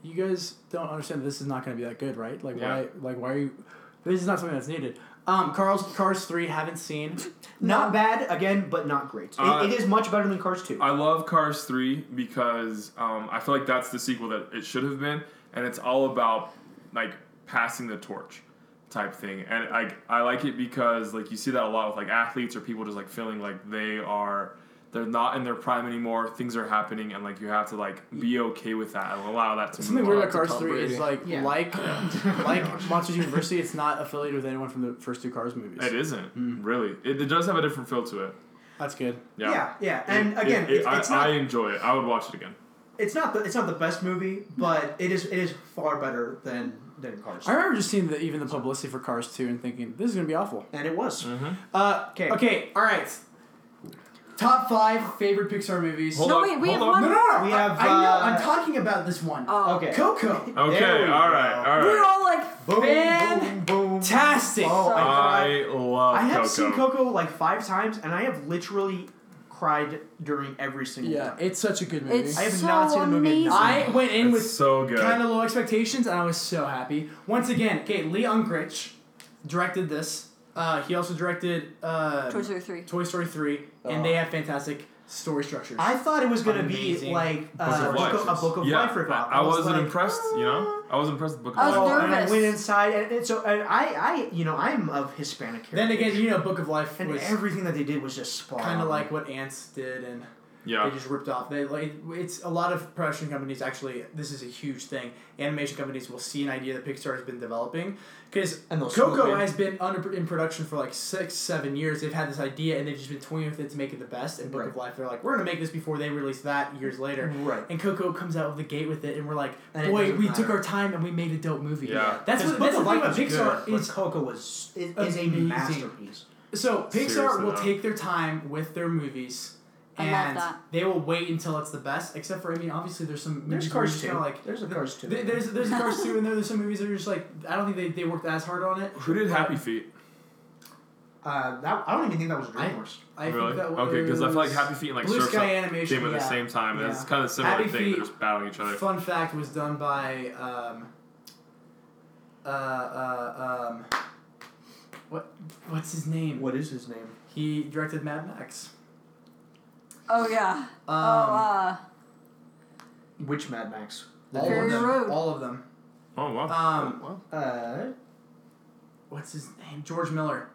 [SPEAKER 3] you guys don't understand. This is not going to be that good, right? Like,
[SPEAKER 4] Yeah.
[SPEAKER 3] why, like, why are you? This is not something that's needed. Um, Carl's Cars Three haven't seen.
[SPEAKER 1] Not bad again, but not great. It-
[SPEAKER 4] Uh,
[SPEAKER 1] it is much better than Cars Two.
[SPEAKER 4] I love Cars 3 because um, I feel like that's the sequel that it should have been, and it's all about like passing the torch type thing. And I I like it because like you see that a lot with like athletes or people just like feeling like they are they're not in their prime anymore. Things are happening, and like you have to like be okay with that and allow that to
[SPEAKER 3] Something
[SPEAKER 4] move
[SPEAKER 3] weird
[SPEAKER 4] on.
[SPEAKER 3] about Cars
[SPEAKER 5] Tom
[SPEAKER 3] Three is
[SPEAKER 5] Brady.
[SPEAKER 3] like,
[SPEAKER 2] Yeah.
[SPEAKER 3] like, like Monsters University. It's not affiliated with anyone from the first two Cars movies.
[SPEAKER 4] It isn't
[SPEAKER 1] Hmm.
[SPEAKER 4] really. It, it does have a different feel to it.
[SPEAKER 3] That's good.
[SPEAKER 4] Yeah.
[SPEAKER 1] yeah, yeah, and
[SPEAKER 4] It-
[SPEAKER 1] again,
[SPEAKER 4] it-
[SPEAKER 1] it's,
[SPEAKER 4] I,
[SPEAKER 1] it's not
[SPEAKER 4] I enjoy it. I would watch it again.
[SPEAKER 1] it's not the it's not the best movie, but it is it is far better than than Cars.
[SPEAKER 3] I remember just seeing the, even the publicity for Cars Two and thinking this is going to be awful.
[SPEAKER 1] And it was.
[SPEAKER 3] Uh,
[SPEAKER 1] 'Kay.
[SPEAKER 3] Okay. All right. Top five favorite Pixar movies.
[SPEAKER 4] Hold
[SPEAKER 2] no,
[SPEAKER 4] on,
[SPEAKER 2] wait, we
[SPEAKER 4] hold
[SPEAKER 2] have
[SPEAKER 4] on.
[SPEAKER 2] one.
[SPEAKER 3] No, no, no.
[SPEAKER 1] We
[SPEAKER 3] Oh, I,
[SPEAKER 1] have,
[SPEAKER 3] I know.
[SPEAKER 1] uh,
[SPEAKER 3] I'm talking about this one.
[SPEAKER 2] Oh.
[SPEAKER 1] Okay. Oh,
[SPEAKER 3] Coco.
[SPEAKER 4] Okay.
[SPEAKER 1] There we
[SPEAKER 4] All
[SPEAKER 1] go.
[SPEAKER 4] right. All
[SPEAKER 2] We were
[SPEAKER 4] right.
[SPEAKER 2] all like,
[SPEAKER 1] Boom,
[SPEAKER 3] Fan-
[SPEAKER 1] boom, boom.
[SPEAKER 3] Fantastic.
[SPEAKER 1] Oh,
[SPEAKER 4] I love
[SPEAKER 1] I have
[SPEAKER 4] Coco.
[SPEAKER 1] seen Coco like five times, and I have literally cried during every single
[SPEAKER 3] yeah,
[SPEAKER 1] time.
[SPEAKER 3] it's such a good movie.
[SPEAKER 2] it's
[SPEAKER 1] I have
[SPEAKER 2] so
[SPEAKER 1] not seen the movie.
[SPEAKER 2] amazing.
[SPEAKER 3] I went in
[SPEAKER 4] It's
[SPEAKER 3] with
[SPEAKER 4] so good.
[SPEAKER 3] kind of low expectations, and I was so happy. Once again, okay, Lee Ungrich directed this. Uh, he also directed uh,
[SPEAKER 2] Toy Story 3.
[SPEAKER 3] Toy Story 3, and they have fantastic story structures.
[SPEAKER 1] Uh. I thought it was gonna
[SPEAKER 3] Amazing.
[SPEAKER 1] be like
[SPEAKER 4] Book
[SPEAKER 1] uh,
[SPEAKER 4] of
[SPEAKER 1] Book of-
[SPEAKER 4] Life.
[SPEAKER 1] a book of
[SPEAKER 4] yeah,
[SPEAKER 1] life ripoff.
[SPEAKER 4] I, I wasn't
[SPEAKER 1] like, "Ah."
[SPEAKER 4] impressed, you know? I wasn't impressed with Book of
[SPEAKER 2] I was
[SPEAKER 4] Life.
[SPEAKER 1] Oh, and I
[SPEAKER 2] nervous.
[SPEAKER 1] went inside, and, and so and I, I, you know, I'm of Hispanic heritage.
[SPEAKER 3] then again, you know, Book of Life
[SPEAKER 1] and
[SPEAKER 3] was
[SPEAKER 1] everything that they did was just spot
[SPEAKER 3] kind of
[SPEAKER 1] on.
[SPEAKER 3] like what Ants did, and
[SPEAKER 4] Yeah.
[SPEAKER 3] they just ripped off. They like it's a lot of production companies actually. This is a huge thing. Animation companies will see an idea that Pixar has been developing because
[SPEAKER 1] And they'll swoop
[SPEAKER 3] Coco
[SPEAKER 1] in.
[SPEAKER 3] has been under, in production for like six, seven years. They've had this idea and they've just been toying with it to make it the best. And Book of Life, they're like, we're gonna make this before they release that years later.
[SPEAKER 1] right.
[SPEAKER 3] And Coco comes out of the gate with it, and we're like,
[SPEAKER 1] And it
[SPEAKER 3] boy,
[SPEAKER 1] doesn't
[SPEAKER 3] we
[SPEAKER 1] matter.
[SPEAKER 3] took our time and we made a dope movie.
[SPEAKER 4] Yeah.
[SPEAKER 3] That's
[SPEAKER 1] Because
[SPEAKER 3] what
[SPEAKER 1] Book of
[SPEAKER 3] that's the thing
[SPEAKER 1] Life was
[SPEAKER 3] about Pixar.
[SPEAKER 1] good, but
[SPEAKER 3] is
[SPEAKER 1] Coco was is, is a
[SPEAKER 3] amazing.
[SPEAKER 1] masterpiece.
[SPEAKER 3] So Pixar
[SPEAKER 4] Seriously,
[SPEAKER 3] will
[SPEAKER 4] though.
[SPEAKER 3] take their time with their movies,
[SPEAKER 2] I
[SPEAKER 3] and
[SPEAKER 2] love that.
[SPEAKER 3] they will wait until it's the best. Except for I mean, obviously there's some
[SPEAKER 1] There's
[SPEAKER 3] movies
[SPEAKER 1] Cars
[SPEAKER 3] where
[SPEAKER 1] two.
[SPEAKER 3] you're just kinda
[SPEAKER 1] There's a Cars two.
[SPEAKER 3] Like, there- there's there's Cars two in there. There's some movies that are just like I don't think they, they worked as hard on it.
[SPEAKER 4] Who did
[SPEAKER 3] but
[SPEAKER 4] Happy Feet?
[SPEAKER 1] Uh, that I don't even think that was DreamWorks.
[SPEAKER 3] I think
[SPEAKER 4] really?
[SPEAKER 3] that was
[SPEAKER 4] okay, because I feel like Happy Feet and like
[SPEAKER 3] Blue
[SPEAKER 4] Surf's
[SPEAKER 3] Sky
[SPEAKER 4] Up
[SPEAKER 3] Animation
[SPEAKER 4] came at
[SPEAKER 3] yeah.
[SPEAKER 4] the same time. and It's
[SPEAKER 3] yeah.
[SPEAKER 4] kind of a similar
[SPEAKER 3] Happy
[SPEAKER 4] thing.
[SPEAKER 3] Feet-
[SPEAKER 4] They're just battling each other.
[SPEAKER 3] Fun fact was done by um, uh, uh, um, what what's his name?
[SPEAKER 1] What is his name?
[SPEAKER 3] He directed Mad Max.
[SPEAKER 2] Oh, yeah. oh,
[SPEAKER 3] Um,
[SPEAKER 2] uh,
[SPEAKER 1] Which Mad Max?
[SPEAKER 3] all of
[SPEAKER 2] Fury
[SPEAKER 3] them.
[SPEAKER 2] Oh, uh, Road.
[SPEAKER 3] All of them.
[SPEAKER 4] Oh, wow.
[SPEAKER 3] Um,
[SPEAKER 1] Uh,
[SPEAKER 3] what's his name? George Miller.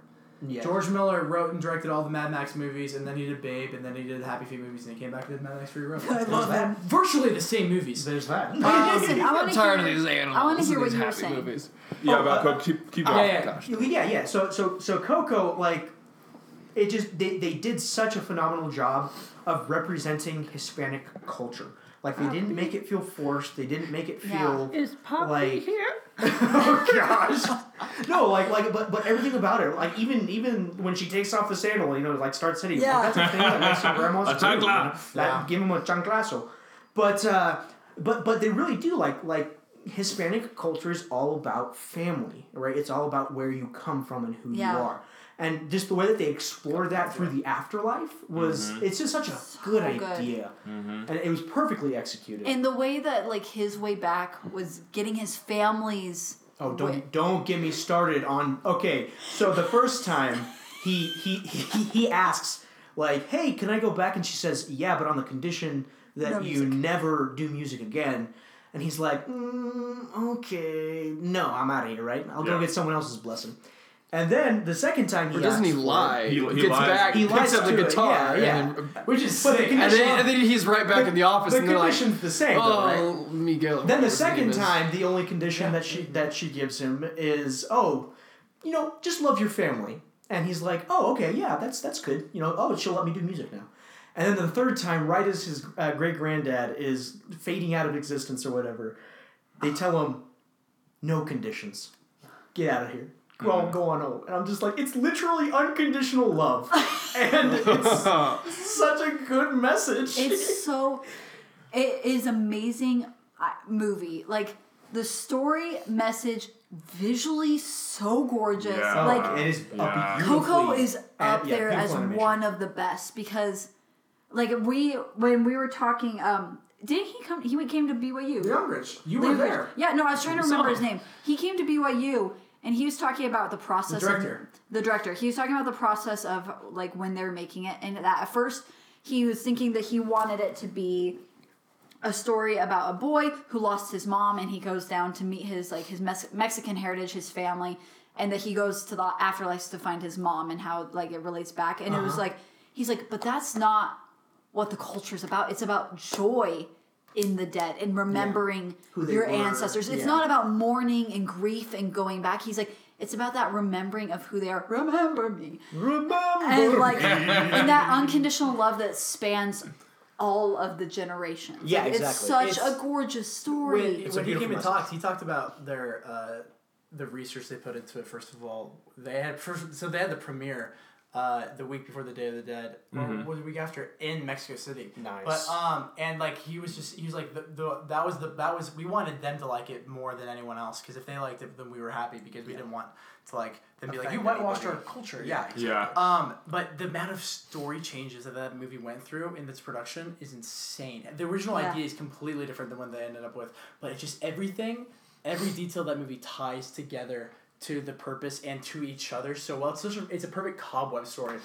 [SPEAKER 1] yeah.
[SPEAKER 3] George Miller wrote and directed all the Mad Max movies, and then he did Babe, and then he did Happy Feet movies, and he came back and did Mad Max Fury Road.
[SPEAKER 2] I love
[SPEAKER 1] that.
[SPEAKER 3] Virtually the same movies.
[SPEAKER 1] There's that.
[SPEAKER 2] Wait, listen, I
[SPEAKER 5] I'm
[SPEAKER 2] want to
[SPEAKER 5] tired of
[SPEAKER 2] hear,
[SPEAKER 5] these animals.
[SPEAKER 2] I wanna
[SPEAKER 5] and
[SPEAKER 2] hear what
[SPEAKER 5] these
[SPEAKER 2] you were
[SPEAKER 5] happy
[SPEAKER 2] saying.
[SPEAKER 5] Movies.
[SPEAKER 4] yeah,
[SPEAKER 1] oh,
[SPEAKER 4] about
[SPEAKER 1] uh,
[SPEAKER 4] Coco. Keep, keep
[SPEAKER 3] Yeah,
[SPEAKER 4] going.
[SPEAKER 3] yeah,
[SPEAKER 5] Gosh.
[SPEAKER 1] Yeah, yeah. So, so, so Coco, like, it just they, they did such a phenomenal job of representing Hispanic culture. Like, they didn't make it feel forced. They didn't make it
[SPEAKER 2] Yeah.
[SPEAKER 1] feel
[SPEAKER 15] Is Poppy
[SPEAKER 1] Like-
[SPEAKER 15] here?
[SPEAKER 1] oh gosh. No, like like but but everything about it, like even even when she takes off the sandal, you know, like starts hitting.
[SPEAKER 2] Yeah.
[SPEAKER 1] Like, that's a thing that Mexican grandmas
[SPEAKER 4] A
[SPEAKER 1] do. you know? Like,
[SPEAKER 4] chancla.
[SPEAKER 3] Yeah.
[SPEAKER 1] Give him a chanclazo. But uh, but but they really do like like Hispanic culture is all about family, right? It's all about where you come from and who
[SPEAKER 2] Yeah.
[SPEAKER 1] you are. And just the way that they explored that through the afterlife was it's just such a good
[SPEAKER 2] good.
[SPEAKER 1] idea. And it was perfectly executed.
[SPEAKER 2] and the way that, like, his way back was getting his family's.
[SPEAKER 1] Oh, don't don't get me started on. Okay, so the first time he he he, he asks like, "Hey, can I go back?" and she says, "Yeah, but on the condition that
[SPEAKER 2] No
[SPEAKER 1] you
[SPEAKER 2] music."
[SPEAKER 1] never do music again." And he's like, mm, "Okay, no, I'm out of here. Right? I'll go
[SPEAKER 4] Yeah.
[SPEAKER 1] get someone else's blessing." And then the second time he
[SPEAKER 5] Or doesn't he
[SPEAKER 1] asks for it-
[SPEAKER 5] lie?
[SPEAKER 4] He- he
[SPEAKER 5] gets
[SPEAKER 4] lies.
[SPEAKER 5] back,
[SPEAKER 1] He
[SPEAKER 5] picks
[SPEAKER 1] lies
[SPEAKER 5] up the
[SPEAKER 1] to it, yeah,
[SPEAKER 5] guitar,
[SPEAKER 1] yeah.
[SPEAKER 5] and then
[SPEAKER 3] Which is
[SPEAKER 1] But the
[SPEAKER 3] sick.
[SPEAKER 5] and
[SPEAKER 1] condition-
[SPEAKER 5] then, and then he's right back in the office,
[SPEAKER 1] The
[SPEAKER 5] and they're like,
[SPEAKER 1] condition's the same, though, right?
[SPEAKER 5] "Oh, Miguel."
[SPEAKER 1] Then the
[SPEAKER 5] whatever his name
[SPEAKER 1] second
[SPEAKER 5] is.
[SPEAKER 1] time, the only condition that she that she gives him is, oh, you know, just love your family. And he's like, oh, okay, yeah, that's that's good. You know, oh, she'll let me do music now. And then the third time, right as his uh, great granddad is fading out of existence or whatever, they tell him, no conditions. get out of here. Go on, go on over. And I'm just like, it's literally unconditional love. and it's such a good message.
[SPEAKER 2] It's so. It is amazing uh, movie. Like the story, message, visually so gorgeous.
[SPEAKER 4] Yeah.
[SPEAKER 2] Like
[SPEAKER 1] it is
[SPEAKER 4] Yeah.
[SPEAKER 1] a
[SPEAKER 2] Coco
[SPEAKER 1] beautifully-
[SPEAKER 2] is up
[SPEAKER 1] yeah,
[SPEAKER 2] there as
[SPEAKER 1] beautiful animation.
[SPEAKER 2] one of the best because, like we when we were talking, um, didn't he come? He came to BYU.
[SPEAKER 3] Youngrich, you were
[SPEAKER 2] Leverage.
[SPEAKER 3] there.
[SPEAKER 2] Yeah, no, I was trying to remember his name. He came to BYU and he was talking about the process.
[SPEAKER 3] The director.
[SPEAKER 2] Of, the director. He was talking about the process of like when they're making it, and that at first he was thinking that he wanted it to be a story about a boy who lost his mom and he goes down to meet his like his Mes- Mexican heritage, his family, and that he goes to the afterlife to find his mom and how like it relates back. And it
[SPEAKER 3] Uh-huh.
[SPEAKER 2] was like he's like, but that's not what the culture's about. It's about joy in the dead and remembering
[SPEAKER 1] they
[SPEAKER 2] your
[SPEAKER 1] were.
[SPEAKER 2] ancestors. It's
[SPEAKER 1] Yeah.
[SPEAKER 2] not about mourning and grief and going back. He's like, it's about that remembering of who they are. Remember me. And like and that unconditional love that spans all of the generations.
[SPEAKER 1] Yeah,
[SPEAKER 2] Like, It's
[SPEAKER 1] exactly.
[SPEAKER 2] such
[SPEAKER 3] It's-
[SPEAKER 2] a gorgeous story.
[SPEAKER 3] When,
[SPEAKER 1] It's a
[SPEAKER 3] when he
[SPEAKER 1] beautiful
[SPEAKER 3] came and
[SPEAKER 1] message.
[SPEAKER 3] talked, he talked about their uh, the research they put into it. First of all, they had first, so they had the premiere uh, the week before the Day of the Dead, or
[SPEAKER 1] Mm-hmm.
[SPEAKER 3] was it the week after in Mexico City.
[SPEAKER 1] Nice.
[SPEAKER 3] But um, and like he was just he was like the, the that was the that was we wanted them to like it more than anyone else because if they liked it, then we were happy because we didn't want to like them be like you whitewashed our culture. Yeah.
[SPEAKER 4] Yeah.
[SPEAKER 3] Um, but the amount of story changes that that movie went through in its production is insane. The original
[SPEAKER 2] Yeah.
[SPEAKER 3] idea is completely different than what they ended up with, but it's just everything, every detail of that movie ties together to the purpose and to each other so well. It's such a, it's a perfect cobweb story.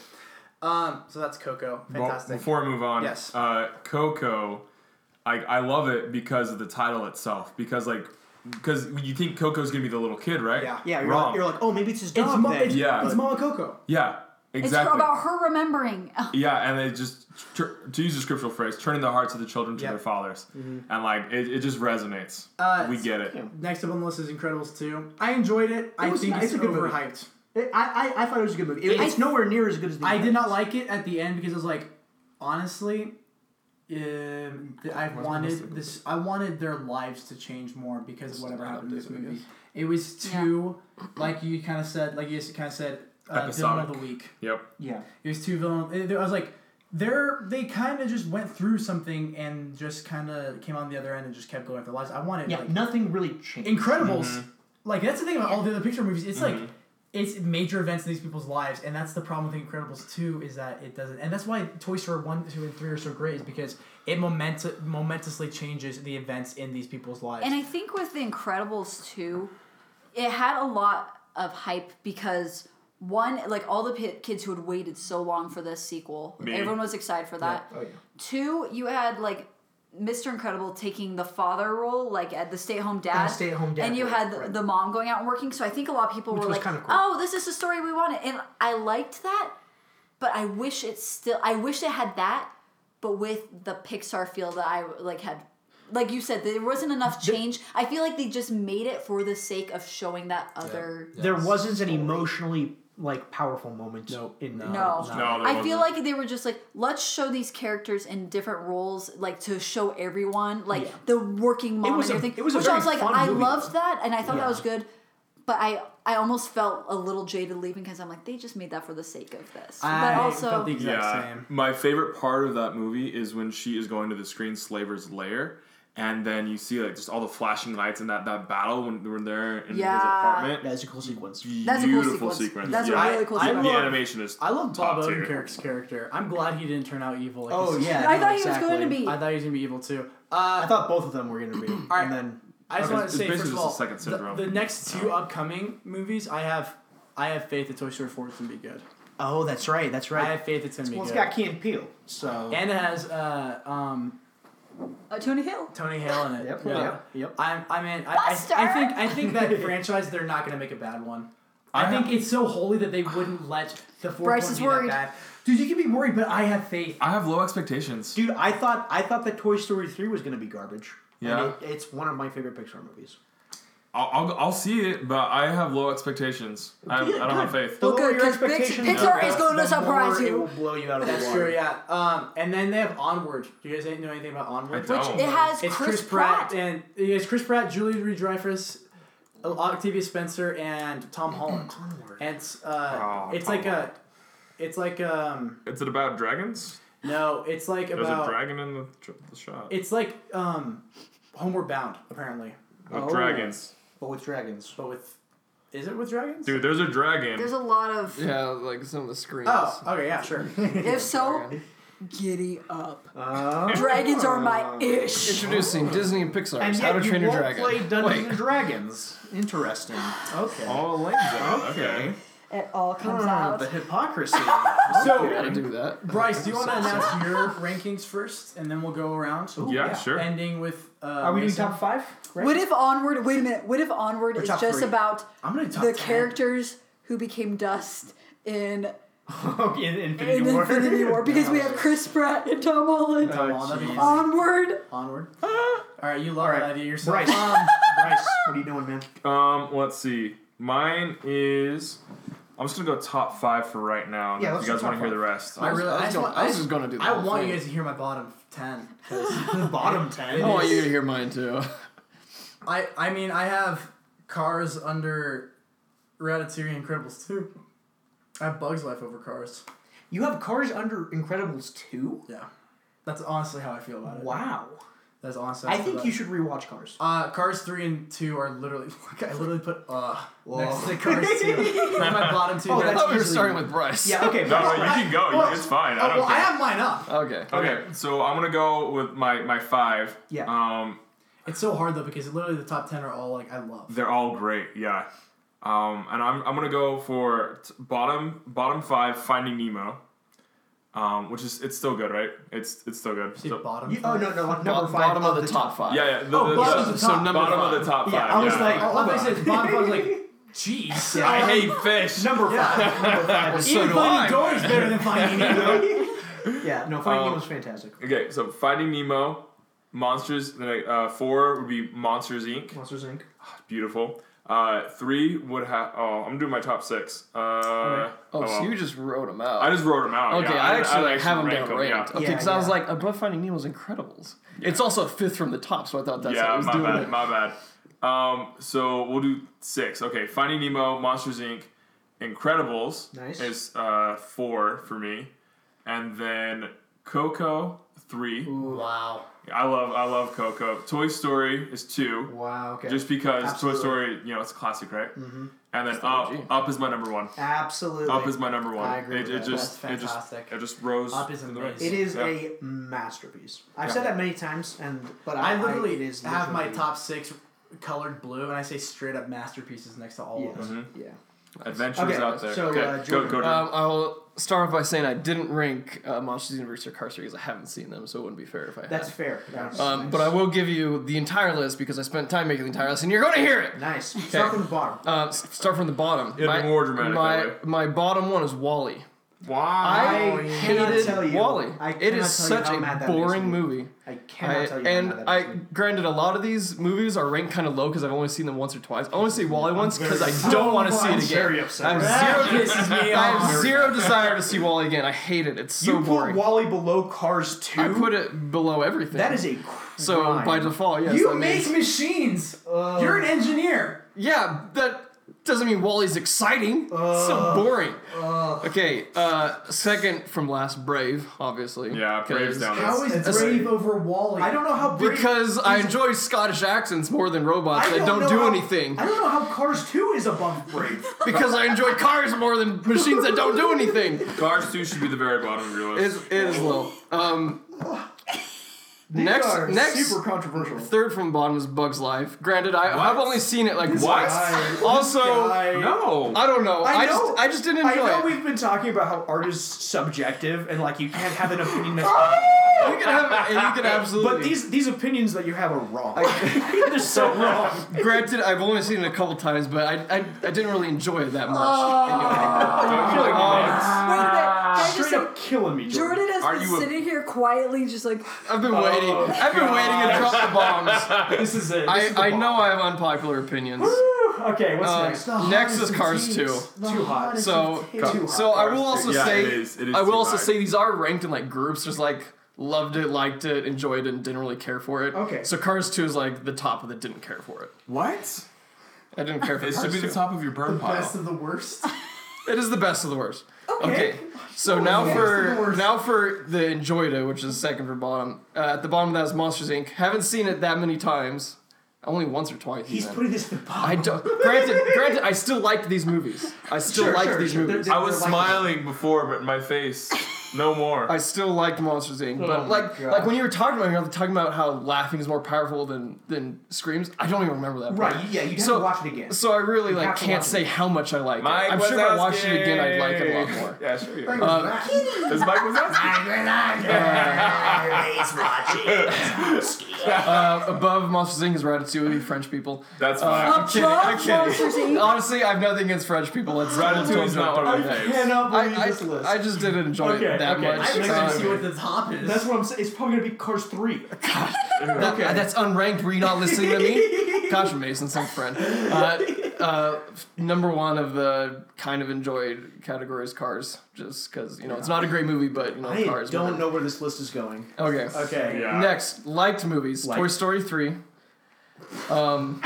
[SPEAKER 3] Um, so that's Coco.
[SPEAKER 4] Well,
[SPEAKER 3] Fantastic.
[SPEAKER 4] before I move on,
[SPEAKER 3] Yes.
[SPEAKER 4] uh, Coco, I, I love it because of the title itself. Because like, because you think Coco's gonna be the little kid, right?
[SPEAKER 3] Yeah.
[SPEAKER 1] yeah, you're
[SPEAKER 4] Wrong.
[SPEAKER 1] like, you're like, oh, maybe it's his dog.
[SPEAKER 16] It's, mo-
[SPEAKER 1] then.
[SPEAKER 16] it's,
[SPEAKER 4] Yeah.
[SPEAKER 16] it's Mama Coco.
[SPEAKER 4] yeah.
[SPEAKER 2] it's
[SPEAKER 4] Exactly.
[SPEAKER 2] about her remembering.
[SPEAKER 4] yeah, and it just tur- to use the scriptural phrase, turning the hearts of the children to
[SPEAKER 3] Yep. Mm-hmm.
[SPEAKER 4] their fathers, and like it, it just resonates.
[SPEAKER 3] Uh,
[SPEAKER 4] we get it.
[SPEAKER 3] Next up on the list is Incredibles 2. I enjoyed it. I
[SPEAKER 1] was-
[SPEAKER 3] think
[SPEAKER 1] it's
[SPEAKER 3] it's,
[SPEAKER 1] a good movie.
[SPEAKER 3] overhyped.
[SPEAKER 1] It- I, I, I thought it was a good movie. It-
[SPEAKER 3] I-
[SPEAKER 1] it's nowhere near as good as the.
[SPEAKER 3] I did not like it at the end because I was like, honestly, um, th- I wanted this. I wanted their lives to change more because of whatever happened in this movie. It was too, like you kind of said, like you kind of said, uh, villain of
[SPEAKER 4] Episodic.
[SPEAKER 3] the week.
[SPEAKER 4] Yep.
[SPEAKER 1] Yeah.
[SPEAKER 3] It was too villain. it- I was like, they're they kind of just went through something and just kind of came on the other end and just kept going with their lives. I wanted
[SPEAKER 1] Yeah.
[SPEAKER 3] like
[SPEAKER 1] nothing really changed.
[SPEAKER 3] Incredibles. Like that's the thing about all the other picture movies. It's like it's major events in these people's lives, and that's the problem with Incredibles two is that it doesn't, and that's why Toy Story one, two, and three are so great is because it moment- momentously changes the events in these people's lives.
[SPEAKER 2] And I think with The Incredibles 2, it had a lot of hype because one, like all the pi kids who had waited so long for this sequel,
[SPEAKER 4] Me.
[SPEAKER 2] everyone was excited for that.
[SPEAKER 1] Oh,
[SPEAKER 2] Two, you had like Mr. Incredible taking the father role, like at the stay-at-home dad,
[SPEAKER 1] stay-at-home dad
[SPEAKER 2] and you
[SPEAKER 1] role,
[SPEAKER 2] had the,
[SPEAKER 1] right.
[SPEAKER 2] the mom going out and working. So I think a lot of people were
[SPEAKER 1] was
[SPEAKER 2] like,
[SPEAKER 1] kinda cool.
[SPEAKER 2] "Oh, this is the story we wanted," and I liked that. But I wish it still. I wish it had that, but with the Pixar feel that I like had. Like you said, there wasn't enough change. I feel like they just made it for the sake of showing that other.
[SPEAKER 1] There wasn't an emotionally like powerful moment in the
[SPEAKER 2] No.
[SPEAKER 4] No, there
[SPEAKER 2] I feel
[SPEAKER 4] wasn't.
[SPEAKER 2] like they were just like, let's show these characters in different roles, like to show everyone, like the working mom
[SPEAKER 1] was
[SPEAKER 2] and
[SPEAKER 1] a-
[SPEAKER 2] everything.
[SPEAKER 1] it was a
[SPEAKER 2] which I
[SPEAKER 1] very
[SPEAKER 2] was like,
[SPEAKER 1] fun
[SPEAKER 2] I
[SPEAKER 1] movie.
[SPEAKER 2] loved that, and I thought that
[SPEAKER 1] Yeah.
[SPEAKER 2] was good, but I I almost felt a little jaded leaving because I'm like, they just made that for the sake of this.
[SPEAKER 3] I
[SPEAKER 2] but also,
[SPEAKER 3] felt the exact
[SPEAKER 4] yeah.
[SPEAKER 3] same.
[SPEAKER 4] My favorite part of that movie is when she is going to the screen slaver's lair, and then you see like just all the flashing lights and that, that battle when when they're in
[SPEAKER 2] Yeah.
[SPEAKER 4] his apartment.
[SPEAKER 1] That's a cool sequence.
[SPEAKER 2] That's a cool
[SPEAKER 4] Beautiful
[SPEAKER 2] sequence.
[SPEAKER 4] sequence.
[SPEAKER 2] That's a
[SPEAKER 4] yeah.
[SPEAKER 2] really cool
[SPEAKER 4] The-
[SPEAKER 2] sequence.
[SPEAKER 4] The
[SPEAKER 3] I love-
[SPEAKER 4] animation is.
[SPEAKER 3] I love
[SPEAKER 4] top
[SPEAKER 3] Bob
[SPEAKER 4] tier.
[SPEAKER 3] Odenkirk's character. I'm glad he didn't turn out evil. Like
[SPEAKER 1] Oh
[SPEAKER 3] this.
[SPEAKER 1] yeah.
[SPEAKER 2] I
[SPEAKER 1] no,
[SPEAKER 2] thought he was
[SPEAKER 1] exactly.
[SPEAKER 2] going to be.
[SPEAKER 3] I thought he was gonna be evil too. Uh,
[SPEAKER 1] I thought both of them were going to be.
[SPEAKER 3] right.
[SPEAKER 1] And then
[SPEAKER 3] I just
[SPEAKER 4] Okay,
[SPEAKER 3] want
[SPEAKER 4] it's
[SPEAKER 3] to say first
[SPEAKER 4] basically
[SPEAKER 3] of
[SPEAKER 4] just a
[SPEAKER 3] all,
[SPEAKER 4] second
[SPEAKER 3] the-
[SPEAKER 4] syndrome. Oh.
[SPEAKER 3] The, next two upcoming movies, I have, I have faith that Toy Story Four is gonna be good.
[SPEAKER 1] oh, that's right. That's
[SPEAKER 3] I
[SPEAKER 1] right.
[SPEAKER 3] have faith it's gonna be
[SPEAKER 1] well, it's
[SPEAKER 3] good.
[SPEAKER 1] got Key and Peele, so
[SPEAKER 3] and it has uh, um,
[SPEAKER 2] uh, Tony Hill.
[SPEAKER 3] Tony Hale in it.
[SPEAKER 1] yep,
[SPEAKER 3] Yeah.
[SPEAKER 1] yep, yep.
[SPEAKER 3] I'm, I mean, I, I,
[SPEAKER 2] Buster!
[SPEAKER 3] I think I think that franchise they're not gonna make a bad one. I,
[SPEAKER 4] I
[SPEAKER 3] think it's so holy that they wouldn't let the fourth
[SPEAKER 2] Bryce
[SPEAKER 3] one
[SPEAKER 2] is
[SPEAKER 3] be
[SPEAKER 2] worried.
[SPEAKER 3] that bad. Dude, you can be worried, but I have faith.
[SPEAKER 4] I have low expectations.
[SPEAKER 1] Dude, I thought I thought that Toy Story three was going to be garbage. And
[SPEAKER 4] Yeah.
[SPEAKER 1] it- it's one of my favorite Pixar movies.
[SPEAKER 4] I'll, I'll, I'll see it, but I have low expectations. I, I don't have faith.
[SPEAKER 1] The
[SPEAKER 2] Well,
[SPEAKER 1] lower
[SPEAKER 2] good,
[SPEAKER 1] your
[SPEAKER 2] 'cause Pix-
[SPEAKER 1] expectations,
[SPEAKER 2] Pixar
[SPEAKER 1] the-
[SPEAKER 2] is gonna
[SPEAKER 1] the
[SPEAKER 2] surprise
[SPEAKER 1] more
[SPEAKER 2] you.
[SPEAKER 1] It will blow you out of
[SPEAKER 3] That's
[SPEAKER 1] the
[SPEAKER 3] true,
[SPEAKER 1] water.
[SPEAKER 3] yeah. Um, and then they have Onward. Do you guys know anything about Onward?
[SPEAKER 4] I don't.
[SPEAKER 2] It has
[SPEAKER 3] It's
[SPEAKER 2] Chris,
[SPEAKER 3] Chris, Pratt. and it's Chris Pratt, Julie Louis Dreyfus, Octavia Spencer and Tom Holland. And it's uh,
[SPEAKER 4] Oh,
[SPEAKER 3] it's
[SPEAKER 4] Tom
[SPEAKER 3] like a, it's like um,
[SPEAKER 4] Is it about dragons?
[SPEAKER 3] no, it's like
[SPEAKER 4] There's a
[SPEAKER 3] about
[SPEAKER 4] dragon in the, tr- the shot.
[SPEAKER 3] it's like um, Homeward Bound apparently,
[SPEAKER 4] With
[SPEAKER 17] Oh.
[SPEAKER 4] dragons.
[SPEAKER 17] but with dragons.
[SPEAKER 3] but with, is it with dragons?
[SPEAKER 4] Dude, there's a dragon.
[SPEAKER 2] There's a lot of.
[SPEAKER 5] Yeah, like some of the screens.
[SPEAKER 3] Oh, okay, yeah, sure.
[SPEAKER 2] If so,
[SPEAKER 5] Dragon.
[SPEAKER 2] giddy up. Dragons are my ish.
[SPEAKER 5] Introducing Disney and Pixar's
[SPEAKER 1] And
[SPEAKER 5] How to
[SPEAKER 1] yet you
[SPEAKER 5] Train Your
[SPEAKER 1] won't
[SPEAKER 5] Dragon.
[SPEAKER 1] play Dungeons
[SPEAKER 5] Wait.
[SPEAKER 1] and Dragons. Interesting. Okay.
[SPEAKER 4] Oh, Elaine's Okay.
[SPEAKER 2] It all comes
[SPEAKER 1] Ah,
[SPEAKER 2] out.
[SPEAKER 1] the hypocrisy.
[SPEAKER 5] Gotta
[SPEAKER 3] So
[SPEAKER 5] do that.
[SPEAKER 3] Bryce, do you want to announce your rankings first, and then we'll go around?
[SPEAKER 4] Yeah, sure.
[SPEAKER 3] Ending with uh,
[SPEAKER 1] Are we doing
[SPEAKER 3] Mason.
[SPEAKER 1] top five? Right?
[SPEAKER 2] What if Onward? Wait a minute. What if Onward is
[SPEAKER 1] top
[SPEAKER 2] just
[SPEAKER 1] three.
[SPEAKER 2] about
[SPEAKER 3] I'm gonna do top
[SPEAKER 2] the
[SPEAKER 3] 10.
[SPEAKER 2] characters who became dust in,
[SPEAKER 1] Okay, in Infinity
[SPEAKER 2] in
[SPEAKER 1] War.
[SPEAKER 2] Infinity War? Because we have Chris Pratt and Tom Holland.
[SPEAKER 3] Come on, that'd be fun.
[SPEAKER 2] Onward.
[SPEAKER 3] Onward. All right, you love
[SPEAKER 1] All right,
[SPEAKER 3] that idea yourself.
[SPEAKER 1] Bryce.
[SPEAKER 3] Um,
[SPEAKER 1] Bryce, what are you doing, man?
[SPEAKER 4] Um, let's see. Mine is. I'm just gonna go top five for right now. and
[SPEAKER 1] Yeah,
[SPEAKER 4] if
[SPEAKER 1] let's
[SPEAKER 4] you guys
[SPEAKER 1] do top
[SPEAKER 4] want to hear
[SPEAKER 1] five.
[SPEAKER 4] the rest.
[SPEAKER 3] I really,
[SPEAKER 5] I was
[SPEAKER 3] I, just
[SPEAKER 5] gonna-
[SPEAKER 3] want,
[SPEAKER 5] I was
[SPEAKER 3] just-
[SPEAKER 5] just gonna do the
[SPEAKER 3] I
[SPEAKER 5] whole
[SPEAKER 3] want you
[SPEAKER 5] thing.
[SPEAKER 3] guys to hear my bottom ten. 'cause
[SPEAKER 1] The bottom ten.
[SPEAKER 5] I want you to hear mine too.
[SPEAKER 3] I, I mean, I have Cars under Ratatouille and Incredibles too. I have Bugs Life over Cars.
[SPEAKER 1] You have Cars under Incredibles 2?
[SPEAKER 3] Yeah, that's honestly how I feel about it.
[SPEAKER 1] Wow.
[SPEAKER 3] That's honestly. how
[SPEAKER 1] I
[SPEAKER 3] feel
[SPEAKER 1] think
[SPEAKER 3] about
[SPEAKER 1] you
[SPEAKER 3] it.
[SPEAKER 1] should rewatch Cars.
[SPEAKER 3] Uh, Cars three and two are literally. I literally put uh next to Cars two. Those are my bottom two.
[SPEAKER 1] Oh,
[SPEAKER 5] I
[SPEAKER 3] They're-
[SPEAKER 5] thought we were
[SPEAKER 1] usually-
[SPEAKER 5] starting with Bryce.
[SPEAKER 1] Yeah, okay.
[SPEAKER 4] No, no, you can go. You- it's fine. I
[SPEAKER 3] Oh,
[SPEAKER 4] don't
[SPEAKER 3] well, I
[SPEAKER 4] care.
[SPEAKER 3] have mine up.
[SPEAKER 5] Okay.
[SPEAKER 4] okay, so I'm gonna go with my my five.
[SPEAKER 1] Yeah.
[SPEAKER 4] Um,
[SPEAKER 3] It's so hard though because literally the top ten are all like I love.
[SPEAKER 4] they're all great. Yeah. Um, and I'm I'm gonna go for t- bottom bottom five. Finding Nemo. Um, which is it's still good, right? It's it's still good.
[SPEAKER 3] See
[SPEAKER 4] So-
[SPEAKER 3] bottom.
[SPEAKER 1] You- oh, no, no, like number
[SPEAKER 5] Bottom,
[SPEAKER 1] five.
[SPEAKER 5] bottom of the, top five.
[SPEAKER 4] yeah, yeah. The,
[SPEAKER 3] Oh, bottom
[SPEAKER 4] the, the-
[SPEAKER 3] of the
[SPEAKER 5] So
[SPEAKER 3] top.
[SPEAKER 5] number
[SPEAKER 4] bottom
[SPEAKER 5] five.
[SPEAKER 4] of the top
[SPEAKER 1] Yeah,
[SPEAKER 4] five.
[SPEAKER 1] I was like,
[SPEAKER 3] Oh, I thought you said bottom. I was like, jeez.
[SPEAKER 1] Yeah.
[SPEAKER 4] I hate fish.
[SPEAKER 1] Number five. Number five. is-
[SPEAKER 5] So do I.
[SPEAKER 3] Dory's better than Finding Nemo.
[SPEAKER 1] Yeah, no, Finding
[SPEAKER 4] Um,
[SPEAKER 1] Nemo's fantastic.
[SPEAKER 4] Okay, so Finding Nemo, Monsters. Then uh, four would be Monsters Inc.
[SPEAKER 1] Monsters Inc.
[SPEAKER 4] Beautiful. Uh, three would have. Oh, I'm doing my top six. Uh,
[SPEAKER 5] Oh, so
[SPEAKER 4] well.
[SPEAKER 5] you just wrote them out.
[SPEAKER 4] I just wrote them out.
[SPEAKER 5] Okay,
[SPEAKER 4] yeah.
[SPEAKER 5] I, actually like have them
[SPEAKER 4] ranked
[SPEAKER 5] down
[SPEAKER 4] yeah.
[SPEAKER 5] ranked. Okay,
[SPEAKER 1] Yeah,
[SPEAKER 5] because I was
[SPEAKER 1] yeah.
[SPEAKER 5] like, above Finding Nemo's Incredibles. It's also fifth from the top, so I thought that's how
[SPEAKER 4] Yeah,
[SPEAKER 5] I was
[SPEAKER 4] my
[SPEAKER 5] doing
[SPEAKER 4] bad,
[SPEAKER 5] it.
[SPEAKER 4] my bad. Um, so we'll do six. Okay, Finding Nemo, Monsters Inc., Incredibles
[SPEAKER 1] Nice.
[SPEAKER 4] is uh four for me, and then Coco three.
[SPEAKER 3] Wow.
[SPEAKER 4] I love I love Coco. Toy Story is two.
[SPEAKER 1] Wow, okay.
[SPEAKER 4] Just because
[SPEAKER 1] Absolutely.
[SPEAKER 4] Toy Story, you know, it's a classic, right? Mm-hmm. And then
[SPEAKER 5] the
[SPEAKER 4] Up,
[SPEAKER 5] OG.
[SPEAKER 4] Up is my number one.
[SPEAKER 1] Absolutely.
[SPEAKER 4] Up is my number one.
[SPEAKER 1] I agree
[SPEAKER 4] It,
[SPEAKER 1] with
[SPEAKER 4] it
[SPEAKER 1] that.
[SPEAKER 4] just,
[SPEAKER 3] That's
[SPEAKER 4] it just,
[SPEAKER 3] fantastic.
[SPEAKER 4] it just rose.
[SPEAKER 3] Up is
[SPEAKER 4] to the
[SPEAKER 3] amazing.
[SPEAKER 4] ranks.
[SPEAKER 1] It is
[SPEAKER 4] Yeah.
[SPEAKER 1] a masterpiece. I've said that many times, and but I,
[SPEAKER 3] I literally
[SPEAKER 1] I, it is
[SPEAKER 3] have my
[SPEAKER 1] literally-
[SPEAKER 3] top six colored blue, and I say straight up masterpieces next to all
[SPEAKER 1] Yeah.
[SPEAKER 3] of them.
[SPEAKER 5] Mm-hmm.
[SPEAKER 1] Yeah.
[SPEAKER 4] adventures
[SPEAKER 1] Okay,
[SPEAKER 4] out there.
[SPEAKER 1] so,
[SPEAKER 4] okay,
[SPEAKER 1] uh,
[SPEAKER 4] go,
[SPEAKER 1] Jordan.
[SPEAKER 4] go, Jordan.
[SPEAKER 5] Um, I will start off by saying I didn't rank uh, Monsters University or Cars because I haven't seen them, so it wouldn't be fair if I had.
[SPEAKER 1] That's fair. That's
[SPEAKER 5] um,
[SPEAKER 1] nice.
[SPEAKER 5] But I will give you the entire list because I spent time making the entire list, and you're going to hear it.
[SPEAKER 1] nice. Start from the bottom.
[SPEAKER 5] Uh, s- start from the bottom.
[SPEAKER 4] It'd be more dramatic
[SPEAKER 5] My,
[SPEAKER 4] that way.
[SPEAKER 5] my bottom one is Wally.
[SPEAKER 4] Why?
[SPEAKER 5] I
[SPEAKER 1] I cannot tell
[SPEAKER 5] hated
[SPEAKER 1] you-
[SPEAKER 5] Wally.
[SPEAKER 1] I
[SPEAKER 5] It
[SPEAKER 1] cannot
[SPEAKER 5] is
[SPEAKER 1] tell you
[SPEAKER 5] such
[SPEAKER 1] how
[SPEAKER 5] a
[SPEAKER 1] mad that makes
[SPEAKER 5] boring
[SPEAKER 1] me.
[SPEAKER 5] movie.
[SPEAKER 1] I cannot
[SPEAKER 5] I-
[SPEAKER 1] tell you. how
[SPEAKER 5] and
[SPEAKER 1] mad that
[SPEAKER 5] I
[SPEAKER 1] makes me.
[SPEAKER 5] granted a lot of these movies are ranked kind of low because I've only seen them once or twice. I only see Wally once because I don't want to see it
[SPEAKER 1] I'm
[SPEAKER 5] again.
[SPEAKER 1] very upset.
[SPEAKER 5] I
[SPEAKER 3] Zero
[SPEAKER 5] have zero,
[SPEAKER 3] pisses me
[SPEAKER 5] I have
[SPEAKER 3] off.
[SPEAKER 5] zero desire to see Wally again. I hate it. It's so
[SPEAKER 1] you
[SPEAKER 5] boring.
[SPEAKER 1] put Wally below Cars two.
[SPEAKER 5] I put it below everything.
[SPEAKER 1] that is a crime.
[SPEAKER 5] so by default, yes.
[SPEAKER 3] You
[SPEAKER 5] that
[SPEAKER 3] make
[SPEAKER 5] means-
[SPEAKER 3] machines. You're an engineer.
[SPEAKER 5] yeah. That doesn't mean Wally's exciting. it's so boring. okay, uh, second from last, Brave, obviously.
[SPEAKER 4] Yeah, Brave's
[SPEAKER 5] 'cause-
[SPEAKER 4] down there.
[SPEAKER 3] How is
[SPEAKER 5] That's-
[SPEAKER 3] Brave over Wally?
[SPEAKER 1] I don't know how brave,
[SPEAKER 5] Because I enjoy Scottish accents more than robots
[SPEAKER 1] I
[SPEAKER 5] that don't
[SPEAKER 1] know
[SPEAKER 5] do
[SPEAKER 1] how-
[SPEAKER 5] anything.
[SPEAKER 1] I don't know how Cars two is above Brave.
[SPEAKER 5] because I enjoy cars more than machines that don't do anything.
[SPEAKER 4] Cars 2 should be the very bottom of your
[SPEAKER 5] It's,
[SPEAKER 4] list.
[SPEAKER 5] it is low. Um, next,
[SPEAKER 1] Cars,
[SPEAKER 5] next,
[SPEAKER 1] super controversial.
[SPEAKER 5] third from bottom is Bugs Life. Granted, I, I've only seen it like
[SPEAKER 4] What?
[SPEAKER 5] once. Also,
[SPEAKER 4] No.
[SPEAKER 5] I don't know. I,
[SPEAKER 1] know-
[SPEAKER 5] just, I just didn't
[SPEAKER 1] I
[SPEAKER 5] enjoy
[SPEAKER 1] know
[SPEAKER 5] it.
[SPEAKER 1] we've been talking about how art is subjective and like you can't have an opinion that's
[SPEAKER 5] You can have, and you can absolutely.
[SPEAKER 1] But these these opinions that you have are wrong. They're so wrong.
[SPEAKER 5] granted, I've only seen it a couple times, but I, I, I didn't really enjoy it that much.
[SPEAKER 1] Oh.
[SPEAKER 4] Don't you like
[SPEAKER 2] Wait a minute. Can
[SPEAKER 5] "Oh."
[SPEAKER 2] I just
[SPEAKER 1] Straight
[SPEAKER 2] say,
[SPEAKER 1] up killing me, Jordan.
[SPEAKER 2] Jordan has
[SPEAKER 4] Are
[SPEAKER 2] been
[SPEAKER 4] you a-
[SPEAKER 2] sitting here quietly, just like
[SPEAKER 5] I've been
[SPEAKER 4] Oh,
[SPEAKER 5] waiting. I've been waiting to drop the bombs.
[SPEAKER 1] This is it. This
[SPEAKER 5] I,
[SPEAKER 1] is the
[SPEAKER 5] I
[SPEAKER 1] bomb.
[SPEAKER 5] know I have unpopular opinions.
[SPEAKER 1] Okay, what's
[SPEAKER 5] Um,
[SPEAKER 1] next?
[SPEAKER 5] next is Cars 2.
[SPEAKER 1] Too hot.
[SPEAKER 5] So,
[SPEAKER 1] Too
[SPEAKER 5] so
[SPEAKER 1] hot.
[SPEAKER 5] I will also
[SPEAKER 4] Yeah,
[SPEAKER 5] say,
[SPEAKER 4] it is- it is
[SPEAKER 5] I will
[SPEAKER 4] too
[SPEAKER 5] also
[SPEAKER 4] high.
[SPEAKER 5] say these are ranked in like groups. There's like loved it, liked it, enjoyed it, and didn't really care for it.
[SPEAKER 1] Okay.
[SPEAKER 5] So Cars Two is like the top of the didn't care for it.
[SPEAKER 4] What?
[SPEAKER 5] I didn't care for
[SPEAKER 4] It should
[SPEAKER 5] parts
[SPEAKER 4] be the
[SPEAKER 5] two.
[SPEAKER 4] top of your burn pile.
[SPEAKER 3] Best of the worst.
[SPEAKER 5] It is the best of the worst.
[SPEAKER 3] Okay.
[SPEAKER 5] Okay. So
[SPEAKER 3] the
[SPEAKER 5] now
[SPEAKER 3] best of the
[SPEAKER 5] for
[SPEAKER 3] worst?
[SPEAKER 5] now for the Enjoyda, which is second for bottom. Uh, at the bottom of that is Monsters Inc. Haven't seen it that many times. Only once or twice.
[SPEAKER 1] He's
[SPEAKER 5] even.
[SPEAKER 1] putting this in the box.
[SPEAKER 5] I don't. Granted, granted, I still liked these movies. I still liked these movies.
[SPEAKER 4] I was smiling before, but my face, no more.
[SPEAKER 5] I still liked Monsters Inc.
[SPEAKER 1] Oh
[SPEAKER 5] But like, like when you were talking about, you were talking about how laughing is more powerful than than screams. I don't even remember that. part.
[SPEAKER 1] Right, yeah, you'd have
[SPEAKER 5] So-
[SPEAKER 1] to watch it again.
[SPEAKER 5] So I really
[SPEAKER 1] have
[SPEAKER 5] like
[SPEAKER 1] to
[SPEAKER 5] can't
[SPEAKER 1] watch it.
[SPEAKER 5] say how much I like
[SPEAKER 4] Mike
[SPEAKER 5] it. I'm sure if I watched it
[SPEAKER 4] Wazowski.
[SPEAKER 5] again, I'd like it a lot more.
[SPEAKER 4] Yeah, sure you.
[SPEAKER 3] Uh,
[SPEAKER 4] It's Mike Wazowski.
[SPEAKER 5] Uh, above Monsters Inc. is Ratatouille, French people.
[SPEAKER 4] That's fine.
[SPEAKER 5] I'm kidding, I'm
[SPEAKER 2] Above
[SPEAKER 5] kidding.
[SPEAKER 2] Monsters, Inc.
[SPEAKER 5] Honestly, I've nothing against French people. Let's
[SPEAKER 4] Ratatouille's not one of my
[SPEAKER 5] I,
[SPEAKER 4] faves.
[SPEAKER 1] cannot believe
[SPEAKER 5] I,
[SPEAKER 1] this list.
[SPEAKER 5] I just didn't enjoy
[SPEAKER 1] Okay,
[SPEAKER 5] it that
[SPEAKER 1] okay.
[SPEAKER 5] much.
[SPEAKER 1] I'm
[SPEAKER 3] I'm
[SPEAKER 5] Um,
[SPEAKER 3] excited to see what the top is.
[SPEAKER 1] That's what I'm saying. It's probably gonna be Cars Three.
[SPEAKER 5] That- That's unranked. Were you not listening to me? Gosh, Mason, some friend. Uh, uh, number one of the kind of enjoyed categories, Cars, just because you know it's not a great movie, but you know
[SPEAKER 1] I
[SPEAKER 5] Cars.
[SPEAKER 1] don't
[SPEAKER 5] whatever.
[SPEAKER 1] know where this list is going.
[SPEAKER 5] Okay.
[SPEAKER 1] Okay.
[SPEAKER 4] Yeah.
[SPEAKER 5] Next, liked movies. Toy Story three. Um,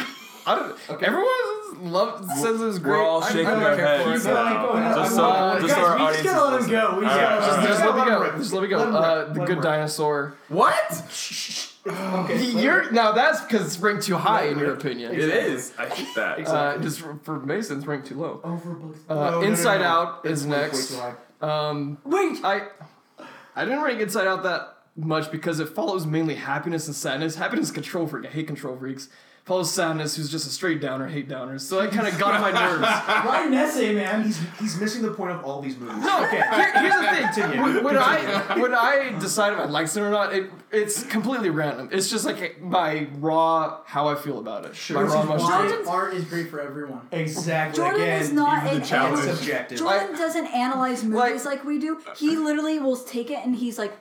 [SPEAKER 5] I don't. Everyone love says it was great.
[SPEAKER 4] We're all
[SPEAKER 5] I- I
[SPEAKER 4] shaking
[SPEAKER 5] don't
[SPEAKER 4] our
[SPEAKER 5] care for it.
[SPEAKER 4] heads
[SPEAKER 1] Keep going, keep going.
[SPEAKER 4] now. Just so,
[SPEAKER 5] Uh,
[SPEAKER 4] just so
[SPEAKER 3] guys,
[SPEAKER 4] our
[SPEAKER 3] we just
[SPEAKER 4] audience
[SPEAKER 3] gotta let him
[SPEAKER 4] is
[SPEAKER 3] go. We
[SPEAKER 4] listening.
[SPEAKER 3] just
[SPEAKER 4] All
[SPEAKER 3] gotta-
[SPEAKER 4] all
[SPEAKER 5] Just
[SPEAKER 1] Yeah,
[SPEAKER 5] let me
[SPEAKER 1] let him
[SPEAKER 5] go.
[SPEAKER 1] rip.
[SPEAKER 5] Just let me go.
[SPEAKER 1] Let him
[SPEAKER 5] Uh,
[SPEAKER 1] rip.
[SPEAKER 5] the
[SPEAKER 1] Let
[SPEAKER 5] Good
[SPEAKER 1] him rip.
[SPEAKER 5] Dinosaur.
[SPEAKER 4] What?
[SPEAKER 5] You're now that's because it's ranked too high in your opinion.
[SPEAKER 4] It is. I hate that.
[SPEAKER 5] Uh, just for, for Mason's ranked too low.
[SPEAKER 3] Overbooked.
[SPEAKER 5] Uh,
[SPEAKER 1] no, no,
[SPEAKER 5] Inside
[SPEAKER 1] no.
[SPEAKER 5] Out is
[SPEAKER 1] Way
[SPEAKER 5] next.
[SPEAKER 1] too high.
[SPEAKER 5] Um,
[SPEAKER 2] Wait,
[SPEAKER 5] I I didn't rank Inside Out that much because it follows mainly happiness and sadness. Happiness is control freak. I hate control freaks. Follows sadness, who's just a straight downer, hate downers. So that kind of got on my nerves.
[SPEAKER 3] Write an essay, man.
[SPEAKER 1] He's he's missing the point of all these movies.
[SPEAKER 5] No, here- here's the thing. When, when I when I decide if I like it or not, it it's completely random. It's just like my raw how I feel about it. Sure. My
[SPEAKER 3] This
[SPEAKER 5] raw
[SPEAKER 3] is
[SPEAKER 5] emotion.
[SPEAKER 3] why
[SPEAKER 2] Jordan's-
[SPEAKER 3] art is great for everyone.
[SPEAKER 1] Exactly.
[SPEAKER 2] Jordan
[SPEAKER 1] again,
[SPEAKER 2] is not
[SPEAKER 4] even
[SPEAKER 2] an
[SPEAKER 4] the challenge.
[SPEAKER 2] analyst.
[SPEAKER 1] subjective.
[SPEAKER 2] Jordan doesn't analyze movies
[SPEAKER 5] Like- uh,
[SPEAKER 2] like we do. He literally will take it and he's like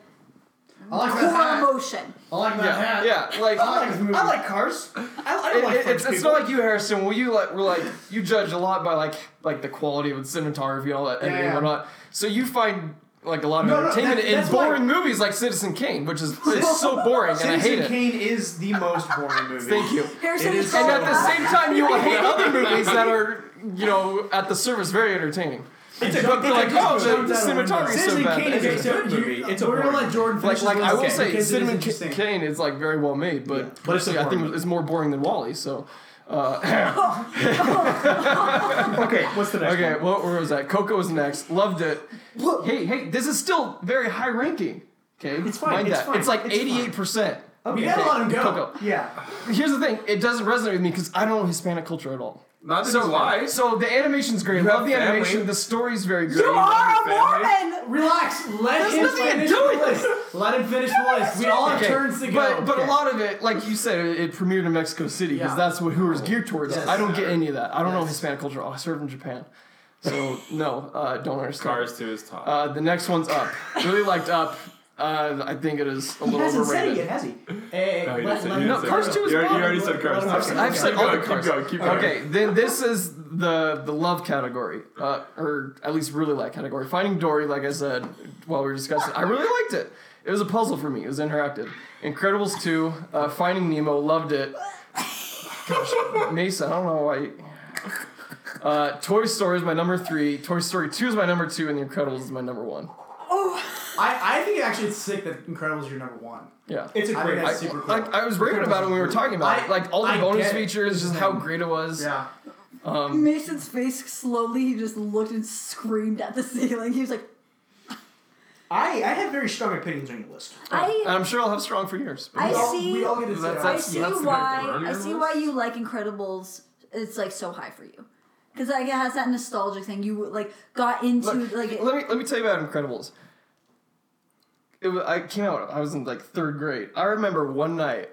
[SPEAKER 3] I like
[SPEAKER 2] core emotion.
[SPEAKER 3] I like that
[SPEAKER 5] Yeah,
[SPEAKER 3] hat.
[SPEAKER 5] yeah. Like
[SPEAKER 1] I like Cars. I, I don't
[SPEAKER 5] It-
[SPEAKER 1] like
[SPEAKER 5] it-
[SPEAKER 1] French
[SPEAKER 5] it's, it's
[SPEAKER 1] people.
[SPEAKER 5] not like you, Harrison. Well, you like were like you judge a lot by like like the quality of the cinematography and all that editing
[SPEAKER 3] yeah.
[SPEAKER 5] and whatnot. So you find like a lot of
[SPEAKER 1] No, no,
[SPEAKER 5] entertainment
[SPEAKER 1] that-
[SPEAKER 5] in
[SPEAKER 1] that's why-
[SPEAKER 5] boring movies like Citizen Kane, which is it's so boring and I hate
[SPEAKER 1] Citizen
[SPEAKER 5] it.
[SPEAKER 1] Kane is the most boring movie.
[SPEAKER 5] Thank you.
[SPEAKER 2] Harrison
[SPEAKER 1] It
[SPEAKER 2] is
[SPEAKER 1] is
[SPEAKER 5] And
[SPEAKER 2] called
[SPEAKER 5] at the
[SPEAKER 2] up.
[SPEAKER 5] same time, you will hate other movies that are you know at the surface very entertaining.
[SPEAKER 1] It's a
[SPEAKER 5] But
[SPEAKER 1] good
[SPEAKER 5] you're like, oh, the, the
[SPEAKER 3] out of window.
[SPEAKER 5] cinematography is so
[SPEAKER 1] Citizen
[SPEAKER 5] bad.
[SPEAKER 1] Kane is
[SPEAKER 5] that-
[SPEAKER 1] a good movie. It's a
[SPEAKER 3] We're
[SPEAKER 1] boring
[SPEAKER 3] gonna let Jordan
[SPEAKER 5] Like,
[SPEAKER 3] finish
[SPEAKER 5] like
[SPEAKER 3] his
[SPEAKER 5] I will
[SPEAKER 3] list
[SPEAKER 5] say,
[SPEAKER 3] because it is
[SPEAKER 5] Cinnamon
[SPEAKER 3] interesting.
[SPEAKER 5] Ca- Kane is like very well made, but
[SPEAKER 1] But it's
[SPEAKER 5] personally, I think
[SPEAKER 1] important.
[SPEAKER 5] it's more boring than Wally. So,
[SPEAKER 1] Okay, what's the next
[SPEAKER 5] okay,
[SPEAKER 1] one?
[SPEAKER 5] what where was that? Coco was next. Loved it. Hey, hey, this is still very high ranking. Okay,
[SPEAKER 1] It's fine,
[SPEAKER 5] Mind
[SPEAKER 1] it's
[SPEAKER 5] that.
[SPEAKER 1] fine, Oh.
[SPEAKER 5] It's like
[SPEAKER 1] it's
[SPEAKER 5] eighty-eight percent.
[SPEAKER 3] We gotta let him go.
[SPEAKER 5] Coco.
[SPEAKER 1] Yeah.
[SPEAKER 5] Here's the thing: it doesn't resonate with me because I don't know Hispanic culture at all.
[SPEAKER 4] Not
[SPEAKER 5] So
[SPEAKER 4] why.
[SPEAKER 5] So the animation's great. I love the
[SPEAKER 4] have family.
[SPEAKER 5] animation. The story's very good.
[SPEAKER 2] You are a
[SPEAKER 4] Family.
[SPEAKER 2] Mormon.
[SPEAKER 3] Relax. Let him
[SPEAKER 5] nothing to
[SPEAKER 3] finish
[SPEAKER 5] do
[SPEAKER 3] the
[SPEAKER 5] with
[SPEAKER 3] list. Let him finish the list. We all have
[SPEAKER 5] Okay,
[SPEAKER 3] turns to go.
[SPEAKER 5] But but a lot of it, like you said, it, it premiered in Mexico City because
[SPEAKER 3] Yeah. Oh.
[SPEAKER 5] that's what Hoover's geared towards.
[SPEAKER 3] Yes.
[SPEAKER 5] I don't get any of that. I don't know Hispanic culture. Oh, I served in Japan, so no, uh, don't understand.
[SPEAKER 4] Cars 2 is top.
[SPEAKER 5] Uh, the next one's up. Really liked up. Uh, I think it is a little
[SPEAKER 1] Hasn't said it
[SPEAKER 5] overrated.
[SPEAKER 1] yet, has he?
[SPEAKER 3] Hey,
[SPEAKER 4] No,
[SPEAKER 3] hey,
[SPEAKER 4] you
[SPEAKER 3] let,
[SPEAKER 4] didn't
[SPEAKER 3] let
[SPEAKER 4] say- you
[SPEAKER 3] him
[SPEAKER 5] No,
[SPEAKER 4] didn't say
[SPEAKER 5] Cars
[SPEAKER 4] that.
[SPEAKER 5] 2 is
[SPEAKER 4] You already-
[SPEAKER 5] bottom.
[SPEAKER 4] You already said Cars 2.
[SPEAKER 3] I've said-
[SPEAKER 5] I've said
[SPEAKER 4] Keep
[SPEAKER 5] all
[SPEAKER 4] going,
[SPEAKER 5] the
[SPEAKER 4] keep
[SPEAKER 5] cars.
[SPEAKER 4] going, keep going.
[SPEAKER 5] Okay, then this is the the love category, uh, or at least really like category. Finding Dory, like I said while we were discussing, I really liked it. It was a puzzle for me. It was interactive. Incredibles two, uh, Finding Nemo, loved it. Gosh, Mason, I don't know why. Uh, Toy Story is my number three. Toy Story two is my number two, and The Incredibles is my number one.
[SPEAKER 3] I, I think actually it's sick that Incredibles is your number one.
[SPEAKER 5] Yeah.
[SPEAKER 1] It's a
[SPEAKER 3] I
[SPEAKER 1] great
[SPEAKER 3] think that's
[SPEAKER 1] movie.
[SPEAKER 3] super cool.
[SPEAKER 5] like I was raving about it when we were talking about
[SPEAKER 3] I-
[SPEAKER 5] it. Like all the
[SPEAKER 3] I
[SPEAKER 5] bonus
[SPEAKER 3] get it.
[SPEAKER 5] features, just how great it was.
[SPEAKER 3] yeah.
[SPEAKER 2] Mason's face slowly. He just looked and screamed at the ceiling. He was like,
[SPEAKER 1] I, I have very strong opinions on your list.
[SPEAKER 5] And
[SPEAKER 2] I,
[SPEAKER 5] I'm sure I'll have strong for years.
[SPEAKER 2] I
[SPEAKER 3] We all,
[SPEAKER 2] see.
[SPEAKER 3] we all get to say
[SPEAKER 5] That's-
[SPEAKER 3] that.
[SPEAKER 2] I
[SPEAKER 5] that's-
[SPEAKER 2] see
[SPEAKER 5] the
[SPEAKER 2] why.
[SPEAKER 4] category.
[SPEAKER 2] I see why you like Incredibles. It's like so high for you, because like it has that nostalgic thing. You like got into
[SPEAKER 5] Look,
[SPEAKER 2] like. it-
[SPEAKER 5] let me let me tell you about Incredibles. It wa I came out. I was in like third grade. I remember one night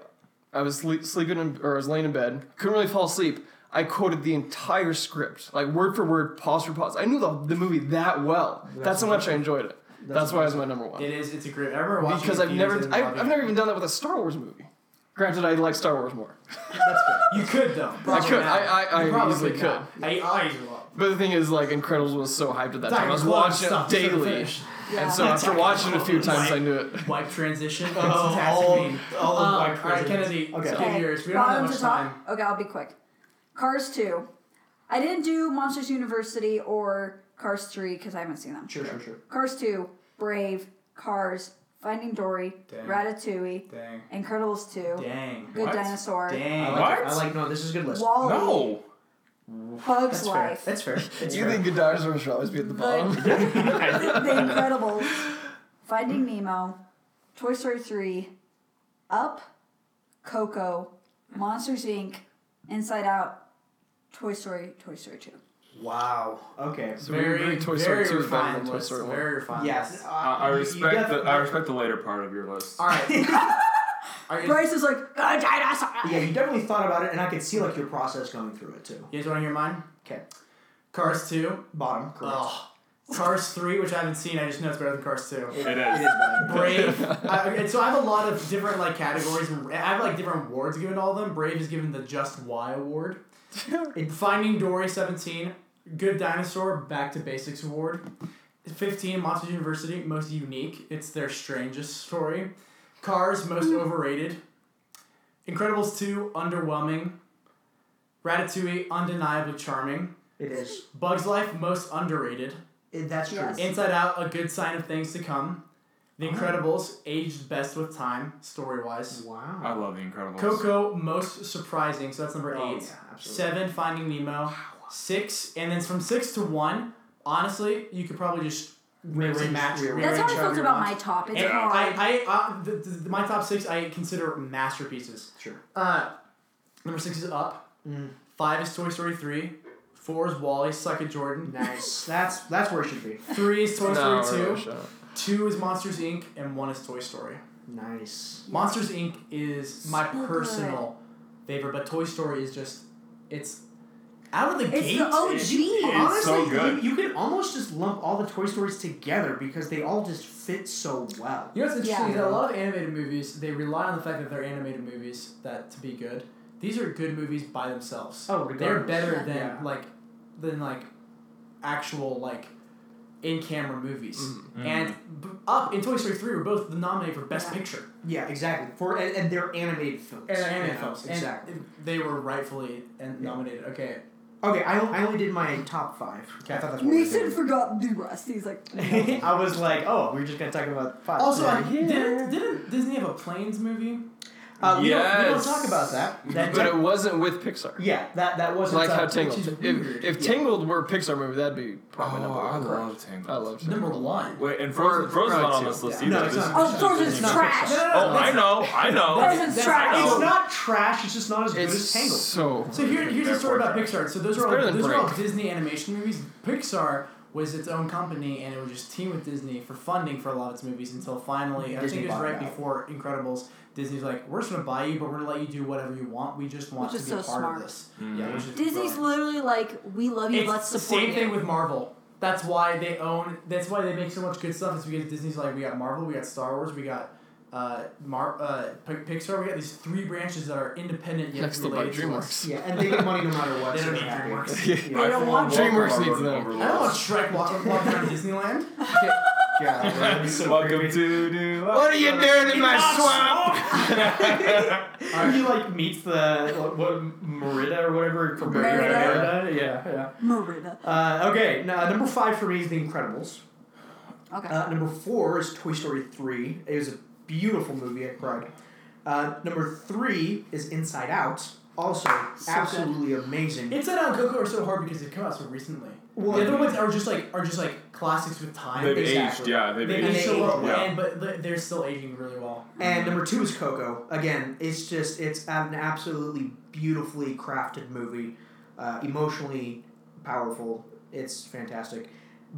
[SPEAKER 5] I was sleep, sleeping in, or I was laying in bed. Couldn't really fall asleep. I quoted the entire script, like word for word, pause for pause. I knew the, the movie that well. That's, how much I enjoyed it. That's, why it was my number one.
[SPEAKER 3] It is. It's a great. I remember watching
[SPEAKER 5] because
[SPEAKER 3] it
[SPEAKER 5] I've
[SPEAKER 3] in
[SPEAKER 5] never
[SPEAKER 3] theaters and
[SPEAKER 5] I've,
[SPEAKER 3] loving
[SPEAKER 5] I've
[SPEAKER 3] it.
[SPEAKER 5] never even done that with a Star Wars movie. Granted, I like Star Wars more.
[SPEAKER 3] You could though.
[SPEAKER 5] I could. I I,
[SPEAKER 3] You
[SPEAKER 5] I
[SPEAKER 3] probably
[SPEAKER 5] easily could.
[SPEAKER 3] not. I, I easily will.
[SPEAKER 5] But the thing is, like, Incredibles was so hyped at that
[SPEAKER 3] It's
[SPEAKER 5] time. I
[SPEAKER 3] not
[SPEAKER 5] was
[SPEAKER 3] even close.
[SPEAKER 5] watching it
[SPEAKER 3] Stop. Start to
[SPEAKER 5] daily.
[SPEAKER 3] finish.
[SPEAKER 2] yeah.
[SPEAKER 5] And so after watching it a few times, I knew it.
[SPEAKER 3] Wipe transition. Oh,
[SPEAKER 1] all- all of
[SPEAKER 3] um,
[SPEAKER 1] wipe
[SPEAKER 3] All
[SPEAKER 1] transitions.
[SPEAKER 3] right, Kennedy.
[SPEAKER 1] Okay.
[SPEAKER 3] Okay.
[SPEAKER 2] Okay,
[SPEAKER 3] Yours. We don't have that
[SPEAKER 2] bottom
[SPEAKER 3] much
[SPEAKER 2] to top.
[SPEAKER 3] time.
[SPEAKER 2] Okay, I'll be quick. Cars 2. I didn't do Monsters University or Cars 3 because I haven't seen them.
[SPEAKER 18] Sure, sure, sure.
[SPEAKER 2] Cars 2, Brave, Cars, Finding Dory,
[SPEAKER 3] Dang.
[SPEAKER 2] Ratatouille,
[SPEAKER 3] Dang.
[SPEAKER 2] Incredibles 2,
[SPEAKER 3] Dang.
[SPEAKER 2] Good
[SPEAKER 4] What?
[SPEAKER 2] Dinosaur,
[SPEAKER 18] I
[SPEAKER 3] Dang.
[SPEAKER 18] like, it.
[SPEAKER 4] What?
[SPEAKER 18] I like no. This is a good list.
[SPEAKER 2] Wally,
[SPEAKER 4] No.
[SPEAKER 2] Bugs
[SPEAKER 19] That's fair.
[SPEAKER 2] Life,
[SPEAKER 19] That's fair. That's
[SPEAKER 5] You
[SPEAKER 19] fair.
[SPEAKER 5] think good dinosaurs should always be at the bottom?
[SPEAKER 2] the, the Incredibles, Finding Nemo, Toy Story 3, Up, Coco, Monsters Inc., Inside Out, Toy Story, Toy Story 2.
[SPEAKER 18] Wow. Okay.
[SPEAKER 5] So we agree Toy Story
[SPEAKER 3] very
[SPEAKER 5] 2 is better
[SPEAKER 3] refined
[SPEAKER 5] than Toy
[SPEAKER 3] list.
[SPEAKER 5] Story 1.
[SPEAKER 3] Very refined.
[SPEAKER 18] Yes.
[SPEAKER 4] I, I
[SPEAKER 18] you- you
[SPEAKER 4] respect the
[SPEAKER 18] defi-
[SPEAKER 4] I respect the later part of your list.
[SPEAKER 3] All right. All right.
[SPEAKER 2] Bryce is like, Go Dinosaur!
[SPEAKER 18] Yeah, you definitely thought about it, and I could see like your process going through it too.
[SPEAKER 3] You guys want to hear mine?
[SPEAKER 18] 'Kay.
[SPEAKER 3] Cars 2.
[SPEAKER 18] Bottom, correct.
[SPEAKER 3] Ugh. Cars 3, which I haven't seen. I just know it's better than Cars 2.
[SPEAKER 4] It
[SPEAKER 18] It
[SPEAKER 4] is.
[SPEAKER 18] is bottom.
[SPEAKER 3] Brave. I, okay, so I have a lot of different like categories. and I have like different awards given to all of them. Brave is given the Just Why award. Finding Dory 17, Good Dinosaur Back to Basics award. 15 Monsters University most unique. It's their strangest story. Cars most overrated. Incredibles 2 underwhelming. Ratatouille undeniably charming.
[SPEAKER 18] It is.
[SPEAKER 3] Bugs Life most underrated.
[SPEAKER 18] It- that's true.
[SPEAKER 2] Yes.
[SPEAKER 3] Inside Out, a good sign of things to come. The Incredibles, aged best with time, story wise.
[SPEAKER 18] Wow.
[SPEAKER 4] I love The Incredibles.
[SPEAKER 3] Coco, most surprising, so that's number
[SPEAKER 18] Oh,
[SPEAKER 3] eight.
[SPEAKER 18] yeah, absolutely.
[SPEAKER 3] Seven, Finding Nemo. Six, and then from six to one, honestly, you could probably just
[SPEAKER 18] Rearrange- rearrange.
[SPEAKER 2] That's
[SPEAKER 3] rematch.
[SPEAKER 2] how I
[SPEAKER 3] rearrange
[SPEAKER 2] felt
[SPEAKER 3] however you
[SPEAKER 2] about
[SPEAKER 3] want.
[SPEAKER 2] my top. It's
[SPEAKER 3] And
[SPEAKER 2] hard.
[SPEAKER 3] I, I, uh, the, the, my top six I consider masterpieces.
[SPEAKER 18] Sure.
[SPEAKER 3] Uh, number six is Up.
[SPEAKER 18] Mm.
[SPEAKER 3] Five is Toy Story three. Four is Wally. Suck it, Jordan.
[SPEAKER 18] Nice. That's that's where it should be.
[SPEAKER 3] Three is Toy
[SPEAKER 5] no,
[SPEAKER 3] Story
[SPEAKER 5] really,
[SPEAKER 3] two.
[SPEAKER 5] shut up.
[SPEAKER 3] Two is Monsters Inc. and one is Toy Story.
[SPEAKER 18] Nice.
[SPEAKER 3] Monsters Inc. is my
[SPEAKER 2] So
[SPEAKER 3] personal favorite, but Toy Story is just it's out of the
[SPEAKER 2] it's
[SPEAKER 3] gate.
[SPEAKER 2] the OG.
[SPEAKER 4] It's so
[SPEAKER 18] Honestly,
[SPEAKER 4] good.
[SPEAKER 18] You, you can almost just lump all the Toy Stories together because they all just fit so well.
[SPEAKER 3] You know what's interesting
[SPEAKER 2] Yeah.
[SPEAKER 3] is that a lot of animated movies they rely on the fact that they're animated movies that to be good. These are good movies by themselves.
[SPEAKER 18] Oh,
[SPEAKER 3] They're
[SPEAKER 18] regardless.
[SPEAKER 3] better
[SPEAKER 2] Yeah.
[SPEAKER 3] than
[SPEAKER 18] Yeah.
[SPEAKER 3] like than like actual like in camera movies.
[SPEAKER 4] Mhm.
[SPEAKER 3] And b- Up and Toy Story three were both nominated for Best
[SPEAKER 2] Yeah.
[SPEAKER 3] Picture.
[SPEAKER 18] Yeah, exactly. For and, and they're animated films.
[SPEAKER 3] And they're animated
[SPEAKER 18] Yeah,
[SPEAKER 3] films. And
[SPEAKER 18] Exactly.
[SPEAKER 3] they were rightfully and
[SPEAKER 18] Yeah.
[SPEAKER 3] nominated. Okay,
[SPEAKER 18] okay, I, I only did my top five. I thought that's what we were
[SPEAKER 2] Mason
[SPEAKER 18] doing.
[SPEAKER 2] forgot the rest. He's like,
[SPEAKER 1] I was like, oh, we were just gonna talk about five.
[SPEAKER 3] Also,
[SPEAKER 1] Yeah.
[SPEAKER 3] I- didn't, didn't Disney have a planes movie?
[SPEAKER 1] Uh, we, don't, we don't
[SPEAKER 5] Yes.
[SPEAKER 1] talk about that. that
[SPEAKER 5] But it wasn't with Pixar.
[SPEAKER 1] yeah, that that wasn't
[SPEAKER 5] like how
[SPEAKER 1] uh,
[SPEAKER 5] Tangled. If, if Tangled were a Pixar movie, that'd be probably
[SPEAKER 4] Oh,
[SPEAKER 5] number
[SPEAKER 4] I
[SPEAKER 5] one.
[SPEAKER 4] love Tangled.
[SPEAKER 5] I love
[SPEAKER 3] Number one.
[SPEAKER 4] Wait, and
[SPEAKER 5] Or-
[SPEAKER 4] Frozen, Frozen's not on
[SPEAKER 5] or
[SPEAKER 4] this
[SPEAKER 5] two.
[SPEAKER 4] list
[SPEAKER 1] Yeah.
[SPEAKER 4] either.
[SPEAKER 1] No, it's
[SPEAKER 4] This
[SPEAKER 1] not.
[SPEAKER 4] is
[SPEAKER 2] oh,
[SPEAKER 4] just
[SPEAKER 2] Frozen's
[SPEAKER 4] Disney.
[SPEAKER 2] trash.
[SPEAKER 3] No, no, no,
[SPEAKER 4] Oh, I know, I know.
[SPEAKER 2] Frozen's
[SPEAKER 3] that's-
[SPEAKER 2] trash.
[SPEAKER 4] I
[SPEAKER 18] It's
[SPEAKER 4] know.
[SPEAKER 18] not trash. It's just not as good
[SPEAKER 5] It's
[SPEAKER 18] as Tangled.
[SPEAKER 5] so.
[SPEAKER 3] So here, here's a story about
[SPEAKER 4] Therefore,
[SPEAKER 3] Pixar. So those
[SPEAKER 5] It's
[SPEAKER 3] are
[SPEAKER 5] better
[SPEAKER 3] all,
[SPEAKER 5] than
[SPEAKER 3] those are all
[SPEAKER 5] Break.
[SPEAKER 3] Disney animation movies. Pixar was its own company, and it would just team with Disney for funding for a lot of its movies until finally, I
[SPEAKER 18] Disney
[SPEAKER 3] think it was
[SPEAKER 18] bought
[SPEAKER 3] right
[SPEAKER 18] it out.
[SPEAKER 3] before Incredibles, Disney's like, we're just gonna buy you, but we're gonna let you do whatever you want. We just want
[SPEAKER 2] Which
[SPEAKER 3] to
[SPEAKER 2] is
[SPEAKER 3] be a
[SPEAKER 2] so
[SPEAKER 3] part
[SPEAKER 2] smart.
[SPEAKER 3] of this.
[SPEAKER 4] Mm.
[SPEAKER 3] Yeah, which is
[SPEAKER 2] Disney's
[SPEAKER 3] brilliant.
[SPEAKER 2] literally like, we love you,
[SPEAKER 3] It's
[SPEAKER 2] let's
[SPEAKER 3] the
[SPEAKER 2] support
[SPEAKER 3] same
[SPEAKER 2] you.
[SPEAKER 3] thing with Marvel. That's why they own. That's why they make so much good stuff. Is because Disney's like we got Marvel, we got Star Wars, we got uh, Mar- uh, P- Pixar. We got these three branches that are independent yet
[SPEAKER 5] Next to
[SPEAKER 3] related to us.
[SPEAKER 5] DreamWorks.
[SPEAKER 18] Yeah, and they get money no matter what.
[SPEAKER 3] They
[SPEAKER 18] so
[SPEAKER 3] don't
[SPEAKER 18] they're
[SPEAKER 3] need
[SPEAKER 18] happy.
[SPEAKER 3] DreamWorks.
[SPEAKER 5] Yeah.
[SPEAKER 3] I don't want.
[SPEAKER 5] Dream- DreamWorks needs them.
[SPEAKER 3] I don't want Shrek walking walk around Disneyland.
[SPEAKER 18] Yeah, that'd be so
[SPEAKER 4] Welcome
[SPEAKER 18] creepy.
[SPEAKER 4] to New
[SPEAKER 5] What are you doing in my swamp?
[SPEAKER 1] he like meets the what, what Merida or whatever. Merida.
[SPEAKER 2] Merida.
[SPEAKER 1] Yeah, yeah.
[SPEAKER 2] Marina.
[SPEAKER 1] Uh, okay, now number five for me is The Incredibles.
[SPEAKER 2] Okay.
[SPEAKER 1] Uh, number four is Toy Story 3. It was a beautiful movie. I cried. Uh, number three is Inside Out. Also,
[SPEAKER 2] So
[SPEAKER 1] absolutely amazing.
[SPEAKER 3] Inside Out and Coco are so hard because they've come out so recently.
[SPEAKER 1] Well,
[SPEAKER 3] the other ones are just like are just like classics with time.
[SPEAKER 4] They've aged,
[SPEAKER 1] Exactly.
[SPEAKER 4] yeah. They've
[SPEAKER 3] They
[SPEAKER 4] aged.
[SPEAKER 3] age so well,
[SPEAKER 4] yeah.
[SPEAKER 3] and but they- they're still aging really well.
[SPEAKER 1] And number two is Coco. Again, it's just it's an absolutely beautifully crafted movie, uh, emotionally powerful. It's fantastic.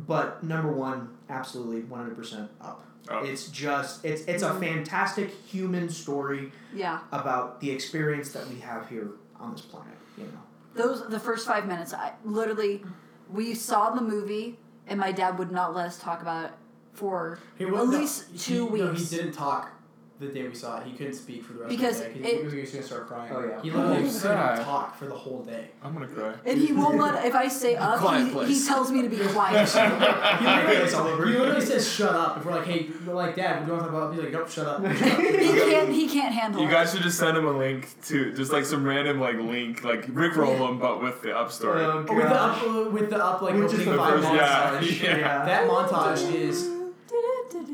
[SPEAKER 1] But number one, absolutely one hundred percent up.
[SPEAKER 4] Up.
[SPEAKER 1] It's just it's it's a fantastic human story
[SPEAKER 2] yeah.
[SPEAKER 1] about the experience that we have here on this planet. You know.
[SPEAKER 2] Those, the first five minutes, I literally, we saw the movie, and my dad would not let us talk about it for
[SPEAKER 3] He
[SPEAKER 2] at
[SPEAKER 3] was- no,
[SPEAKER 2] least
[SPEAKER 3] he-
[SPEAKER 2] two
[SPEAKER 3] No, he
[SPEAKER 2] weeks.
[SPEAKER 3] didn't talk. the day we saw it. He couldn't speak for the rest
[SPEAKER 2] Because
[SPEAKER 3] of the day. 'cause
[SPEAKER 2] it-
[SPEAKER 3] he was, he was gonna start crying.
[SPEAKER 1] Oh, yeah.
[SPEAKER 3] He literally
[SPEAKER 4] Oh,
[SPEAKER 3] just couldn't
[SPEAKER 4] sad.
[SPEAKER 3] talk for the whole day.
[SPEAKER 4] I'm gonna cry.
[SPEAKER 2] And he won't let if I say up.
[SPEAKER 5] Quiet
[SPEAKER 2] He, he
[SPEAKER 5] place.
[SPEAKER 2] tells me to be quiet.
[SPEAKER 3] He literally, he literally says, "Shut up." If we're like, "Hey, we're like, Dad, we don't talk about," he's like, "Nope, shut up." Shut up.
[SPEAKER 2] he can't. He can't handle
[SPEAKER 4] You
[SPEAKER 2] it.
[SPEAKER 4] guys should just send him a link to just like some random like link, like Rickroll him, but with the up story.
[SPEAKER 1] Oh,
[SPEAKER 3] with the
[SPEAKER 1] gosh.
[SPEAKER 3] up, with the up, like
[SPEAKER 1] Which is
[SPEAKER 3] opening
[SPEAKER 4] the
[SPEAKER 3] five
[SPEAKER 4] first-
[SPEAKER 3] montage.
[SPEAKER 4] yeah, yeah.
[SPEAKER 3] That montage is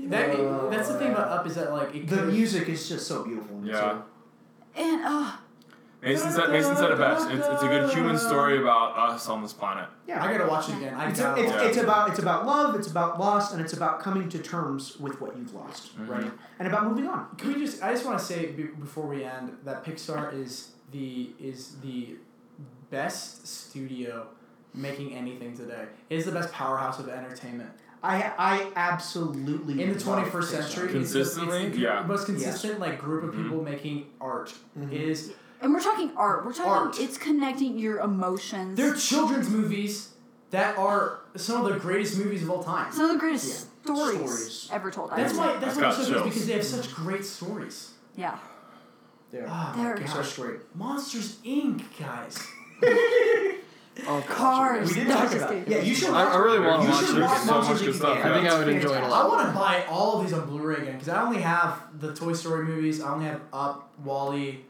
[SPEAKER 3] that. That's the thing about up is that like it
[SPEAKER 1] The
[SPEAKER 3] could've-
[SPEAKER 1] music is just so beautiful. in it,
[SPEAKER 4] Yeah.
[SPEAKER 1] too.
[SPEAKER 2] And oh,
[SPEAKER 4] Mason said, Mason said it best. It's, it's a good human story about us on this planet.
[SPEAKER 1] Yeah.
[SPEAKER 3] I gotta watch it again. I
[SPEAKER 1] It's,
[SPEAKER 3] gotta
[SPEAKER 1] it's,
[SPEAKER 3] watch
[SPEAKER 1] it's
[SPEAKER 3] it.
[SPEAKER 1] about it's about love, it's about loss, and it's about coming to terms with what you've lost,
[SPEAKER 4] Mm-hmm.
[SPEAKER 3] right.
[SPEAKER 1] and about moving on.
[SPEAKER 3] Can we just? I just want to say be- before we end that Pixar is the is the best studio making anything today. It is the best powerhouse of entertainment
[SPEAKER 1] I I absolutely
[SPEAKER 3] in the
[SPEAKER 1] love
[SPEAKER 3] twenty first
[SPEAKER 1] Pixar.
[SPEAKER 3] century. it's the- it's the
[SPEAKER 4] Consistently?
[SPEAKER 3] con-
[SPEAKER 4] Yeah. Mm-hmm.
[SPEAKER 3] most consistent like group of people making art is.
[SPEAKER 2] and we're talking art. We're talking.
[SPEAKER 3] Art.
[SPEAKER 2] It's connecting your emotions.
[SPEAKER 3] They're children's movies that are some of the greatest movies of all time.
[SPEAKER 2] some of the greatest stories,
[SPEAKER 1] Stories.
[SPEAKER 2] ever told. I
[SPEAKER 3] That's
[SPEAKER 2] would
[SPEAKER 3] why
[SPEAKER 2] say.
[SPEAKER 3] that's
[SPEAKER 4] I've
[SPEAKER 3] why I'm
[SPEAKER 4] got
[SPEAKER 3] so good
[SPEAKER 4] chills.
[SPEAKER 3] because they have such great stories.
[SPEAKER 2] Yeah.
[SPEAKER 1] Yeah.
[SPEAKER 3] Oh,
[SPEAKER 2] They're-
[SPEAKER 1] Pixar's
[SPEAKER 3] gosh.
[SPEAKER 1] great.
[SPEAKER 3] Monsters Inc. guys.
[SPEAKER 2] Cars.
[SPEAKER 1] We didn't
[SPEAKER 2] No,
[SPEAKER 1] talk
[SPEAKER 2] just
[SPEAKER 1] about
[SPEAKER 2] kidding.
[SPEAKER 1] Yeah, you should.
[SPEAKER 5] I, I really want
[SPEAKER 4] You
[SPEAKER 5] to watch
[SPEAKER 4] should
[SPEAKER 5] it.
[SPEAKER 4] watch
[SPEAKER 5] so
[SPEAKER 4] Monsters
[SPEAKER 5] much
[SPEAKER 4] Inc.
[SPEAKER 5] good stuff.
[SPEAKER 4] Yeah.
[SPEAKER 5] I think I would enjoy it a
[SPEAKER 3] I
[SPEAKER 5] lot.
[SPEAKER 3] want to buy all of these on Blu-ray again because I only have the Toy Story movies. I only have Up, Wally,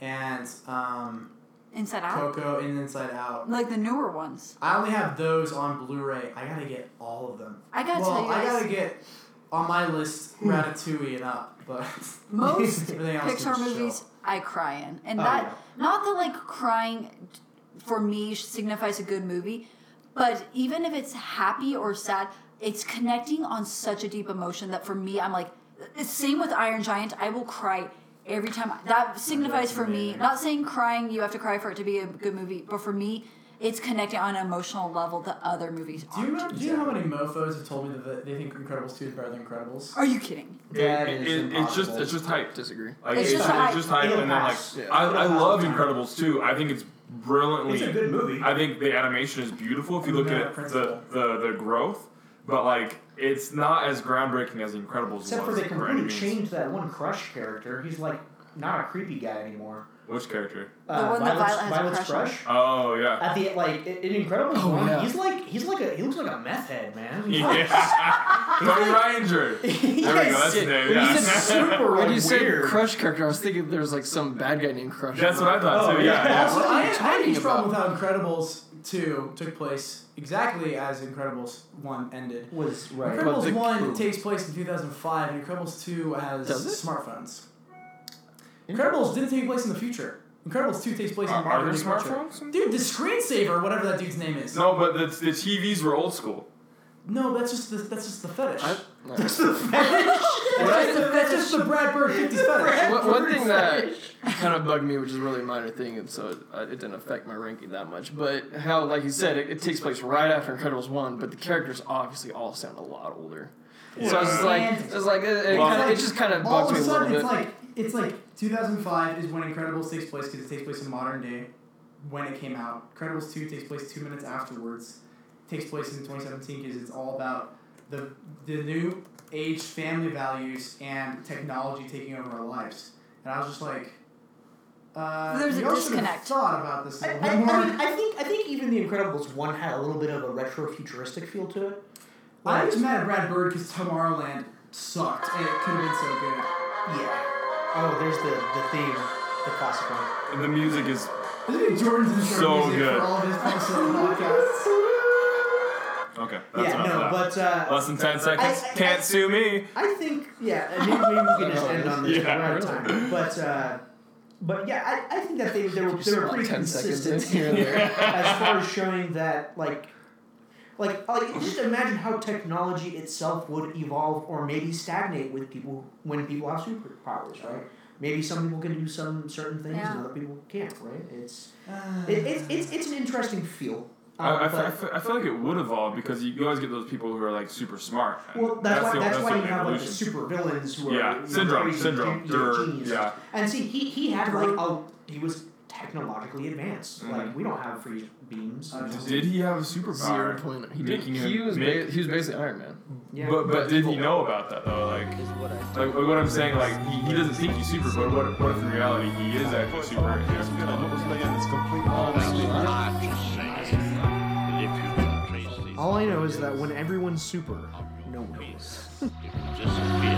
[SPEAKER 3] and um,
[SPEAKER 2] Inside Out.
[SPEAKER 3] Coco and Inside Out.
[SPEAKER 2] Like the newer ones.
[SPEAKER 3] I only have those on Blu-ray. I gotta get all of them.
[SPEAKER 2] I gotta
[SPEAKER 3] well,
[SPEAKER 2] tell you
[SPEAKER 3] I
[SPEAKER 2] guys.
[SPEAKER 3] gotta get on my list Ratatouille and Up, but
[SPEAKER 2] most
[SPEAKER 3] everything else is
[SPEAKER 2] Pixar
[SPEAKER 3] just
[SPEAKER 2] movies
[SPEAKER 3] chill.
[SPEAKER 2] I cry in, and
[SPEAKER 1] Oh,
[SPEAKER 2] that
[SPEAKER 1] yeah.
[SPEAKER 2] not that like crying for me signifies a good movie, but even if it's happy or sad, it's connecting on such a deep emotion that for me, I'm like same with Iron Giant. I will cry every time. That signifies for me. Not saying crying you have to cry for it to be a good movie, but for me. It's connecting on an emotional level that other movies
[SPEAKER 3] Do you,
[SPEAKER 2] aren't.
[SPEAKER 3] remember, do you know how many mofos have told me that they think Incredibles 2 is better than Incredibles?
[SPEAKER 2] Are you kidding?
[SPEAKER 1] That
[SPEAKER 4] It-
[SPEAKER 1] is
[SPEAKER 4] it- it's just
[SPEAKER 1] impossible.
[SPEAKER 4] it's just hype.
[SPEAKER 5] Disagree.
[SPEAKER 4] Like
[SPEAKER 2] It's just hype.
[SPEAKER 4] hype,
[SPEAKER 1] It'll
[SPEAKER 4] and then like
[SPEAKER 1] pass.
[SPEAKER 4] I, I
[SPEAKER 1] It'll
[SPEAKER 4] love
[SPEAKER 1] pass.
[SPEAKER 4] Incredibles too. I think it's brilliantly.
[SPEAKER 1] It's a good movie.
[SPEAKER 4] I think the animation is beautiful if you look
[SPEAKER 3] Yeah,
[SPEAKER 4] at the,
[SPEAKER 3] principle.
[SPEAKER 4] the the growth, but like it's not as groundbreaking as Incredibles
[SPEAKER 1] Except for
[SPEAKER 4] was.
[SPEAKER 1] they
[SPEAKER 4] by any
[SPEAKER 1] completely
[SPEAKER 4] means.
[SPEAKER 1] changed that one crush character. He's like not a creepy guy anymore.
[SPEAKER 4] Which character?
[SPEAKER 1] Uh,
[SPEAKER 2] one
[SPEAKER 1] Violet's,
[SPEAKER 2] that Violet has a
[SPEAKER 1] Violet's
[SPEAKER 2] crush on?
[SPEAKER 4] Oh yeah.
[SPEAKER 1] At the like in in Incredibles
[SPEAKER 5] Oh,
[SPEAKER 1] one,
[SPEAKER 5] yeah.
[SPEAKER 1] he's like he's like a he looks like a meth head man. He's like-
[SPEAKER 4] Yeah. Tony Ranger. There we go. That's the name.
[SPEAKER 5] When
[SPEAKER 4] Yeah.
[SPEAKER 5] you said super, when
[SPEAKER 1] like,
[SPEAKER 5] you said
[SPEAKER 1] weird.
[SPEAKER 5] crush character, I was thinking there was like some bad guy named Crush.
[SPEAKER 4] That's what I thought
[SPEAKER 1] Oh,
[SPEAKER 4] too.
[SPEAKER 1] yeah.
[SPEAKER 4] Yeah. yeah.
[SPEAKER 3] Also,
[SPEAKER 5] What are
[SPEAKER 3] I
[SPEAKER 5] you
[SPEAKER 3] had I had a
[SPEAKER 5] talking
[SPEAKER 3] huge problem with how Incredibles 2 took place exactly as Incredibles 1 ended.
[SPEAKER 1] was right.
[SPEAKER 3] Incredibles
[SPEAKER 5] the-
[SPEAKER 3] 1 takes place in 2005, and Incredibles 2 has
[SPEAKER 5] Does it?
[SPEAKER 3] smartphones. Incredibles didn't take place in the future. Incredibles 2 takes place in
[SPEAKER 4] Are- are
[SPEAKER 3] modern
[SPEAKER 4] there
[SPEAKER 3] day culture.
[SPEAKER 4] smartphones?
[SPEAKER 3] Dude, the screensaver, whatever that dude's name is.
[SPEAKER 4] No, but the, the TVs were old school.
[SPEAKER 3] No, that's just the, that's just the fetish.
[SPEAKER 5] I- no.
[SPEAKER 3] that's, just the, that's just the Brad Bird 50s fetish.
[SPEAKER 5] One- one thing that kind of bugged me, which is really a minor thing, and so it, uh, it didn't affect my ranking that much. But how, like you said, it, it takes place right after Incredibles one, but the characters obviously all sound a lot older. So I was just like, I was like, uh, it, it,
[SPEAKER 4] Well,
[SPEAKER 5] kinda, it just kind of
[SPEAKER 3] All of
[SPEAKER 5] bugged me
[SPEAKER 3] a
[SPEAKER 5] a little
[SPEAKER 3] sudden, it's
[SPEAKER 5] bit.
[SPEAKER 3] like it's like 2005 is when Incredibles takes place because it takes place in modern day when it came out. Incredibles 2 takes place two minutes afterwards. takes place in 2017 because it's all about the the new age family values and technology taking over our lives. And I was just like, uh,
[SPEAKER 2] There's a
[SPEAKER 3] y'all should've
[SPEAKER 2] disconnect.
[SPEAKER 3] Thought about this a
[SPEAKER 1] I,
[SPEAKER 3] little
[SPEAKER 1] I, I,
[SPEAKER 3] more.
[SPEAKER 1] mean, I think I think even the Incredibles one had a little bit of a retro futuristic feel to it.
[SPEAKER 3] I'm just mad at Brad Bird because Tomorrowland sucked and it could have been so good.
[SPEAKER 1] Yeah. Oh, there's the the theme, the classic one.
[SPEAKER 4] And the music is
[SPEAKER 3] Isn't it Jordan's intro
[SPEAKER 4] So
[SPEAKER 3] music
[SPEAKER 4] good.
[SPEAKER 3] for all of his episodes of podcasts?
[SPEAKER 4] okay. That's
[SPEAKER 1] yeah,
[SPEAKER 4] enough
[SPEAKER 1] no,
[SPEAKER 4] of that.
[SPEAKER 1] but uh,
[SPEAKER 4] Less than ten seconds.
[SPEAKER 1] I- I-
[SPEAKER 4] Can't
[SPEAKER 1] I-
[SPEAKER 4] sue me.
[SPEAKER 1] I think yeah, I think maybe we can just end on this. 'cause
[SPEAKER 4] Yeah,
[SPEAKER 1] we're out of
[SPEAKER 5] really.
[SPEAKER 1] time. But uh, but yeah, I, I think that they they were they
[SPEAKER 5] Just
[SPEAKER 1] were
[SPEAKER 5] like
[SPEAKER 1] pretty
[SPEAKER 5] 10 seconds in
[SPEAKER 1] consistent
[SPEAKER 5] here and there.
[SPEAKER 1] as far as showing that like like like just imagine how technology itself would evolve or maybe stagnate with people when people have superpowers right maybe some people can do some certain things
[SPEAKER 2] Yeah.
[SPEAKER 1] and other people can't right it's
[SPEAKER 3] Uh,
[SPEAKER 1] it, it's it's, it's an interesting feel um,
[SPEAKER 4] I, I, fe-
[SPEAKER 1] but-
[SPEAKER 4] I, fe- I feel like it would evolve because you, you always get those people who are like super smart. and
[SPEAKER 1] well, that's, why
[SPEAKER 4] the,
[SPEAKER 1] that's, why
[SPEAKER 4] the
[SPEAKER 1] you have like the
[SPEAKER 4] evolution.
[SPEAKER 1] super villains who are
[SPEAKER 4] Yeah,
[SPEAKER 1] you know,
[SPEAKER 4] syndrome,
[SPEAKER 1] crazy
[SPEAKER 4] syndrome,
[SPEAKER 1] gen- you know,
[SPEAKER 4] Durr,
[SPEAKER 1] geniuses.
[SPEAKER 4] yeah.
[SPEAKER 1] And see, he he had like a he was technologically advanced. Like
[SPEAKER 4] Mhm.
[SPEAKER 1] we don't have freeze beams.
[SPEAKER 3] Uh,
[SPEAKER 4] Did he have a superpower?
[SPEAKER 5] Zero point. He did.
[SPEAKER 4] Making him
[SPEAKER 5] He was,
[SPEAKER 4] make-
[SPEAKER 5] ba- he was basically Iron Man.
[SPEAKER 1] yeah.
[SPEAKER 4] But, but
[SPEAKER 5] But
[SPEAKER 4] did he
[SPEAKER 5] people-
[SPEAKER 4] know about that though? Like, like what I'm saying, like he, he doesn't think he's super, but what, what if in reality he is actually super? and he has some kind
[SPEAKER 1] All I know is that when everyone's super, no one is.
[SPEAKER 20] Just be